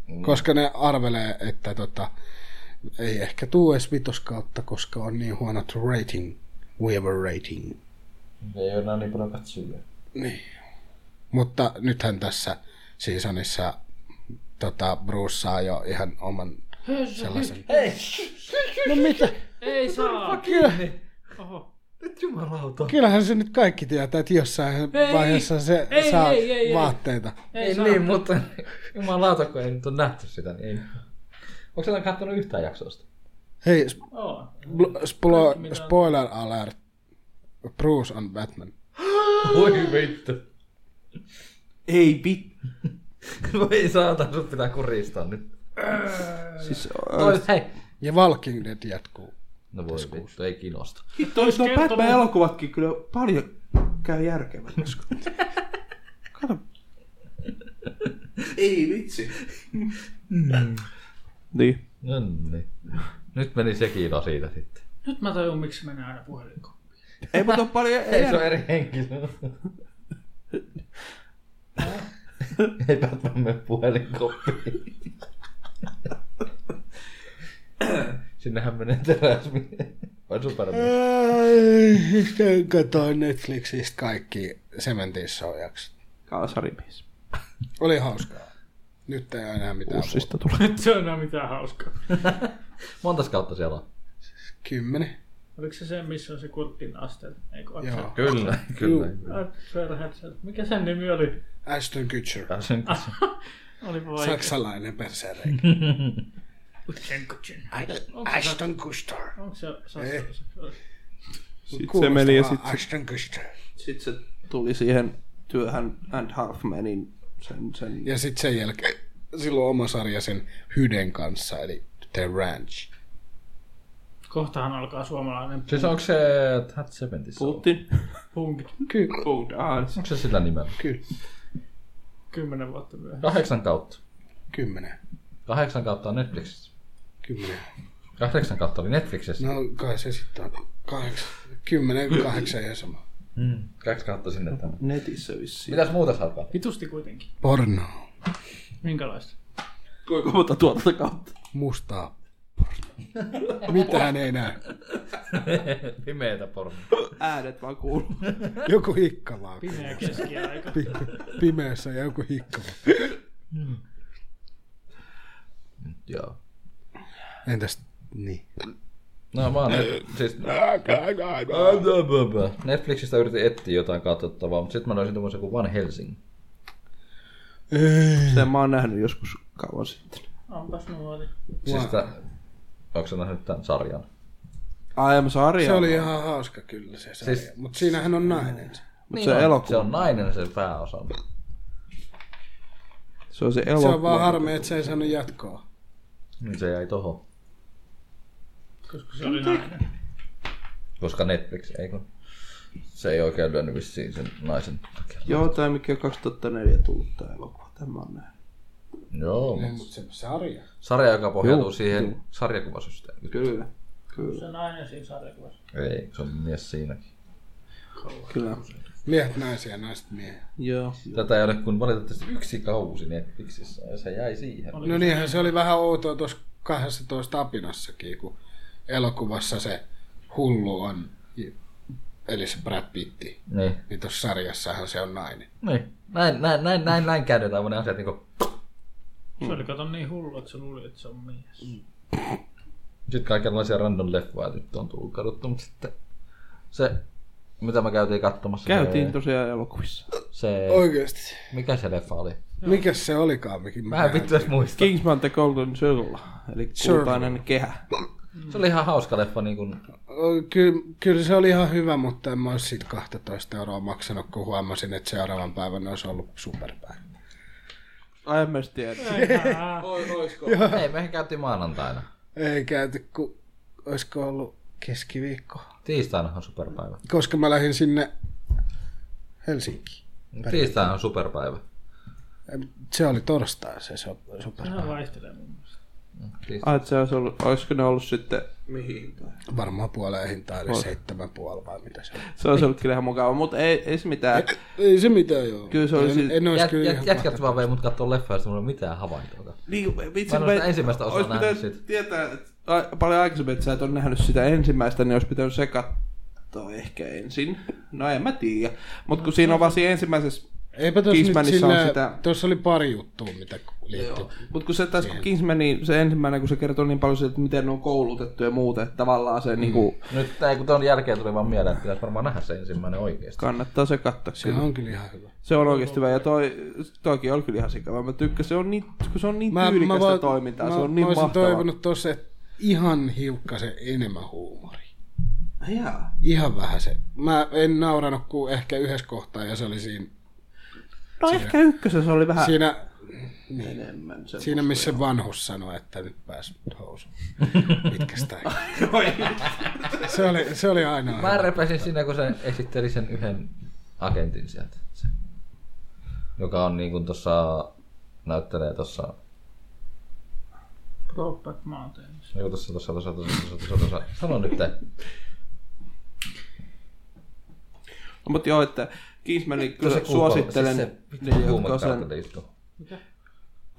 Speaker 4: Mm.
Speaker 2: Koska ne arvelee, että tota, ei ehkä tuu edes vitoskautta, koska on niin huonot rating, waiver rating.
Speaker 5: Ei ole enää niin paljon katsojia.
Speaker 4: Niin.
Speaker 2: Mutta nythän tässä seasonissa tota, Bruce saa jo ihan oman sellaisen... Hei! No mitä?
Speaker 4: Ei saa!
Speaker 2: Kyllä,
Speaker 4: Oho.
Speaker 5: Nyt jumalauta.
Speaker 2: kyllähän se nyt kaikki tietää, että jossain
Speaker 4: Ei,
Speaker 2: vaiheessa se
Speaker 4: ei,
Speaker 2: saa
Speaker 4: ei, ei, ei.
Speaker 2: vaatteita.
Speaker 4: Ei,
Speaker 5: Ei
Speaker 4: saa.
Speaker 5: niin, mutta jumalauta, kun ei nyt ole nähty sitä, niin ei. Onko sä kattonut yhtään jaksosta?
Speaker 2: Hei,
Speaker 4: Oo.
Speaker 2: Bl- splo- spoiler alert. Bruce on Batman.
Speaker 5: Voi vittu.
Speaker 3: Ei vit.
Speaker 5: Voi saata, sut pitää kuristaa nyt.
Speaker 3: Siis,
Speaker 5: Toi, hei.
Speaker 2: Ja Walking Dead jatkuu.
Speaker 5: No voi vittu, ei kiinnosta.
Speaker 3: Toista
Speaker 4: kertoo-
Speaker 3: Batman-elokuvatkin kyllä paljon käy järkevämmäksi. Kato. Ei vitsi. Mm. Niin.
Speaker 5: No niin. Nyt meni se kiilo siitä sitten.
Speaker 4: Nyt mä tajun, miksi menee aina puhelinkoon.
Speaker 3: Ei mutta on paljon
Speaker 5: Ei se
Speaker 3: jär...
Speaker 5: ole eri henkilö. Ei Batman mene puhelinkoppiin. Sinnehän menee teräsmi. Vai Superman?
Speaker 2: Sitten katsoin Netflixistä kaikki Sementissä jaksot.
Speaker 3: Kalsarimies.
Speaker 2: Oli hauskaa. Nyt ei ole enää mitään. muuta.
Speaker 3: Ussista tulee.
Speaker 4: Nyt se on enää mitään hauskaa.
Speaker 5: Montas kautta siellä on?
Speaker 2: Kymmenen.
Speaker 4: Oliko se se, missä on se kurttin astel? Eikö
Speaker 2: Joo.
Speaker 4: Axel?
Speaker 5: Kyllä, kyllä.
Speaker 4: Axel Hatzel. Mikä sen nimi oli?
Speaker 2: Ashton Kutcher.
Speaker 5: Sen
Speaker 4: Oli vaikea.
Speaker 2: Saksalainen persereikä.
Speaker 4: Saksutchenkutchen.
Speaker 2: Ashton Kutcher.
Speaker 4: Onko se
Speaker 2: Ei.
Speaker 4: Saksutchenkutchen?
Speaker 3: Sitten se meni ja
Speaker 2: Kuulostaa Ashton
Speaker 3: sitten
Speaker 2: Kutcher.
Speaker 3: sit se tuli siihen työhän and Halfmanin sen, sen
Speaker 2: Ja sitten sen jälkeen silloin oma sarja sen Hyden kanssa, eli The Ranch.
Speaker 4: Kohtahan alkaa suomalainen
Speaker 5: Siis onko se Tad Seventissä? ollut?
Speaker 3: Putin.
Speaker 4: punk
Speaker 2: Kyllä,
Speaker 3: Putin.
Speaker 5: Onko se sillä nimellä?
Speaker 2: kyllä.
Speaker 4: kymmenen vuotta myöhemmin.
Speaker 5: Kahdeksan kautta.
Speaker 2: Kymmenen.
Speaker 5: Kahdeksan kautta on Netflixissä.
Speaker 2: Kymmenen.
Speaker 5: Kahdeksan kautta oli Netflixissä.
Speaker 2: No kai se sitten on kahdeksan. Kymmenen, kahdeksan ja sama.
Speaker 5: Mm. Kaksi kautta sinne tämä.
Speaker 3: Netissä vissiin.
Speaker 5: Mitäs muuta sä oot katsonut?
Speaker 4: Vitusti kuitenkin.
Speaker 2: Porno.
Speaker 4: Minkälaista?
Speaker 3: Kuinka monta tuota kautta?
Speaker 2: Mustaa porno. Mitään ei näe.
Speaker 5: Pimeetä porno.
Speaker 3: Äänet vaan kuuluu.
Speaker 2: Joku hikka vaan.
Speaker 4: Pimeä keskiaika.
Speaker 2: Pi- Pimeässä ja joku hikka vaan.
Speaker 5: Joo.
Speaker 2: Entäs niin?
Speaker 5: No mä oon net, siis... Netflixistä yritin etsiä jotain katsottavaa, mutta sitten mä löysin tämmöisen kuin Van Helsing.
Speaker 3: Sen mä oon nähnyt joskus kauan sitten.
Speaker 4: Onpas nuori.
Speaker 5: Siis tää... Onko sä nähnyt tämän sarjan?
Speaker 3: I am sarja.
Speaker 2: Se oli ihan hauska kyllä se sarja.
Speaker 5: Siis-
Speaker 2: Mutta siinähän on nainen.
Speaker 3: Mut
Speaker 2: niin.
Speaker 3: se elokuva.
Speaker 5: Se on nainen sen pääosan.
Speaker 3: Se on se
Speaker 2: Se
Speaker 3: elokuva.
Speaker 2: on vaan harmi, että se ei saanut jatkoa.
Speaker 5: Niin se jäi tohon.
Speaker 4: Koska se oli nainen.
Speaker 5: Koska Netflix, ei kun... Se ei oikein lyönyt vissiin sen naisen takia.
Speaker 3: Joo, tää mikä on 2004 tullut tää elokuva. Tämä on nähnyt.
Speaker 5: Joo.
Speaker 2: Ei, mutta se sarja.
Speaker 5: Sarja, joka pohjautuu
Speaker 3: Mm. Juu,
Speaker 5: siihen
Speaker 3: juu.
Speaker 5: sarjakuvasysteemiin.
Speaker 3: Kyllä. Kyllä.
Speaker 4: Se nainen siinä sarjakuvassa.
Speaker 5: Ei, se on mies siinäkin.
Speaker 3: Kyllä.
Speaker 2: Miehet naisia, naiset miehet.
Speaker 3: Joo.
Speaker 5: Tätä ei ole kuin valitettavasti yksi kausi Netflixissä ja se jäi siihen.
Speaker 2: No niinhän se oli vähän outoa tuossa 12 apinassakin, kun elokuvassa se hullu on, eli se Brad Pitti.
Speaker 5: Niin.
Speaker 2: Niin tuossa sarjassahan se on nainen.
Speaker 5: niin. Näin, näin, näin, näin, näin käydetään monen asiat niinku...
Speaker 2: Mm.
Speaker 4: Se oli kato niin hullu, että se luuli, että se on mies.
Speaker 5: Sitten kaikenlaisia random leffoja nyt on tullut kaduttu, mutta sitten se, mitä me käytiin katsomassa.
Speaker 3: Käytiin
Speaker 5: se,
Speaker 3: tosiaan elokuvissa.
Speaker 5: se,
Speaker 2: Oikeesti.
Speaker 5: mikä se leffa oli?
Speaker 2: Mikäs se olikaan? Mikä
Speaker 5: Mä en vittu edes muista.
Speaker 3: Kingsman the Golden Circle, eli kultainen kehä.
Speaker 5: Se oli ihan hauska leffa niin kuin...
Speaker 2: Ky- kyllä se oli ihan hyvä, mutta en mä olisi siitä 12 euroa maksanut, kun huomasin, että seuraavan päivän olisi ollut superpäivä.
Speaker 3: Ai en mä sit tiedä.
Speaker 5: Ei, mehän käytiin maanantaina.
Speaker 2: Ei käyty, kun olisiko ollut keskiviikko.
Speaker 5: Tiistaina on superpäivä.
Speaker 2: Koska mä lähdin sinne Helsinkiin.
Speaker 5: Tiistaina on superpäivä.
Speaker 2: Se oli torstai se so- superpäivä.
Speaker 4: Sehän vaihtelee mun mielestä.
Speaker 3: Ai, että se olisi ollut, olisiko ne ollut sitten mihin tai?
Speaker 2: Varmaan puoleen hintaan, eli seitsemän puoli vai mitä se on.
Speaker 3: Se olisi ollut kyllä ihan mukava, mutta ei, ei se mitään.
Speaker 2: Ei se mitään joo.
Speaker 3: Kyllä se siis-
Speaker 2: en,
Speaker 3: olisi-
Speaker 2: en olisi
Speaker 5: Jät,
Speaker 2: kyllä
Speaker 5: jät,
Speaker 2: ihan
Speaker 5: jätkät vaan vei mut kattoo leffaa, josta mulla ei ole mitään havaintoa.
Speaker 3: Niin,
Speaker 5: Mä
Speaker 3: vitsi,
Speaker 5: en ole sitä ensimmäistä osaa
Speaker 3: olisi
Speaker 5: nähnyt
Speaker 3: pitänyt
Speaker 5: siitä.
Speaker 3: tietää, että a- paljon aikaisemmin, että sä et ole nähnyt sitä ensimmäistä, niin olisi pitänyt se katsoa ehkä ensin. No en mä tiedä.
Speaker 5: No,
Speaker 3: Mutta kun siinä on vaan siinä ensimmäisessä
Speaker 2: Eipä tuossa nyt
Speaker 3: Kingsmanissa on
Speaker 2: sillä,
Speaker 3: sitä-
Speaker 2: tuossa oli pari juttua, mitä liittyy.
Speaker 3: Mutta kun se tässä kun Kingsman, niin se ensimmäinen, kun se kertoo niin paljon siitä, että miten ne on koulutettu ja muuta, että tavallaan
Speaker 5: Mm.
Speaker 3: se niinku,
Speaker 5: Nyt ei, kun ton jälkeen tuli vaan mieleen, että pitäisi varmaan nähdä se ensimmäinen oikeesti.
Speaker 3: kannattaa se katsoa.
Speaker 2: Se on kyllä ihan hyvä.
Speaker 3: Se on oikeasti hyvä ja toi, toikin oli kyllä ihan sikava. Mä tykkään, se on niin, kun se on niin
Speaker 2: Mä,
Speaker 3: tyylikästä
Speaker 2: mä, vaan,
Speaker 3: toimintaa,
Speaker 2: mä,
Speaker 3: se on niin
Speaker 2: mä olisin
Speaker 3: mahtavaa.
Speaker 2: toivonut tossa, että ihan hiukkasen enemmän huumoria.
Speaker 3: Jaa.
Speaker 2: Ihan vähän se. Mä en nauranut kuin ehkä yhdessä kohtaa ja se oli siinä,
Speaker 3: No ehkä ykkösessä oli vähän
Speaker 2: siinä,
Speaker 3: enemmän se.
Speaker 2: siinä missä vanhus sanoi, että nyt pääs housuun pitkästä aikaa. Se oli, se oli aina.
Speaker 5: Mä
Speaker 2: hyvä.
Speaker 5: repäsin siinä, kun se esitteli sen yhden agentin sieltä. Se, joka on niinku tossa, näyttelee tossa,
Speaker 4: Brokeback Mountain.
Speaker 5: niinku tossa, tossa, tossa, tossa, tossa, tossa, tossa. Sano nyt. te.
Speaker 3: No, mutta joo, että Kingsmanin
Speaker 5: Tossa
Speaker 3: kyllä
Speaker 5: kuukauden-
Speaker 3: suosittelen. Niin,
Speaker 5: Siis se vittu
Speaker 3: niille, jotka on sen,
Speaker 5: huumekarteli juttu.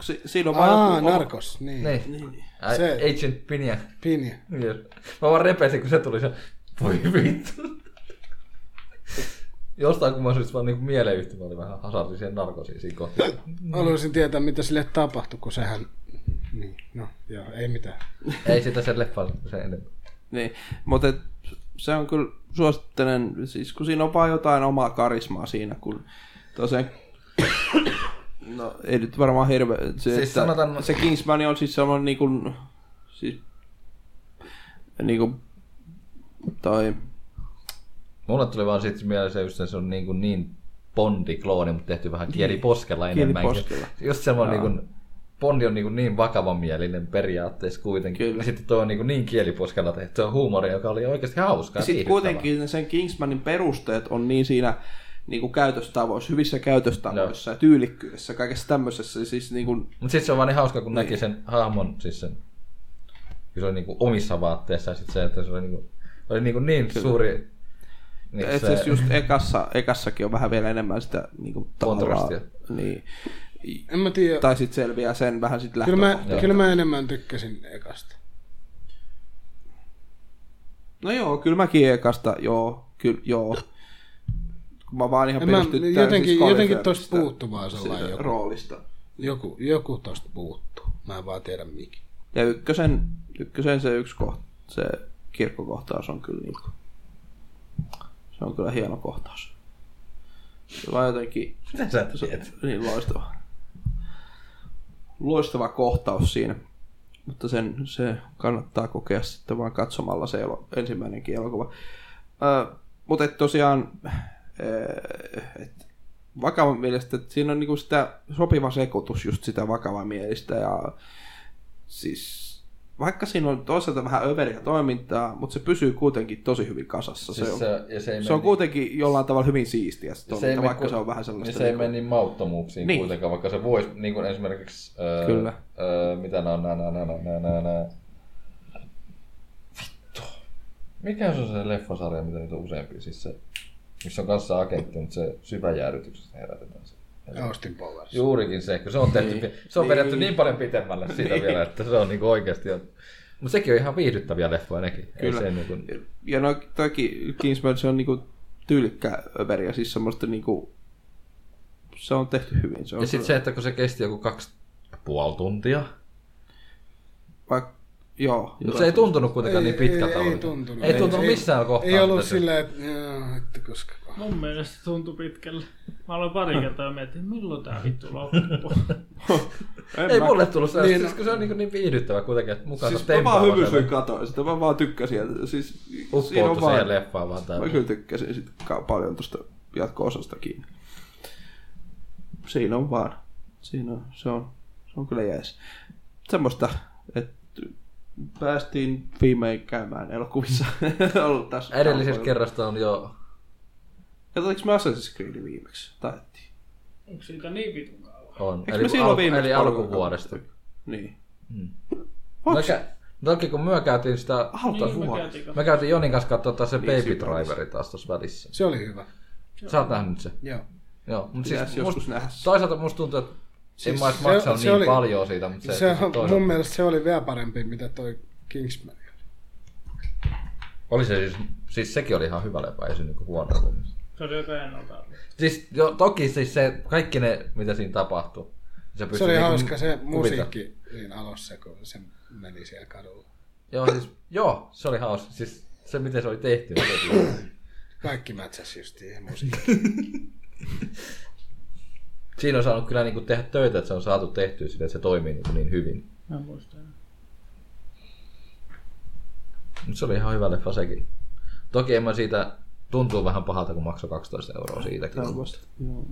Speaker 3: si, siinä on
Speaker 2: Aa,
Speaker 3: vaan joku,
Speaker 2: narkos, niin.
Speaker 5: Niin. Ä-
Speaker 2: Se-
Speaker 5: Agent Pinia.
Speaker 2: Pinja.
Speaker 5: Yes. Mä vaan repesin, kun se tuli se, voi vittu. Jostain kumman syystä vaan niinku mieleyhtymä oli vähän hasardi siihen narkosiin siinä kohtaa.
Speaker 2: Haluaisin tietää, mitä sille tapahtui, kun sehän... Niin, no, joo, ei mitään.
Speaker 5: Ei sitä sen leffan se enemmän.
Speaker 3: Niin, mutta et, se on kyllä suosittelen, siis kun siinä on vaan jotain omaa karismaa siinä, kun tosiaan, no ei nyt varmaan hirveä, se, siis että,
Speaker 5: sanotaan-
Speaker 3: se Kingsman on siis semmoinen niin kuin, siis, niin kuin, tai,
Speaker 5: Mulle tuli vaan sitten mieleen se, just, että se on niin, kuin niin bondiklooni, mutta tehty
Speaker 3: Niin.
Speaker 5: vähän kieliposkella enemmän.
Speaker 3: Kieliposkella.
Speaker 5: Just semmoinen niin kuin, Bondi on niin, kuin niin vakavamielinen periaatteessa kuitenkin.
Speaker 3: Kyllä.
Speaker 5: Ja sitten tuo on niin, kuin niin kieliposkella tehty. Se on huumori, joka oli oikeasti hauskaa.
Speaker 3: sitten
Speaker 5: viihdyttävää.
Speaker 3: kuitenkin ne sen Kingsmanin perusteet on niin siinä niin kuin käytöstavoissa, hyvissä käytöstavoissa ja tyylikkyydessä, kaikessa tämmöisessä, siis niin kuin,
Speaker 5: Mutta sitten se on vaan niin hauska, kun niin. näki sen hahmon, siis sen, kun se oli niinku omissa vaatteissa, ja sitten se, että se oli niinku, oli niinku niin Kyllä. suuri... Niin
Speaker 3: Et siis just ekassa, ekassakin on vähän vielä enemmän sitä niinku, tavallaan-
Speaker 5: Kontrastia.
Speaker 3: Niin.
Speaker 2: En mä tiedä.
Speaker 3: Tai sitten selviää sen vähän sitten
Speaker 2: Kyllä mä,
Speaker 3: lähtökohtaa.
Speaker 2: kyllä mä enemmän tykkäsin ekasta.
Speaker 3: No joo, kyllä mäkin ekasta, joo, kyllä, joo. Kun mä vaan ihan
Speaker 2: En mä,
Speaker 3: tykkään
Speaker 2: jotenkin,
Speaker 3: siis
Speaker 2: jotenkin
Speaker 3: Colin
Speaker 2: tosta
Speaker 3: Firthistä-
Speaker 2: puuttuu vaan sellainen
Speaker 3: siitä
Speaker 2: joku.
Speaker 3: roolista.
Speaker 2: Joku, joku tosta puuttuu. Mä en vaan tiedä mikä.
Speaker 3: Ja ykkösen, ykkösen se yksi kohta, se kirkkokohtaus on kyllä niinku, se on kyllä hieno kohtaus. Se vaan jotenkin
Speaker 5: Mitä sä et
Speaker 3: Se,
Speaker 5: tiedä?
Speaker 3: niin loistava. Loistava kohtaus siinä. Mutta sen, se kannattaa kokea sitten vaan katsomalla se elo, ensimmäinenkin elokuva. Ö, mutta et tosiaan, ö, et vakavan mielestä, että siinä on niinku sitä sopiva sekoitus just sitä vakavamielistä ja siis vaikka siinä on toisaalta vähän överiä toimintaa, mutta se pysyy kuitenkin tosi hyvin kasassa.
Speaker 5: Siis
Speaker 3: se, on,
Speaker 5: se, ja se, ei
Speaker 3: se on
Speaker 5: mene- niinku-
Speaker 3: kuitenkin jollain tavalla hyvin siistiä se toiminta,
Speaker 5: mene
Speaker 3: vaikka
Speaker 5: ku-
Speaker 3: se on vähän
Speaker 5: niin
Speaker 3: sellaista.
Speaker 5: se ei
Speaker 3: niinku-
Speaker 5: mene niin mauttomuuksiin
Speaker 3: Niin.
Speaker 5: niin. kuitenkaan, vaikka se voisi, niin kuin esimerkiksi... Öö,
Speaker 3: Kyllä.
Speaker 5: Öö, mitä nää on, nää, nää, nää, nää, nää, nää, nää. Vittu. Mikä se on se leffasarja, mitä niitä on useampi? Siis se, missä on kanssa agentti, mutta se syväjäädytyksestä herätetään se.
Speaker 2: Austin Powers.
Speaker 5: Juurikin se, kun se on, tehty,
Speaker 3: Niin.
Speaker 5: niin. se on vedetty
Speaker 3: Niin.
Speaker 5: niin. niin paljon pitemmälle siitä vielä, että se on niinku oikeasti... On. Mutta sekin on ihan viihdyttäviä leffoja nekin.
Speaker 3: Kyllä.
Speaker 5: Ei se niinku,
Speaker 3: Ja no toki Kingsman se on niinku tyylikkä överiä, siis semmoista niinku, se on tehty hyvin. Se on
Speaker 5: ja sitten se, että kun se kesti joku kaksi ja puoli tuntia,
Speaker 3: vaikka, joo,
Speaker 5: Mutta se ei tuntunut kuitenkaan niin pitkältä.
Speaker 2: Ei, ei
Speaker 5: ollenkaan.
Speaker 2: tuntunut.
Speaker 5: Ei tuntunut missään kohtaa.
Speaker 2: Ei ollut
Speaker 5: että se-
Speaker 2: silleen, että, joo, että koska...
Speaker 4: Mun mielestä tuntui pitkälle. Mä aloin
Speaker 2: Äh.
Speaker 4: pari kertaa miettiä, milloin tää vittu loppuu.
Speaker 3: en
Speaker 5: Ei
Speaker 3: mä-
Speaker 5: mulle tullut sellaista,
Speaker 2: Niin,
Speaker 5: niin, siis, kun se on niin, niin viihdyttävä kuitenkin, että mukaan
Speaker 3: Siis mä
Speaker 5: tempaa
Speaker 3: vaan
Speaker 5: vaan
Speaker 3: hymysyin
Speaker 5: siellä
Speaker 3: katoin sitä, mä vaan tykkäsin. Ja, siis, siinä on
Speaker 5: uppoutu
Speaker 3: vaan,
Speaker 5: siihen leffaan vaan
Speaker 3: mä
Speaker 5: täällä.
Speaker 3: kyllä tykkäsin sit ka- paljon tuosta jatko-osastakin. Siinä on vaan, siinä on, se on, se on kyllä jees. Semmoista, että päästiin viimein käymään elokuvissa. ollut tässä
Speaker 5: Edellisestä kerrasta on jo...
Speaker 3: Katsotaanko me Assassin's Creed viimeksi? Taettiin.
Speaker 4: Onko siitä niin vitun kauan?
Speaker 5: On.
Speaker 3: Eikö me silloin viimeksi
Speaker 5: eli
Speaker 3: paljon
Speaker 5: alkuvuodesta.
Speaker 3: katsottu? Niin.
Speaker 5: Me kä- Toki kun me käytiin sitä...
Speaker 4: Niin, me
Speaker 3: Alkuvuodesta.
Speaker 4: käytiin
Speaker 5: Me käytiin Jonin kanssa katsoa taas se
Speaker 3: Niin,
Speaker 5: Baby
Speaker 3: siinä
Speaker 5: Driveri taas tuossa välissä.
Speaker 2: Se oli hyvä.
Speaker 5: Sä oot nähnyt se.
Speaker 2: Joo.
Speaker 5: Joo, mutta
Speaker 3: Pitäis
Speaker 5: siis
Speaker 3: joskus
Speaker 5: must,
Speaker 3: nähdä.
Speaker 5: toisaalta musta tuntuu, että
Speaker 2: Siis
Speaker 5: en mä ois
Speaker 2: se-
Speaker 5: maksanut
Speaker 2: se
Speaker 5: niin
Speaker 2: oli-
Speaker 5: paljon siitä, mutta
Speaker 2: Se, se
Speaker 5: se, se,
Speaker 2: on,
Speaker 5: toisaalta...
Speaker 2: mun mielestä se oli vielä parempi, mitä toi Kingsman.
Speaker 5: Oli se siis, siis sekin oli ihan hyvä lepä, ei se niinku huono ollut.
Speaker 4: Se oli joka ennalta ollut.
Speaker 5: Siis jo, toki siis se, kaikki ne, mitä siinä tapahtui. Se,
Speaker 2: Se
Speaker 5: pystyy
Speaker 2: oli
Speaker 5: niinku
Speaker 2: hauska se
Speaker 5: kuvita-
Speaker 2: musiikki siinä alussa, kun se meni siellä kadulla.
Speaker 5: Joo, siis, joo, se oli hauska. Siis se, miten se oli tehty. se oli-
Speaker 2: Kaikki mätsäs just siihen musiikkiin.
Speaker 5: siinä on saanut kyllä niinku tehdä töitä, että se on saatu tehtyä sille, että se toimii niinku niin hyvin.
Speaker 4: Mä en muista enää.
Speaker 5: Mutta se oli ihan hyvä leffa sekin. Toki en mä siitä, tuntuu vähän pahalta, kun maksoi 12 euroa siitäkin.
Speaker 3: Joo.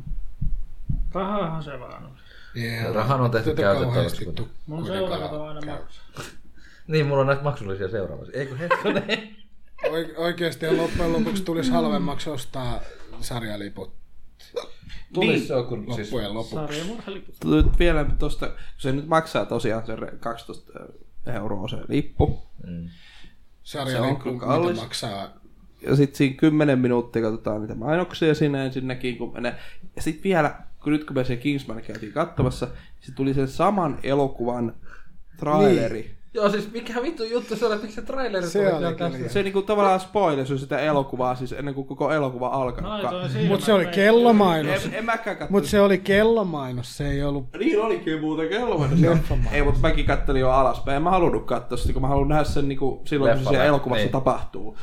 Speaker 4: Rahahan se vaan on.
Speaker 2: Yeah.
Speaker 5: Rahan on tehty
Speaker 2: Tätä
Speaker 5: käytettäväksi
Speaker 2: kauheasti
Speaker 5: kuitenkin.
Speaker 2: tu-
Speaker 4: Mun
Speaker 2: kuitenkaan
Speaker 4: seuraavat on aina
Speaker 2: käy.
Speaker 4: maksaa.
Speaker 5: Niin, mulla on näitä maksullisia seuraamassa. Eikö
Speaker 2: Niin.
Speaker 5: hetkinen?
Speaker 2: Oike- Oikeasti loppujen lopuksi tulisi halvemmaksi ostaa sarjaliput
Speaker 5: Tulisi se, kun siis...
Speaker 2: loppujen lopuksi.
Speaker 4: Sarja murhaliput.
Speaker 3: Nyt vielä tuosta, kun se nyt maksaa tosiaan se re- 12 euroa se lippu.
Speaker 5: Mm.
Speaker 2: Sarjalipu,
Speaker 3: kyllä
Speaker 2: mitä
Speaker 3: kallis.
Speaker 2: maksaa
Speaker 3: Ja sitten siinä 10 minuuttia katsotaan niitä mainoksia siinä ensinnäkin. Kun menee. Ja sitten vielä, kun nyt kun me sen Kingsman käytiin katsomassa, niin se tuli sen saman elokuvan traileri. Niin.
Speaker 5: Joo, siis mikä vittu juttu se oli, miksi se traileri
Speaker 2: Se
Speaker 5: tuli
Speaker 2: oli
Speaker 5: vielä
Speaker 2: kyllä.
Speaker 5: tästä?
Speaker 3: Se niinku tavallaan spoilasi sitä elokuvaa, siis ennen kuin koko elokuva alkanut.
Speaker 4: Laitoin
Speaker 3: Ka-
Speaker 4: silmät
Speaker 2: Mutta se oli
Speaker 4: peittoon.
Speaker 2: kellomainos.
Speaker 3: en, en mäkään katso
Speaker 2: Mutta se oli kellomainos, se ei ollut...
Speaker 3: Niin olikin muuten kelvoinen. Ei, mutta mäkin kattelin jo alaspäin. En mä halunnut katsoa sitä, kun mä haluan nähdä sen niin kuin silloin, kun se
Speaker 5: Leffana,
Speaker 3: siellä elokuvassa
Speaker 5: niin.
Speaker 3: tapahtuu.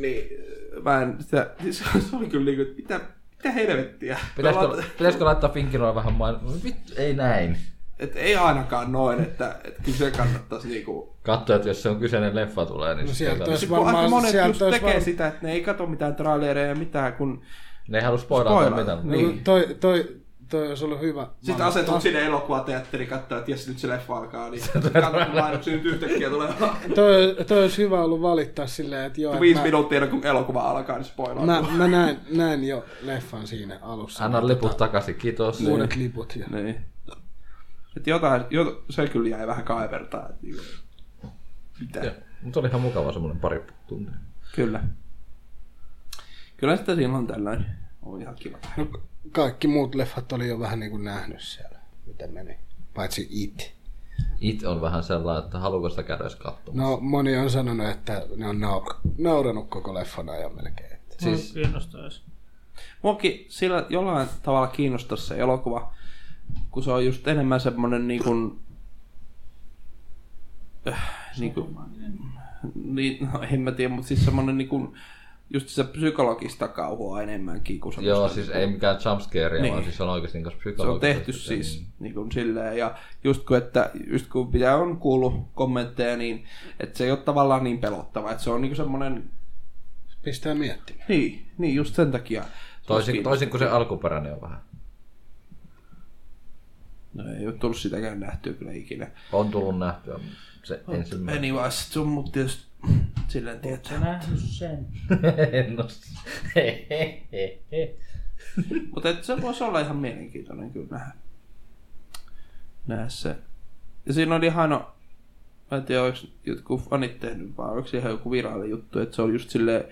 Speaker 3: Niin, äh, mä en sitä... Se, se oli kyllä niin kuin, mitä, mitä helvettiä.
Speaker 5: Pitäisikö,
Speaker 3: Me ollaan-
Speaker 5: pitäisikö laittaa Finkinoa vähän main... Vittu, ei näin.
Speaker 3: Et ei ainakaan noin, että, että kyllä se kannattaisi niinku...
Speaker 5: Katso, että jos se on kyseinen leffa tulee, niin
Speaker 2: No
Speaker 5: no
Speaker 2: sieltä
Speaker 5: sieltä...
Speaker 2: olisi-
Speaker 3: Kun
Speaker 2: varmaan-
Speaker 3: aika monet
Speaker 2: sieltä
Speaker 3: just
Speaker 2: olisi
Speaker 3: tekee
Speaker 2: varmaan-
Speaker 3: sitä, että ne ei katso mitään trailereja ja mitään, kun...
Speaker 5: Ne ei halua spoilata
Speaker 3: Spoilaa.
Speaker 5: mitään.
Speaker 3: Niin.
Speaker 5: Niin.
Speaker 2: No, Toi, toi, toi olisi ollut hyvä.
Speaker 3: Sitten
Speaker 2: Mä-
Speaker 3: asetut
Speaker 2: Ah,
Speaker 3: sinne elokuvateatteriin katsoa, että jes, nyt se leffa alkaa, niin katsotaan mainoksia nyt yhtäkkiä tulee
Speaker 2: Toi, toi olisi hyvä ollut valittaa silleen, että joo,
Speaker 3: viisi
Speaker 2: että
Speaker 3: minuuttia, ennen kuin elokuva alkaa, niin spoilaa.
Speaker 2: mä, mä, mä näin, näin jo leffan siinä alussa.
Speaker 5: Anna liput takaisin, kiitos.
Speaker 2: Uudet liput ja
Speaker 3: Niin. Et jotain, jot, se kyllä jäi vähän kaivertaa. Et niinku, mitä?
Speaker 5: Joo. Mutta oli ihan mukava semmoinen pari tuntia.
Speaker 3: Kyllä. Kyllä sitä silloin tällöin on ihan kiva.
Speaker 2: no, kaikki muut leffat oli jo vähän niin kuin nähnyt siellä, mitä meni. Paitsi It.
Speaker 5: It on vähän sellainen, että haluuko sitä käydä edes katsomassa.
Speaker 2: No moni on sanonut, että ne on naur- nauranut koko leffan ajan melkein. että-
Speaker 5: Siis,
Speaker 3: no.
Speaker 4: Kiinnostaisi.
Speaker 3: Muokin sillä jollain tavalla kiinnostaa se elokuva, kun se on just enemmän semmonen niin kuin... Niin kuin, niin, no en mä tiedä, mutta siis semmonen niin kuin, just se psykologista kauhua enemmänkin kuin semmoista
Speaker 5: joo, siis ei mikään jumpscare,
Speaker 3: Niin.
Speaker 5: niin. vaan siis se on oikeasti niin
Speaker 3: se on tehty siis niin kuin silleen, ja just kun, että, just kun mitä on kuullut kommentteja, niin että se ei ole tavallaan niin pelottava, että se on niin kuin semmoinen,
Speaker 2: Pistää miettimään.
Speaker 3: niin, niin just sen takia.
Speaker 5: Toisin, toisin kuin se alkuperäinen on vähän.
Speaker 3: No ei ole tullut sitäkään nähtyä kyllä ikinä.
Speaker 5: On tullut nähtyä. mutta- se
Speaker 3: Oh,
Speaker 5: ensimmäinen.
Speaker 3: Pennywise, sun mut tietysti silleen
Speaker 4: Sä
Speaker 3: tietää.
Speaker 4: nähnyt sen.
Speaker 5: en oo s-
Speaker 3: Mutta et se voisi olla ihan mielenkiintoinen kyllä nähdä. Nähdä se. Ja siinä oli ihana, mä en tiedä, onko jotkut fanit tehnyt, vaan onko se ihan joku virallinen juttu, että se on just silleen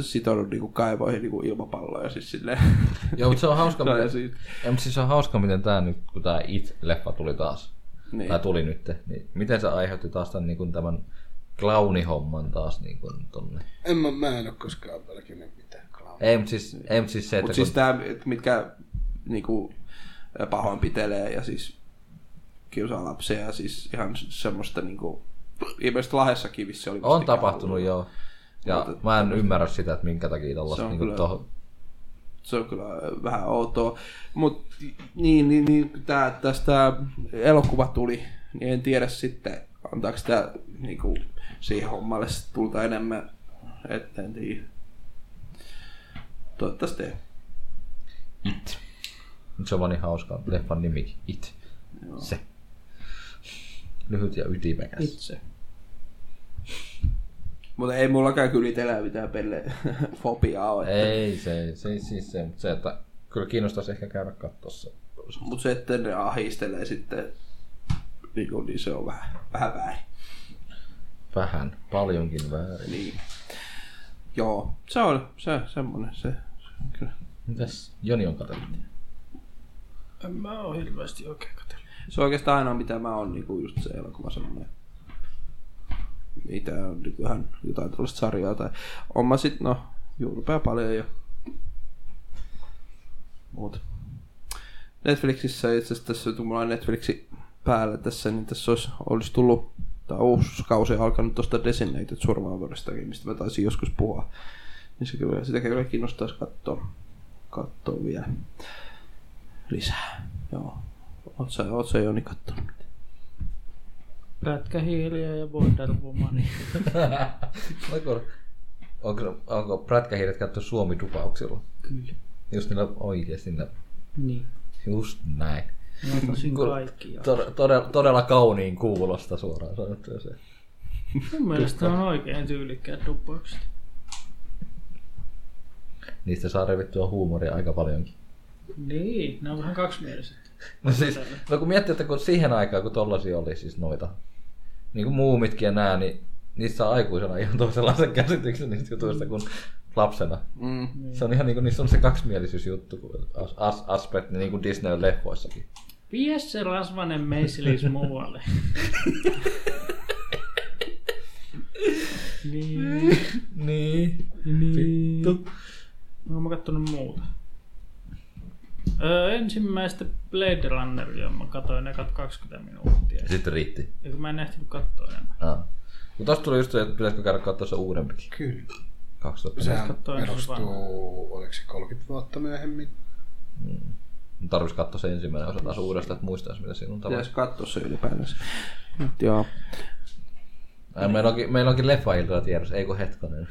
Speaker 3: sitonut niinku kaivoihin niinku ilmapalloja, siis silleen.
Speaker 5: Joo, mutta se on hauska,
Speaker 3: Se on ihan
Speaker 5: miten,
Speaker 3: siitä.
Speaker 5: ja, mutta siis se on hauska, miten tämä nyt, kun tämä It-leffa tuli taas,
Speaker 3: Niin.
Speaker 5: tai tuli nyt, niin miten se aiheutti taas tämän, niin kuin, tämän klaunihomman taas niin kuin, tonne.
Speaker 2: En mä, mä en ole koskaan pelkinyt mitään clownia.
Speaker 5: Ei, mutta siis, ei, mutta siis se, että
Speaker 3: Mutta
Speaker 5: kun,
Speaker 3: siis tämä, mitkä niinku, pahoinpitelee ja siis kiusaa lapsia ja siis ihan semmoista niinku, ilmeisesti Lahdessa kivissä oli
Speaker 5: on
Speaker 3: vastikään
Speaker 5: tapahtunut,
Speaker 3: ollut.
Speaker 5: joo. Ja
Speaker 3: Mutta-
Speaker 5: mä en ymmärrä sitä, että minkä takia
Speaker 3: Se
Speaker 5: tuollaista
Speaker 3: on
Speaker 5: niin kuin,
Speaker 3: kyllä-
Speaker 5: toho,
Speaker 3: Se on kyllä vähän outoa. Mutta niin, niin, niin tää, tästä elokuva tuli, niin en tiedä sitten, antaako tämä niinku, siihen hommalle sit tulta enemmän, että en tiedä. Toivottavasti ei.
Speaker 5: It. Nyt se on vaan niin hauska leffan nimikin. It. Joo. Se. Lyhyt ja ytimekäs.
Speaker 4: Itse.
Speaker 3: Mutta ei mullakaan kyllä itsellään mitään pelle fobiaa ole.
Speaker 5: Ei se, se ei siis se, mutta se, että kyllä kiinnostaisi ehkä käydä katsossa.
Speaker 3: Mutta se, että ne ahistelee sitten, niin, kuin, niin se on vähän, vähän väärin.
Speaker 5: Vähän, paljonkin väärin.
Speaker 3: Niin. Joo, se on se, semmonen se. se on kyllä.
Speaker 5: Mitäs Joni on katsellut?
Speaker 4: En mä oo hirveästi oikein katsellut.
Speaker 3: Se on oikeastaan ainoa, mitä mä oon, niinku just se elokuva semmonen. Mitä on niinku ihan jotain tuollaista sarjaa tai... On mä sit, no, juurpää paljon ja... Muut. Netflixissä itse asiassa tässä, kun mulla on Netflixi päällä tässä, niin tässä olisi, olisi tullut tämä uusi kausi alkanut tuosta Designated Survivoristakin, mistä mä taisin joskus puhua. Niin se kyllä, sitä kyllä kiinnostaisi katsoa, katsoa vielä lisää. Joo. Oot sä, oot sä Joni kattonut?
Speaker 4: Prätkähiiliä ja Wonder Womania.
Speaker 5: Oiko, onko, onko prätkähiiret katso Suomi-dupauksilla?
Speaker 4: Kyllä.
Speaker 5: Just niillä oikeesti niillä.
Speaker 4: Niin.
Speaker 5: Just näin.
Speaker 4: Mä otasin
Speaker 5: Kun-
Speaker 4: kaikkia.
Speaker 5: Todella, todella, todella kauniin kuulosta suoraan sanottuna se.
Speaker 4: Mun mielestä on oikein tyylikkäät duppaukset.
Speaker 5: Niistä saa revittyä huumoria aika paljonkin.
Speaker 4: Niin, ne on vähän kaksimieliset.
Speaker 5: No siis, no kun miettii, että kun siihen aikaan, kun tollasia oli siis noita, niin kuin muumitkin ja nää, niin niissä saa aikuisena ihan toisenlaisen käsityksen niistä jutuista kuin lapsena.
Speaker 3: Mm.
Speaker 5: Se on ihan niin kuin, niissä on se kaksimielisyysjuttu, kun as, as, aspekt, niin kuin Disney-leffoissakin.
Speaker 4: Vie se rasvanen meisilis muualle. niin.
Speaker 5: Niin.
Speaker 4: niin. No, Mä oon kattonut muuta. Öö, ensimmäistä Blade Runneria mä katsoin ekat 20 minuuttia.
Speaker 5: Ja sitten riitti.
Speaker 4: Eikö mä en ehtinyt katsoa enemmän.
Speaker 5: Aa. Mutta tosta tuli just se, että pitäisikö käydä katsoa se uudempikin.
Speaker 2: Kyllä.
Speaker 5: 2000.
Speaker 2: Sehän
Speaker 4: katsoa ensin
Speaker 2: perustuu, oliko se 30 vuotta myöhemmin?
Speaker 5: Mun Tarvis katsoa se ensimmäinen osa taas uudestaan, että muistaisi mitä siinä on
Speaker 3: Pitäis
Speaker 5: tapahtunut.
Speaker 3: katsoa se ylipäätänsä. Mut joo.
Speaker 5: Ai, Meillä onkin, meillä onkin leffailtoja tiedossa, ei kun hetkonen.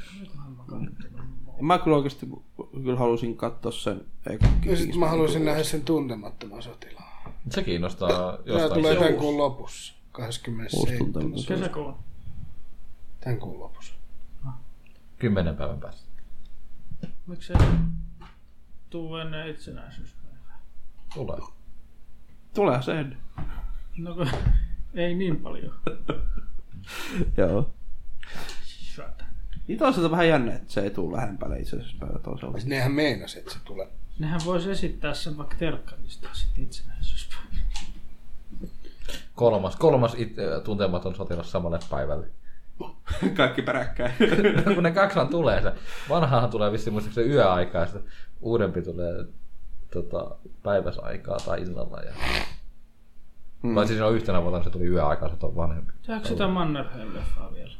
Speaker 3: Mä kyllä oikeesti kyllä halusin katsoa sen. Eikä
Speaker 2: Ja sit mä haluaisin nähdä sen tuntemattoman sotilaan.
Speaker 5: Se kiinnostaa
Speaker 2: Tää
Speaker 5: jostain.
Speaker 2: tulee
Speaker 5: syystä.
Speaker 2: tämän kuun lopussa. 27.
Speaker 3: Uusi
Speaker 4: Kesäkuun.
Speaker 2: Tämän kuun lopussa.
Speaker 5: Kymmenen päivän päästä.
Speaker 4: Miksi se tuu ennen itsenäisyyspäivää?
Speaker 5: Tulee.
Speaker 3: Tulee se ennen.
Speaker 4: No kun ei niin paljon.
Speaker 3: Joo.
Speaker 4: Shut up.
Speaker 3: Niin toisaalta vähän jännä, että se ei tule lähempänä itse asiassa päivä toisella.
Speaker 2: Siis Nehän meinas, että se tulee.
Speaker 4: Nehän voisi esittää sen vaikka terkkarista sitten itsenäisyyspäivä.
Speaker 5: Kolmas, kolmas it, ö, tuntematon sotilas samalle päivälle.
Speaker 3: Kaikki peräkkäin.
Speaker 5: No, kun ne kaksihan tulee se. Vanhahan tulee vissiin muistaakseni yöaikaa ja sitten uudempi tulee tota, päiväsaikaa tai illalla. Ja... Mm. Vai siis on yhtenä vuotena se tuli yöaikaa, se on vanhempi.
Speaker 4: Tehdäänkö sitä Mannerheim-leffaa vielä?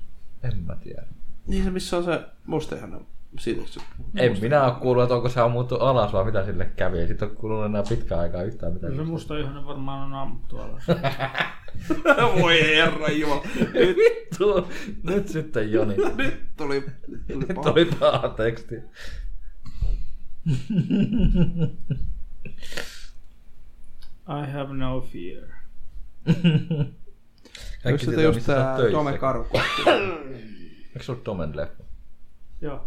Speaker 5: En mä tiedä.
Speaker 3: niin se missä on se musteihanen. Siitä se.
Speaker 5: En minä ole kuullut, että onko se ammuttu alas vai mitä sille kävi. Ei sitten ole kuulunut enää pitkään aikaa yhtään mitään.
Speaker 4: Kyllä se musta ihanen varmaan on ammuttu alas.
Speaker 3: Voi herra jumala. Nyt,
Speaker 5: Vittu! Nyt sitten Joni.
Speaker 3: nyt tuli, nyt tuli
Speaker 5: Nyt
Speaker 3: paha.
Speaker 5: oli paha teksti.
Speaker 4: I have no fear.
Speaker 3: Onko
Speaker 5: Kaikki
Speaker 3: se
Speaker 5: tietää,
Speaker 3: just
Speaker 5: missä sä
Speaker 3: tää
Speaker 5: oot töissä.
Speaker 3: Dome Karku?
Speaker 5: Eikö se ollut Domen leffa?
Speaker 4: Joo.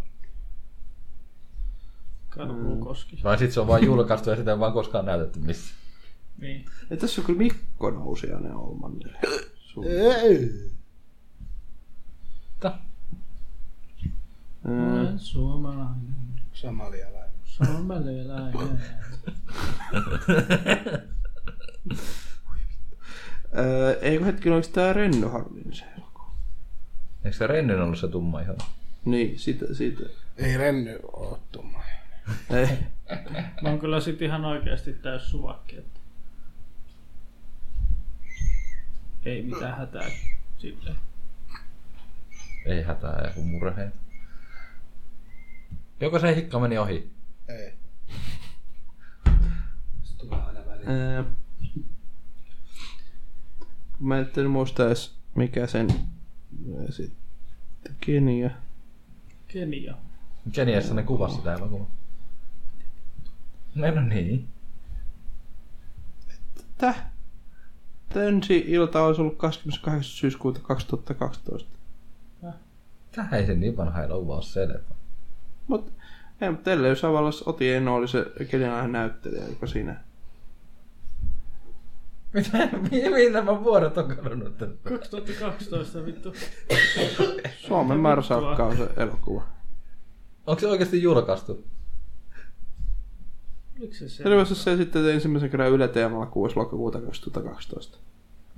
Speaker 4: Karhukoski.
Speaker 5: Vai sit se on vaan julkaistu ja sitä ei vaan koskaan näytetty missä.
Speaker 4: Niin.
Speaker 3: Ja tässä on kyllä Mikko Nousiainen Olmanne.
Speaker 4: Olen suomalainen.
Speaker 2: Somalialainen.
Speaker 4: Suomalainen.
Speaker 3: Öö, eikö hetken oliko tää Renno Harvin se?
Speaker 5: Eikö se Rennen ollut se tumma ihan?
Speaker 3: Niin, siitä, siitä.
Speaker 2: Ei renny oo tumma.
Speaker 3: Ei.
Speaker 4: Mä oon kyllä sit ihan oikeesti täys suvakki. Että... Ei mitään hätää silleen.
Speaker 5: Ei hätää, ei kun murheita. Joko se hikka meni ohi?
Speaker 2: Ei. Se tulee aina väliin.
Speaker 3: Öö, mä en nyt muista edes mikä sen öö, sitten Kenia.
Speaker 4: Kenia.
Speaker 5: Keniassa ne kuvasi sitä elokuvaa. No, no niin.
Speaker 3: Täh? Tää ensi ilta olisi ollut 28. syyskuuta 2012.
Speaker 5: Tähän ei se niin vanha elokuva ole selvä.
Speaker 3: Mut ei, mutta Telle Ysävallas Oti Eno oli se kenialainen näyttelijä, joka siinä...
Speaker 5: Mitä, mi- mitä mä vuodet on kadonnut tästä?
Speaker 4: 2012 vittu.
Speaker 3: Suomen Marsakka on se elokuva.
Speaker 5: Onko se oikeasti julkaistu?
Speaker 4: Oliko se se?
Speaker 3: Selvästi se sitten ensimmäisen kerran Yle Teemalla 6. lokakuuta 2012.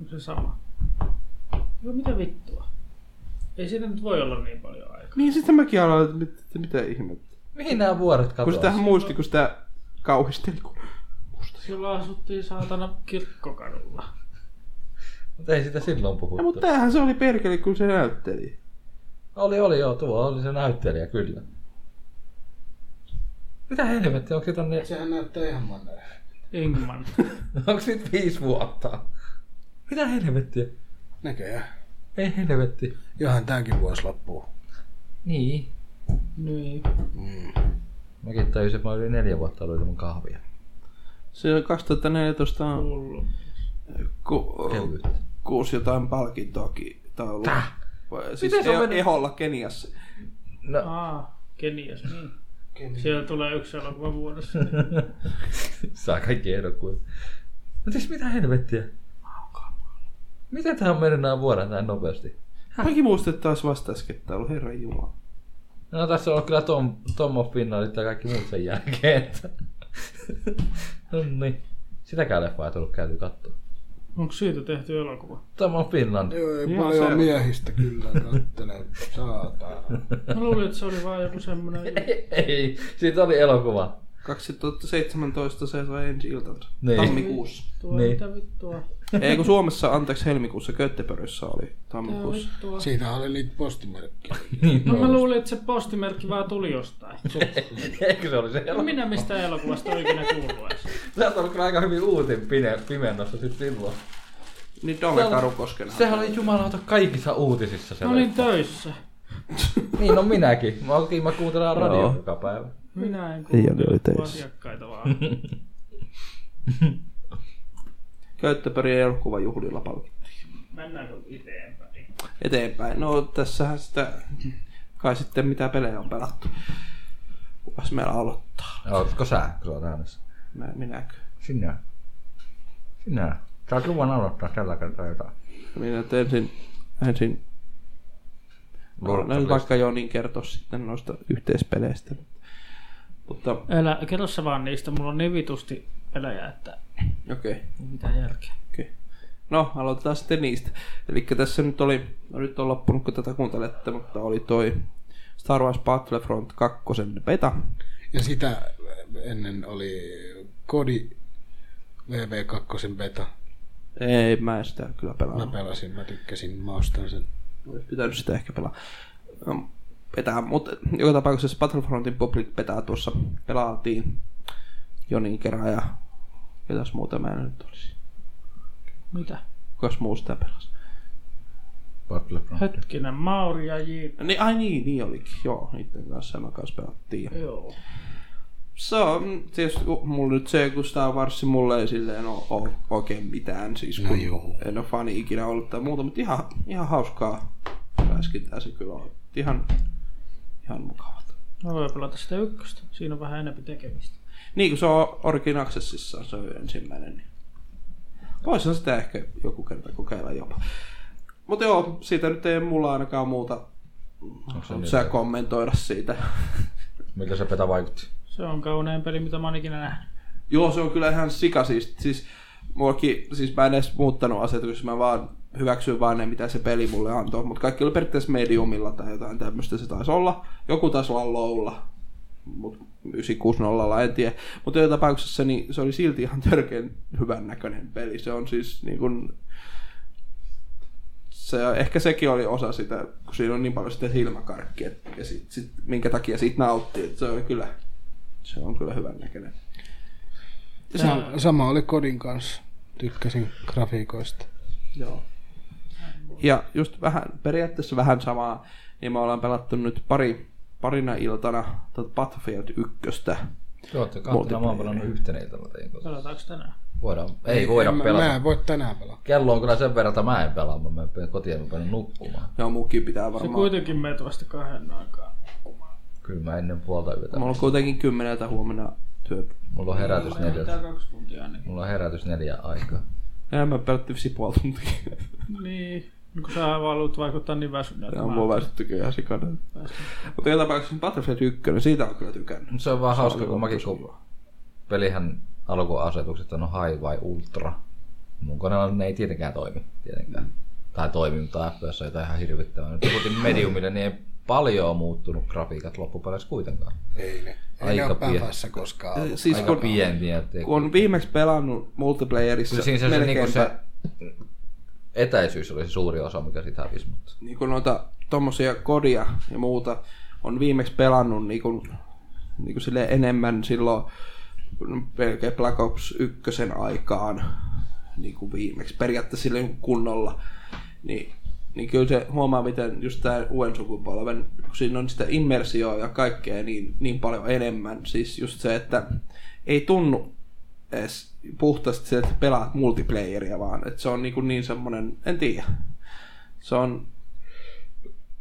Speaker 4: Onko se sama? Joo, mitä vittua? Ei siinä nyt voi olla niin paljon aikaa.
Speaker 3: Niin sitten mäkin aloin, että mit- että mitä ihmettä.
Speaker 5: Mihin nämä vuodet
Speaker 3: Kun
Speaker 5: katoaa?
Speaker 3: sitähän muisti, kun sitä kauhisteli. Kun...
Speaker 4: Silloin asuttiin saatana kirkkokadulla.
Speaker 5: Mutta ei sitä silloin
Speaker 3: Ja,
Speaker 5: puhuttu.
Speaker 3: mutta No, tämähän se oli perkele, kun se näytteli.
Speaker 5: Oli, oli joo, tuo oli se näyttelijä, kyllä. Mitä helvettiä, onko siitä, niin- ne,
Speaker 2: Sehän näyttää ihan mannelle.
Speaker 4: Ingman.
Speaker 5: onko siitä viisi vuotta? Mitä helvettiä?
Speaker 2: Näköjään.
Speaker 5: Ei helvetti.
Speaker 2: Johan tämänkin vuosi loppuu.
Speaker 5: Niin.
Speaker 4: niin.
Speaker 5: Mäkin tajusin, että mä olin neljä vuotta ollut ilman kahvia.
Speaker 3: Se on 2014 on
Speaker 4: Hullu.
Speaker 3: ku,
Speaker 5: Kevyyttä.
Speaker 3: kuusi jotain palkintoakin taulu.
Speaker 5: Täh?
Speaker 3: Siis
Speaker 5: Miten se on
Speaker 3: Eho-
Speaker 5: mennyt?
Speaker 3: Eholla Keniassa.
Speaker 5: No,
Speaker 4: Aa, Kenias, niin.
Speaker 2: Kenia.
Speaker 4: Siellä tulee yksi elokuva vuodessa.
Speaker 5: saa kaikki ehdokkuja. Mutta siis mitä helvettiä? Miten tähän on mennyt nämä vuodet näin nopeasti?
Speaker 3: Mäkin muistin, että taas vasta äsken tää ollut, herra jumala.
Speaker 5: No tässä on ollut kyllä Tom, Tom of Finnailit ja kaikki muut sen jälkeen. Että. no niin. Sitäkään leffaa ei tullut käyty katsoa.
Speaker 4: Onko siitä tehty elokuva?
Speaker 5: Tom of Finland.
Speaker 2: Joo, ei
Speaker 3: Ihan
Speaker 2: paljon
Speaker 3: selvä.
Speaker 2: miehistä kyllä kattele. Saatana.
Speaker 4: Mä luulin, että se oli vaan joku semmonen...
Speaker 5: Ei, siitä oli elokuva.
Speaker 3: 2017 se sai ensi iltansa.
Speaker 5: Niin.
Speaker 3: Tammikuussa.
Speaker 4: Tuo,
Speaker 5: Niin.
Speaker 4: niin. mitä vittua?
Speaker 3: Ei kun Suomessa, anteeksi, helmikuussa Göteborgissa oli
Speaker 4: Mitä
Speaker 3: tammikuussa.
Speaker 4: vittua?
Speaker 2: Siitä oli niitä postimerkkejä.
Speaker 5: Niin,
Speaker 4: No mä luulin, että se postimerkki vaan tuli jostain.
Speaker 5: Eikö se oli se
Speaker 4: No
Speaker 5: elokuva?
Speaker 4: minä mistä elokuvasta oli ikinä kuullut edes.
Speaker 5: Sä oot ollut kyllä aika hyvin uutin pine- pimennossa sit silloin.
Speaker 3: Niin Dome Karukoskenhan.
Speaker 5: Sehän oli jumalauta kaikissa uutisissa se
Speaker 4: Mä olin
Speaker 5: leffa.
Speaker 4: töissä.
Speaker 5: Niin, no minäkin. Mä, oltiin, mä kuuntelen radio
Speaker 3: Joo.
Speaker 5: joka päivä.
Speaker 4: Minä en
Speaker 3: Ei, oli
Speaker 4: kuunnellut
Speaker 3: töissä.
Speaker 4: asiakkaita vaan.
Speaker 3: Göteborgin elokuvajuhlilla palkittiin.
Speaker 4: Mennäänkö eteenpäin?
Speaker 3: Eteenpäin. No tässähän sitä kai sitten mitä pelejä on pelattu. Kukas meillä aloittaa?
Speaker 5: Ootko sä, kun sä oot äänessä?
Speaker 3: Mä, minäkö?
Speaker 5: Sinä. Sinä. Saat luvan aloittaa tällä kertaa jotain.
Speaker 3: Minä nyt ensin, ensin no, nyt vaikka Joni kertoo sitten noista yhteispeleistä. Mutta
Speaker 4: Älä, kerro sä vaan niistä, mulla on niin vitusti pelejä, että
Speaker 3: okei. Okay.
Speaker 4: ei mitään järkeä.
Speaker 3: Okei. No, aloitetaan sitten niistä. Eli tässä nyt oli, no nyt on loppunut kun tätä kuuntelette, mutta oli toi Star Wars Battlefront 2 beta.
Speaker 2: Ja sitä ennen oli Kodi VV2 beta.
Speaker 3: Ei, mä en sitä kyllä
Speaker 2: Mä
Speaker 3: pelannut.
Speaker 2: pelasin, mä tykkäsin, mä ostan sen.
Speaker 3: Olisi pitänyt sitä ehkä pelaa. No, Petää, mutta joka tapauksessa Battlefrontin public petää tuossa pelaatiin Jonin kerran ja ketäs muuta mä en nyt olisi.
Speaker 4: Mitä?
Speaker 3: Kukas muu sitä pelasi? no,
Speaker 5: Battlefront.
Speaker 4: Hetkinen, Mauri ja J. Mm.
Speaker 3: Niin, ai niin, niin olikin. Joo, niiden kanssa mä kanssa pelattiin.
Speaker 4: Joo.
Speaker 3: Se on mm, tietysti u- mulla nyt se, kun Star Wars mulle ei silleen ole, ole oikein mitään. Siis kun
Speaker 2: No juu.
Speaker 3: en ole fani ikinä ollut tai muuta, mutta ihan, ihan hauskaa räskintää se kyllä on. Ihan, ihan mukavaa.
Speaker 4: Mä voin pelata sitä ykköstä. Siinä on vähän enempi tekemistä.
Speaker 3: Niin kuin se on Origin Accessissa, se on ensimmäinen. Niin. Voisihan sitä ehkä joku kerta kokeilla jopa. Mutta joo, siitä nyt ei mulla ainakaan muuta.
Speaker 5: Onko se
Speaker 3: Haluatko
Speaker 5: niin?
Speaker 3: sä kommentoida siitä?
Speaker 5: Miltä se petä vaikutti?
Speaker 4: Se on kaunein peli, mitä mä oon ikinä nähnyt.
Speaker 3: Joo, se on kyllä ihan sika. Siis, siis, mullakin, siis mä en edes muuttanut asetuksia, mä vaan hyväksyin vaan ne, mitä se peli mulle antoi. Mutta kaikki oli periaatteessa mediumilla tai jotain tämmöistä se taisi olla. Joku taisi olla lowlla, mut 960 en tiedä. Mutta joka tapauksessa niin se oli silti ihan törkeän hyvän näköinen peli. Se on siis niin kun, se, ehkä sekin oli osa sitä, kun siinä on niin paljon sitä silmäkarkkia, et- ja sit, sit, minkä takia siitä nauttii. Et se on kyllä, se on kyllä hyvän näköinen.
Speaker 2: Sa- sama oli kodin kanssa. Tykkäsin grafiikoista.
Speaker 3: Joo. Ja just vähän, periaatteessa vähän samaa, niin me ollaan pelattu nyt pari, parina iltana tuota Battlefield 1.
Speaker 5: Joo, että kahtena mä oon pelannut yhtenä iltana tein koska
Speaker 4: Pelataanko tänään?
Speaker 5: Voidaan, ei voida
Speaker 2: En mä,
Speaker 5: pelata.
Speaker 2: Mä en voi tänään pelata.
Speaker 5: Kello on kyllä sen verran, että mä en pelaa, mä menen kotiin ja mä menen nukkumaan.
Speaker 3: Joo, muukin pitää
Speaker 4: Se
Speaker 3: varmaan.
Speaker 4: kuitenkin meet vasta kahden aikaan.
Speaker 5: Kyllä mä ennen puolta yötä.
Speaker 3: Mulla on kuitenkin kymmeneltä huomenna työ.
Speaker 5: Mulla on herätys
Speaker 4: Tää
Speaker 5: neljältä.
Speaker 4: kaksi tuntia ainakin.
Speaker 5: Mulla on herätys neljä aikaa.
Speaker 3: Ja mä pelattiin visi puoli tuntia.
Speaker 4: Niin. Kun sä vaan haluat vaikuttaa niin väsyneeltä.
Speaker 3: Ja mua väsyttykin ihan sikana. Mutta joka tapauksessa Battlefield 1, niin siitä on kyllä tykännyt.
Speaker 5: Mut se on vaan hauska, kun mäkin kun pelihän alkuun asetukset on high vai ultra. Mun koneella ne ei tietenkään toimi, tietenkään. Tai toimi, mutta FPS on jotain ihan hirvittävää. Nyt kuitenkin mediumille, niin ei paljon ole muuttunut grafiikat loppupeleissä kuitenkaan.
Speaker 2: Ei ne. Ei
Speaker 5: Aika
Speaker 2: ne ole
Speaker 5: pieni.
Speaker 2: päässä koskaan ollut.
Speaker 3: Siis
Speaker 5: Aika
Speaker 3: kun,
Speaker 5: pieniä. ettei-
Speaker 3: kun on viimeksi pelannut
Speaker 5: Kyllä
Speaker 3: multiplayerissa
Speaker 5: siinä se, se,
Speaker 3: melkeinpä
Speaker 5: niinku se etäisyys oli se suuri osa, mikä sitä hävisi, mutta
Speaker 3: niin kuin noita tommosia kodia ja muuta on viimeksi pelannut niin kuin, niin kuin sille enemmän silloin melkein Black Ops 1 aikaan niin kuin viimeksi, periaatteessa silleen niinku kunnolla, niin, niin kyllä se huomaa, miten just tämä uuden sukupolven, kun siinä on sitä immersioa ja kaikkea niin, niin paljon enemmän, siis just se, että ei tunnu edes puhtaasti se, että pelaat multiplayeria vaan, että se on niin, kuin niin semmoinen, en tiedä, se on,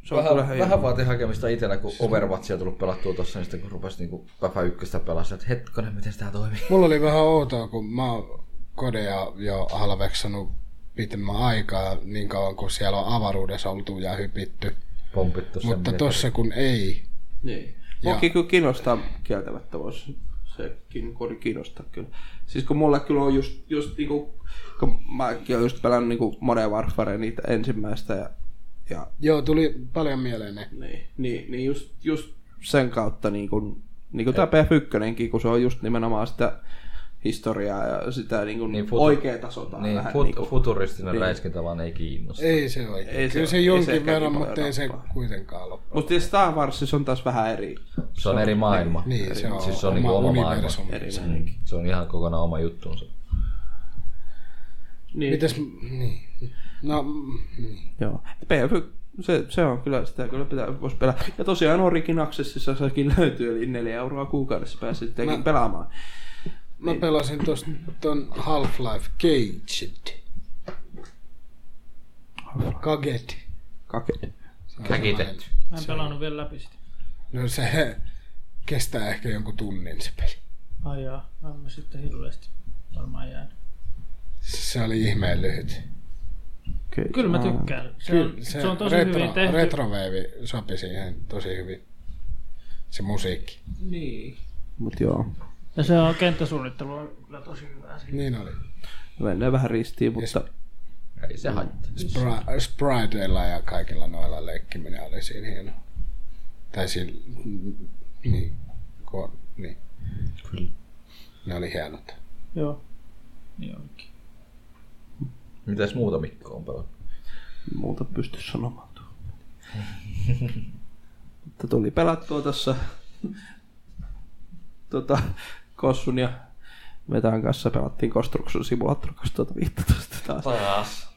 Speaker 3: se on kyllä
Speaker 5: vähän,
Speaker 3: hyvä.
Speaker 5: vähän vaatii hakemista itsellä, kun Overwatchia tullut pelattua tuossa, niin sitten kun rupesi niinku Päfä ykköstä pelasta, että hetkonen, miten tämä toimii.
Speaker 2: Mulla oli vähän outoa, kun mä oon kodeja jo halveksanut pitemmän aikaa niin kauan, kun siellä on avaruudessa oltu ja hypitty.
Speaker 5: Pompittu sen.
Speaker 2: Mutta
Speaker 5: miten-
Speaker 2: tossa kun ei,
Speaker 3: Niin.
Speaker 2: Ja-
Speaker 3: Muakin kyllä kiinnostaa kieltämättä, voisi sekin kori kiinnostaa kyllä. Siis kun mulla kyllä on just, just niinku, kun mäkin olen just pelannut niinku Modern Warfare niitä ensimmäistä ja, ja
Speaker 2: joo, tuli paljon mieleen ne.
Speaker 3: niin, niin, niin just, just sen kautta niinku, niinku tää PF1, kun se on just nimenomaan sitä historiaa ja sitä niinku
Speaker 5: Niin,
Speaker 3: niin,
Speaker 5: futu-
Speaker 3: oikea tasota
Speaker 5: Niin,
Speaker 3: vähän
Speaker 5: fut,
Speaker 3: niinku.
Speaker 5: futuristinen
Speaker 3: Niin.
Speaker 5: niin. räiskintä vaan ei kiinnosta.
Speaker 2: Ei se oikein.
Speaker 3: Ei se
Speaker 2: Kyllä se,
Speaker 3: ole- ei
Speaker 2: jonkin
Speaker 3: sekään
Speaker 2: verran,
Speaker 3: niin paljon
Speaker 2: mutta ei se
Speaker 3: nappaa.
Speaker 2: kuitenkaan loppu.
Speaker 3: Mutta tietysti siis Star Warsissa on taas vähän eri,
Speaker 5: Se on eri maailma.
Speaker 2: Niin, se on,
Speaker 5: siis se on niinku oma maailma.
Speaker 2: universumi.
Speaker 3: eri
Speaker 5: Mm, Se on ihan kokonaan oma juttuunsa.
Speaker 3: niin.
Speaker 2: Mites, niin. No, mm, niin.
Speaker 3: Joo. PF, se, se on kyllä, sitä kyllä pitää, voisi pelata. Ja tosiaan Origin Accessissa sekin löytyy, eli 4 euroa kuukaudessa pääsee sittenkin
Speaker 2: Mä-
Speaker 3: pelaamaan.
Speaker 2: Mä pelasin tosta ton Half-Life Caged. Caged.
Speaker 3: Kake.
Speaker 2: Se on
Speaker 5: Käkitetty.
Speaker 4: Mä en pelannut vielä läpi sitä.
Speaker 2: No se kestää ehkä jonkun tunnin se peli.
Speaker 4: Ai jaa, mä en mä sitten hirveästi varmaan jäänyt.
Speaker 2: Se oli ihmeen lyhyt.
Speaker 4: Kyllä mä tykkään. Se,
Speaker 2: Kyllä,
Speaker 4: on,
Speaker 2: se,
Speaker 4: se on tosi
Speaker 2: retro,
Speaker 4: hyvin tehty.
Speaker 2: retroveivi sopi siihen tosi hyvin. Se musiikki.
Speaker 4: Niin.
Speaker 3: Mut joo,
Speaker 4: Ja se on kenttäsuunnittelu on kyllä tosi hyvää siinä.
Speaker 2: Niin oli.
Speaker 3: menee vähän ristiin, mutta
Speaker 5: Ei
Speaker 3: Mm.
Speaker 5: se haittaa.
Speaker 2: Spri- Spriteilla ja kaikilla noilla leikkiminen oli siinä hieno. Tai siinä, mm, niin, kun, niin. Ne oli hienot.
Speaker 4: Joo. Niin onkin.
Speaker 5: Mitäs muuta Mikko on pelannut?
Speaker 3: muuta pysty sanomaan. tuohon. mutta tuli pelattua tässä tota, Kossun ja Metan kanssa pelattiin Construction Simulator 2015 taas.
Speaker 5: Taas.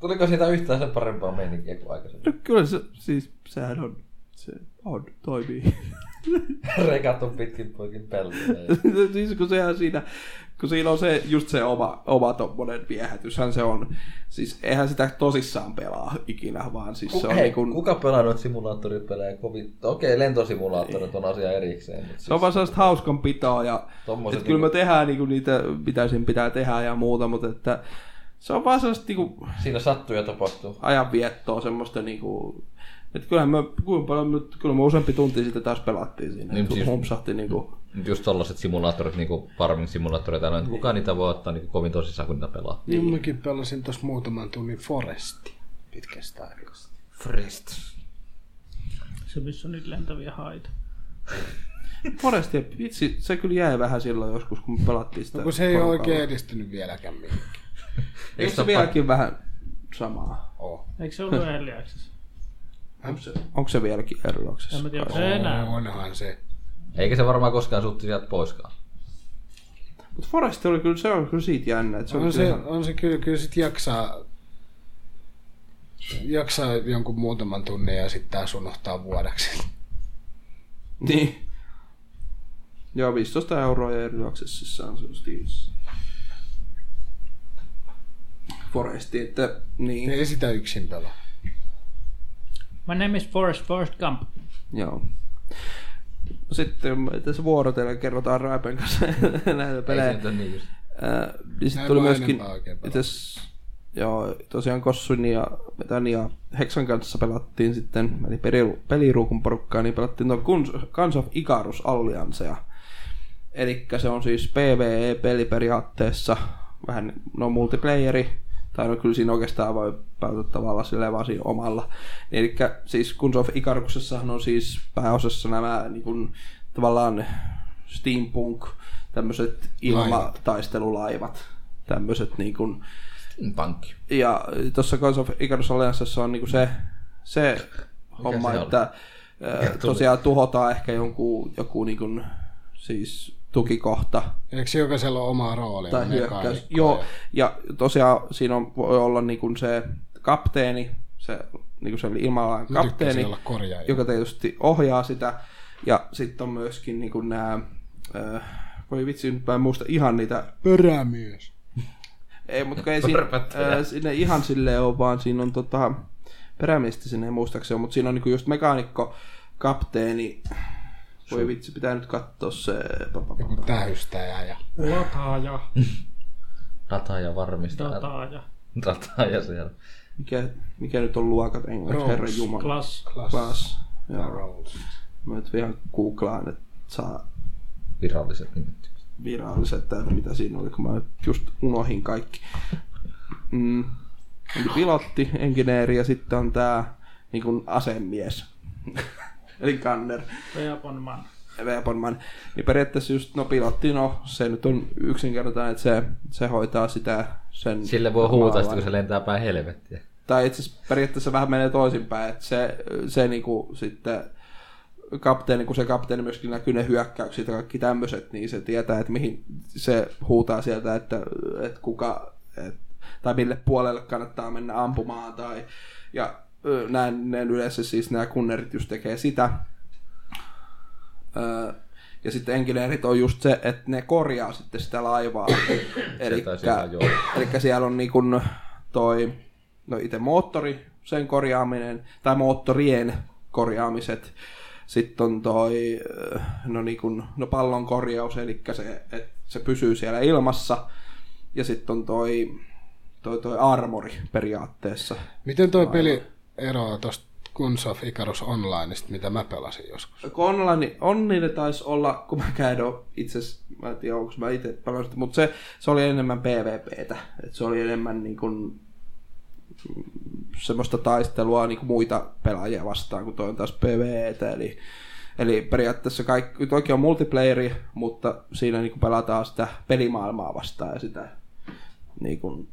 Speaker 5: Tuliko siitä yhtään sen parempaa meininkiä kuin aikaisemmin?
Speaker 3: No kyllä se, siis sehän on, se on, toimii.
Speaker 5: Rekat on pitkin poikin peltoja.
Speaker 3: siis kun sehän siinä, kun siinä on se, just se oma, oma tommonen viehätyshän se on. Siis eihän sitä tosissaan pelaa ikinä, vaan siis
Speaker 5: Ku,
Speaker 3: se on
Speaker 5: hei,
Speaker 3: niin kuin,
Speaker 5: kuka pelaa noita simulaattoripelejä kovin? Okei, lentosimulaattorit on asia erikseen. Mutta siis,
Speaker 3: se on vaan sellaista hauskanpitoa ja
Speaker 5: Tommoset
Speaker 3: et kyllä me tehdään niinku niitä, mitä siinä pitää tehdä ja muuta, mutta että se on vaan sellaista niinku,
Speaker 5: Siinä sattuu ja tapahtuu.
Speaker 3: ajanviettoa semmoista niinku... Et kyllähän me, kuinka paljon, nyt, kyllä me useampi tunti sitten taas pelattiin siinä.
Speaker 5: Niin,
Speaker 3: Niin, siis...
Speaker 5: siis-
Speaker 3: Humpsahti niinku...
Speaker 5: Nyt just tollaset simulaattorit, niinku farming simulaattorit, aina, että kukaan niitä voi ottaa niinku kovin tosissaan, kun niitä pelaa.
Speaker 2: Niin. Mäkin pelasin tuossa muutaman tunnin Foresti pitkästä aikaa.
Speaker 5: Frist.
Speaker 4: Se missä on niitä lentäviä haita.
Speaker 3: Forestia, vitsi, se kyllä jäi vähän silloin joskus, kun me pelattiin sitä.
Speaker 2: No kun se ei ole
Speaker 3: porukalla.
Speaker 2: oikein edistynyt vieläkään mihinkään.
Speaker 3: Eikö se vieläkin vähän samaa?
Speaker 2: Oh.
Speaker 4: Eikö se ollut early
Speaker 3: Onko se vieläkin
Speaker 4: En mä
Speaker 3: erilaisessa?
Speaker 4: tiedä, onko se enää.
Speaker 2: Onhan se.
Speaker 5: Eikä se varmaan koskaan suutti sieltä poiskaan.
Speaker 3: Mutta Foresti oli kyllä, se on kyllä siitä jännä. Että se on,
Speaker 2: On se,
Speaker 3: Ihan...
Speaker 2: on se kyllä, kyllä sit jaksaa, jaksaa jonkun muutaman tunnin ja sitten taas unohtaa vuodeksi.
Speaker 3: Niin. Joo, 15 euroa ja erilaisessa on se on Steamissa. Foresti, että niin.
Speaker 2: Ei sitä yksin pelaa.
Speaker 4: My name is Forrest Forrest Gump.
Speaker 3: Joo. No Sitten me tässä vuorotellen kerrotaan Raipen kanssa näitä
Speaker 5: Ei se
Speaker 3: pelejä.
Speaker 5: nyt ole niin just.
Speaker 3: Ää, Äh, ja
Speaker 2: Näin
Speaker 3: sitten tuli
Speaker 2: mä
Speaker 3: myöskin,
Speaker 2: enempää oikein pelaa.
Speaker 3: itse joo, tosiaan Kossun ja Metan ja Heksan kanssa pelattiin sitten, eli peli- peliruukun porukkaa, niin pelattiin tuon Guns- Guns of Icarus Alliancea. Eli se on siis PvE-peli periaatteessa, vähän no multiplayeri, tai no kyllä siinä oikeastaan voi päätä tavallaan silleen vaan siinä omalla. Eli siis Guns of Icaruksessahan on siis pääosassa nämä niin kuin, tavallaan steampunk, tämmöiset ilmataistelulaivat, tämmöiset niin kuin,
Speaker 5: Mm, Pankki.
Speaker 3: ja tuossa Guns of Icarus Alliancessa on niinku se, se homma,
Speaker 5: se
Speaker 3: se
Speaker 5: oli?
Speaker 3: että ö, tosiaan tuhotaan ehkä jonkun, joku niinku, siis tukikohta
Speaker 2: Eikö se jokaisella ole omaa roolia?
Speaker 3: tai hyökkäys. Joo, ja tosiaan siinä on, voi olla niinku se kapteeni, se, niinku se ilmalain kapteeni,
Speaker 2: Kapteeni. olla korjaaja.
Speaker 3: joka tietysti ohjaa sitä. Ja sitten on myöskin niinku nämä, ö, voi vitsi, nyt mä en muista ihan niitä
Speaker 2: Pörää myös.
Speaker 3: Ei, mutta ei siinä,
Speaker 5: Törpättejä.
Speaker 3: ää, siinä ihan silleen ole, vaan siinä on tota, perämiestä sinne ei muistaakseni ole, mutta siinä on niinku just mekaanikko, kapteeni, voi vitsi, pitää nyt katsoa se, pa, pa, pa.
Speaker 2: Joku tähystäjä ja
Speaker 4: Lataaja.
Speaker 5: Dataa ja varmistaa. Dataa.
Speaker 4: Dataaja.
Speaker 5: Dataa ja siellä.
Speaker 3: mikä, mikä nyt on luokat englanniksi,
Speaker 2: Rose.
Speaker 3: herra jumala.
Speaker 4: Klass.
Speaker 3: Class. Joo.
Speaker 2: Rolls.
Speaker 3: Mä nyt ihan googlaan, että saa
Speaker 5: Viralliset nimet.
Speaker 3: viralliset täältä, mitä siinä oli, kun mä nyt just unohin kaikki. Mm. Eli pilotti, engineeri ja sitten on tää niin kuin asemies. Eli kanner.
Speaker 4: Japan man.
Speaker 3: Weaponman, niin periaatteessa just, no pilotti, no se nyt on yksinkertainen, että se, se hoitaa sitä sen...
Speaker 5: Sille voi huutaa sitten,
Speaker 3: maalan.
Speaker 5: kun se lentää päin helvettiä.
Speaker 3: Tai itse asiassa periaatteessa vähän menee toisinpäin, että se, se niinku sitten kapteeni, kun se kapteeni myöskin näkyy ne hyökkäykset ja kaikki tämmöiset, niin se tietää, että mihin se huutaa sieltä, että, että kuka, et, tai mille puolelle kannattaa mennä ampumaan tai, ja ö, näin ne yleensä siis nämä kunnerit just tekee sitä. Öö, ja sitten engineerit on just se, että ne korjaa sitten sitä laivaa.
Speaker 5: Sieltä siellä, joo.
Speaker 3: Eli siellä on niin kun toi, no itse moottori, sen korjaaminen, tai moottorien korjaamiset. Sitten on toi, öö, no, niin kun, no pallon korjaus, eli se, että se pysyy siellä ilmassa. Ja sitten on toi, toi, toi armori periaatteessa.
Speaker 2: Miten toi peli eroaa tosta Guns of Icarus Onlineista, mitä mä pelasin joskus?
Speaker 3: kun online, online taisi olla, kun mä käyn no, itse asiassa, mä en tiedä onko mä itse paljon sitä, mutta se, se oli enemmän PvPtä, että se oli enemmän niin kuin, mm, semmoista taistelua niin kuin muita pelaajia vastaan, kun toi on taas PvEtä, eli, eli periaatteessa kaikki, toki on multiplayeri, mutta siinä niin kuin pelataan sitä pelimaailmaa vastaan ja sitä niin kuin,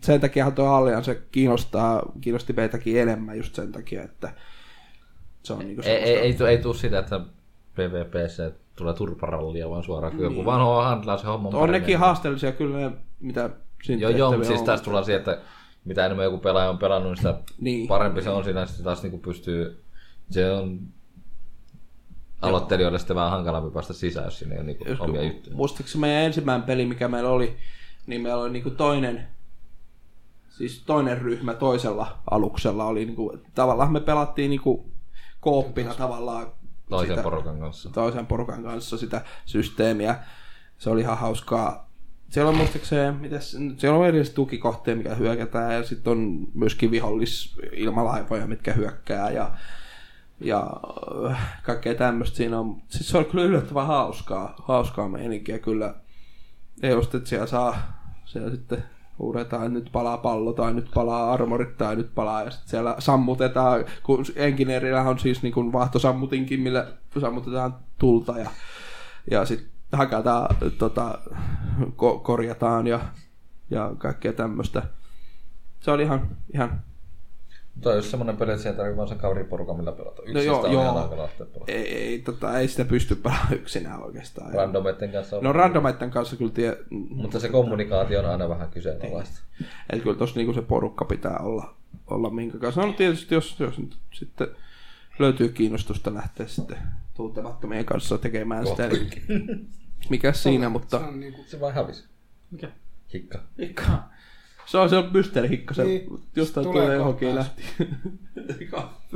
Speaker 3: sen takiahan tuo Allian se kiinnostaa, kiinnosti meitäkin enemmän just sen takia, että se on niin kuin
Speaker 5: Ei, ei, ei, tu- ei tuu sitä, että PvPC tulee turparallia, vaan suoraan kyllä, kun vaan on handlaa se homma.
Speaker 3: On nekin haasteellisia kyllä ne, mitä siinä
Speaker 5: Joo, joo, mutta
Speaker 3: tehtäviä
Speaker 5: siis
Speaker 3: on.
Speaker 5: taas tullaan siihen, että mitä enemmän joku pelaaja on pelannut, niin sitä
Speaker 3: Niin.
Speaker 5: parempi se on siinä, että taas niinku pystyy, se on aloittelijoille sitten vähän hankalampi päästä sisään, jos sinne ei ole niinku omia juttuja.
Speaker 3: Muistaakseni meidän ensimmäinen peli, mikä meillä oli, niin meillä oli niinku toinen, siis toinen ryhmä toisella aluksella. Oli niinku, tavallaan me pelattiin niinku kooppina tavallaan
Speaker 5: Toisen porukan kanssa.
Speaker 3: toisen porukan kanssa sitä systeemiä. Se oli ihan hauskaa. Siellä on muistaakseni, mitäs, siellä on edes tukikohtia, mikä hyökätään, ja sitten on myöskin vihollisilmalaivoja, mitkä hyökkää, ja, ja äh, kaikkea tämmöistä siinä on. Siis se oli kyllä yllättävän hauskaa, hauskaa meininkiä kyllä. Ei just, että siellä saa siellä sitten huudetaan, nyt palaa pallo, tai nyt palaa armorit, tai nyt palaa, ja sitten siellä sammutetaan, kun engineerillä on siis niin kuin vahtosammutinkin, millä sammutetaan tulta, ja, ja sitten hakataan, tota, ko- korjataan, ja, ja kaikkea tämmöistä. Se oli ihan, ihan
Speaker 5: Mutta jos semmoinen peli, että siihen tarvitsee vaan sen kaveriporukan, millä pelata. Yksi
Speaker 3: No joo,
Speaker 5: on
Speaker 3: joo.
Speaker 5: ihan hankala lähteä pelaamaan.
Speaker 3: ei, ei, tota, ei sitä pysty pelaamaan yksinään oikeastaan.
Speaker 5: Randomeiden kanssa on.
Speaker 3: No randomaiden kanssa kyllä tie,
Speaker 5: Mutta se kommunikaatio on aina vähän kyseenalaista.
Speaker 3: Niin. Eli kyllä tuossa niinku se porukka pitää olla, olla minkä kanssa. No tietysti jos, jos nyt sitten löytyy kiinnostusta lähteä sitten tuntemattomien kanssa tekemään sitä. Eli mikä siinä,
Speaker 2: Se
Speaker 3: mutta
Speaker 2: on niinku,
Speaker 5: Se vaan hävisi.
Speaker 4: Mikä?
Speaker 5: Hikka.
Speaker 3: se on se on mysteerihikka, se
Speaker 2: Niin.
Speaker 3: jostain
Speaker 2: Tulee
Speaker 3: tulee johonkin
Speaker 2: kohta.
Speaker 3: lähti.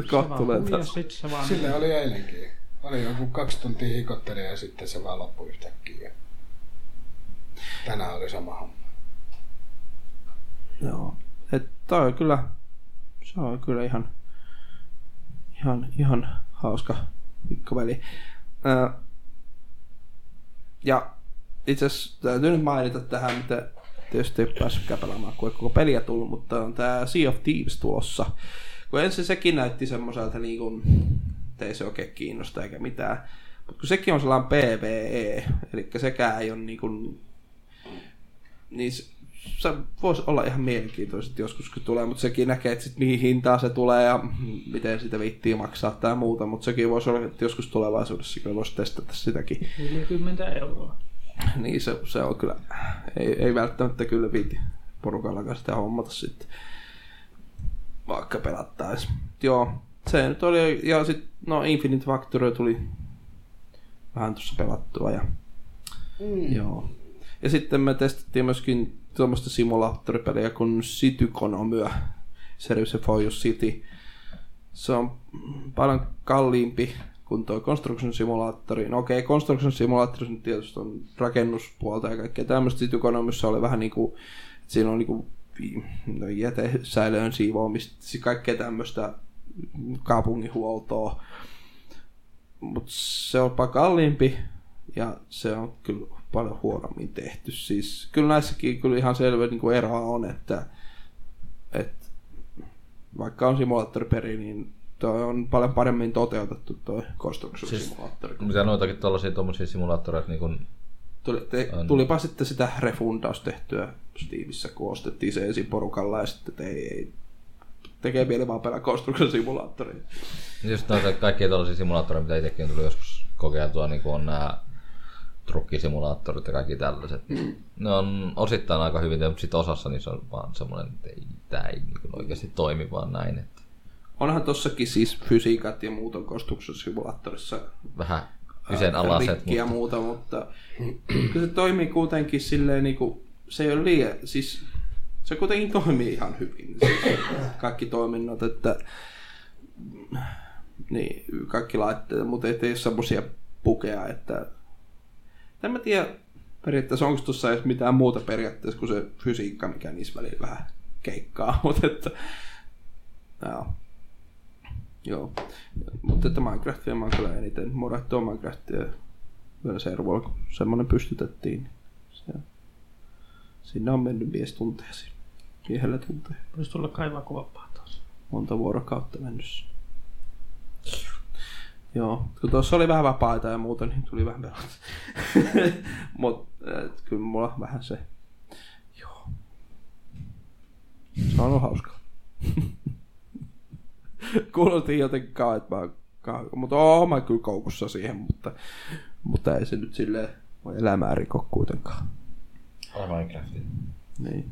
Speaker 3: Kohta tulee
Speaker 4: Ja
Speaker 3: taas.
Speaker 4: sit se vaan...
Speaker 2: sille oli eilenkin. Oli joku kaksi tuntia hikottelija ja sitten se vaan loppui yhtäkkiä. Tänään oli sama homma.
Speaker 3: Joo. Et toi on kyllä, se on kyllä ihan, ihan, ihan hauska pikkuveli. Öö, ja itse asiassa täytyy nyt mainita tähän, mitä tietysti ei ole päässytkään pelaamaan, kun ei koko peliä tullut, mutta on tämä Sea of Thieves tulossa. Kun ensin sekin näytti semmoiselta niin kuin, että ei se oikein kiinnosta eikä mitään. Mutta kun sekin on sellainen PvE, eli sekään ei ole niin kuin niin se, se voisi olla ihan mielenkiintoiset joskus, kun tulee, mutta sekin näkee, että sit mihin hintaan se tulee ja miten sitä viittii maksaa tai muuta, mutta sekin voisi olla, että joskus tulevaisuudessa kyllä voisi testata sitäkin.
Speaker 4: 40 euroa.
Speaker 3: Niin se, se on kyllä, ei, ei välttämättä kyllä viiti porukallakaan sitä hommata sitten, vaikka pelattaisi. Joo, se nyt oli, ja sitten no Infinite Factory tuli vähän tuossa pelattua ja mm. joo. Ja sitten me testattiin myöskin tuommoista simulaattoripeliä kuin Cityconomia, Service for Your City. Se on paljon kalliimpi kuin tuo Construction Simulaattori. No okei, okay, Construction Simulaattori nyt tietysti on rakennuspuolta ja kaikkea tämmöistä. Cityconomiassa oli vähän niin kuin, siinä on niin kuin no, jätesäilöön siivoamista, siis kaikkea tämmöistä kaupunginhuoltoa mutta se on paljon kalliimpi ja se on kyllä paljon huonommin tehty. Siis, kyllä näissäkin kyllä ihan selvä niin kuin eroa on, että, että vaikka on simulaattoriperi, niin toi on paljon paremmin toteutettu toi Construction siis, Simulaattori.
Speaker 5: Mitä noitakin tällaisia tuommoisia simulaattoreita, niin kun
Speaker 3: Tuli, te,
Speaker 5: on-
Speaker 3: tulipa sitten sitä refundaus tehtyä Steamissa, kun ostettiin se ensin porukalla ja sitten että ei, ei tekee vielä vaan pelaa Construction Simulaattoria.
Speaker 5: Just noita kaikkia tällaisia simulaattoreita, mitä itsekin on tullut joskus kokeiltua, niin kuin on nämä trukkisimulaattorit ja kaikki tällaiset. niin Ne on osittain aika hyvin, tehty, mutta sitten osassa niissä on vaan semmoinen, että ei, tämä ei niin kuin oikeasti toimi vaan näin. Että
Speaker 3: Onhan tossakin siis fysiikat ja muut on Construction Simulaattorissa
Speaker 5: vähän kyseenalaiset,
Speaker 3: rikki ja muuta,
Speaker 5: mutta
Speaker 3: mutta kyllä se toimii kuitenkin silleen niin kuin, se ei ole liian, siis se kuitenkin toimii ihan hyvin. Siis kaikki toiminnot, että niin, kaikki laitteet, mutta ettei ole semmoisia pukeja, että en mä tiedä periaatteessa onko tuossa edes mitään muuta periaatteessa kuin se fysiikka, mikä niissä välillä vähän keikkaa, mutta että joo. Joo. Mutta että Minecraftia mä oon kyllä eniten modattua Minecraftia vielä servoilla, kun semmonen pystytettiin. Se, sinne on mennyt mies tunteesi. Miehellä tunteja.
Speaker 4: Voisi tulla kaivaa kuoppaa taas.
Speaker 3: Monta vuorokautta mennyt. Joo, kun tuossa oli vähän vapaita ja muuta, niin tuli vähän pelata. Mutta kyllä mulla vähän se... Joo. Se on ollut hauska. Kuulosti jotenkin kauan, mutta oon mä kyllä koukussa siihen, mutta, mutta ei se nyt silleen voi elämää riko kuitenkaan.
Speaker 5: Minecrafti.
Speaker 3: Niin.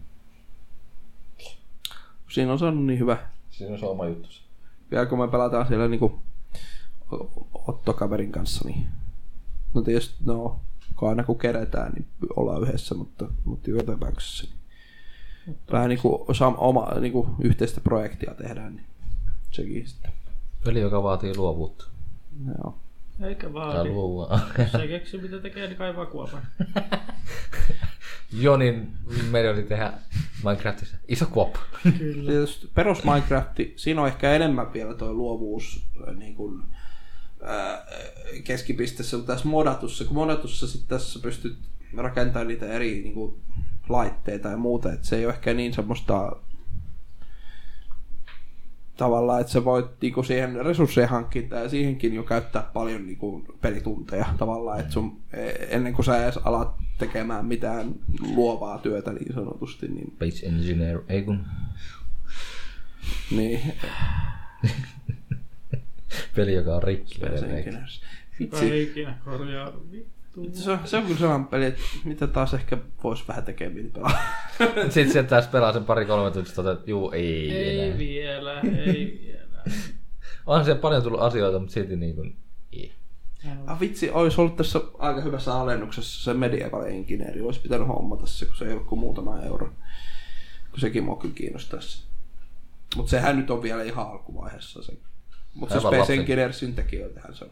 Speaker 3: Siinä on saanut niin hyvä
Speaker 5: Siinä on se oma juttu.
Speaker 3: vielä kun me pelataan siellä niinku Otto-kaverin kanssa, niin no tietysti no, kun aina kun kerätään, niin ollaan yhdessä, mutta, mutta joka tapauksessa niin vähän niin kuin sam, oma, niin kuin yhteistä projektia tehdään, niin sekin sitten.
Speaker 5: Peli, joka vaatii luovuutta.
Speaker 3: Joo.
Speaker 4: Eikä
Speaker 5: Tai
Speaker 4: vaan.
Speaker 5: luovua.
Speaker 4: Jos ei keksi mitä tekee, niin kaivaa kuopan.
Speaker 5: Jonin meidän oli tehdä Minecraftissa iso kuoppa.
Speaker 3: Tietysti perus Minecrafti, siinä on ehkä enemmän vielä tuo luovuus äh, niin kuin, äh, keskipisteessä, mutta tässä modatussa, kun modatussa sitten tässä pystyt rakentamaan niitä eri niin kuin, laitteita ja muuta, että se ei ole ehkä niin semmoista tavallaan, että sä voit niin kuin siihen resurssien hankintaan ja siihenkin jo käyttää paljon niin kuin, pelitunteja tavallaan, että sun, e, ennen kuin sä edes alat tekemään mitään luovaa työtä niin sanotusti, niin
Speaker 5: Page Engineer, ei kun
Speaker 3: niin,
Speaker 5: peli, joka on rikki. edelleen.
Speaker 3: Persenkinen.
Speaker 4: Kuka ei
Speaker 3: Vitsi.
Speaker 4: ikinä korjaa. Vittu.
Speaker 3: Se, on- se on kyllä sellainen peli, että mitä taas ehkä voisi vähän tekemään pelaa.
Speaker 5: Sitten se taas pelaa sen pari-kolme tuntia, tota, että juu, ei,
Speaker 4: Ei
Speaker 5: ei.
Speaker 4: vielä, ei vielä.
Speaker 5: On se paljon tullut asioita, mutta silti niin kuin, ei.
Speaker 3: Ah, vitsi, olisi ollut tässä aika hyvässä alennuksessa se Medieval Engineer. Olisi pitänyt hommata se, kun se ei ollut kuin muutama euro. Kun sekin mua kyllä kiinnostaisi. Mutta sehän nyt on vielä ihan alkuvaiheessa se. Mutta se
Speaker 5: Aivan
Speaker 3: Space
Speaker 5: lapsen.
Speaker 3: Engineersin tekijöitähän se on.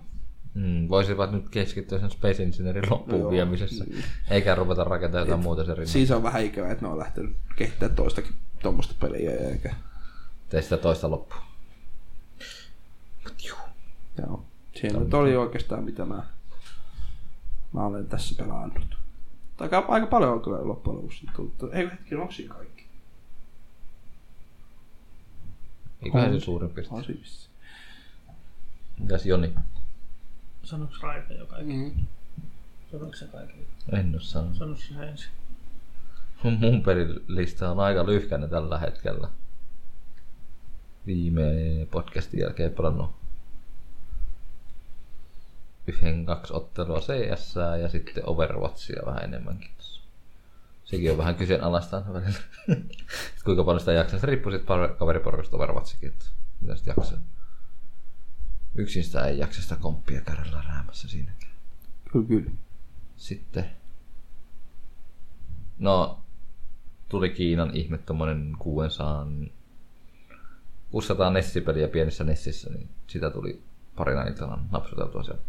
Speaker 5: Mm, voisivat nyt keskittyä sen Space Engineerin loppuun
Speaker 3: Joo.
Speaker 5: viemisessä, eikä ruveta rakentamaan jotain muuta sen rinnan.
Speaker 3: Siinä Siis se on vähän ikävä, että ne on lähtenyt kehittämään toistakin tuommoista peliä. Eikä.
Speaker 5: Tee sitä toista loppuun.
Speaker 3: Joo. Siinä nyt oli oikeastaan mitä mä, mä olen tässä pelannut. Aika, aika paljon on kyllä loppujen lopuksi tullut. Ei hetki, onko siinä kaikki?
Speaker 5: Eiköhän se
Speaker 3: On.
Speaker 5: suurin piirtein.
Speaker 3: On siinä vissiin.
Speaker 5: Mitäs Joni?
Speaker 4: Sanoks Raipe jo kaiken?
Speaker 2: Mm.
Speaker 4: Sanoks se kaiken?
Speaker 5: En oo sanonut.
Speaker 4: Sanoks se ensin?
Speaker 5: Mun pelilista on aika lyhkäinen tällä hetkellä. Viime podcastin jälkeen pelannut yhden kaksi ottelua CS ja sitten Overwatchia vähän enemmänkin. tossa. Sekin on vähän kyseenalaista aina välillä. Sit kuinka paljon sitä jaksaa. Se riippuu sitten par- kaveriporukasta Overwatchikin, että mitä sitä jaksaa. Yksin sitä ei jaksa sitä komppia kädellä räämässä siinäkin.
Speaker 3: Kyllä, kyllä.
Speaker 5: Sitten. No, tuli Kiinan ihme tommonen 600, 600 Nessipeliä pienessä Nessissä, niin sitä tuli parina iltana napsuteltua siellä.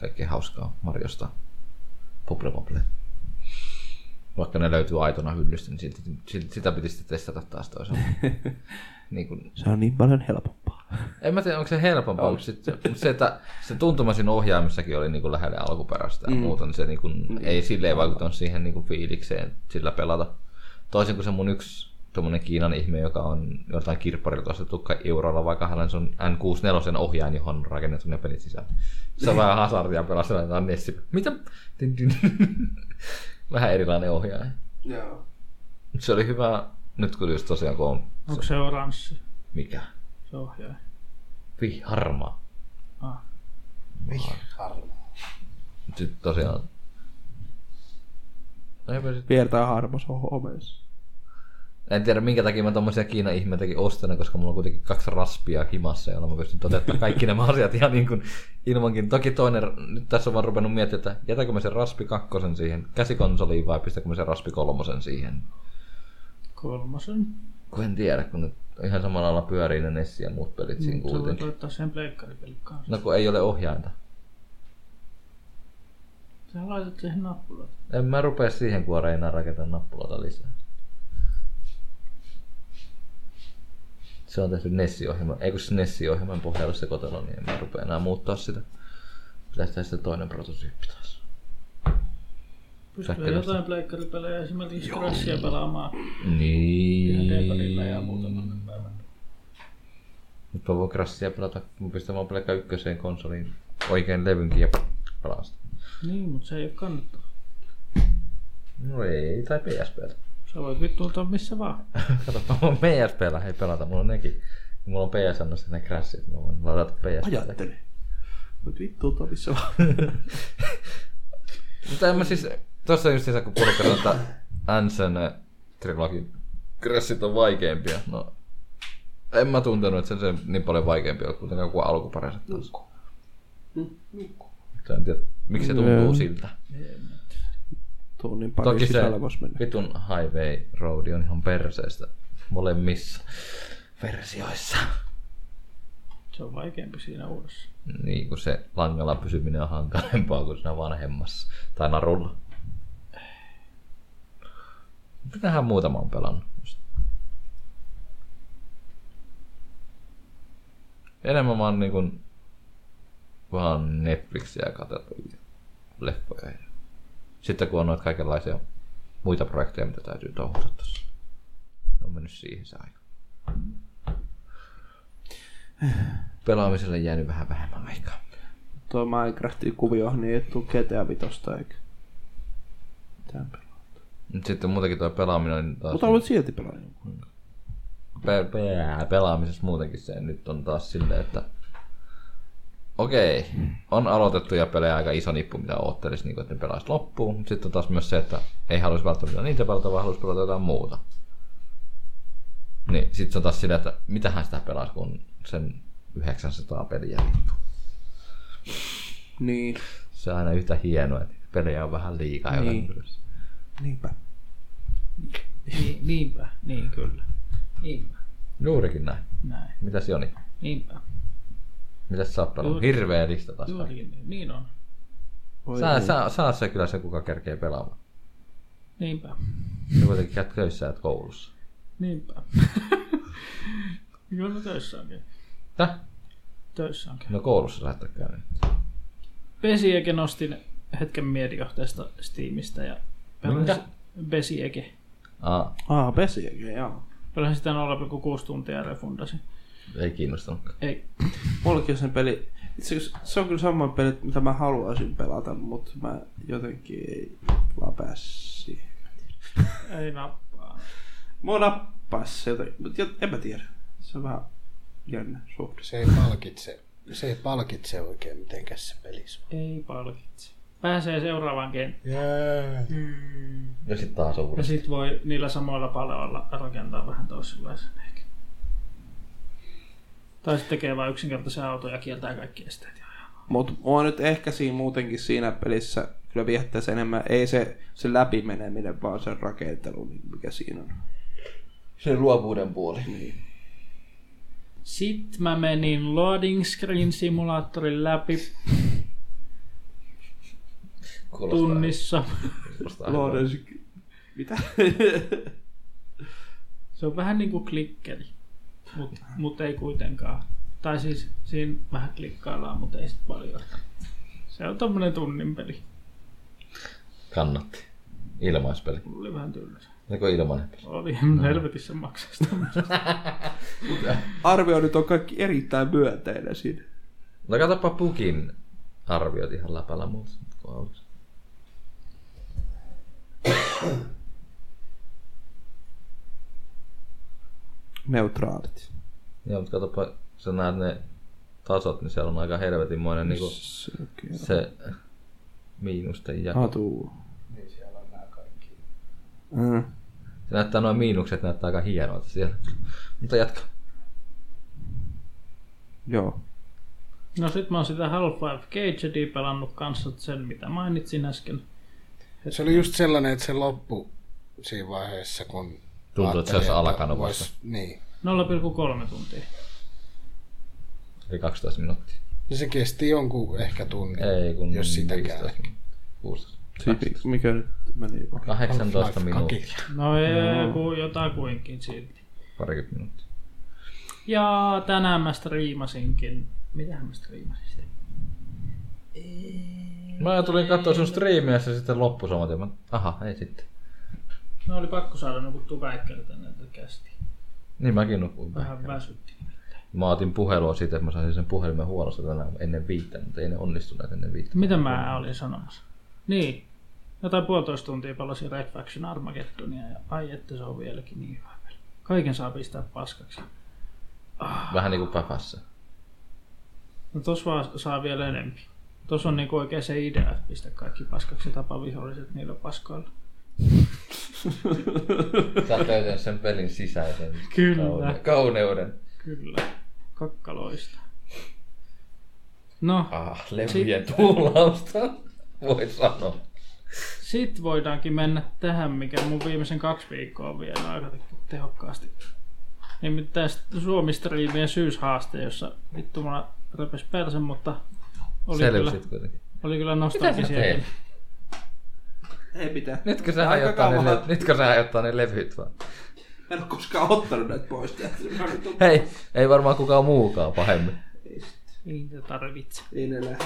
Speaker 5: Kaikkea hauskaa Marjosta. Pople pople. Vaikka ne löytyy aitona hyllystä, niin silti, silti, sitä piti sitten testata taas toisaalta. niin kun,
Speaker 3: Se on niin paljon helpompaa.
Speaker 5: en mä tiedä, onko se helpompaa, mutta sit, mut se, että se tuntuma siinä ohjaamissakin oli niinku lähellä alkuperäistä ja mm. muuta, niin se niinku, mm. ei silleen vaikuttanut siihen niinku fiilikseen sillä pelata. Toisin kuin se mun yksi tuommoinen Kiinan ihme, joka on jotain kirpparilta ostettu kai eurolla vai kahdella, niin se on N64 ohjaajan, johon on rakennettu ne pelit sisään. Se on vähän hazardia pelaa sellainen jotain Nessi. Mitä? vähän erilainen ohjaaja.
Speaker 3: Joo.
Speaker 5: Mut Se oli hyvä, nyt kun just tosiaan kun on,
Speaker 4: Onko se oranssi?
Speaker 5: mikä?
Speaker 4: Se ohjaa.
Speaker 5: Vi, harmaa.
Speaker 4: Ah.
Speaker 5: Sitten tosiaan... No eipä sit-
Speaker 3: Viertää harmas on homeessa.
Speaker 5: En tiedä minkä takia mä tommosia Kiinan ihmeitäkin ostelen, koska mulla on kuitenkin kaksi raspia himassa, jolla mä pystyn toteuttamaan kaikki nämä asiat ihan niin kuin ilmankin. Toki toinen, nyt tässä on vaan ruvennut miettimään, että jätäkö mä sen raspi kakkosen siihen käsikonsoliin vai pistäkö mä sen raspi kolmosen siihen.
Speaker 4: Kolmosen.
Speaker 5: Kun en tiedä, kun nyt ihan samalla lailla pyörii ne Nessi ja muut pelit siinä
Speaker 4: Sä voit
Speaker 5: kuitenkin.
Speaker 4: laittaa sen pleikkaripeli kanssa.
Speaker 5: No kun ei ole ohjainta.
Speaker 4: Sä laitat siihen nappulat.
Speaker 5: En mä rupea siihen kuoreen enää rakentaa nappulata lisää. Se on tehty Nessi-ohjelman, ei kun se Nessi-ohjelman pohjalle se kotelo, niin en mä rupea enää muuttaa sitä. Pitäis tehdä sitten toinen prototyyppi taas.
Speaker 4: Pystyy
Speaker 5: Sähköistä.
Speaker 4: jotain pleikkaripelejä esimerkiksi Crashia pelaamaan. Deeparilla ja muutamalla
Speaker 5: Niin.
Speaker 4: päivällä.
Speaker 5: Nyt mä voin Crashia pelata, mä pistän vaan pelkkä ykköseen konsoliin oikein levynkin ja pelaan sitä.
Speaker 4: Niin, mutta se ei ole kannattava.
Speaker 5: No ei, tai PSPtä.
Speaker 4: Sä voit vittuilta missä vaan.
Speaker 5: Kato, mä voin PSPllä, hei pelata, mulla on nekin. Mulla on PSN ne Crashit, mä voin ladata PSPtä.
Speaker 3: Ajattele. Mut vittu, tuo missä vaan.
Speaker 5: Mutta en mä siis, tossa just se, kun porukka tuota sanoo, että Anson trilogin krassit on vaikeimpia. No, en mä tuntenut, että se, se niin paljon vaikeampi on kuitenkaan kuin alkuperäiset taas. Mutta En tiedä, miksi se tuntuu
Speaker 3: Hmm? Joo.
Speaker 5: siltä.
Speaker 3: Tunnin pari
Speaker 5: Toki se
Speaker 3: niin sisällä voisi mennä.
Speaker 5: vitun highway road on ihan perseestä molemmissa versioissa.
Speaker 4: Se on vaikeampi siinä uudessa.
Speaker 5: Niin kuin se langalla pysyminen on hankalempaa kuin siinä vanhemmassa. Tai narulla. Mitähän muuta mä oon pelannut? just? Enemmän mä oon niin kuin vaan Netflixiä katsellut ja leffoja. ja- Sitten kun on noita kaikenlaisia muita projekteja, mitä täytyy touhuta tossa. On mennyt siihen se aika. Pelaamiselle jäänyt vähän vähemmän aikaa.
Speaker 3: Tuo Minecraftin kuviohan niin ei tule GTA vitosta eikä. Mitään pelaa.
Speaker 5: Nyt sitten muutenkin tuo pelaaminen niin taas...
Speaker 3: Mutta haluat silti pelaa jonkun.
Speaker 5: pe- pe- pelaamisessa muutenkin se nyt on taas silleen, että okei, on aloitettuja pelejä aika iso nippu, mitä oottelisi, niin että ne pelaisi loppuun. Mutta sitten on taas myös se, että ei haluaisi välttämättä niitä pelata, vaan haluaisi pelata jotain muuta. Niin, sitten se on taas silleen, että mitähän sitä pelaisi, kun sen 900 peliä vittu.
Speaker 3: Niin,
Speaker 5: Se on aina yhtä hienoa, että pelejä on vähän liikaa.
Speaker 3: Niin.
Speaker 5: Niin.
Speaker 3: niinpä.
Speaker 4: Niin, niinpä, niin kyllä. Niinpä,
Speaker 5: Juurikin näin.
Speaker 4: näin.
Speaker 5: Mitäs Joni?
Speaker 4: Niinpä,
Speaker 5: Mitäs sä oot pelannut?
Speaker 4: Juuri-
Speaker 5: Hirveä lista taas.
Speaker 4: juurikin niin. Niin on.
Speaker 3: Voi
Speaker 5: Saa,
Speaker 3: ei.
Speaker 5: saa, saa se kyllä se, kuka kerkee pelaamaan.
Speaker 4: Niinpä,
Speaker 5: Se kuitenkin käyt töissä ja koulussa.
Speaker 4: niinpä. kyllä mä töissä onkin.
Speaker 5: Täh?
Speaker 4: Töissä onkin.
Speaker 5: No koulussa sä et oo käynyt.
Speaker 4: Besiäkin ostin hetken mielijohteesta Steamista ja
Speaker 5: Minkä?
Speaker 4: Besiäkin.
Speaker 5: Aa,
Speaker 3: Ah, pesiäkin, joo.
Speaker 4: Pelasin sitä 0,6 tuntia ja refundasin.
Speaker 5: ei kiinnostanutkaan.
Speaker 4: Ei,
Speaker 3: Mullakin on sen peli. Itse asiassa se on kyllä sama peli, mitä mä haluaisin pelata, mutta mä jotenkin ei vaan päässyt siihen.
Speaker 4: ei nappaa.
Speaker 3: Mua nappaisi se jotenkin, mutta en mä tiedä. Se on vähän jännä suhde.
Speaker 2: Se ei palkitse, se ei palkitse oikein mitenkään se peli sua.
Speaker 4: Ei palkitse. Pääsee seuraavaan kenttään.
Speaker 2: Yeah.
Speaker 4: Mm.
Speaker 5: Ja sit taas on
Speaker 4: Ja
Speaker 5: uudestaan.
Speaker 4: sit voi niillä samoilla paloilla rakentaa vähän toisenlaisen ehkä. Tai sitten tekee vain yksinkertaisen auton ja kieltää kaikki esteet. ja ajaa.
Speaker 3: Mutta mua nyt ehkä siinä muutenkin siinä pelissä kyllä viettäisi enemmän. Ei se, se läpimeneminen, vaan se rakentelu, niin mikä siinä on.
Speaker 5: Se luovuuden puoli.
Speaker 3: Niin.
Speaker 4: Sitten mä menin loading screen simulaattorin läpi
Speaker 5: Kuulostaa,
Speaker 4: tunnissa.
Speaker 5: Kuulostaa hyvältä.
Speaker 3: Loaders... Mitä?
Speaker 4: Se on vähän niinku klikkeri, mutta mut ei kuitenkaan. Tai siis siinä vähän klikkaillaan, mutta ei sit paljon. Se on tommonen tunnin peli.
Speaker 5: Kannatti. Ilmaispeli.
Speaker 4: Mulla oli vähän tylsä.
Speaker 5: Joko ilmainen peli?
Speaker 4: Oli no. helvetissä maksaa sitä.
Speaker 3: Arvio nyt on kaikki erittäin myönteinen siinä.
Speaker 5: No katsopa Pukin arviot ihan läpällä muuta. kun haluat.
Speaker 3: Neutraalit.
Speaker 5: Joo, mutta katsopa, sä näet ne tasot, niin siellä on aika helvetinmoinen niinku
Speaker 3: Se on kyllä.
Speaker 5: se miinusten jako.
Speaker 3: Hatu. Niin siellä on nämä kaikki.
Speaker 5: Se näyttää noin miinukset, näyttää aika hienolta siellä. Mutta jatka.
Speaker 3: joo.
Speaker 4: No sit mä oon sitä Half-Life Caged pelannut kanssa sen, mitä mainitsin äsken.
Speaker 2: Se oli just sellainen, että se loppu siinä vaiheessa, kun...
Speaker 5: Tuntuu, että se olisi
Speaker 2: ajattelin,
Speaker 5: alkanut vasta.
Speaker 2: vois- Niin.
Speaker 4: 0,3 tuntia.
Speaker 5: Eli 12 minuuttia.
Speaker 2: Ja se kesti jonkun ehkä tunnin,
Speaker 5: Ei kun niin
Speaker 2: jos sitäkään.
Speaker 5: 15, 16.
Speaker 3: Siis, mikä nyt meni?
Speaker 5: 18 minuuttia.
Speaker 2: Kakilla.
Speaker 4: No ei, no. jotakuinkin silti.
Speaker 5: Parikymmentä minuuttia.
Speaker 4: Ja tänään mä striimasinkin. Mitähän mä striimasin sitä?
Speaker 5: Mä tulin katsoa sun striimiä ja se sitten loppui saman tien. Mä- Aha, ei sitten.
Speaker 4: No oli pakko saada nukuttua päikkäri tänne että kästi.
Speaker 5: Niin mäkin nukuin.
Speaker 4: Vähän väsytti.
Speaker 5: Mä otin puhelua siitä, että mä saisin sen puhelimen huollossa tänään ennen viittä, mutta ei ne onnistuneet ennen viittä.
Speaker 4: Mitä mä olin sanomassa? Niin. Jotain puolitoista tuntia palasin Red Faction Armageddonia ja ai että se on vieläkin niin hyvä peli. Kaiken saa pistää paskaksi.
Speaker 5: Vähän niinku päfässä.
Speaker 4: No tos vaan saa vielä enempi. Tos on niinku oikein se idea, että pistä kaikki paskaksi ja tapa viholliset niillä paskoilla.
Speaker 5: Sä oot löytänyt sen pelin sisäisen
Speaker 4: Kyllä.
Speaker 5: kauneuden. kauneuden.
Speaker 4: Kyllä. Kakkaloista. No,
Speaker 5: Ah, levyjen tuulausta. Voi sanoa.
Speaker 4: sit voidaankin mennä tähän, mikä mun viimeisen kaksi viikkoa on vienyt aika tehokkaasti. Nimittäin Suomi-striimien syyshaaste, jossa vittu mulla repes persen, mutta oli kyllä,
Speaker 5: Selvisit kuitenkin.
Speaker 4: oli kyllä
Speaker 5: Mitä sä
Speaker 4: nostalgisia.
Speaker 5: teet?
Speaker 3: Ei pitää.
Speaker 5: Nytkö sä
Speaker 3: Aika
Speaker 5: hajottaa ne,
Speaker 3: kauan.
Speaker 5: le- nytkö sä hajottaa ne levyt vaan?
Speaker 3: Mä en ole koskaan ottanut näitä pois. täältä. Mä nyt on-
Speaker 5: Hei, ei varmaan kukaan muukaan pahemmin.
Speaker 4: Ei niitä tarvitse.
Speaker 3: Ei ne lähde.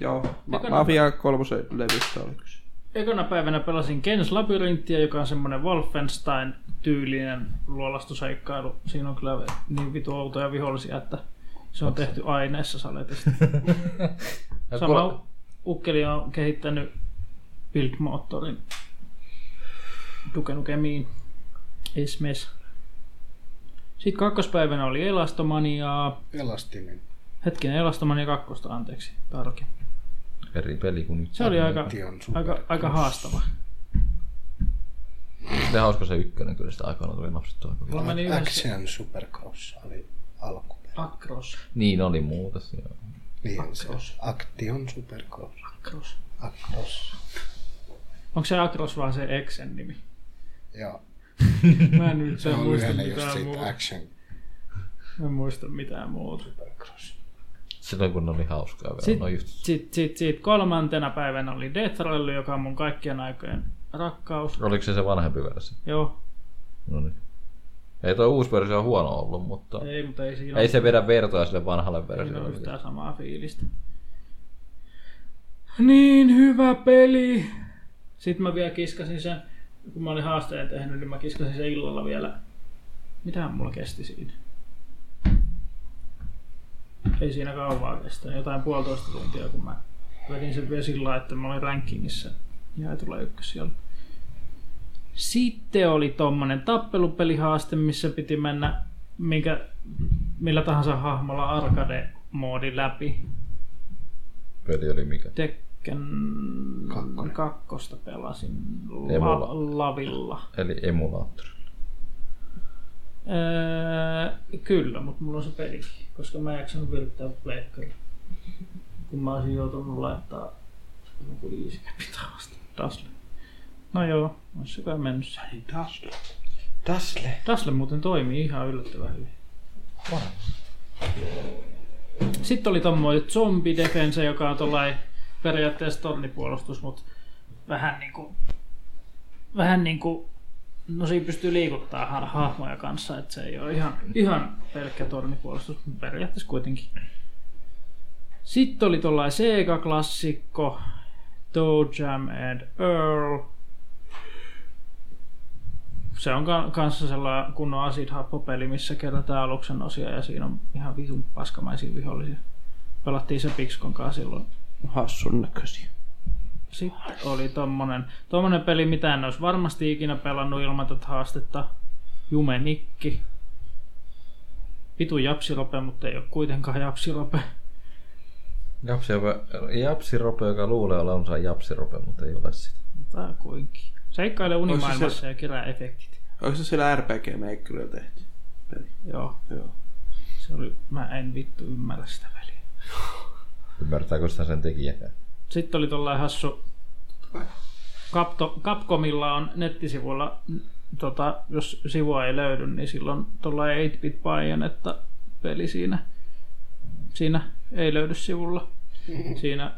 Speaker 3: Joo, ma-
Speaker 4: Eikö
Speaker 3: Mafia kolmosen levystä oli kyse.
Speaker 4: Ekana päivänä pelasin Kens Labyrinttiä, joka on semmonen Wolfenstein-tyylinen luolastuseikkailu. Siinä on kyllä niin vitu outoja vihollisia, että se on tehty aineessa saletista.
Speaker 5: Ja kuule-
Speaker 4: Sama ukkeli on kehittänyt Build Motorin tukenukemiin Esmes. Sitten kakkospäivänä oli Elastomaniaa.
Speaker 2: Elastinen.
Speaker 4: Hetkinen, Elastomania kakkosta, anteeksi, tarkin.
Speaker 5: Eri peli kuin nyt.
Speaker 4: Se oli aika,
Speaker 2: Tion super.
Speaker 4: aika, aika haastava.
Speaker 5: Sitten hauska se ykkönen, kyllä sitä aikana tuli napsittua.
Speaker 4: Mulla meni yhdessä
Speaker 2: Action Supercross oli alkuperä.
Speaker 4: Akros.
Speaker 5: Niin oli muutos, joo.
Speaker 2: Niin se on. Action Supercross.
Speaker 4: Akros.
Speaker 2: Akros.
Speaker 4: Onko se Akros vaan se Exen nimi?
Speaker 2: Joo.
Speaker 4: Mä en nyt
Speaker 2: Se on
Speaker 4: muista
Speaker 2: yhdellä just
Speaker 4: mitään
Speaker 2: siitä
Speaker 4: muuta.
Speaker 2: Action
Speaker 4: Mä en muista mitään muuta.
Speaker 2: Supercross.
Speaker 5: Silloin kun ne oli hauskaa vielä.
Speaker 4: Sit-
Speaker 5: No just.
Speaker 4: Sitten sit, sit kolmantena päivänä oli Death Rally, joka on mun kaikkien aikojen rakkaus.
Speaker 5: Oliko se se vanhempi versio?
Speaker 4: Joo,
Speaker 5: No niin. Ei toi uusi versio huono ollut, mutta ei,
Speaker 4: ei, mutta ei siinä
Speaker 5: ei se vedä vertoja sille vanhalle
Speaker 4: ole, siinä ole
Speaker 5: versiolle.
Speaker 4: yhtään samaa fiilistä. Niin hyvä peli! Sitten mä vielä kiskasin sen, kun mä olin haasteen tehnyt, niin mä kiskasin sen illalla vielä. Mitähän mulla kesti siinä? Ei siinä kauan kestänyt, jotain puolitoista tuntia, kun mä vedin sen vielä sillä lailla, että mä olin rankingissa. Ja tulee ykkös siellä. Sitten oli tommonen tappelupelihaaste, missä piti mennä minkä, millä tahansa hahmolla arcade-moodi läpi.
Speaker 5: Peli oli mikä?
Speaker 4: Tekken
Speaker 2: Kakkonen.
Speaker 4: kakkosta pelasin
Speaker 5: Emulla.
Speaker 4: la- lavilla.
Speaker 5: Eli emulaattori.
Speaker 4: Öö, kyllä, mutta mulla on se peli, koska mä en jaksanut virittää pleikkaria. Kun mä olisin joutunut laittaa joku iisikäpi taas. Dasle. No joo, olisi se kai mennyt se.
Speaker 3: Dasle.
Speaker 2: Dasle.
Speaker 4: Dasle muuten toimii ihan yllättävän hyvin. Sitten oli tommoinen zombie defense, joka on tollain periaatteessa tornipuolustus, mutta vähän niinku, vähän niinku, no siinä pystyy liikuttaa ha- hahmoja kanssa, että se ei ole ihan, ihan pelkkä tornipuolustus, mutta periaatteessa kuitenkin. Sitten oli tollain Sega-klassikko, Toe Jam and Earl. Se on ka- kanssa sellainen kunnon acid happopeli, missä kerätään aluksen osia ja siinä on ihan vitun paskamaisia vihollisia. Pelattiin se Pixcon kanssa silloin.
Speaker 3: Hassun näköisiä.
Speaker 4: Sitten oli tommonen, tommonen peli, mitä en olisi varmasti ikinä pelannut ilman tätä haastetta. Jumenikki. Vitu japsirope, mutta ei ole kuitenkaan japsirope.
Speaker 5: Japsirope, japsirope joka luulee olevansa japsirope, mutta ei ole sitä.
Speaker 4: Tai kuinkin. Seikkaile
Speaker 3: Onko se
Speaker 4: unimaailmassa
Speaker 3: se-
Speaker 4: ja kerää efektit.
Speaker 3: Onko se siellä RPG-meikkurilla tehty? Peli.
Speaker 4: Joo,
Speaker 3: Joo.
Speaker 4: se oli, mä en vittu ymmärrä sitä peliä.
Speaker 5: Ymmärtääkö sitä sen tekijäkään?
Speaker 4: Sitten oli tuollainen hassu... Capto, Capcomilla on nettisivuilla, n- tota, jos sivua ei löydy, niin silloin tuollainen 8-bit Bayonetta peli siinä. Siinä ei löydy sivulla. Siinä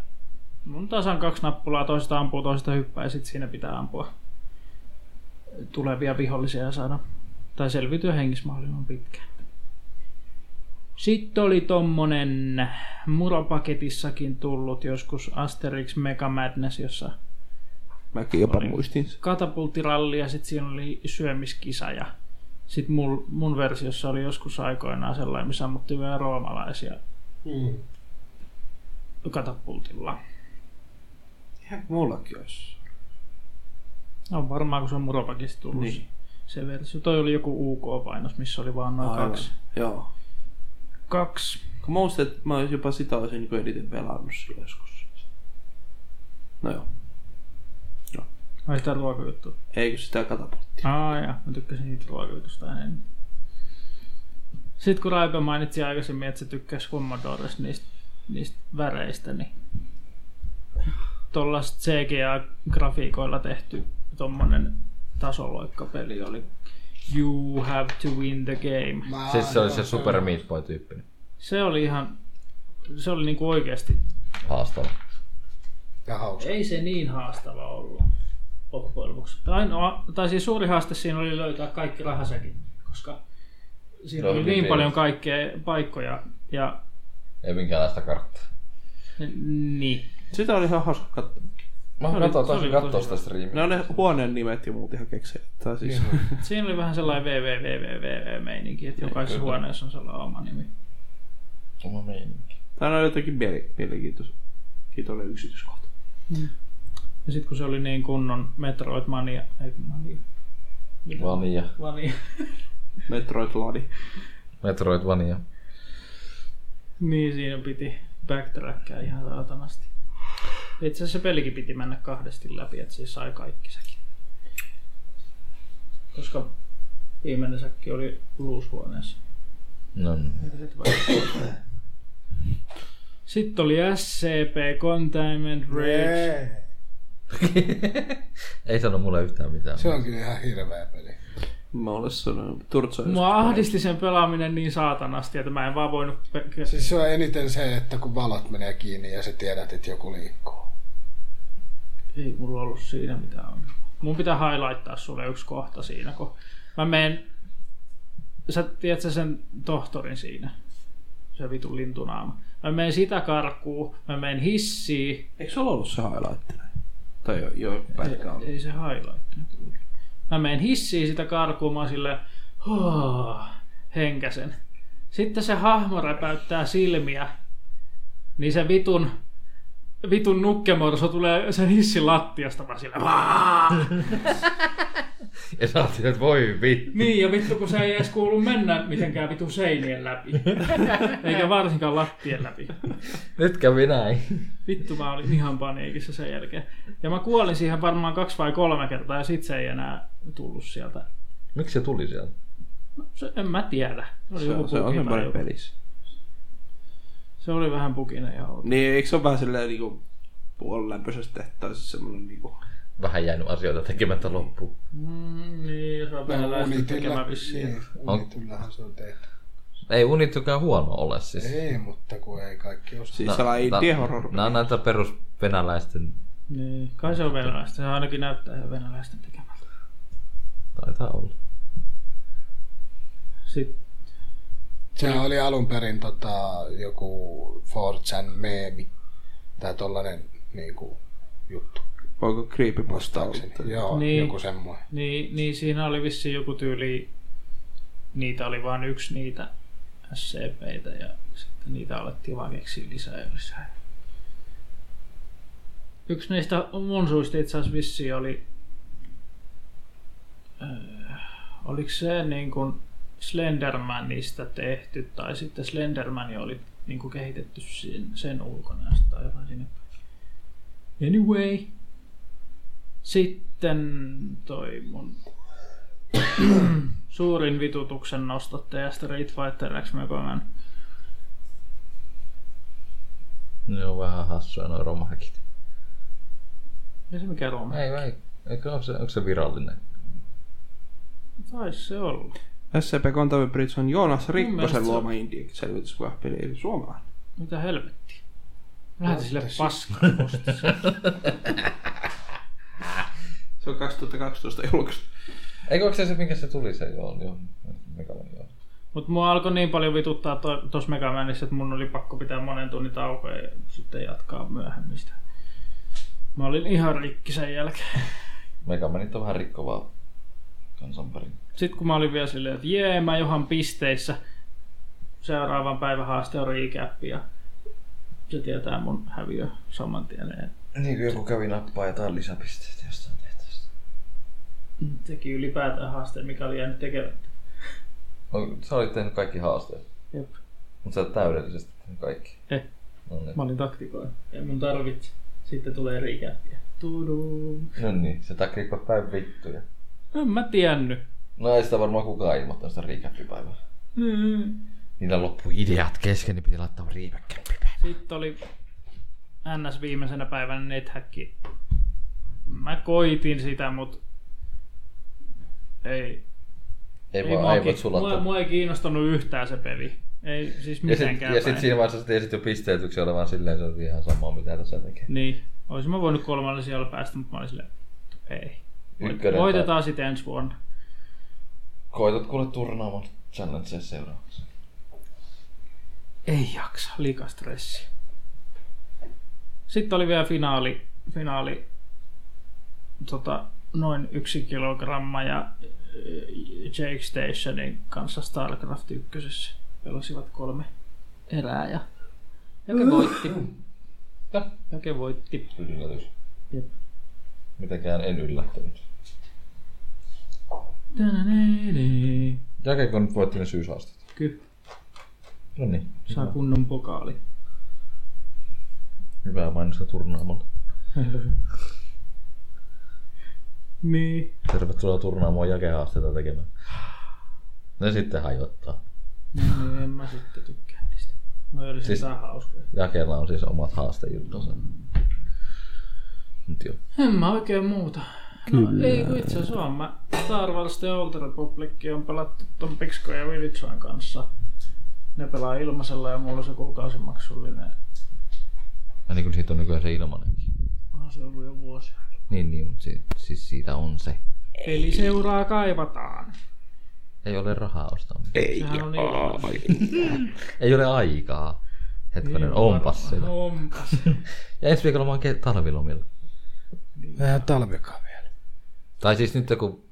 Speaker 4: mun tasan kaksi nappulaa, toista ampuu, toista hyppää ja sit siinä pitää ampua tulevia vihollisia ja saada tai selviytyä hengissä mahdollisimman pitkään. Sitten oli tommonen muropaketissakin tullut joskus Asterix Mega Madness, jossa
Speaker 3: Mäkin jopa muistin sen.
Speaker 4: katapulttiralli ja sitten siinä oli syömiskisa ja sitten mun, mun versiossa oli joskus aikoinaan sellainen, missä ammuttiin vielä roomalaisia
Speaker 2: Mm.
Speaker 4: katapultilla.
Speaker 3: Ihan mullakin olisi.
Speaker 4: No varmaan kun se on muropakista tullut
Speaker 3: Niin.
Speaker 4: niin. se versio. Toi oli joku UK-painos, missä oli vaan noin
Speaker 3: Aivan.
Speaker 4: kaksi.
Speaker 3: Joo.
Speaker 4: kaksi.
Speaker 3: Kun mä muistan, että mä olisin jopa sitä olisin niin eniten pelannut silloin joskus. No joo.
Speaker 4: Ai sitä ruokajuttua.
Speaker 3: Eikö sitä katapulttia?
Speaker 4: Aa ja, mä tykkäsin siitä ruokajutusta enemmän. Sitten kun Raipe mainitsi aikaisemmin, että se tykkäsi Commodores niistä, niistä väreistä, niin tuollaiset CGA-grafiikoilla tehty tuommoinen tasoloikkapeli oli You have to win the game.
Speaker 2: Mä-
Speaker 5: Siis se oli se
Speaker 2: joo,
Speaker 5: Super Meat Boy tyyppinen.
Speaker 4: Se oli ihan, se oli niinku oikeasti,
Speaker 5: Haastava.
Speaker 2: Ja hauska.
Speaker 4: ei se niin haastava ollut loppujen lopuksi. Tai, no, tai siis suuri haaste siinä oli löytää kaikki rahasäkin, koska siinä
Speaker 5: No,
Speaker 4: oli
Speaker 5: niin
Speaker 4: niin
Speaker 5: ei.
Speaker 4: paljon kaikkea paikkoja ja
Speaker 5: Ei minkäänlaista karttaa.
Speaker 4: niin.
Speaker 3: Sitä oli ihan hauska katsoa.
Speaker 5: Mä
Speaker 4: oli-
Speaker 5: katsoin
Speaker 4: No niin, se oli
Speaker 5: tosi
Speaker 4: tosi
Speaker 5: katsoa
Speaker 4: hyvä.
Speaker 5: sitä
Speaker 4: No niin.
Speaker 5: striimiä.
Speaker 3: Ne on ne huoneen nimet ja muut ihan keksiä. Tai siis,
Speaker 4: Siinä oli vähän sellainen www-meininki, että jokaisessa
Speaker 5: kyllä.
Speaker 4: huoneessa on sellainen oma nimi.
Speaker 5: Oma meininki.
Speaker 3: tämä on jotenkin mieli, mielenkiintoinen kiitollinen yksityiskohta.
Speaker 4: Ja sitten kun se oli niin kunnon Metroidmania, ei kun Mania,
Speaker 5: Vania.
Speaker 4: Mania,
Speaker 3: Metroidladi.
Speaker 5: Metroidvania.
Speaker 4: niin siinä piti backtrackia ihan saatanasti. Itse asiassa se pelikin piti mennä kahdesti läpi, että siis sai kaikki sekin. Koska viimeinen säkki oli luushuoneessa.
Speaker 5: No, no.
Speaker 4: Sitten oli SCP Containment Rage.
Speaker 2: Jee.
Speaker 5: Ei sano mulle yhtään mitään.
Speaker 2: Se on kyllä ihan hirveä peli.
Speaker 3: Mä olen sanonut. Turtsa
Speaker 4: Mua ahdisti sen pelaaminen niin saatanasti, että mä en vaan voinut... Pe-
Speaker 2: Siis se on eniten se, että kun valot menee kiinni ja sä tiedät, että joku liikkuu.
Speaker 4: Ei mulla ollut siinä mitään ongelmaa. Mun pitää highlighttaa sulle yksi kohta siinä, kun mä menen... Sä tiedät sä sen tohtorin siinä, se vitun lintunaama. Mä menen sitä karkuun, mä menen hissiin,
Speaker 3: Eikö sulla ollut se highlight? Tai joo, joo pätkä
Speaker 4: ei,
Speaker 3: on.
Speaker 4: ei se highlight. nyt ollut. Mä menen hissiin sitä karkuun, mä oon silleen, "Huh", henkäsen. Sitten se hahmo räpäyttää silmiä, niin se vitun, vitun nukkemorso tulee sen hissin lattiasta, mä silleen, "Vaa!"
Speaker 5: Ja sä oot siinä, että voi vittu.
Speaker 4: Niin, ja vittu, kun se ei edes kuulu mennä mitenkään vitun seinien läpi. Eikä varsinkaan lattien läpi.
Speaker 5: Nyt kävi näin.
Speaker 4: Vittu, mä olin ihan paniikissa sen jälkeen. Ja mä kuolin siihen varmaan kaksi vai kolme kertaa, ja sit se ei enää tullut sieltä.
Speaker 5: Miksi se tuli sieltä?
Speaker 4: Se, en mä tiedä. Se oli,
Speaker 3: Se,
Speaker 4: joku
Speaker 3: se on
Speaker 4: bugi tai
Speaker 3: semmoinen
Speaker 4: joku.
Speaker 3: pelissä.
Speaker 4: se oli vähän pukinen ja outo.
Speaker 3: Niin, eikö se ole vähän silleen niinku puolilämpöisesti tehty, tai siis semmoinen niinku...
Speaker 5: Vähän jäänyt asioita tekemättä loppuun.
Speaker 4: Mm, niin, jos mä vähän lähdin tekemään vissiin.
Speaker 2: niin, unityllähän se on tehty.
Speaker 5: Ei unitykään huono ole siis.
Speaker 2: Ei, mutta kun ei kaikki osaa.
Speaker 3: Siis sellainen
Speaker 2: no,
Speaker 3: indie horror.
Speaker 5: Nää on näitä perus venäläisten
Speaker 4: Niin, kai se on venäläistä. Se ainakin näyttää ihan venäläisten tekemältä.
Speaker 5: taitaa olla.
Speaker 4: Sitten
Speaker 2: Sehän oli alun perin tota, joku 4chan meemi. Tai tollanen niinku, juttu.
Speaker 3: Voiko creepypasta olla?
Speaker 2: Muistaakseni. Joo,
Speaker 4: Niin.
Speaker 2: niin. joku semmoinen.
Speaker 4: Niin, niin siinä oli vissiin joku tyyli, niitä oli vain yksi niitä SCPitä ja sitten niitä alettiin vaan keksiä lisää ja lisää. Yksi niistä mun suista itse asiassa vissiin oli, öö, oliko se niin kuin Slendermanista tehty tai sitten Slenderman oli niin kuin kehitetty sen, sen ulkona tai jotain sinne. Anyway, sitten toi mun suurin vitutuksen nostattaja Street Fighter X Mega Man.
Speaker 5: Ne on vähän hassuja noin romahäkit.
Speaker 4: Ei se mikä ruuma.
Speaker 5: Ei, ei. Eikö ole se, onko se virallinen?
Speaker 4: Taisi se olla.
Speaker 3: SCP Contavi Bridge on Joonas
Speaker 4: mielestä
Speaker 3: Rikkosen
Speaker 4: se on-
Speaker 3: luoma indie selvityskuva-peli, eli suomalainen.
Speaker 4: Mitä helvettiä. Lähetä sille
Speaker 2: Lähtä
Speaker 4: paskaa postissa.
Speaker 3: Se on 2012 julkaistu.
Speaker 5: Eikö onko se se, minkä se tuli se joo, joo. Mikä on joo.
Speaker 4: Mut mua alkoi niin paljon vituttaa to- tossa Mega Manissa, että mun oli pakko pitää monen tunnin taukoa ja sitten jatkaa myöhemmin sitä. Mä olin ihan rikki sen jälkeen.
Speaker 5: Megamanit on vähän rikkovaa kansanperin.
Speaker 4: Sitten kun mä olin vielä silleen, että jee, mä johan pisteissä. Seuraavan päivän haaste on recap ja se tietää mun häviö saman tien.
Speaker 5: Niin kuin joku kävi nappaa jotain lisäpisteitä jostain tehtävästä.
Speaker 4: Teki ylipäätään haasteen, mikä oli jäänyt tekemättä.
Speaker 5: No, sä olit tehnyt kaikki haasteet,
Speaker 4: Jep.
Speaker 5: mutta sä et täydellisesti tehnyt kaikki.
Speaker 4: Eh.
Speaker 5: No niin.
Speaker 4: Mä olin taktikoin. Ei mun tarvitse. Sitten tulee recapia. Tudu.
Speaker 5: No niin, se takia kun päin vittuja.
Speaker 4: En mä tiennyt.
Speaker 5: No ei sitä varmaan kukaan ilmoittanut sitä recap-päivää.
Speaker 4: Mm.
Speaker 5: Niillä loppui ideat kesken, niin piti laittaa riipäkkään
Speaker 4: Sitten oli NS viimeisenä päivänä nethäkki. Mä koitin sitä, mut ei,
Speaker 5: Ei
Speaker 4: ei
Speaker 5: vaan
Speaker 4: mua,
Speaker 5: aivot
Speaker 4: ki- mua,
Speaker 5: sulattu.
Speaker 4: mua, ei kiinnostanut yhtään se peli. Ei siis
Speaker 5: Ja sitten
Speaker 4: mitenkään
Speaker 5: ja
Speaker 4: päin.
Speaker 5: sit siinä vaiheessa sä tiesit jo pisteytyksen olevan silleen, se on ihan sama mitä tässä tekee.
Speaker 4: Niin, olisin mä voinut kolmannella siellä päästä, mutta mä olin silleen, ei.
Speaker 5: Ykkönen tai-
Speaker 4: Voitetaan sitten ensi vuonna.
Speaker 5: Koetat kuule turnaamaan challengea seuraavaksi.
Speaker 4: Ei jaksa, liika stressi. Sitten oli vielä finaali, finaali tota, noin yksi kilogramma ja äh, Jake Stationin kanssa StarCraft 1 pelasivat kolme erää ja Jake voitti.
Speaker 5: Tää.
Speaker 4: Jake voitti.
Speaker 5: Yllätys.
Speaker 4: Jep.
Speaker 5: Mitenkään en yllättänyt. Jakeko nyt voitti ne syyshaastat?
Speaker 4: Kyllä,
Speaker 5: No niin.
Speaker 4: saa kunnon pokaali.
Speaker 5: Hyvää mainosta turnaamalla.
Speaker 4: Niin.
Speaker 5: Tervetuloa turnaamaan jakehaasteita tekemään. Ne sitten hajottaa.
Speaker 4: No, niin, en mä sitten tykkää niistä. Noi oli
Speaker 5: Siis-
Speaker 4: siis... hauskoja.
Speaker 5: Jakella on siis omat haastejuttunsa. Mut joo.
Speaker 4: En mä oikein muuta. No ei kun itse asiassa on. Mä Star Wars The Old Republic on pelattu ton Pixko ja Vilitsuan kanssa. Ne pelaa ilmaisella ja mulla on se kuukausimaksullinen.
Speaker 5: Ja niin kyllä siitä on nykyään se ilmanenkin.
Speaker 4: Onhan se ollut jo vuosia.
Speaker 5: Niin, niin, mutta si- siis siitä on se.
Speaker 4: Eli seuraa kaivataan.
Speaker 5: Ei ole rahaa ostaa. mitään.
Speaker 3: Ei
Speaker 4: Sehän on ilmainen.
Speaker 5: Ei ole aikaa. Hetkonen,
Speaker 4: Niin
Speaker 5: onpas
Speaker 4: varmaan.
Speaker 5: sitä.
Speaker 4: Onpas.
Speaker 5: Ja ensi viikolla mä oon ke- talvilomilla.
Speaker 2: Vähän talvikaan vielä.
Speaker 5: Tai siis nyt joku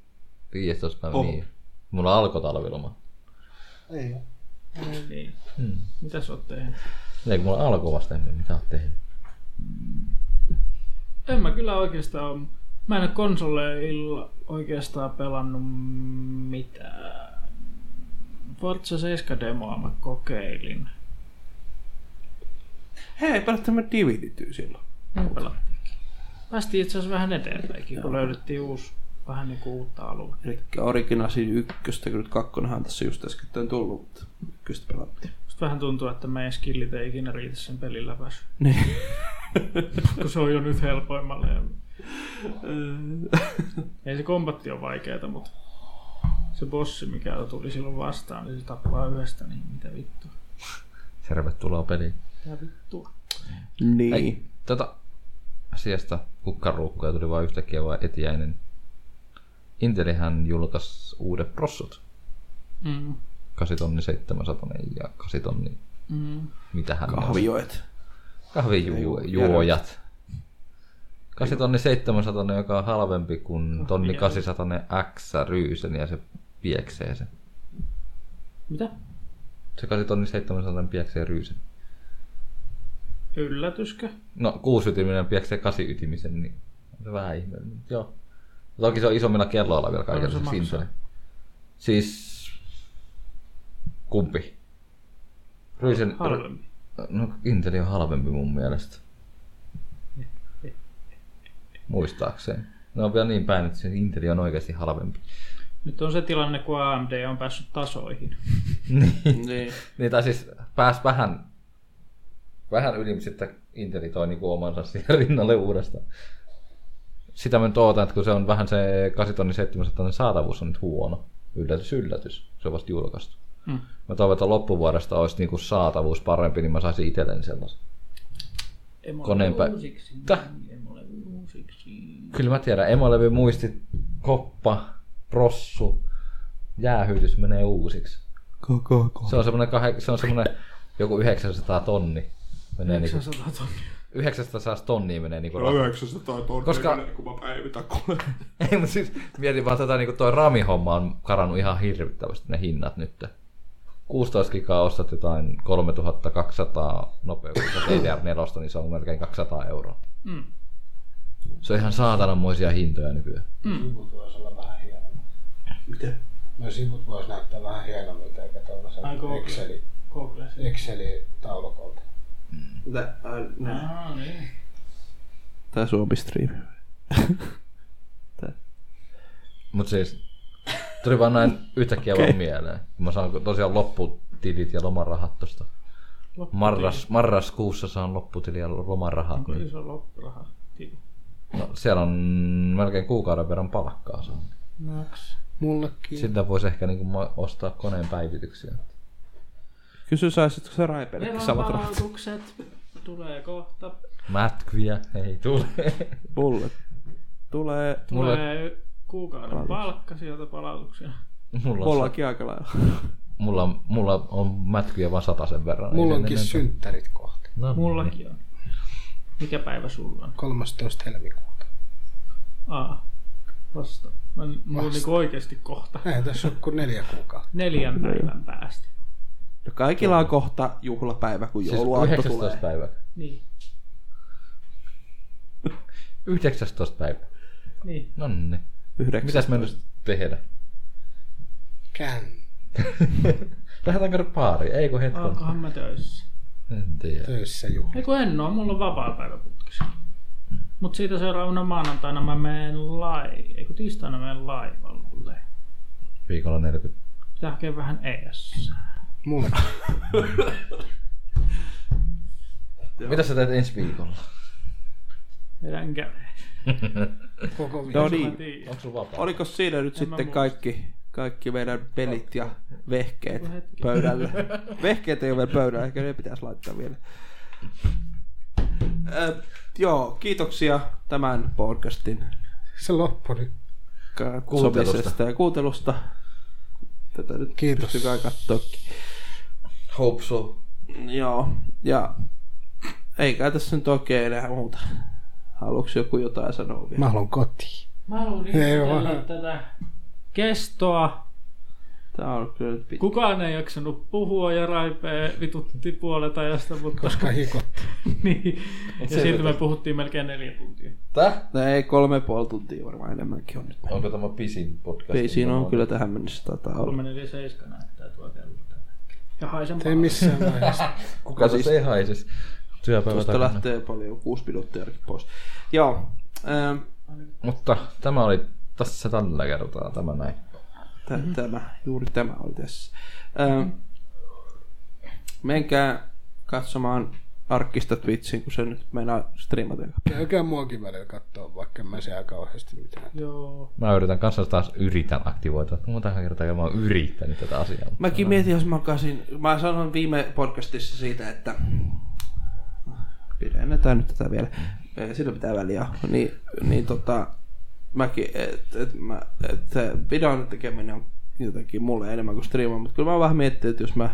Speaker 5: 15 päivä,
Speaker 3: Oh.
Speaker 5: niin. Mulla alkoi talviloma.
Speaker 2: Ei
Speaker 4: Niin, niin. Mitä sä oot tehnyt?
Speaker 5: Ei, kun mulla alkoi vasta ennen, mitä oot tehnyt.
Speaker 4: En mä kyllä oikeastaan oo. Mä en oo konsoleilla oikeastaan pelannut mitään. Forza 7 demoa mä kokeilin.
Speaker 3: Hei, pelattiin me Dividityy silloin.
Speaker 4: Niin pelattiinkin. Päästiin itse asiassa vähän eteenpäinkin, kun löydettiin uusi, vähän niin kuin uutta aluetta.
Speaker 3: Eli Originasin ykköstä, kun nyt kakkonenhan tässä just äsken tullut, mutta ykköstä pelattiin.
Speaker 4: Musta vähän tuntuu, että meidän skillit ei ikinä riitä sen pelin läpäisy,
Speaker 3: Niin.
Speaker 4: kun se on jo nyt helpoimmalla. Ja... ei se kombatti ole vaikeeta, mutta se bossi, mikä tuli silloin vastaan, niin se tappaa yhdestä, niin mitä vittua.
Speaker 5: Tervetuloa peliin.
Speaker 4: Mitä vittua.
Speaker 5: Ei,
Speaker 3: niin.
Speaker 5: tota asiasta kukkaruukkuja tuli vaan yhtäkkiä vaan etiäinen. Intelihän julkaisi uudet prossut.
Speaker 4: Mm.
Speaker 5: 8 tonni 700 ja 8 tonni
Speaker 4: Mm.
Speaker 5: mitähän ne on?
Speaker 3: Kahvioet.
Speaker 5: kahvijuojat. 8 tonni 700, joka on halvempi kuin tonni 800 X ryysen ja se pieksee sen.
Speaker 4: Mitä?
Speaker 5: Se 8 tonni 700 pieksee ryysen.
Speaker 4: Yllätyskö?
Speaker 5: No, kuusytiminen pieksee kasiytimisen, niin on se vähän ihmeellinen. Joo. Toki se on isommilla kelloilla vielä kaiken
Speaker 4: Paljon se
Speaker 5: lisäksi
Speaker 4: maksaa?
Speaker 5: Intel. Siis... Kumpi? Ryysen...
Speaker 4: Halvempi.
Speaker 5: No, Intel on halvempi mun mielestä.
Speaker 4: Niin.
Speaker 5: Muistaakseni. Ne on vielä niin päin, että se Intel on oikeasti halvempi.
Speaker 4: Nyt on se tilanne, kun AMD on päässyt tasoihin.
Speaker 3: niin.
Speaker 5: Niin, tai siis pääs vähän, vähän yli, mutta sitten Inteli toi niinku omansa siihen rinnalle uudestaan. Sitä mä nyt ootan, että kun se on vähän se 8700 saatavuus on nyt huono. Yllätys, yllätys. Se on vasta julkaistu.
Speaker 4: Mm.
Speaker 5: Mä toivon, että loppuvuodesta olisi niinku saatavuus parempi, niin mä saisin itselleni sellaisen. Koneenpä- Täh. Kyllä mä tiedän, emolevy muisti, koppa, prossu, jäähyytys menee uusiksi.
Speaker 3: Koko, koko.
Speaker 5: Se on semmoinen, kah- se on semmoinen joku 900 tonni. Menee niinku
Speaker 4: 900 tonnia.
Speaker 5: 900 tonnia menee niinku rahaa.
Speaker 6: 900 tonnia,
Speaker 5: Koska-
Speaker 6: Koska... kun mä päivitän kuule.
Speaker 5: Ei, mutta siis mietin vaan tätä, niin toi RAM-homma on karannut ihan hirvittävästi ne hinnat nyt. 16 gigaa ostat jotain 3200 nopeudella DDR4, niin se on melkein 200 euroa.
Speaker 4: Mm.
Speaker 5: Se on ihan saatananmoisia hintoja nykyään.
Speaker 2: Sivut voisi olla vähän hienommat.
Speaker 3: Miten?
Speaker 2: No sivut voisi näyttää vähän hienommilta, eikä tuollaisen
Speaker 4: Ai, Google.
Speaker 2: Exceli,
Speaker 4: Google se.
Speaker 2: Exceli-taulukolta.
Speaker 3: Mitä? Ai, nää.
Speaker 4: Ah, niin.
Speaker 3: Tää Suomi-striimi.
Speaker 5: Mutta siis Tuli vaan näin yhtäkkiä okay. vaan mieleen. kun Mä saan tosiaan lopputilit ja lomarahat tosta.
Speaker 4: Lopputili.
Speaker 5: Marras, marraskuussa saan lopputili ja lomarahat.
Speaker 4: Onko
Speaker 5: nyt.
Speaker 4: iso loppuraha? Tili.
Speaker 5: No, siellä on melkein kuukauden verran palkkaa saanut.
Speaker 4: Naks.
Speaker 2: Mullekin.
Speaker 5: Sitä voisi ehkä niin kuin ostaa koneen päivityksiä.
Speaker 3: Kysy saisitko sä Raipellekin samat rahat?
Speaker 4: Veronpalautukset tulee kohta.
Speaker 5: Mätkyjä ei tule.
Speaker 3: Mulle tulee
Speaker 5: Mulle,
Speaker 4: Tulee kuukauden palkka sieltä palautuksena.
Speaker 5: mulla, on,
Speaker 3: Mullakin aika lailla.
Speaker 5: mulla, mulla on mätkyjä vaan sen verran. Ei
Speaker 2: Mulla
Speaker 5: sen
Speaker 2: onkin
Speaker 5: enempää.
Speaker 2: synttärit kohta.
Speaker 5: No, niin.
Speaker 4: Mullakin on. Mikä päivä sulla on?
Speaker 2: 13. helmikuuta.
Speaker 4: Aa, vasta. Mä, mulla on
Speaker 2: Vasta.
Speaker 4: niinku oikeesti kohta.
Speaker 2: Ei tässä ole kuin neljä kuukautta.
Speaker 4: Neljän päivän päästä.
Speaker 3: No kaikilla on kohta juhlapäivä, kun
Speaker 5: Siis
Speaker 3: jouluaatto
Speaker 5: 19.
Speaker 3: tulee.
Speaker 5: päivä.
Speaker 4: Niin.
Speaker 5: 19. päivä.
Speaker 4: Niin.
Speaker 5: No niin.
Speaker 3: 19.
Speaker 5: Mitäs me nyt tehdä?
Speaker 2: Kään.
Speaker 5: Lähdetäänkö nyt baariin? Ei kun hetken.
Speaker 4: Onkohan mä töissä?
Speaker 5: En tiedä.
Speaker 2: Töissä juhla.
Speaker 4: Ei kun en oo, mulla on vapaa päivä putkessa. Mut siitä seuraavana maanantaina mä menen lai... Ei kun tiistaina menen laivalle.
Speaker 5: Viikolla 40.
Speaker 4: Pitää hakea vähän E ES.
Speaker 2: Mulla.
Speaker 5: Mitä sä teet ensi viikolla?
Speaker 4: Vedän käteen.
Speaker 2: Koko viikko.
Speaker 3: No niin,
Speaker 4: Niin.
Speaker 5: Onko sulla vapaa?
Speaker 3: oliko siinä nyt sitten
Speaker 4: muista.
Speaker 3: kaikki, kaikki meidän pelit ja vehkeet
Speaker 4: Hetki.
Speaker 3: pöydälle? Vehkeet ei ole vielä pöydällä, ehkä ne pitäisi laittaa vielä. Ö, joo, kiitoksia tämän podcastin
Speaker 2: Se loppui nyt.
Speaker 3: katsomisesta ja kuuntelusta. Tätä nyt
Speaker 2: Kiitos.
Speaker 3: pystykää katsoakin.
Speaker 5: Hope so.
Speaker 3: Joo, ja eikä tässä nyt oikein enää muuta. Haluatko joku jotain sanoa vielä?
Speaker 2: Mä haluan kotiin.
Speaker 4: Mä haluan
Speaker 2: Ei oo.
Speaker 4: ihmetellä tätä kestoa.
Speaker 3: Tää on kyllä nyt pitkä.
Speaker 4: Kukaan ei jaksanut puhua ja raipee vitutti puolet ajasta, mutta
Speaker 2: Koska hikotti.
Speaker 4: niin. Ja silti me
Speaker 5: selvitä.
Speaker 4: puhuttiin melkein neljä tuntia.
Speaker 5: Täh?
Speaker 3: No ei, kolme ja puoli tuntia varmaan enemmänkin on nyt.
Speaker 5: Onko tämä pisin podcast?
Speaker 3: Ei, siinä on kyllä tähän mennessä taitaa olla.
Speaker 4: 347 näyttää tuo kello. täällä. Ja haisen
Speaker 2: Ei missään vaiheessa.
Speaker 5: Kuka siis ei haisis? Työpäivä
Speaker 3: Tuosta
Speaker 5: takana.
Speaker 3: lähtee paljon, kuusi minuuttia ainakin pois. Joo, ähm,
Speaker 5: Mutta tämä oli tässä tällä kertaa tämä näin.
Speaker 3: tä- tämä, juuri tämä oli tässä. Ähm, menkää katsomaan Arkista Twitchiin, kun se nyt meinaa striimata.
Speaker 2: Käykää muakin välillä katsoa, vaikka en mä siellä kauheasti mitään.
Speaker 4: Joo.
Speaker 5: Mä yritän kanssa taas yritän aktivoitua. Monta kertaa mä oon yrittänyt tätä asiaa. Mä...
Speaker 3: Mäkin mietin, jos mä alkaisin, mä sanoin viime podcastissa siitä, että pidennetään nyt tätä vielä, Eh, sillä pitää väliä, niin, niin tota, mäkin, että et, mä, et, se videon tekeminen on jotenkin mulle enemmän kuin striima, mutta kyllä mä oon vähän miettinyt, että jos mä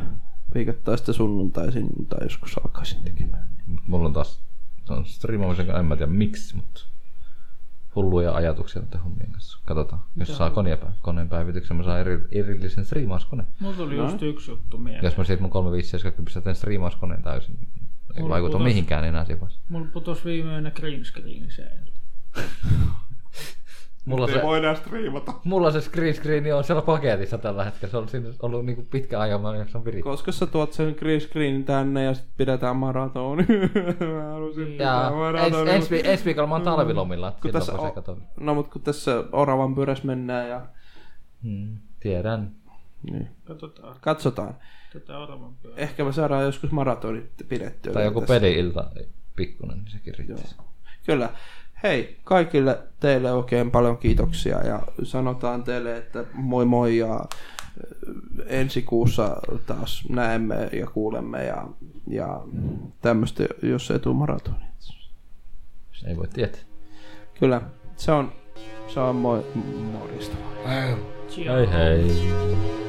Speaker 3: viikoittain sitä sunnuntaisin tai joskus alkaisin tekemään.
Speaker 5: Mulla on taas se on striimaamisen kanssa, en mä tiedä miksi, mutta hulluja ajatuksia näiden hommien kanssa. Katsotaan, jos saa koneen, pä- koneen päivityksen, mä saan eri, erillisen striimauskoneen.
Speaker 4: Mulla tuli no. just yksi juttu mieleen.
Speaker 5: Jos mä siitä mun 370 teen niin striimauskoneen täysin, ei
Speaker 4: Mulla
Speaker 5: vaikuta
Speaker 4: putos-
Speaker 5: mihinkään enää siinä vaiheessa.
Speaker 4: Mulla putos viime yönä green screen seinältä.
Speaker 5: Mulla
Speaker 6: Ei
Speaker 5: se,
Speaker 6: voi enää striimata.
Speaker 5: mulla se screen screen on siellä paketissa tällä hetkellä. Se on siinä ollut niinku pitkä ajan, mä en ole virittynyt.
Speaker 3: Koska sä tuot sen green screen tänne ja sitten pidetään maratoni. mä halusin
Speaker 5: Jaa,
Speaker 3: pitää maratonin.
Speaker 5: ens, ensi, vi- ensi viikolla mä oon talvilomilla. että
Speaker 3: kun
Speaker 5: silloin
Speaker 3: tässä,
Speaker 5: voisi
Speaker 3: o-
Speaker 5: katsoa.
Speaker 3: no mut kun tässä oravan pyörässä mennään ja
Speaker 5: Hmm, tiedän.
Speaker 3: niin.
Speaker 4: Katsotaan
Speaker 3: Katsotaan.
Speaker 4: tätä oravan pyörää.
Speaker 3: Ehkä me saadaan joskus maratonit pidettyä.
Speaker 5: Tai
Speaker 3: vielä
Speaker 5: joku
Speaker 3: tässä.
Speaker 5: peli-ilta pikkunen, niin sekin riittäisi.
Speaker 3: Kyllä. Hei, kaikille teille oikein paljon kiitoksia ja sanotaan teille, että moi moi ja äh, ensi kuussa taas näemme ja kuulemme ja, ja tämmöistä, jos ei tule maratoni.
Speaker 5: Ei voi tietää.
Speaker 3: Kyllä, se on, se on moi, morjesta.
Speaker 2: Aivan.
Speaker 4: Cheers.
Speaker 5: Hei hei.